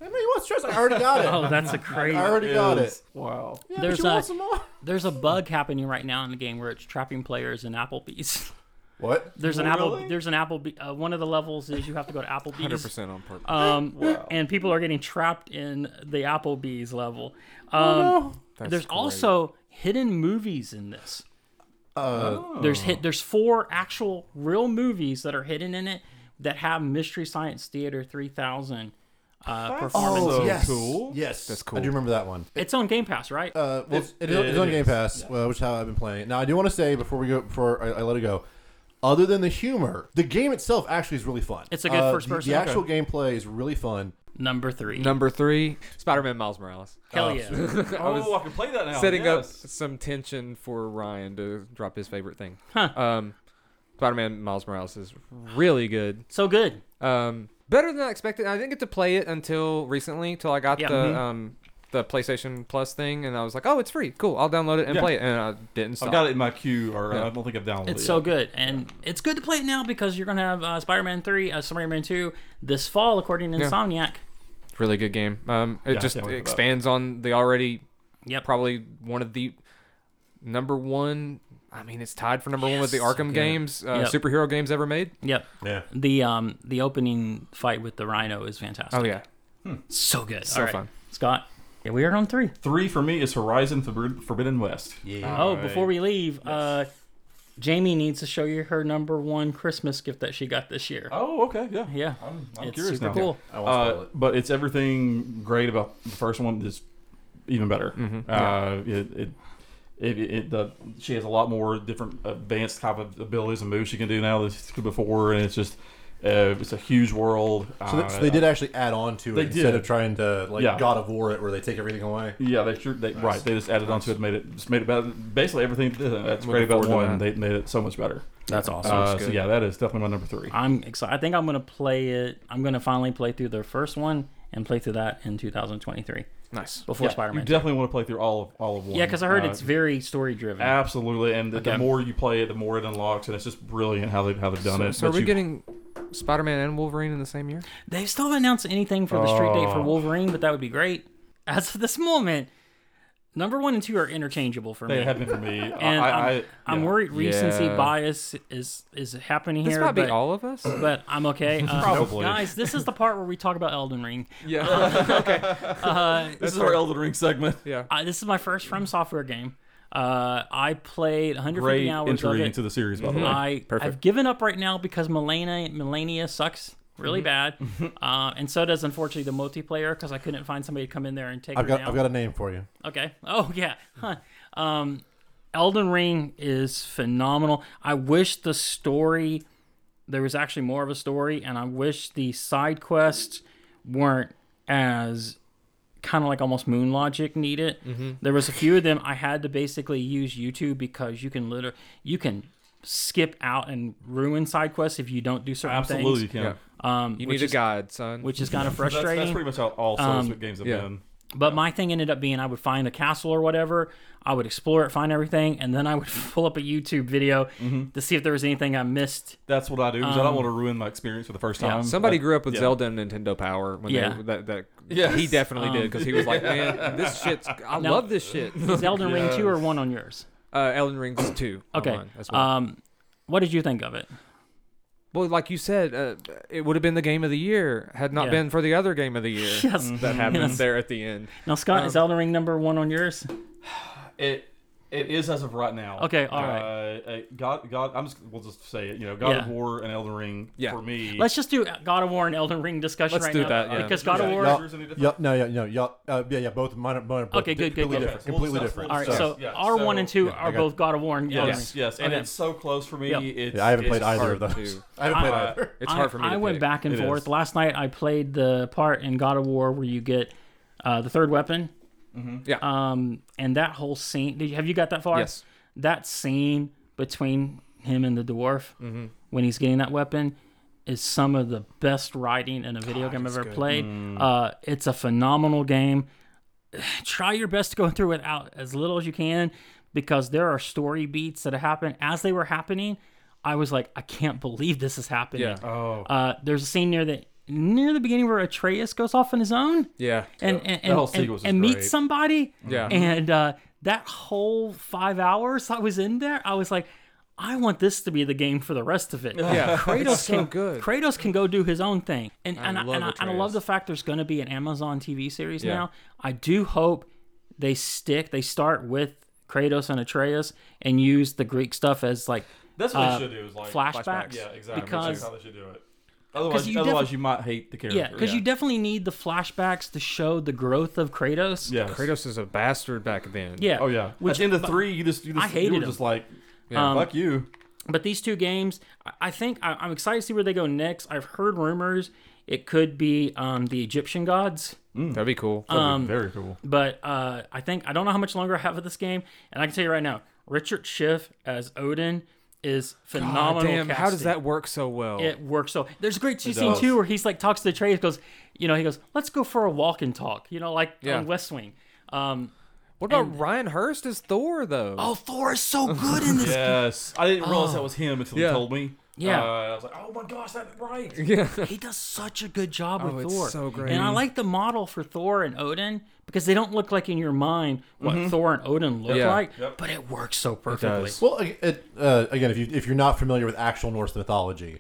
[SPEAKER 1] I mean, you want stress? I already got it.
[SPEAKER 2] Oh, that's a
[SPEAKER 1] I
[SPEAKER 2] crazy.
[SPEAKER 1] already got it.
[SPEAKER 3] Wow.
[SPEAKER 1] Yeah,
[SPEAKER 2] There's
[SPEAKER 1] but you
[SPEAKER 2] a-
[SPEAKER 1] want some more?
[SPEAKER 2] There's a bug happening right now in the game where it's trapping players in Applebee's.
[SPEAKER 1] What?
[SPEAKER 2] There's an
[SPEAKER 3] Really?
[SPEAKER 2] Apple. There's an Applebee. Uh, one of the levels is you have to go to Applebee's.
[SPEAKER 4] 100% on purpose.
[SPEAKER 2] Um,
[SPEAKER 3] Wow.
[SPEAKER 2] and people are getting trapped in the Applebee's level. Um,
[SPEAKER 4] That's
[SPEAKER 2] there's
[SPEAKER 4] great.
[SPEAKER 2] also hidden movies in this.
[SPEAKER 1] Uh,
[SPEAKER 2] There's hit. There's four actual real movies that are hidden in it that have Mystery Science Theater 3000 uh, performances.
[SPEAKER 3] so
[SPEAKER 1] Oh, yes.
[SPEAKER 3] cool.
[SPEAKER 1] Yes,
[SPEAKER 4] That's
[SPEAKER 1] I
[SPEAKER 4] cool.
[SPEAKER 1] do remember that one.
[SPEAKER 2] It's on Game Pass, right?
[SPEAKER 1] Uh, well,
[SPEAKER 3] It's-
[SPEAKER 1] it is it's
[SPEAKER 3] it
[SPEAKER 1] on Game
[SPEAKER 3] is.
[SPEAKER 1] Pass, well, which is how I've been playing it. Now, I do want to say before we go, before I, I let it go, other than the humor, the game itself actually is really fun.
[SPEAKER 2] It's a good
[SPEAKER 1] Uh,
[SPEAKER 2] first
[SPEAKER 1] the-
[SPEAKER 2] person.
[SPEAKER 1] The actual gameplay is really fun.
[SPEAKER 2] Number three.
[SPEAKER 4] Number three, Spider-Man Miles Morales.
[SPEAKER 2] Hell
[SPEAKER 1] uh,
[SPEAKER 2] yeah.
[SPEAKER 3] Oh, I, can play that now.
[SPEAKER 4] setting
[SPEAKER 3] yes.
[SPEAKER 4] up some tension for Ryan to drop his favorite thing. Um, Spider-Man Miles Morales is really good.
[SPEAKER 2] so good.
[SPEAKER 4] Um, better than I expected. I didn't get to play it until recently, till I got
[SPEAKER 2] Yeah.
[SPEAKER 4] the
[SPEAKER 3] mm-hmm.
[SPEAKER 2] Mhm.
[SPEAKER 4] um the PlayStation Plus thing, and I was like, oh, it's free, cool. I'll download it and
[SPEAKER 3] Yeah.
[SPEAKER 4] play it, and I didn't stop.
[SPEAKER 3] I've got it in my queue, or uh,
[SPEAKER 4] Yeah.
[SPEAKER 3] I don't think I've downloaded
[SPEAKER 2] It's
[SPEAKER 3] it.
[SPEAKER 2] so
[SPEAKER 3] yet.
[SPEAKER 2] good, and it's good to play it now because you're gonna have uh, Spider-Man three, uh, Spider-Man two this fall, according to
[SPEAKER 4] Yeah.
[SPEAKER 2] Insomniac.
[SPEAKER 4] Really good game. Um, it
[SPEAKER 3] Yeah, I
[SPEAKER 4] just
[SPEAKER 3] can't wait for that.
[SPEAKER 4] expands on the already
[SPEAKER 2] Yep.
[SPEAKER 4] probably one of the number one. I mean, it's tied for number one with the Arkham games, uh,
[SPEAKER 2] Yep.
[SPEAKER 4] superhero games ever made.
[SPEAKER 2] Yep.
[SPEAKER 1] Yeah.
[SPEAKER 2] The um the opening fight with the Rhino is fantastic.
[SPEAKER 4] Oh yeah,
[SPEAKER 2] So good.
[SPEAKER 4] So
[SPEAKER 2] All right.
[SPEAKER 4] fun.
[SPEAKER 2] Scott, yeah, we are on three.
[SPEAKER 3] Three for me is Horizon Forbid- Forbidden West.
[SPEAKER 1] Yeah.
[SPEAKER 2] oh,
[SPEAKER 3] right.
[SPEAKER 2] before we leave, uh, Jamie needs to show you her number one Christmas gift that she got this year.
[SPEAKER 3] Oh, okay, yeah,
[SPEAKER 2] Yeah.
[SPEAKER 3] I'm, I'm
[SPEAKER 2] It's
[SPEAKER 3] curious
[SPEAKER 2] super
[SPEAKER 3] now.
[SPEAKER 2] cool.
[SPEAKER 1] I won't spoil
[SPEAKER 3] Uh,
[SPEAKER 1] it.
[SPEAKER 3] But it's everything great about the first one. That's even better.
[SPEAKER 4] Mm-hmm.
[SPEAKER 3] Uh, it, it, it, it the, she has a lot more different advanced type of abilities and moves she can do now than she could before, and it's just uh, it's a huge world.
[SPEAKER 1] So,
[SPEAKER 3] uh,
[SPEAKER 1] that, so they did actually add on to it
[SPEAKER 3] They
[SPEAKER 1] instead
[SPEAKER 3] did.
[SPEAKER 1] of trying to like
[SPEAKER 3] Yeah.
[SPEAKER 1] God of War it, where they take everything away.
[SPEAKER 3] Yeah, they sure they right. They just added onto it, made it just made it better. Basically, everything uh, that's
[SPEAKER 4] Looking
[SPEAKER 3] great about
[SPEAKER 4] forward to
[SPEAKER 3] one,
[SPEAKER 4] that.
[SPEAKER 3] they made it so much better.
[SPEAKER 2] That's awesome.
[SPEAKER 3] Uh,
[SPEAKER 4] Sounds
[SPEAKER 3] so
[SPEAKER 4] good.
[SPEAKER 3] yeah, that is definitely my number three.
[SPEAKER 2] I'm excited. I think I'm gonna play it. I'm gonna finally play through the first one and play through that in 2023
[SPEAKER 4] Nice.
[SPEAKER 2] before
[SPEAKER 3] Yeah,
[SPEAKER 2] Spider-Man.
[SPEAKER 3] You definitely want to play through all of all of one.
[SPEAKER 2] yeah, because I heard
[SPEAKER 3] Uh,
[SPEAKER 2] it's very story driven.
[SPEAKER 3] absolutely, and the, the
[SPEAKER 2] Okay.
[SPEAKER 3] more you play it, the more it unlocks, and it's just brilliant how they how they've done
[SPEAKER 4] so,
[SPEAKER 3] it.
[SPEAKER 4] so are
[SPEAKER 3] But
[SPEAKER 4] we
[SPEAKER 3] you-
[SPEAKER 4] getting Spider-Man and Wolverine in the same year?
[SPEAKER 2] They still haven't announced anything for the street date
[SPEAKER 3] Oh.
[SPEAKER 2] for Wolverine, but that would be great. As of this moment, number one and two are interchangeable for
[SPEAKER 3] They
[SPEAKER 2] me.
[SPEAKER 3] have been for me.
[SPEAKER 2] and
[SPEAKER 3] I,
[SPEAKER 2] I,
[SPEAKER 3] I,
[SPEAKER 2] am I'm
[SPEAKER 3] yeah.
[SPEAKER 2] worried recency
[SPEAKER 4] Yeah.
[SPEAKER 2] bias is is happening
[SPEAKER 4] This
[SPEAKER 2] here.
[SPEAKER 4] might be
[SPEAKER 2] but-
[SPEAKER 4] all of us.
[SPEAKER 2] but I'm okay. Uh,
[SPEAKER 3] Probably.
[SPEAKER 2] guys, this is the part where we talk about Elden Ring.
[SPEAKER 4] Yeah.
[SPEAKER 2] Uh,
[SPEAKER 3] This is our Elden Ring segment.
[SPEAKER 4] yeah.
[SPEAKER 2] I, this is my first From Software game. Uh, I played 150
[SPEAKER 3] Great
[SPEAKER 2] hours of
[SPEAKER 3] entry
[SPEAKER 2] it. Mm-hmm.
[SPEAKER 3] into the series, by the way.
[SPEAKER 2] I I've
[SPEAKER 4] Perfect.
[SPEAKER 2] given up right now because Melania Melania sucks really
[SPEAKER 3] Mm-hmm.
[SPEAKER 2] bad, uh, and so does unfortunately the multiplayer because I couldn't find somebody to come in there and take
[SPEAKER 1] I've
[SPEAKER 2] her
[SPEAKER 1] got
[SPEAKER 2] down.
[SPEAKER 1] I've got a name for you.
[SPEAKER 2] Okay. Oh yeah. Huh. Um, Elden Ring is phenomenal. I wish the story there was actually more of a story, and I wish the side quests weren't as kind of like almost moon logic needed.
[SPEAKER 3] Mm-hmm.
[SPEAKER 2] There was a few of them I had to basically use YouTube because you can literally you can skip out and ruin side quests if you don't do certain
[SPEAKER 3] Absolutely, you
[SPEAKER 2] things.
[SPEAKER 3] can.
[SPEAKER 4] Yeah.
[SPEAKER 2] Um,
[SPEAKER 4] You
[SPEAKER 2] which
[SPEAKER 4] need a
[SPEAKER 2] is,
[SPEAKER 4] guide, son.
[SPEAKER 2] which is kind of
[SPEAKER 3] That's,
[SPEAKER 2] frustrating. Um,
[SPEAKER 3] that's pretty much how all Souls games have
[SPEAKER 4] yeah.
[SPEAKER 3] been.
[SPEAKER 2] But my thing ended up being I would find a castle or whatever, I would explore it, find everything, and then I would pull up a YouTube video to see if there was anything I missed.
[SPEAKER 3] That's what I do because I don't want to ruin my experience for the first
[SPEAKER 2] Um, yeah,
[SPEAKER 3] time.
[SPEAKER 4] Somebody
[SPEAKER 3] I-
[SPEAKER 4] grew up with
[SPEAKER 3] yeah.
[SPEAKER 4] Zelda and Nintendo Power. When
[SPEAKER 2] Yeah.
[SPEAKER 4] They, that, that,
[SPEAKER 3] Yes.
[SPEAKER 4] He definitely did because he was like, man, this shit's. I
[SPEAKER 2] Now-
[SPEAKER 4] love this shit.
[SPEAKER 2] Is Elden Ring 2 or 1 on yours?
[SPEAKER 4] Uh, Elden Ring's 2.
[SPEAKER 2] Okay.
[SPEAKER 4] online as well.
[SPEAKER 2] um, what did you think of it?
[SPEAKER 4] well, like you said, uh, it would have been the game of the year had not
[SPEAKER 2] Yeah.
[SPEAKER 4] been for the other game of the year
[SPEAKER 2] Yes.
[SPEAKER 4] that happened
[SPEAKER 2] Yes.
[SPEAKER 4] there at the end.
[SPEAKER 2] Now, Scott, is Elden Ring number 1 on yours?
[SPEAKER 3] It it is as of right now.
[SPEAKER 2] Okay, all
[SPEAKER 3] Uh, uh, God, God, I'm just we'll just say it. You know, God of
[SPEAKER 2] Yeah.
[SPEAKER 3] War and Elden Ring
[SPEAKER 4] Yeah.
[SPEAKER 3] for me.
[SPEAKER 2] Let's just do God of War and Elden Ring discussion
[SPEAKER 4] Let's
[SPEAKER 2] right
[SPEAKER 4] do
[SPEAKER 2] now.
[SPEAKER 4] that, yeah.
[SPEAKER 2] Because God
[SPEAKER 3] Yeah,
[SPEAKER 2] of War.
[SPEAKER 3] yeah.
[SPEAKER 1] Y'all,
[SPEAKER 3] Yours any different?
[SPEAKER 1] y'all- no, yeah, no, y'all, uh, yeah, yeah, both mine, are- mine are both
[SPEAKER 2] Okay, good,
[SPEAKER 1] di-
[SPEAKER 2] good,
[SPEAKER 1] completely
[SPEAKER 2] good.
[SPEAKER 1] different,
[SPEAKER 3] Okay, well,
[SPEAKER 1] completely
[SPEAKER 3] that's-
[SPEAKER 1] different.
[SPEAKER 2] All right,
[SPEAKER 3] Yes,
[SPEAKER 2] so
[SPEAKER 3] yes,
[SPEAKER 2] R1 and
[SPEAKER 3] so-
[SPEAKER 2] 2
[SPEAKER 1] I
[SPEAKER 2] are
[SPEAKER 1] got-
[SPEAKER 2] both God of War and Elden Ring.
[SPEAKER 3] yes, yes, and
[SPEAKER 2] Okay.
[SPEAKER 3] it's so close for me.
[SPEAKER 2] Yeah.
[SPEAKER 3] It's,
[SPEAKER 1] Yeah, I haven't
[SPEAKER 3] it's
[SPEAKER 1] played either
[SPEAKER 4] hard
[SPEAKER 1] of those.
[SPEAKER 4] to-
[SPEAKER 1] I haven't played
[SPEAKER 3] I-
[SPEAKER 1] either.
[SPEAKER 4] It's hard
[SPEAKER 2] I- uh,
[SPEAKER 4] for me
[SPEAKER 2] I
[SPEAKER 4] to
[SPEAKER 2] went
[SPEAKER 4] pick.
[SPEAKER 2] back and
[SPEAKER 3] It
[SPEAKER 2] forth.
[SPEAKER 3] is.
[SPEAKER 2] Last night I played the part in God of War where you get uh, the third weapon.
[SPEAKER 4] Yeah.
[SPEAKER 2] Um, and that whole scene. Did you, have you got that far?
[SPEAKER 4] Yes.
[SPEAKER 2] That scene between him and the dwarf when he's getting that weapon is some of the best writing in a video game I've ever played.
[SPEAKER 4] Mm.
[SPEAKER 2] Uh, it's a phenomenal game. Try your best to go through it out as little as you can because there are story beats that happen as they were happening. I was like, I can't believe this is happening.
[SPEAKER 4] Yeah.
[SPEAKER 3] Oh,
[SPEAKER 2] Uh, there's a scene near the near the beginning where Atreus goes off on his own
[SPEAKER 4] Yeah.
[SPEAKER 2] and and
[SPEAKER 3] That whole
[SPEAKER 2] and, and,
[SPEAKER 3] sequence is
[SPEAKER 2] and
[SPEAKER 3] great.
[SPEAKER 2] meets somebody.
[SPEAKER 4] Yeah.
[SPEAKER 2] And uh, that whole five hours I was in there, I was like, I want this to be the game for the rest of it.
[SPEAKER 4] Yeah.
[SPEAKER 2] Kratos
[SPEAKER 4] It's so
[SPEAKER 2] can
[SPEAKER 4] good.
[SPEAKER 2] Kratos can go do his own thing, and and I,
[SPEAKER 4] love
[SPEAKER 2] and, I, and I love
[SPEAKER 4] Atreus.
[SPEAKER 2] the fact there's going to be an Amazon TV series
[SPEAKER 4] Yeah.
[SPEAKER 2] now. I do hope they stick. They start with Kratos and Atreus and use the Greek stuff as like
[SPEAKER 3] that's what
[SPEAKER 2] uh,
[SPEAKER 3] they should do. Is like
[SPEAKER 2] flashbacks.
[SPEAKER 3] Yeah, exactly.
[SPEAKER 2] Because
[SPEAKER 3] that's how they should do it. Otherwise,
[SPEAKER 2] you
[SPEAKER 3] otherwise
[SPEAKER 2] defi-
[SPEAKER 3] you might hate the character.
[SPEAKER 2] Yeah, because you definitely need the flashbacks to show the growth of Kratos.
[SPEAKER 3] Yes.
[SPEAKER 4] Kratos is a bastard back then.
[SPEAKER 2] Yeah.
[SPEAKER 3] Oh yeah.
[SPEAKER 2] Which-
[SPEAKER 3] Which in the three, you just you just
[SPEAKER 2] I hated
[SPEAKER 3] you were
[SPEAKER 2] him.
[SPEAKER 3] just like,
[SPEAKER 4] Um,
[SPEAKER 3] fuck you.
[SPEAKER 2] But these two games, I- I think I- I'm excited to see where they go next. I've heard rumors it could be um, the Egyptian gods,
[SPEAKER 4] Mm. That'd be cool.
[SPEAKER 3] That'd be
[SPEAKER 2] Um,
[SPEAKER 3] very cool.
[SPEAKER 2] but uh, I think I don't know how much longer I have of this game. And I can tell you right now, Richard Schiff as Odin is phenomenal.
[SPEAKER 4] Ah, damn, how does
[SPEAKER 2] casting.
[SPEAKER 4] that work so well?
[SPEAKER 2] It works so. There's a great scene
[SPEAKER 3] does.
[SPEAKER 2] too where he's like talks to the trade. Goes, you know, he goes, "Let's go for a walk and talk." You know, like
[SPEAKER 4] Yeah.
[SPEAKER 2] on West Wing. Um,
[SPEAKER 4] what about Ryan Hurst as Thor though?
[SPEAKER 2] oh, Thor is so good in this. Oh.
[SPEAKER 3] Yes, I didn't realize that was him until
[SPEAKER 4] Yeah.
[SPEAKER 3] he told me.
[SPEAKER 2] Yeah.
[SPEAKER 3] uh, I was like, oh my gosh, that's right.
[SPEAKER 4] yeah.
[SPEAKER 2] he does such a good job
[SPEAKER 4] Oh,
[SPEAKER 2] with
[SPEAKER 4] it's
[SPEAKER 2] Thor.
[SPEAKER 4] so great.
[SPEAKER 2] And I like the model for Thor and Odin because they don't look like in your mind what Thor and Odin look
[SPEAKER 4] Mm-hmm. Yeah.
[SPEAKER 2] like,
[SPEAKER 3] Yep.
[SPEAKER 2] but it works so perfectly.
[SPEAKER 4] does.
[SPEAKER 1] Well, ag- it, uh, again, if you if you're not familiar with actual Norse mythology,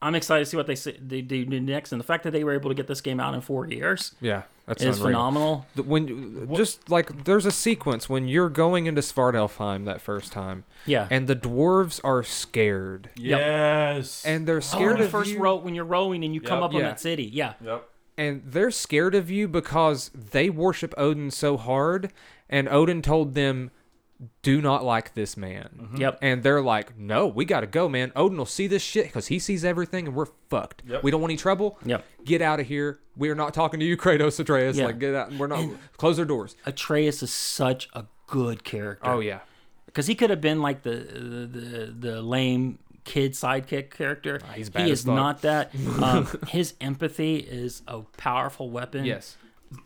[SPEAKER 2] I'm excited to see what they say, they do next, and the fact that they were able to get this game out in four years
[SPEAKER 4] Yeah. That's
[SPEAKER 2] is
[SPEAKER 4] unreal.
[SPEAKER 2] phenomenal.
[SPEAKER 4] The- When just like there's a sequence when you're going into Svartalfheim that first time,
[SPEAKER 2] Yeah.
[SPEAKER 4] and the dwarves are scared,
[SPEAKER 2] Yep.
[SPEAKER 3] Yes.
[SPEAKER 4] and
[SPEAKER 2] Oh,
[SPEAKER 4] they're
[SPEAKER 2] when
[SPEAKER 4] scared
[SPEAKER 2] you
[SPEAKER 4] of
[SPEAKER 2] first
[SPEAKER 4] you,
[SPEAKER 2] row when you're rowing and you come
[SPEAKER 3] Yep.
[SPEAKER 2] up on
[SPEAKER 4] Yeah.
[SPEAKER 2] that city. Yeah.
[SPEAKER 3] Yep.
[SPEAKER 4] and they're scared of you because they worship Odin so hard, and Odin told them, "Do not like this man."
[SPEAKER 2] Yep.
[SPEAKER 4] And they're like, "No, we gotta go, man. Odin will see this shit because he sees everything, and we're fucked.
[SPEAKER 3] Yep.
[SPEAKER 4] We don't want any trouble.
[SPEAKER 2] Yep.
[SPEAKER 4] Get out of here. We are not talking to you, Kratos, Atreus.
[SPEAKER 2] Yeah.
[SPEAKER 4] Like, get out. We're not. close their doors.
[SPEAKER 2] Atreus is such a good character.
[SPEAKER 4] Oh yeah.
[SPEAKER 2] because he could have been like the the the, the lame kid sidekick character.
[SPEAKER 4] he's bad
[SPEAKER 2] he
[SPEAKER 4] as
[SPEAKER 2] is
[SPEAKER 4] fuck.
[SPEAKER 2] not that. Um, his empathy is a powerful weapon.
[SPEAKER 4] Yes.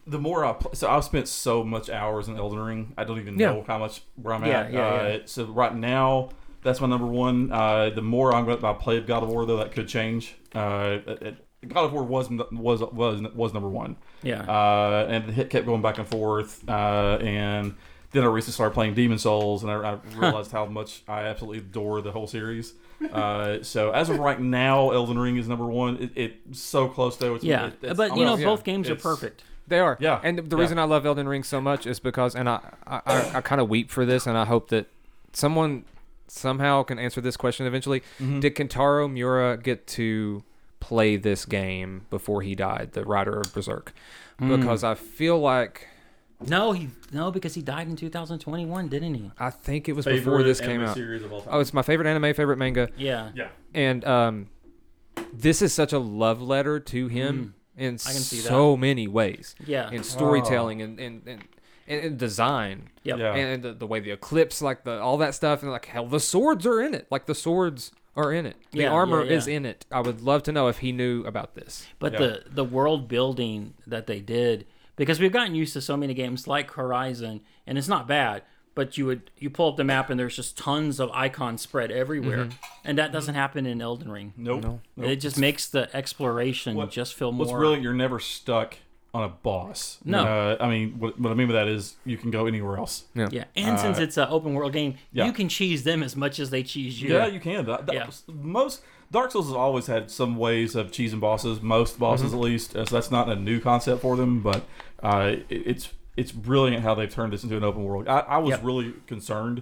[SPEAKER 3] the more I pl- so I've spent so much hours in Elden Ring, I don't even
[SPEAKER 4] Yeah.
[SPEAKER 3] know how much where I'm
[SPEAKER 2] Yeah,
[SPEAKER 3] at.
[SPEAKER 2] yeah,
[SPEAKER 3] uh,
[SPEAKER 2] yeah.
[SPEAKER 3] So right now, that's my number one. Uh, the more I'm going to play of God of War, though, that could change. Uh, it- it- God of War was n- was was was number one.
[SPEAKER 2] Yeah.
[SPEAKER 3] Uh, and it kept going back and forth. Uh, and then I recently started playing Demon Souls, and I, I realized how much I absolutely adore the whole series. Uh, so as of right now, Elden Ring is number one. It, it's so close though. It's,
[SPEAKER 2] yeah.
[SPEAKER 3] it- it's
[SPEAKER 2] but you know,
[SPEAKER 3] almost-
[SPEAKER 2] both games are
[SPEAKER 3] It's-
[SPEAKER 2] perfect.
[SPEAKER 4] They are.
[SPEAKER 3] Yeah.
[SPEAKER 4] And the
[SPEAKER 3] Yeah.
[SPEAKER 4] reason I love Elden Ring so much is because, and I, I, I, I kind of weep for this, and I hope that someone somehow can answer this question eventually.
[SPEAKER 3] Mm-hmm.
[SPEAKER 4] Did Kentaro Miura get to play this game before he died, the writer of Berserk?
[SPEAKER 3] Mm.
[SPEAKER 4] Because I feel like
[SPEAKER 2] No, he no because he died in 2021, didn't he?
[SPEAKER 4] I think it was before
[SPEAKER 3] favorite
[SPEAKER 4] this came
[SPEAKER 3] anime
[SPEAKER 4] out.
[SPEAKER 3] Series of all time.
[SPEAKER 4] Oh, it's my favorite anime, favorite manga.
[SPEAKER 2] Yeah.
[SPEAKER 3] yeah.
[SPEAKER 4] and um, this is such a love letter to him
[SPEAKER 3] Mm.
[SPEAKER 4] in
[SPEAKER 2] can see
[SPEAKER 4] so many ways.
[SPEAKER 2] Yeah.
[SPEAKER 4] in
[SPEAKER 3] Oh.
[SPEAKER 4] storytelling and and and, and, and design.
[SPEAKER 2] Yep.
[SPEAKER 3] Yeah.
[SPEAKER 4] and the, the way the eclipse, like the all that stuff, and like hell, the swords are in it. Like the swords are in it. The
[SPEAKER 2] Yeah, yeah,
[SPEAKER 4] armor is
[SPEAKER 2] yeah.
[SPEAKER 4] in it. I would love to know if he knew about this.
[SPEAKER 2] But
[SPEAKER 3] Yeah.
[SPEAKER 2] the the world building that they did, because we've gotten used to so many games like Horizon, and it's not bad. But you would you pull up the map and there's just tons of icons spread everywhere, and that doesn't happen in Elden Ring.
[SPEAKER 3] Nope. nope.
[SPEAKER 2] It just makes the exploration
[SPEAKER 3] What-
[SPEAKER 2] just feel more.
[SPEAKER 3] What's really you're never stuck on a boss.
[SPEAKER 2] No.
[SPEAKER 3] Uh, I mean, what, what I mean by that is you can go anywhere else.
[SPEAKER 2] yeah, and since it's an open world game,
[SPEAKER 3] yeah.
[SPEAKER 2] you can cheese them as much as they cheese you.
[SPEAKER 3] Yeah, you can. That, that-
[SPEAKER 2] Yeah.
[SPEAKER 3] Most Dark Souls has always had some ways of cheesing bosses. Most bosses,
[SPEAKER 2] Mm-hmm.
[SPEAKER 3] at least, uh, so that's not a new concept for them. But uh, it, it's it's brilliant how they've turned this into an open world. I, I was
[SPEAKER 2] Yep.
[SPEAKER 3] really concerned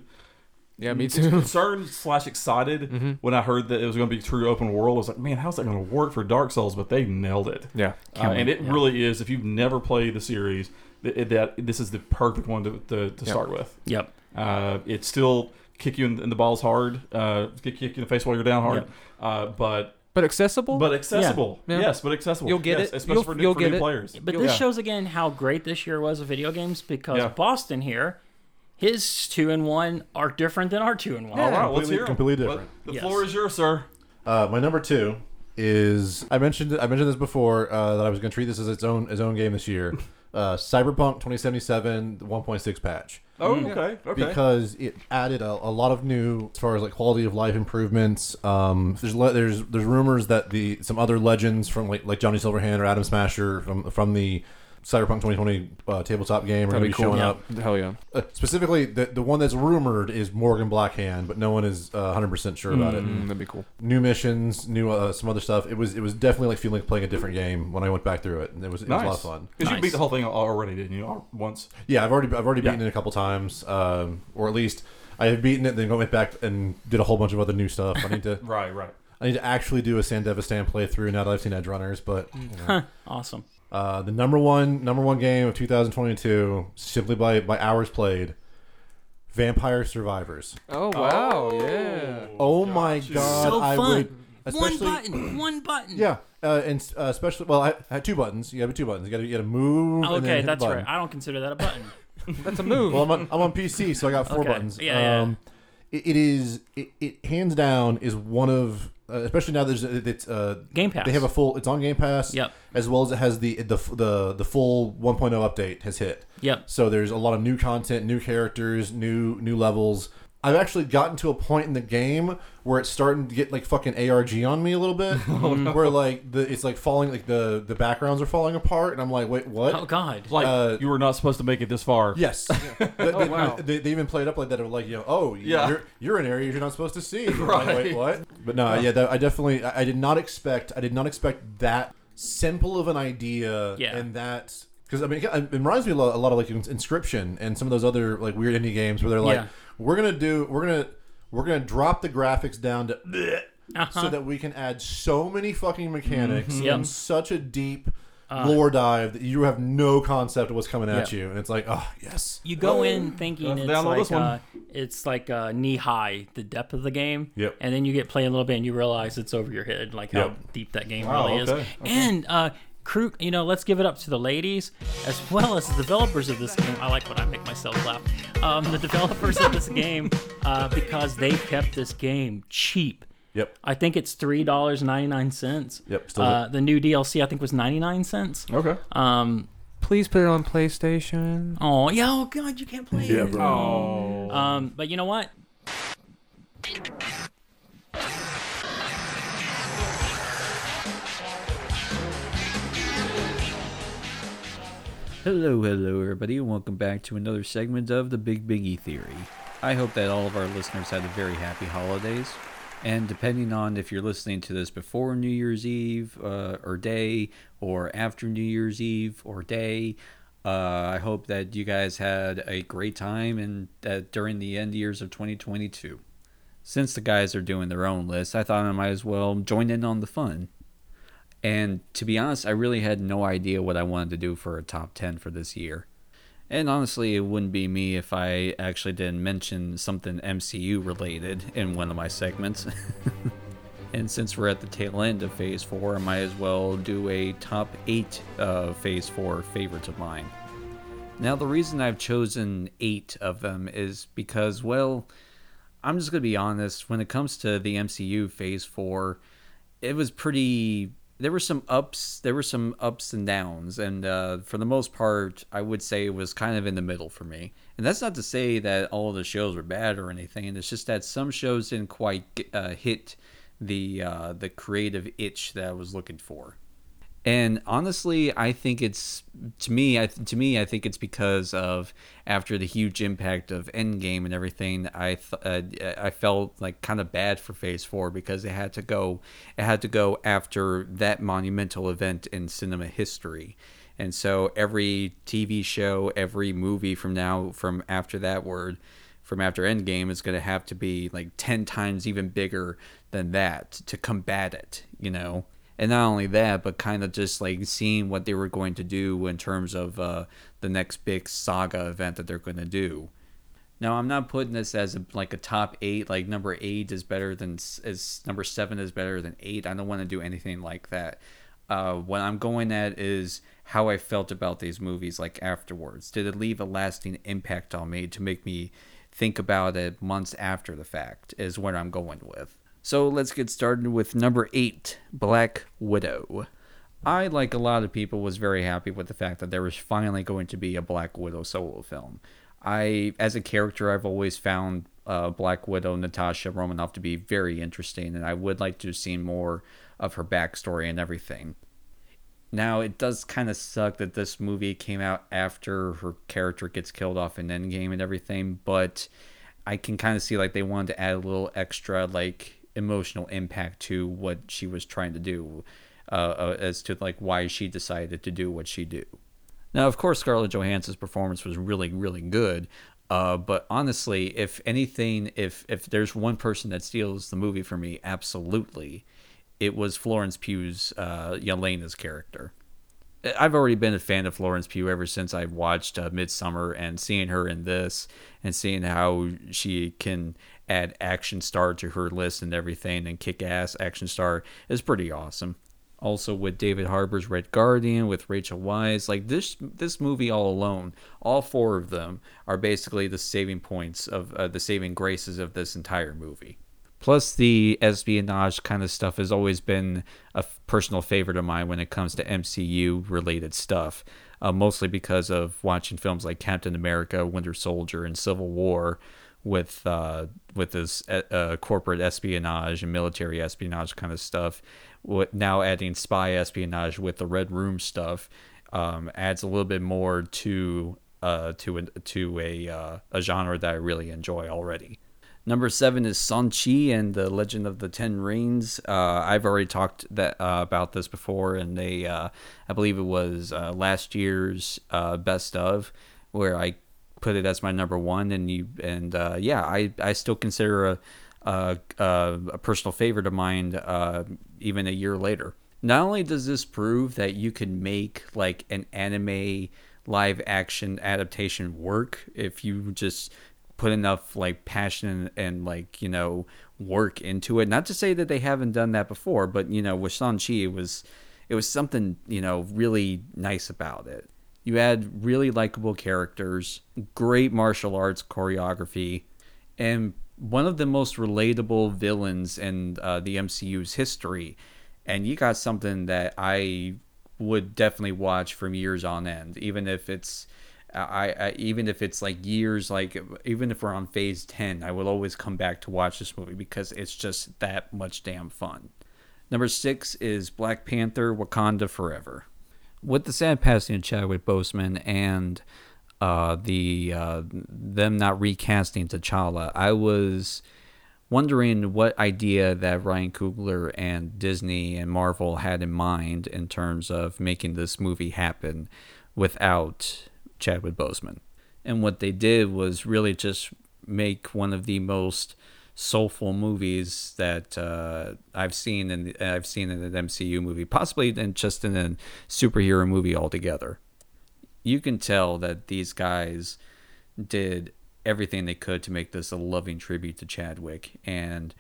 [SPEAKER 4] Yeah, me too.
[SPEAKER 3] concerned slash excited
[SPEAKER 2] Mm-hmm.
[SPEAKER 3] when I heard that it was going to be true open world. I was like, man, how's that going to work for Dark Souls? But they nailed it.
[SPEAKER 4] Yeah.
[SPEAKER 3] Uh, and it really is. If you've never played the series, th- that this is the perfect one to, to, to start with.
[SPEAKER 2] Yep.
[SPEAKER 3] Uh, it still kick you in, in the balls hard, uh, kick, kick you in the face while you're down hard, uh, but
[SPEAKER 4] But accessible.
[SPEAKER 3] but accessible.
[SPEAKER 4] Yeah.
[SPEAKER 3] Yes, but accessible.
[SPEAKER 4] You'll get
[SPEAKER 3] Yes,
[SPEAKER 4] it.
[SPEAKER 3] especially
[SPEAKER 4] You'll-
[SPEAKER 3] for, new-
[SPEAKER 4] you'll
[SPEAKER 3] for
[SPEAKER 4] get
[SPEAKER 3] new
[SPEAKER 4] it.
[SPEAKER 3] players.
[SPEAKER 2] But this
[SPEAKER 3] Yeah.
[SPEAKER 2] shows again how great this year was of video games because
[SPEAKER 3] Yeah.
[SPEAKER 2] Boston here, his two and one are different than our two and one.
[SPEAKER 3] All right, let's
[SPEAKER 1] Completely-
[SPEAKER 3] hear 'em.
[SPEAKER 1] completely
[SPEAKER 3] Well,
[SPEAKER 1] different.
[SPEAKER 3] The
[SPEAKER 2] Yes.
[SPEAKER 3] floor is yours, sir.
[SPEAKER 1] Uh, my number two is I mentioned I mentioned this before uh, that I was going to treat this as its own its own game this year. Uh, Cyberpunk 2077 the 1.6 patch
[SPEAKER 3] Oh, okay, okay.
[SPEAKER 1] because it added a, a lot of new as far as like quality of life improvements. Um, there's le- there's there's rumors that the some other legends from like like Johnny Silverhand or Adam Smasher from from the Cyberpunk 2020 uh, tabletop game are going to
[SPEAKER 4] That'd
[SPEAKER 1] be
[SPEAKER 4] be cool.
[SPEAKER 1] showing
[SPEAKER 4] Yeah.
[SPEAKER 1] up.
[SPEAKER 4] Hell yeah.
[SPEAKER 1] Uh, specifically, the the one that's rumored is Morgan Blackhand, but no one is uh, 100% sure about it
[SPEAKER 4] Mm, that'd be cool.
[SPEAKER 1] new missions, new uh, some other stuff. It was it was definitely like feeling like playing a different game when I went back through it, and it was it was a lot of fun.
[SPEAKER 3] Because you
[SPEAKER 2] Nice.
[SPEAKER 3] beat the whole thing al- already, didn't you? Al- Once.
[SPEAKER 1] Yeah, I've already I've already
[SPEAKER 3] Yeah.
[SPEAKER 1] beaten it a couple times, um, or at least I have beaten it. Then went back and did a whole bunch of other new stuff. I need to
[SPEAKER 3] Right, right.
[SPEAKER 1] I need to actually do a San Devastan playthrough now that I've seen Edge Runners. But
[SPEAKER 2] Mm.
[SPEAKER 1] you know.
[SPEAKER 2] Awesome.
[SPEAKER 1] uh, the number one number one game of 2022, simply by by hours played, Vampire Survivors.
[SPEAKER 4] Oh wow. Yeah.
[SPEAKER 1] Oh my god!
[SPEAKER 2] So
[SPEAKER 1] I
[SPEAKER 2] fun.
[SPEAKER 1] would especially.
[SPEAKER 2] one button. One button.
[SPEAKER 1] Yeah, uh, and uh, especially well, I had two buttons. You have two buttons. You got to you got to move.
[SPEAKER 2] Oh,
[SPEAKER 1] and then
[SPEAKER 2] okay,
[SPEAKER 1] hit the
[SPEAKER 2] that's
[SPEAKER 1] button.
[SPEAKER 2] right. I don't consider that a button.
[SPEAKER 4] That's a move.
[SPEAKER 1] Well, I'm on, I'm on PC, so I got four
[SPEAKER 2] Okay.
[SPEAKER 1] buttons.
[SPEAKER 2] Yeah, yeah, yeah.
[SPEAKER 1] Um, it, it is it, it hands down is one of uh, especially now there's it's uh,
[SPEAKER 2] Game Pass.
[SPEAKER 1] They have a full. It's on Game Pass.
[SPEAKER 2] Yep.
[SPEAKER 1] As well as it has the the the the full 1.0 update has hit.
[SPEAKER 2] Yep.
[SPEAKER 1] So there's a lot of new content, new characters, new new levels. I've actually gotten to a point in the game where it's starting to get like fucking ARG on me a little bit,
[SPEAKER 2] Oh,
[SPEAKER 1] where like the it's like falling like the the backgrounds are falling apart, and I'm like, wait, what?
[SPEAKER 2] Oh God.
[SPEAKER 3] Like
[SPEAKER 1] Uh,
[SPEAKER 3] you were not supposed to make it this far.
[SPEAKER 1] Yes. They- they,
[SPEAKER 4] wow.
[SPEAKER 1] they, they even played up like that. It was like, you know, oh,
[SPEAKER 3] Yeah.
[SPEAKER 1] you're, you're in areas you're not supposed to see. I'm like, Wait, what? But no, yeah, that, I definitely, I, I did not expect, I did not expect that simple of an idea
[SPEAKER 2] Yeah.
[SPEAKER 1] and that. Because I mean, it it reminds me a lot, a lot of like Inscription and some of those other like weird indie games where they're like,
[SPEAKER 2] Yeah.
[SPEAKER 1] we're gonna do, we're gonna, we're gonna drop the graphics down to, bleh, so that we can add so many fucking mechanics
[SPEAKER 2] Uh-huh. Yep.
[SPEAKER 1] and such a deep
[SPEAKER 2] Uh,
[SPEAKER 1] lore dive that you have no concept of what's coming at you, and it's like, oh yes,
[SPEAKER 2] You go in thinking
[SPEAKER 3] Let's
[SPEAKER 2] it's
[SPEAKER 3] download
[SPEAKER 2] like,
[SPEAKER 3] this one.
[SPEAKER 2] uh, it's like uh, knee high, the depth of the game.
[SPEAKER 1] Yep.
[SPEAKER 2] And then you get playing a little bit and you realize it's over your head, like how
[SPEAKER 1] Yep.
[SPEAKER 2] deep that game
[SPEAKER 3] Wow,
[SPEAKER 2] really is.
[SPEAKER 3] okay, okay.
[SPEAKER 2] And uh, crew, you know, let's give it up to the ladies as well as the developers of this game. I like when I make myself laugh. Um, the developers of this game uh, because they kept this game cheap.
[SPEAKER 1] yep,
[SPEAKER 2] I think it's three dollars ninety nine cents.
[SPEAKER 1] Yep, still
[SPEAKER 2] uh, the new DLC I think was ninety nine cents.
[SPEAKER 3] Okay.
[SPEAKER 2] Um.
[SPEAKER 4] Please put it on PlayStation.
[SPEAKER 2] Oh yeah. Oh god, you can't play. it.
[SPEAKER 3] Oh.
[SPEAKER 2] Um, but you know what?
[SPEAKER 6] Hello, hello, everybody, and welcome back to another segment of the Big Biggie Theory. I hope that all of our listeners had a very happy holidays. And depending on if you're listening to this before New Year's Eve uh, or day, or after New Year's Eve or day, uh, I hope that you guys had a great time and that during the end years of 2022. Since the guys are doing their own list, I thought I might as well join in on the fun. And to be honest, I really had no idea what I wanted to do for a top 10 for this year. And honestly, it wouldn't be me if I actually didn't mention something MCU related in one of my segments. and since we're at the tail end of Phase 4, I might as well do a top 8 of Phase 4 favorites of mine. Now, the reason I've chosen 8 of them is because, well, I'm just gonna be honest. When it comes to the MCU Phase Four, it was pretty. There were some ups. There were some ups and downs, and uh, for the most part, I would say it was kind of in the middle for me. And that's not to say that all of the shows were bad or anything. It's just that some shows didn't quite uh, hit the uh, the creative itch that I was looking for. And honestly, I think it's to me. I to me, I think it's because of after the huge impact of Endgame and everything. I th- uh, I felt like kind of bad for Phase Four because it had to go. It had to go after that monumental event in cinema history, and so every TV show, every movie from now from after that word, from after Endgame is going to have to be like ten times even bigger than that to combat it. You know and not only that, but kind of just like seeing what they were going to do in terms of uh, the next big saga event that they're going to do. Now, I'm not putting this as a, like a top eight. Like number eight is better than s- is number seven is better than eight. I don't want to do anything like that. Uh, what I'm going at is how I felt about these movies. Like afterwards, did it leave a lasting impact on me to make me think about it months after the fact? Is what I'm going with. So let's get started with number eight, Black Widow. I, like a lot of people, was very happy with the fact that there was finally going to be a Black Widow solo film. I, as a character, I've always found uh, Black Widow Natasha Romanoff to be very interesting, and I would like to have seen more of her backstory and everything. Now, it does kind of suck that this movie came out after her character gets killed off in Endgame and everything, but I can kind of see like they wanted to add a little extra like emotional impact to what she was trying to do, uh, uh, as to like why she decided to do what she do. Now, of course, Scarlett Johansson's performance was really, really good. Uh, but honestly, if anything, if if there's one person that steals the movie for me, absolutely, it was Florence Pugh's uh, Yelena's character. I've already been a fan of Florence Pugh ever since I watched uh, Midsummer and seeing her in this and seeing how she can add action star to her list and everything and kick ass action star is pretty awesome. Also with David Harbour's Red Guardian with Rachel Wise, like this this movie all alone, all four of them are basically the saving points of uh, the saving graces of this entire movie. Plus, the espionage kind of stuff has always been a f- personal favorite of mine when it comes to MCU related stuff, uh, mostly because of watching films like Captain America, Winter Soldier, and Civil War with uh, with this uh, uh, corporate espionage and military espionage kind of stuff. What now adding spy espionage with the Red Room stuff um, adds a little bit more to uh, to an, to a uh, a genre that I really enjoy already. Number seven is Sanchi and the Legend of the Ten Rings. Uh, I've already talked that uh, about this before, and they, uh, I believe it was uh, last year's uh, best of, where I put it as my number one, and you and uh, yeah, I, I still consider a a, a, a personal favorite of mine uh, even a year later. Not only does this prove that you can make like an anime live action adaptation work if you just put enough like passion and, and like you know work into it. Not to say that they haven't done that before, but you know with Shang Chi it was it was something you know really nice about it. You had really likable characters, great martial arts choreography, and one of the most relatable villains in uh, the MCU's history. And you got something that I would definitely watch from years on end, even if it's I, I even if it's like years, like even if we're on phase ten, I will always come back to watch this movie because it's just that much damn fun. Number six is Black Panther: Wakanda Forever. With the sad passing of Chadwick Boseman and uh, the uh, them not recasting T'Challa, I was wondering what idea that Ryan Coogler and Disney and Marvel had in mind in terms of making this movie happen without Chadwick Boseman. And what they did was really just make one of the most soulful movies that uh, I've seen and I've seen in an MCU movie, possibly in just in a superhero movie altogether. You can tell that these guys did everything they could to make this a loving tribute to Chadwick and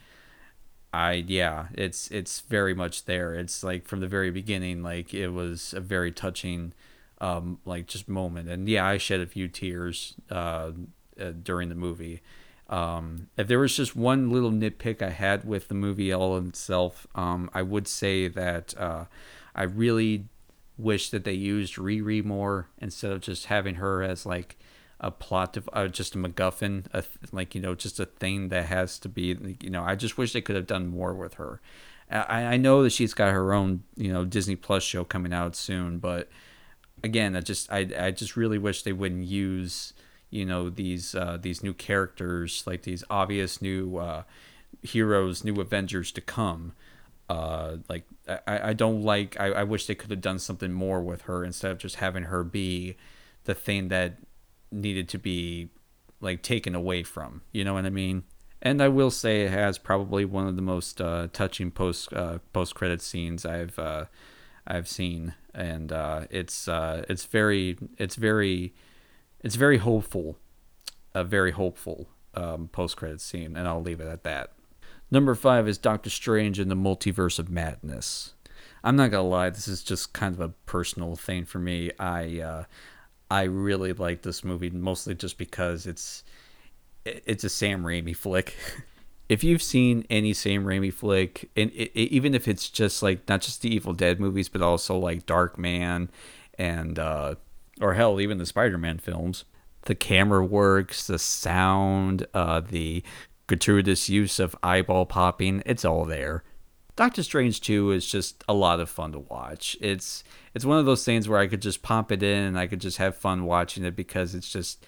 [SPEAKER 6] I yeah, it's it's very much there. It's like from the very beginning like it was a very touching um, like just moment. And yeah, I shed a few tears uh, uh, during the movie. Um, if there was just one little nitpick I had with the movie all in itself, um, I would say that uh, I really wish that they used Riri more instead of just having her as like a plot of uh, just a MacGuffin, a th- like you know, just a thing that has to be. You know, I just wish they could have done more with her. I, I know that she's got her own, you know, Disney Plus show coming out soon, but again, I just I, I just really wish they wouldn't use you know these uh, these new characters like these obvious new uh, heroes, new Avengers to come. Uh, like I, I don't like I, I wish they could have done something more with her instead of just having her be the thing that needed to be like taken away from. You know what I mean? And I will say it has probably one of the most uh, touching post uh, post credit scenes I've uh, I've seen, and uh, it's uh, it's very it's very it's very hopeful, a very hopeful um, post credit scene, and I'll leave it at that. Number five is Doctor Strange in the Multiverse of Madness. I'm not gonna lie, this is just kind of a personal thing for me. I uh, I really like this movie mostly just because it's it's a Sam Raimi flick. if you've seen any Sam Raimi flick, and it, it, even if it's just like not just the Evil Dead movies, but also like Dark Man and uh, or hell, even the Spider Man films, the camera works, the sound, uh, the gratuitous use of eyeball popping, it's all there. Doctor Strange 2 is just a lot of fun to watch. It's it's one of those things where I could just pop it in and I could just have fun watching it because it's just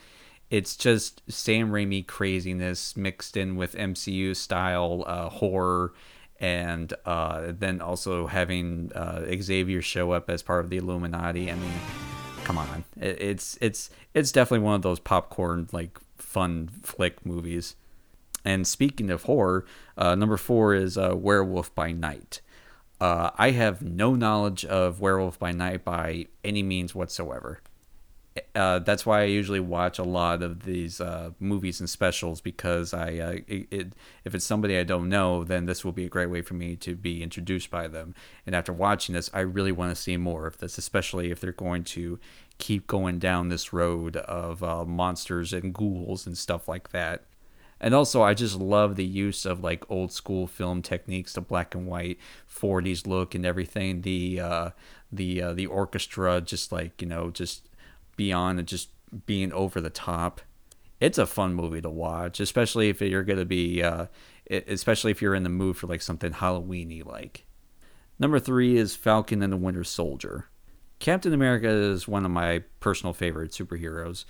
[SPEAKER 6] it's just Sam Raimi craziness mixed in with MCU style uh, horror, and uh, then also having uh, Xavier show up as part of the Illuminati. I mean, come on, It- it's it's it's definitely one of those popcorn like fun flick movies. And speaking of horror, uh, number four is uh, Werewolf by Night. Uh, I have no knowledge of Werewolf by Night by any means whatsoever uh, that's why I usually watch a lot of these uh, movies and specials because I uh, it, it, if it's somebody I don't know, then this will be a great way for me to be introduced by them. And after watching this, I really want to see more of this, especially if they're going to keep going down this road of uh, monsters and ghouls and stuff like that. And also, I just love the use of like old school film techniques, the black and white '40s look and everything. The uh, the uh, the orchestra, just like you know, just beyond and just being over the top. It's a fun movie to watch, especially if you're gonna be, uh, e- especially if you're in the mood for like something Halloweeny like. Number three is Falcon and the Winter Soldier. Captain America is one of my personal favorite superheroes.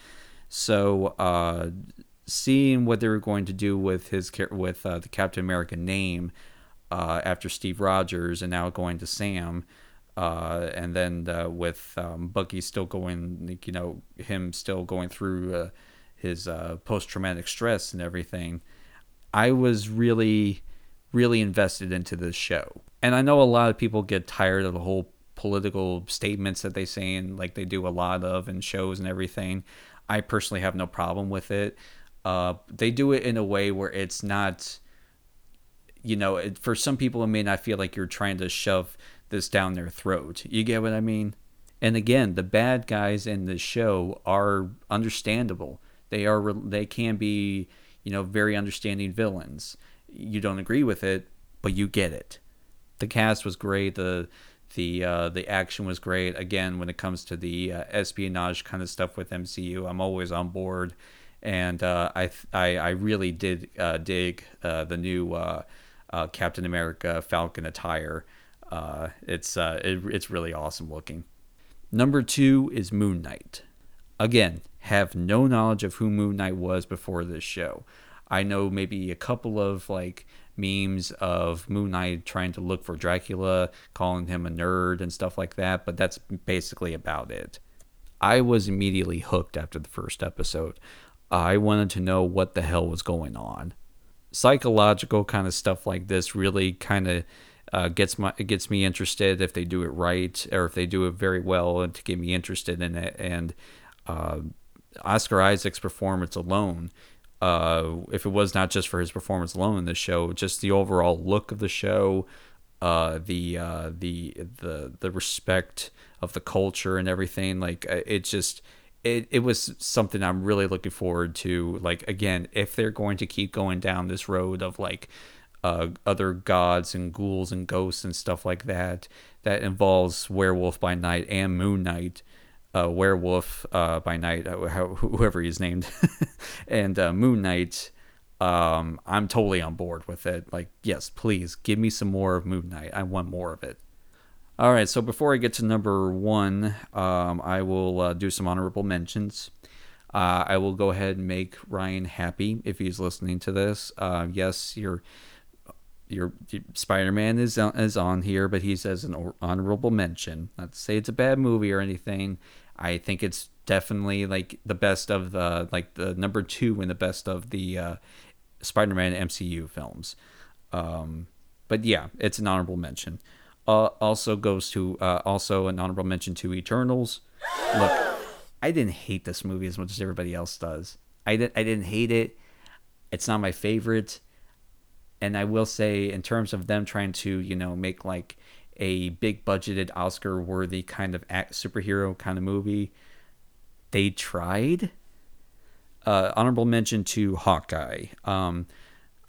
[SPEAKER 6] So uh, seeing what they were going to do with his char- with uh, the Captain America name uh, after Steve Rogers, and now going to Sam, uh, and then uh, with um, Bucky still going, like, you know, him still going through uh, his uh, post traumatic stress and everything. I was really, really invested into this show. And I know a lot of people get tired of the whole political statements that they say and like they do a lot of in shows and everything. I personally have no problem with it. Uh, they do it in a way where it's not, you know, it, for some people, it may not feel like you're trying to shove this down their throat. You get what I mean? And again, the bad guys in this show are understandable. They are re- they can be, you know, very understanding villains. You don't agree with it, but you get it. The cast was great. The the uh, the action was great. Again, when it comes to the uh, espionage kind of stuff with MCU, I'm always on board, and uh, I, th- I I really did uh, dig uh, the new uh, uh, Captain America Falcon attire. Uh, it's uh, it, it's really awesome looking. Number two is Moon Knight. Again, have no knowledge of who Moon Knight was before this show. I know maybe a couple of like memes of Moon Knight trying to look for Dracula, calling him a nerd and stuff like that, but that's basically about it. I was immediately hooked after the first episode. I wanted to know what the hell was going on psychological kind of stuff like this really kind of uh, gets my it gets me interested if they do it right or if they do it very well and to get me interested in it and uh, Oscar Isaac's performance alone uh, if it was not just for his performance alone in the show just the overall look of the show uh, the uh, the the the respect of the culture and everything like uh, it just it, it was something I'm really looking forward to. Like again, if they're going to keep going down this road of like uh, other gods and ghouls and ghosts and stuff like that, that involves Werewolf by Night and Moon Knight, uh, Werewolf uh, by Night, uh, how, whoever he's named, and uh, Moon Knight. Um, I'm totally on board with it. Like, yes, please give me some more of Moon Knight. I want more of it. All right, so before I get to number one, um, I will uh, do some honorable mentions. Uh, I will go ahead and make Ryan happy if he's listening to this. Uh, yes, your your Spider Man is on, is on here, but he says an hor- honorable mention. Not to say it's a bad movie or anything. I think it's definitely like the best of the like the number two and the best of the uh, Spider Man MCU films. Um, but yeah, it's an honorable mention. Uh, also goes to uh, also an honorable mention to Eternals. Look, I didn't hate this movie as much as everybody else does. I didn't I didn't hate it. It's not my favorite. And I will say, in terms of them trying to, you know, make like a big budgeted Oscar worthy kind of act, superhero kind of movie, they tried uh, honorable mention to Hawkeye. Um,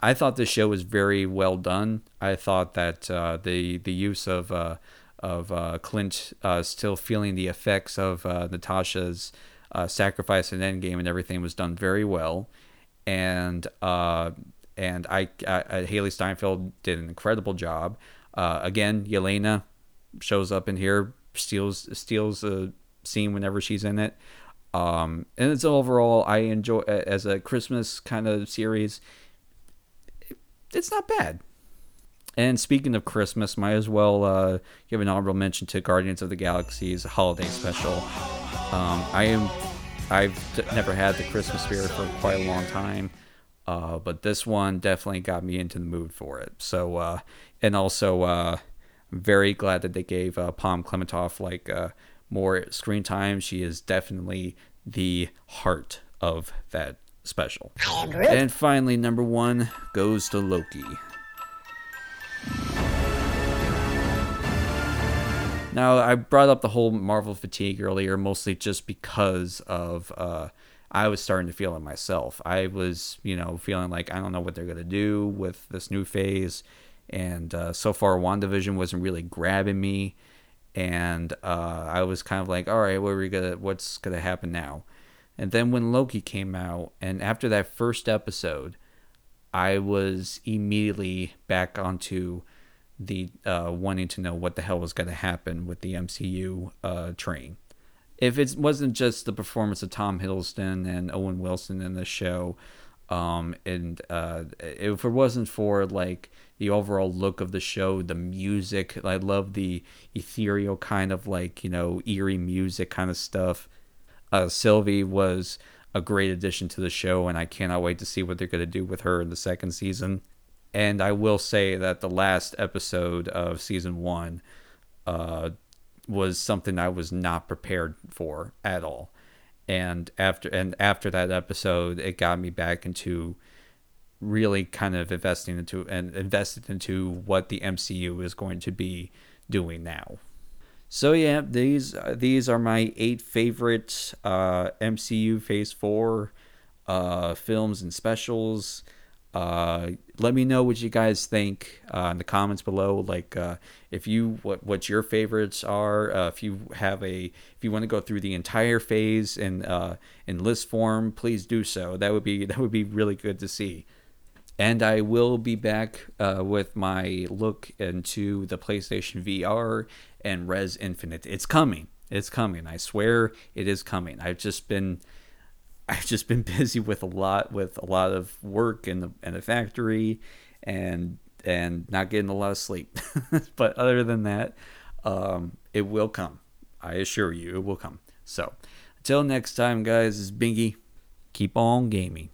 [SPEAKER 6] I thought this show was very well done. I thought that uh, the the use of uh, of uh, Clint uh, still feeling the effects of uh, Natasha's uh, sacrifice and Endgame and everything was done very well, and uh, and I, I, I Haley Steinfeld did an incredible job. Uh, again, Yelena shows up in here, steals steals a scene whenever she's in it. Um, and it's overall, I enjoy as a Christmas kind of series it's not bad. And speaking of Christmas, might as well uh, give an honorable mention to Guardians of the Galaxy's holiday special. Um, I am, I've t- never had the Christmas spirit for quite a long time, uh, but this one definitely got me into the mood for it. So, uh, and also, uh, I'm very glad that they gave uh, Palm Klementoff like uh, more screen time. She is definitely the heart of that special. And finally, number one goes to Loki. Now, I brought up the whole Marvel fatigue earlier, mostly just because of uh, I was starting to feel it myself. I was, you know, feeling like I don't know what they're gonna do with this new phase, and uh, so far, Wandavision wasn't really grabbing me, and uh, I was kind of like, all right, what are we gonna, what's gonna happen now? And then when Loki came out, and after that first episode, I was immediately back onto the uh, wanting to know what the hell was going to happen with the MCU uh, train. If it wasn't just the performance of Tom Hiddleston and Owen Wilson in the show, Um, and uh, if it wasn't for like the overall look of the show, the music, I love the ethereal kind of like you know eerie music kind of stuff. Uh, Sylvie was a great addition to the show, and I cannot wait to see what they're going to do with her in the second season. And I will say that the last episode of season one uh, was something I was not prepared for at all. And after and after that episode, it got me back into really kind of investing into and invested into what the MCU is going to be doing now. So yeah, these these are my eight favorite uh, MCU Phase Four uh, films and specials. Uh, let me know what you guys think uh, in the comments below. Like uh, if you what what your favorites are. Uh, if you have a if you want to go through the entire phase in uh, in list form, please do so. That would be that would be really good to see. And I will be back uh, with my look into the PlayStation VR and Res Infinite. It's coming. It's coming. I swear it is coming. I've just been I've just been busy with a lot with a lot of work in the in the factory and and not getting a lot of sleep. but other than that, um, it will come. I assure you it will come. So until next time guys, it's Bingy. Keep on gaming.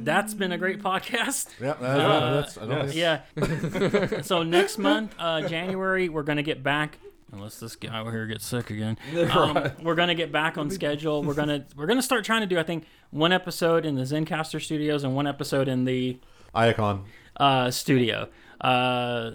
[SPEAKER 2] That's been a great podcast.
[SPEAKER 1] Yeah, that-
[SPEAKER 2] Uh,
[SPEAKER 1] that's- I don't think-
[SPEAKER 2] yeah. so next month, uh, January, we're gonna get back. Unless this guy over here gets sick again, um, we're gonna get back on schedule. We're gonna we're gonna start trying to do I think one episode in the ZenCaster studios and one episode in the
[SPEAKER 1] Iacon.
[SPEAKER 2] uh, studio. Uh,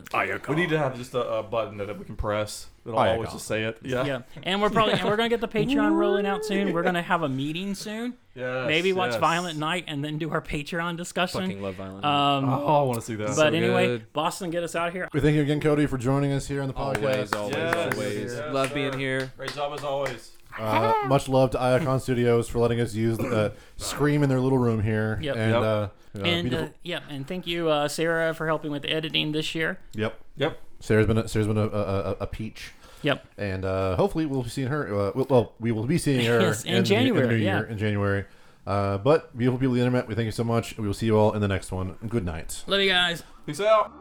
[SPEAKER 3] We need to have just a, a button that we can press. It'll
[SPEAKER 1] Icon.
[SPEAKER 3] always just say it. Yeah.
[SPEAKER 2] yeah, and we're probably and we're gonna get the Patreon rolling out soon. We're gonna have a meeting soon.
[SPEAKER 3] Yes,
[SPEAKER 2] Maybe watch
[SPEAKER 3] yes.
[SPEAKER 2] Violent Night and then do our Patreon discussion.
[SPEAKER 4] Fucking love violence.
[SPEAKER 2] Um,
[SPEAKER 3] Oh, I want to see that.
[SPEAKER 2] but anyway,
[SPEAKER 4] good.
[SPEAKER 2] Boston, get us out of here.
[SPEAKER 1] We thank you again, Cody, for joining us here on the podcast.
[SPEAKER 4] always, always,
[SPEAKER 3] Yes,
[SPEAKER 4] always.
[SPEAKER 3] yes,
[SPEAKER 4] love
[SPEAKER 3] sir.
[SPEAKER 4] being here.
[SPEAKER 3] Great job as always.
[SPEAKER 1] Uh, much love to Iacon Studios for letting us use the uh, Scream in their little room here.
[SPEAKER 2] Yep.
[SPEAKER 1] And,
[SPEAKER 3] Yep.
[SPEAKER 1] Uh, uh,
[SPEAKER 2] and uh,
[SPEAKER 1] beautiful-
[SPEAKER 2] yeah, and thank you, uh, Sarah, for helping with the editing this year.
[SPEAKER 1] yep.
[SPEAKER 3] Yep.
[SPEAKER 1] Sarah's been a, Sarah's been a, a, a- a peach.
[SPEAKER 2] Yep.
[SPEAKER 1] And uh, hopefully we'll be seeing her. Uh, well- well, we will be seeing her
[SPEAKER 2] Yes, in
[SPEAKER 1] the-
[SPEAKER 2] January,
[SPEAKER 1] in the new
[SPEAKER 2] yeah.
[SPEAKER 1] year, in January. Uh, but beautiful people of the internet, we thank you so much. We will see you all in the next one. Good night.
[SPEAKER 2] Love you guys.
[SPEAKER 3] Peace out.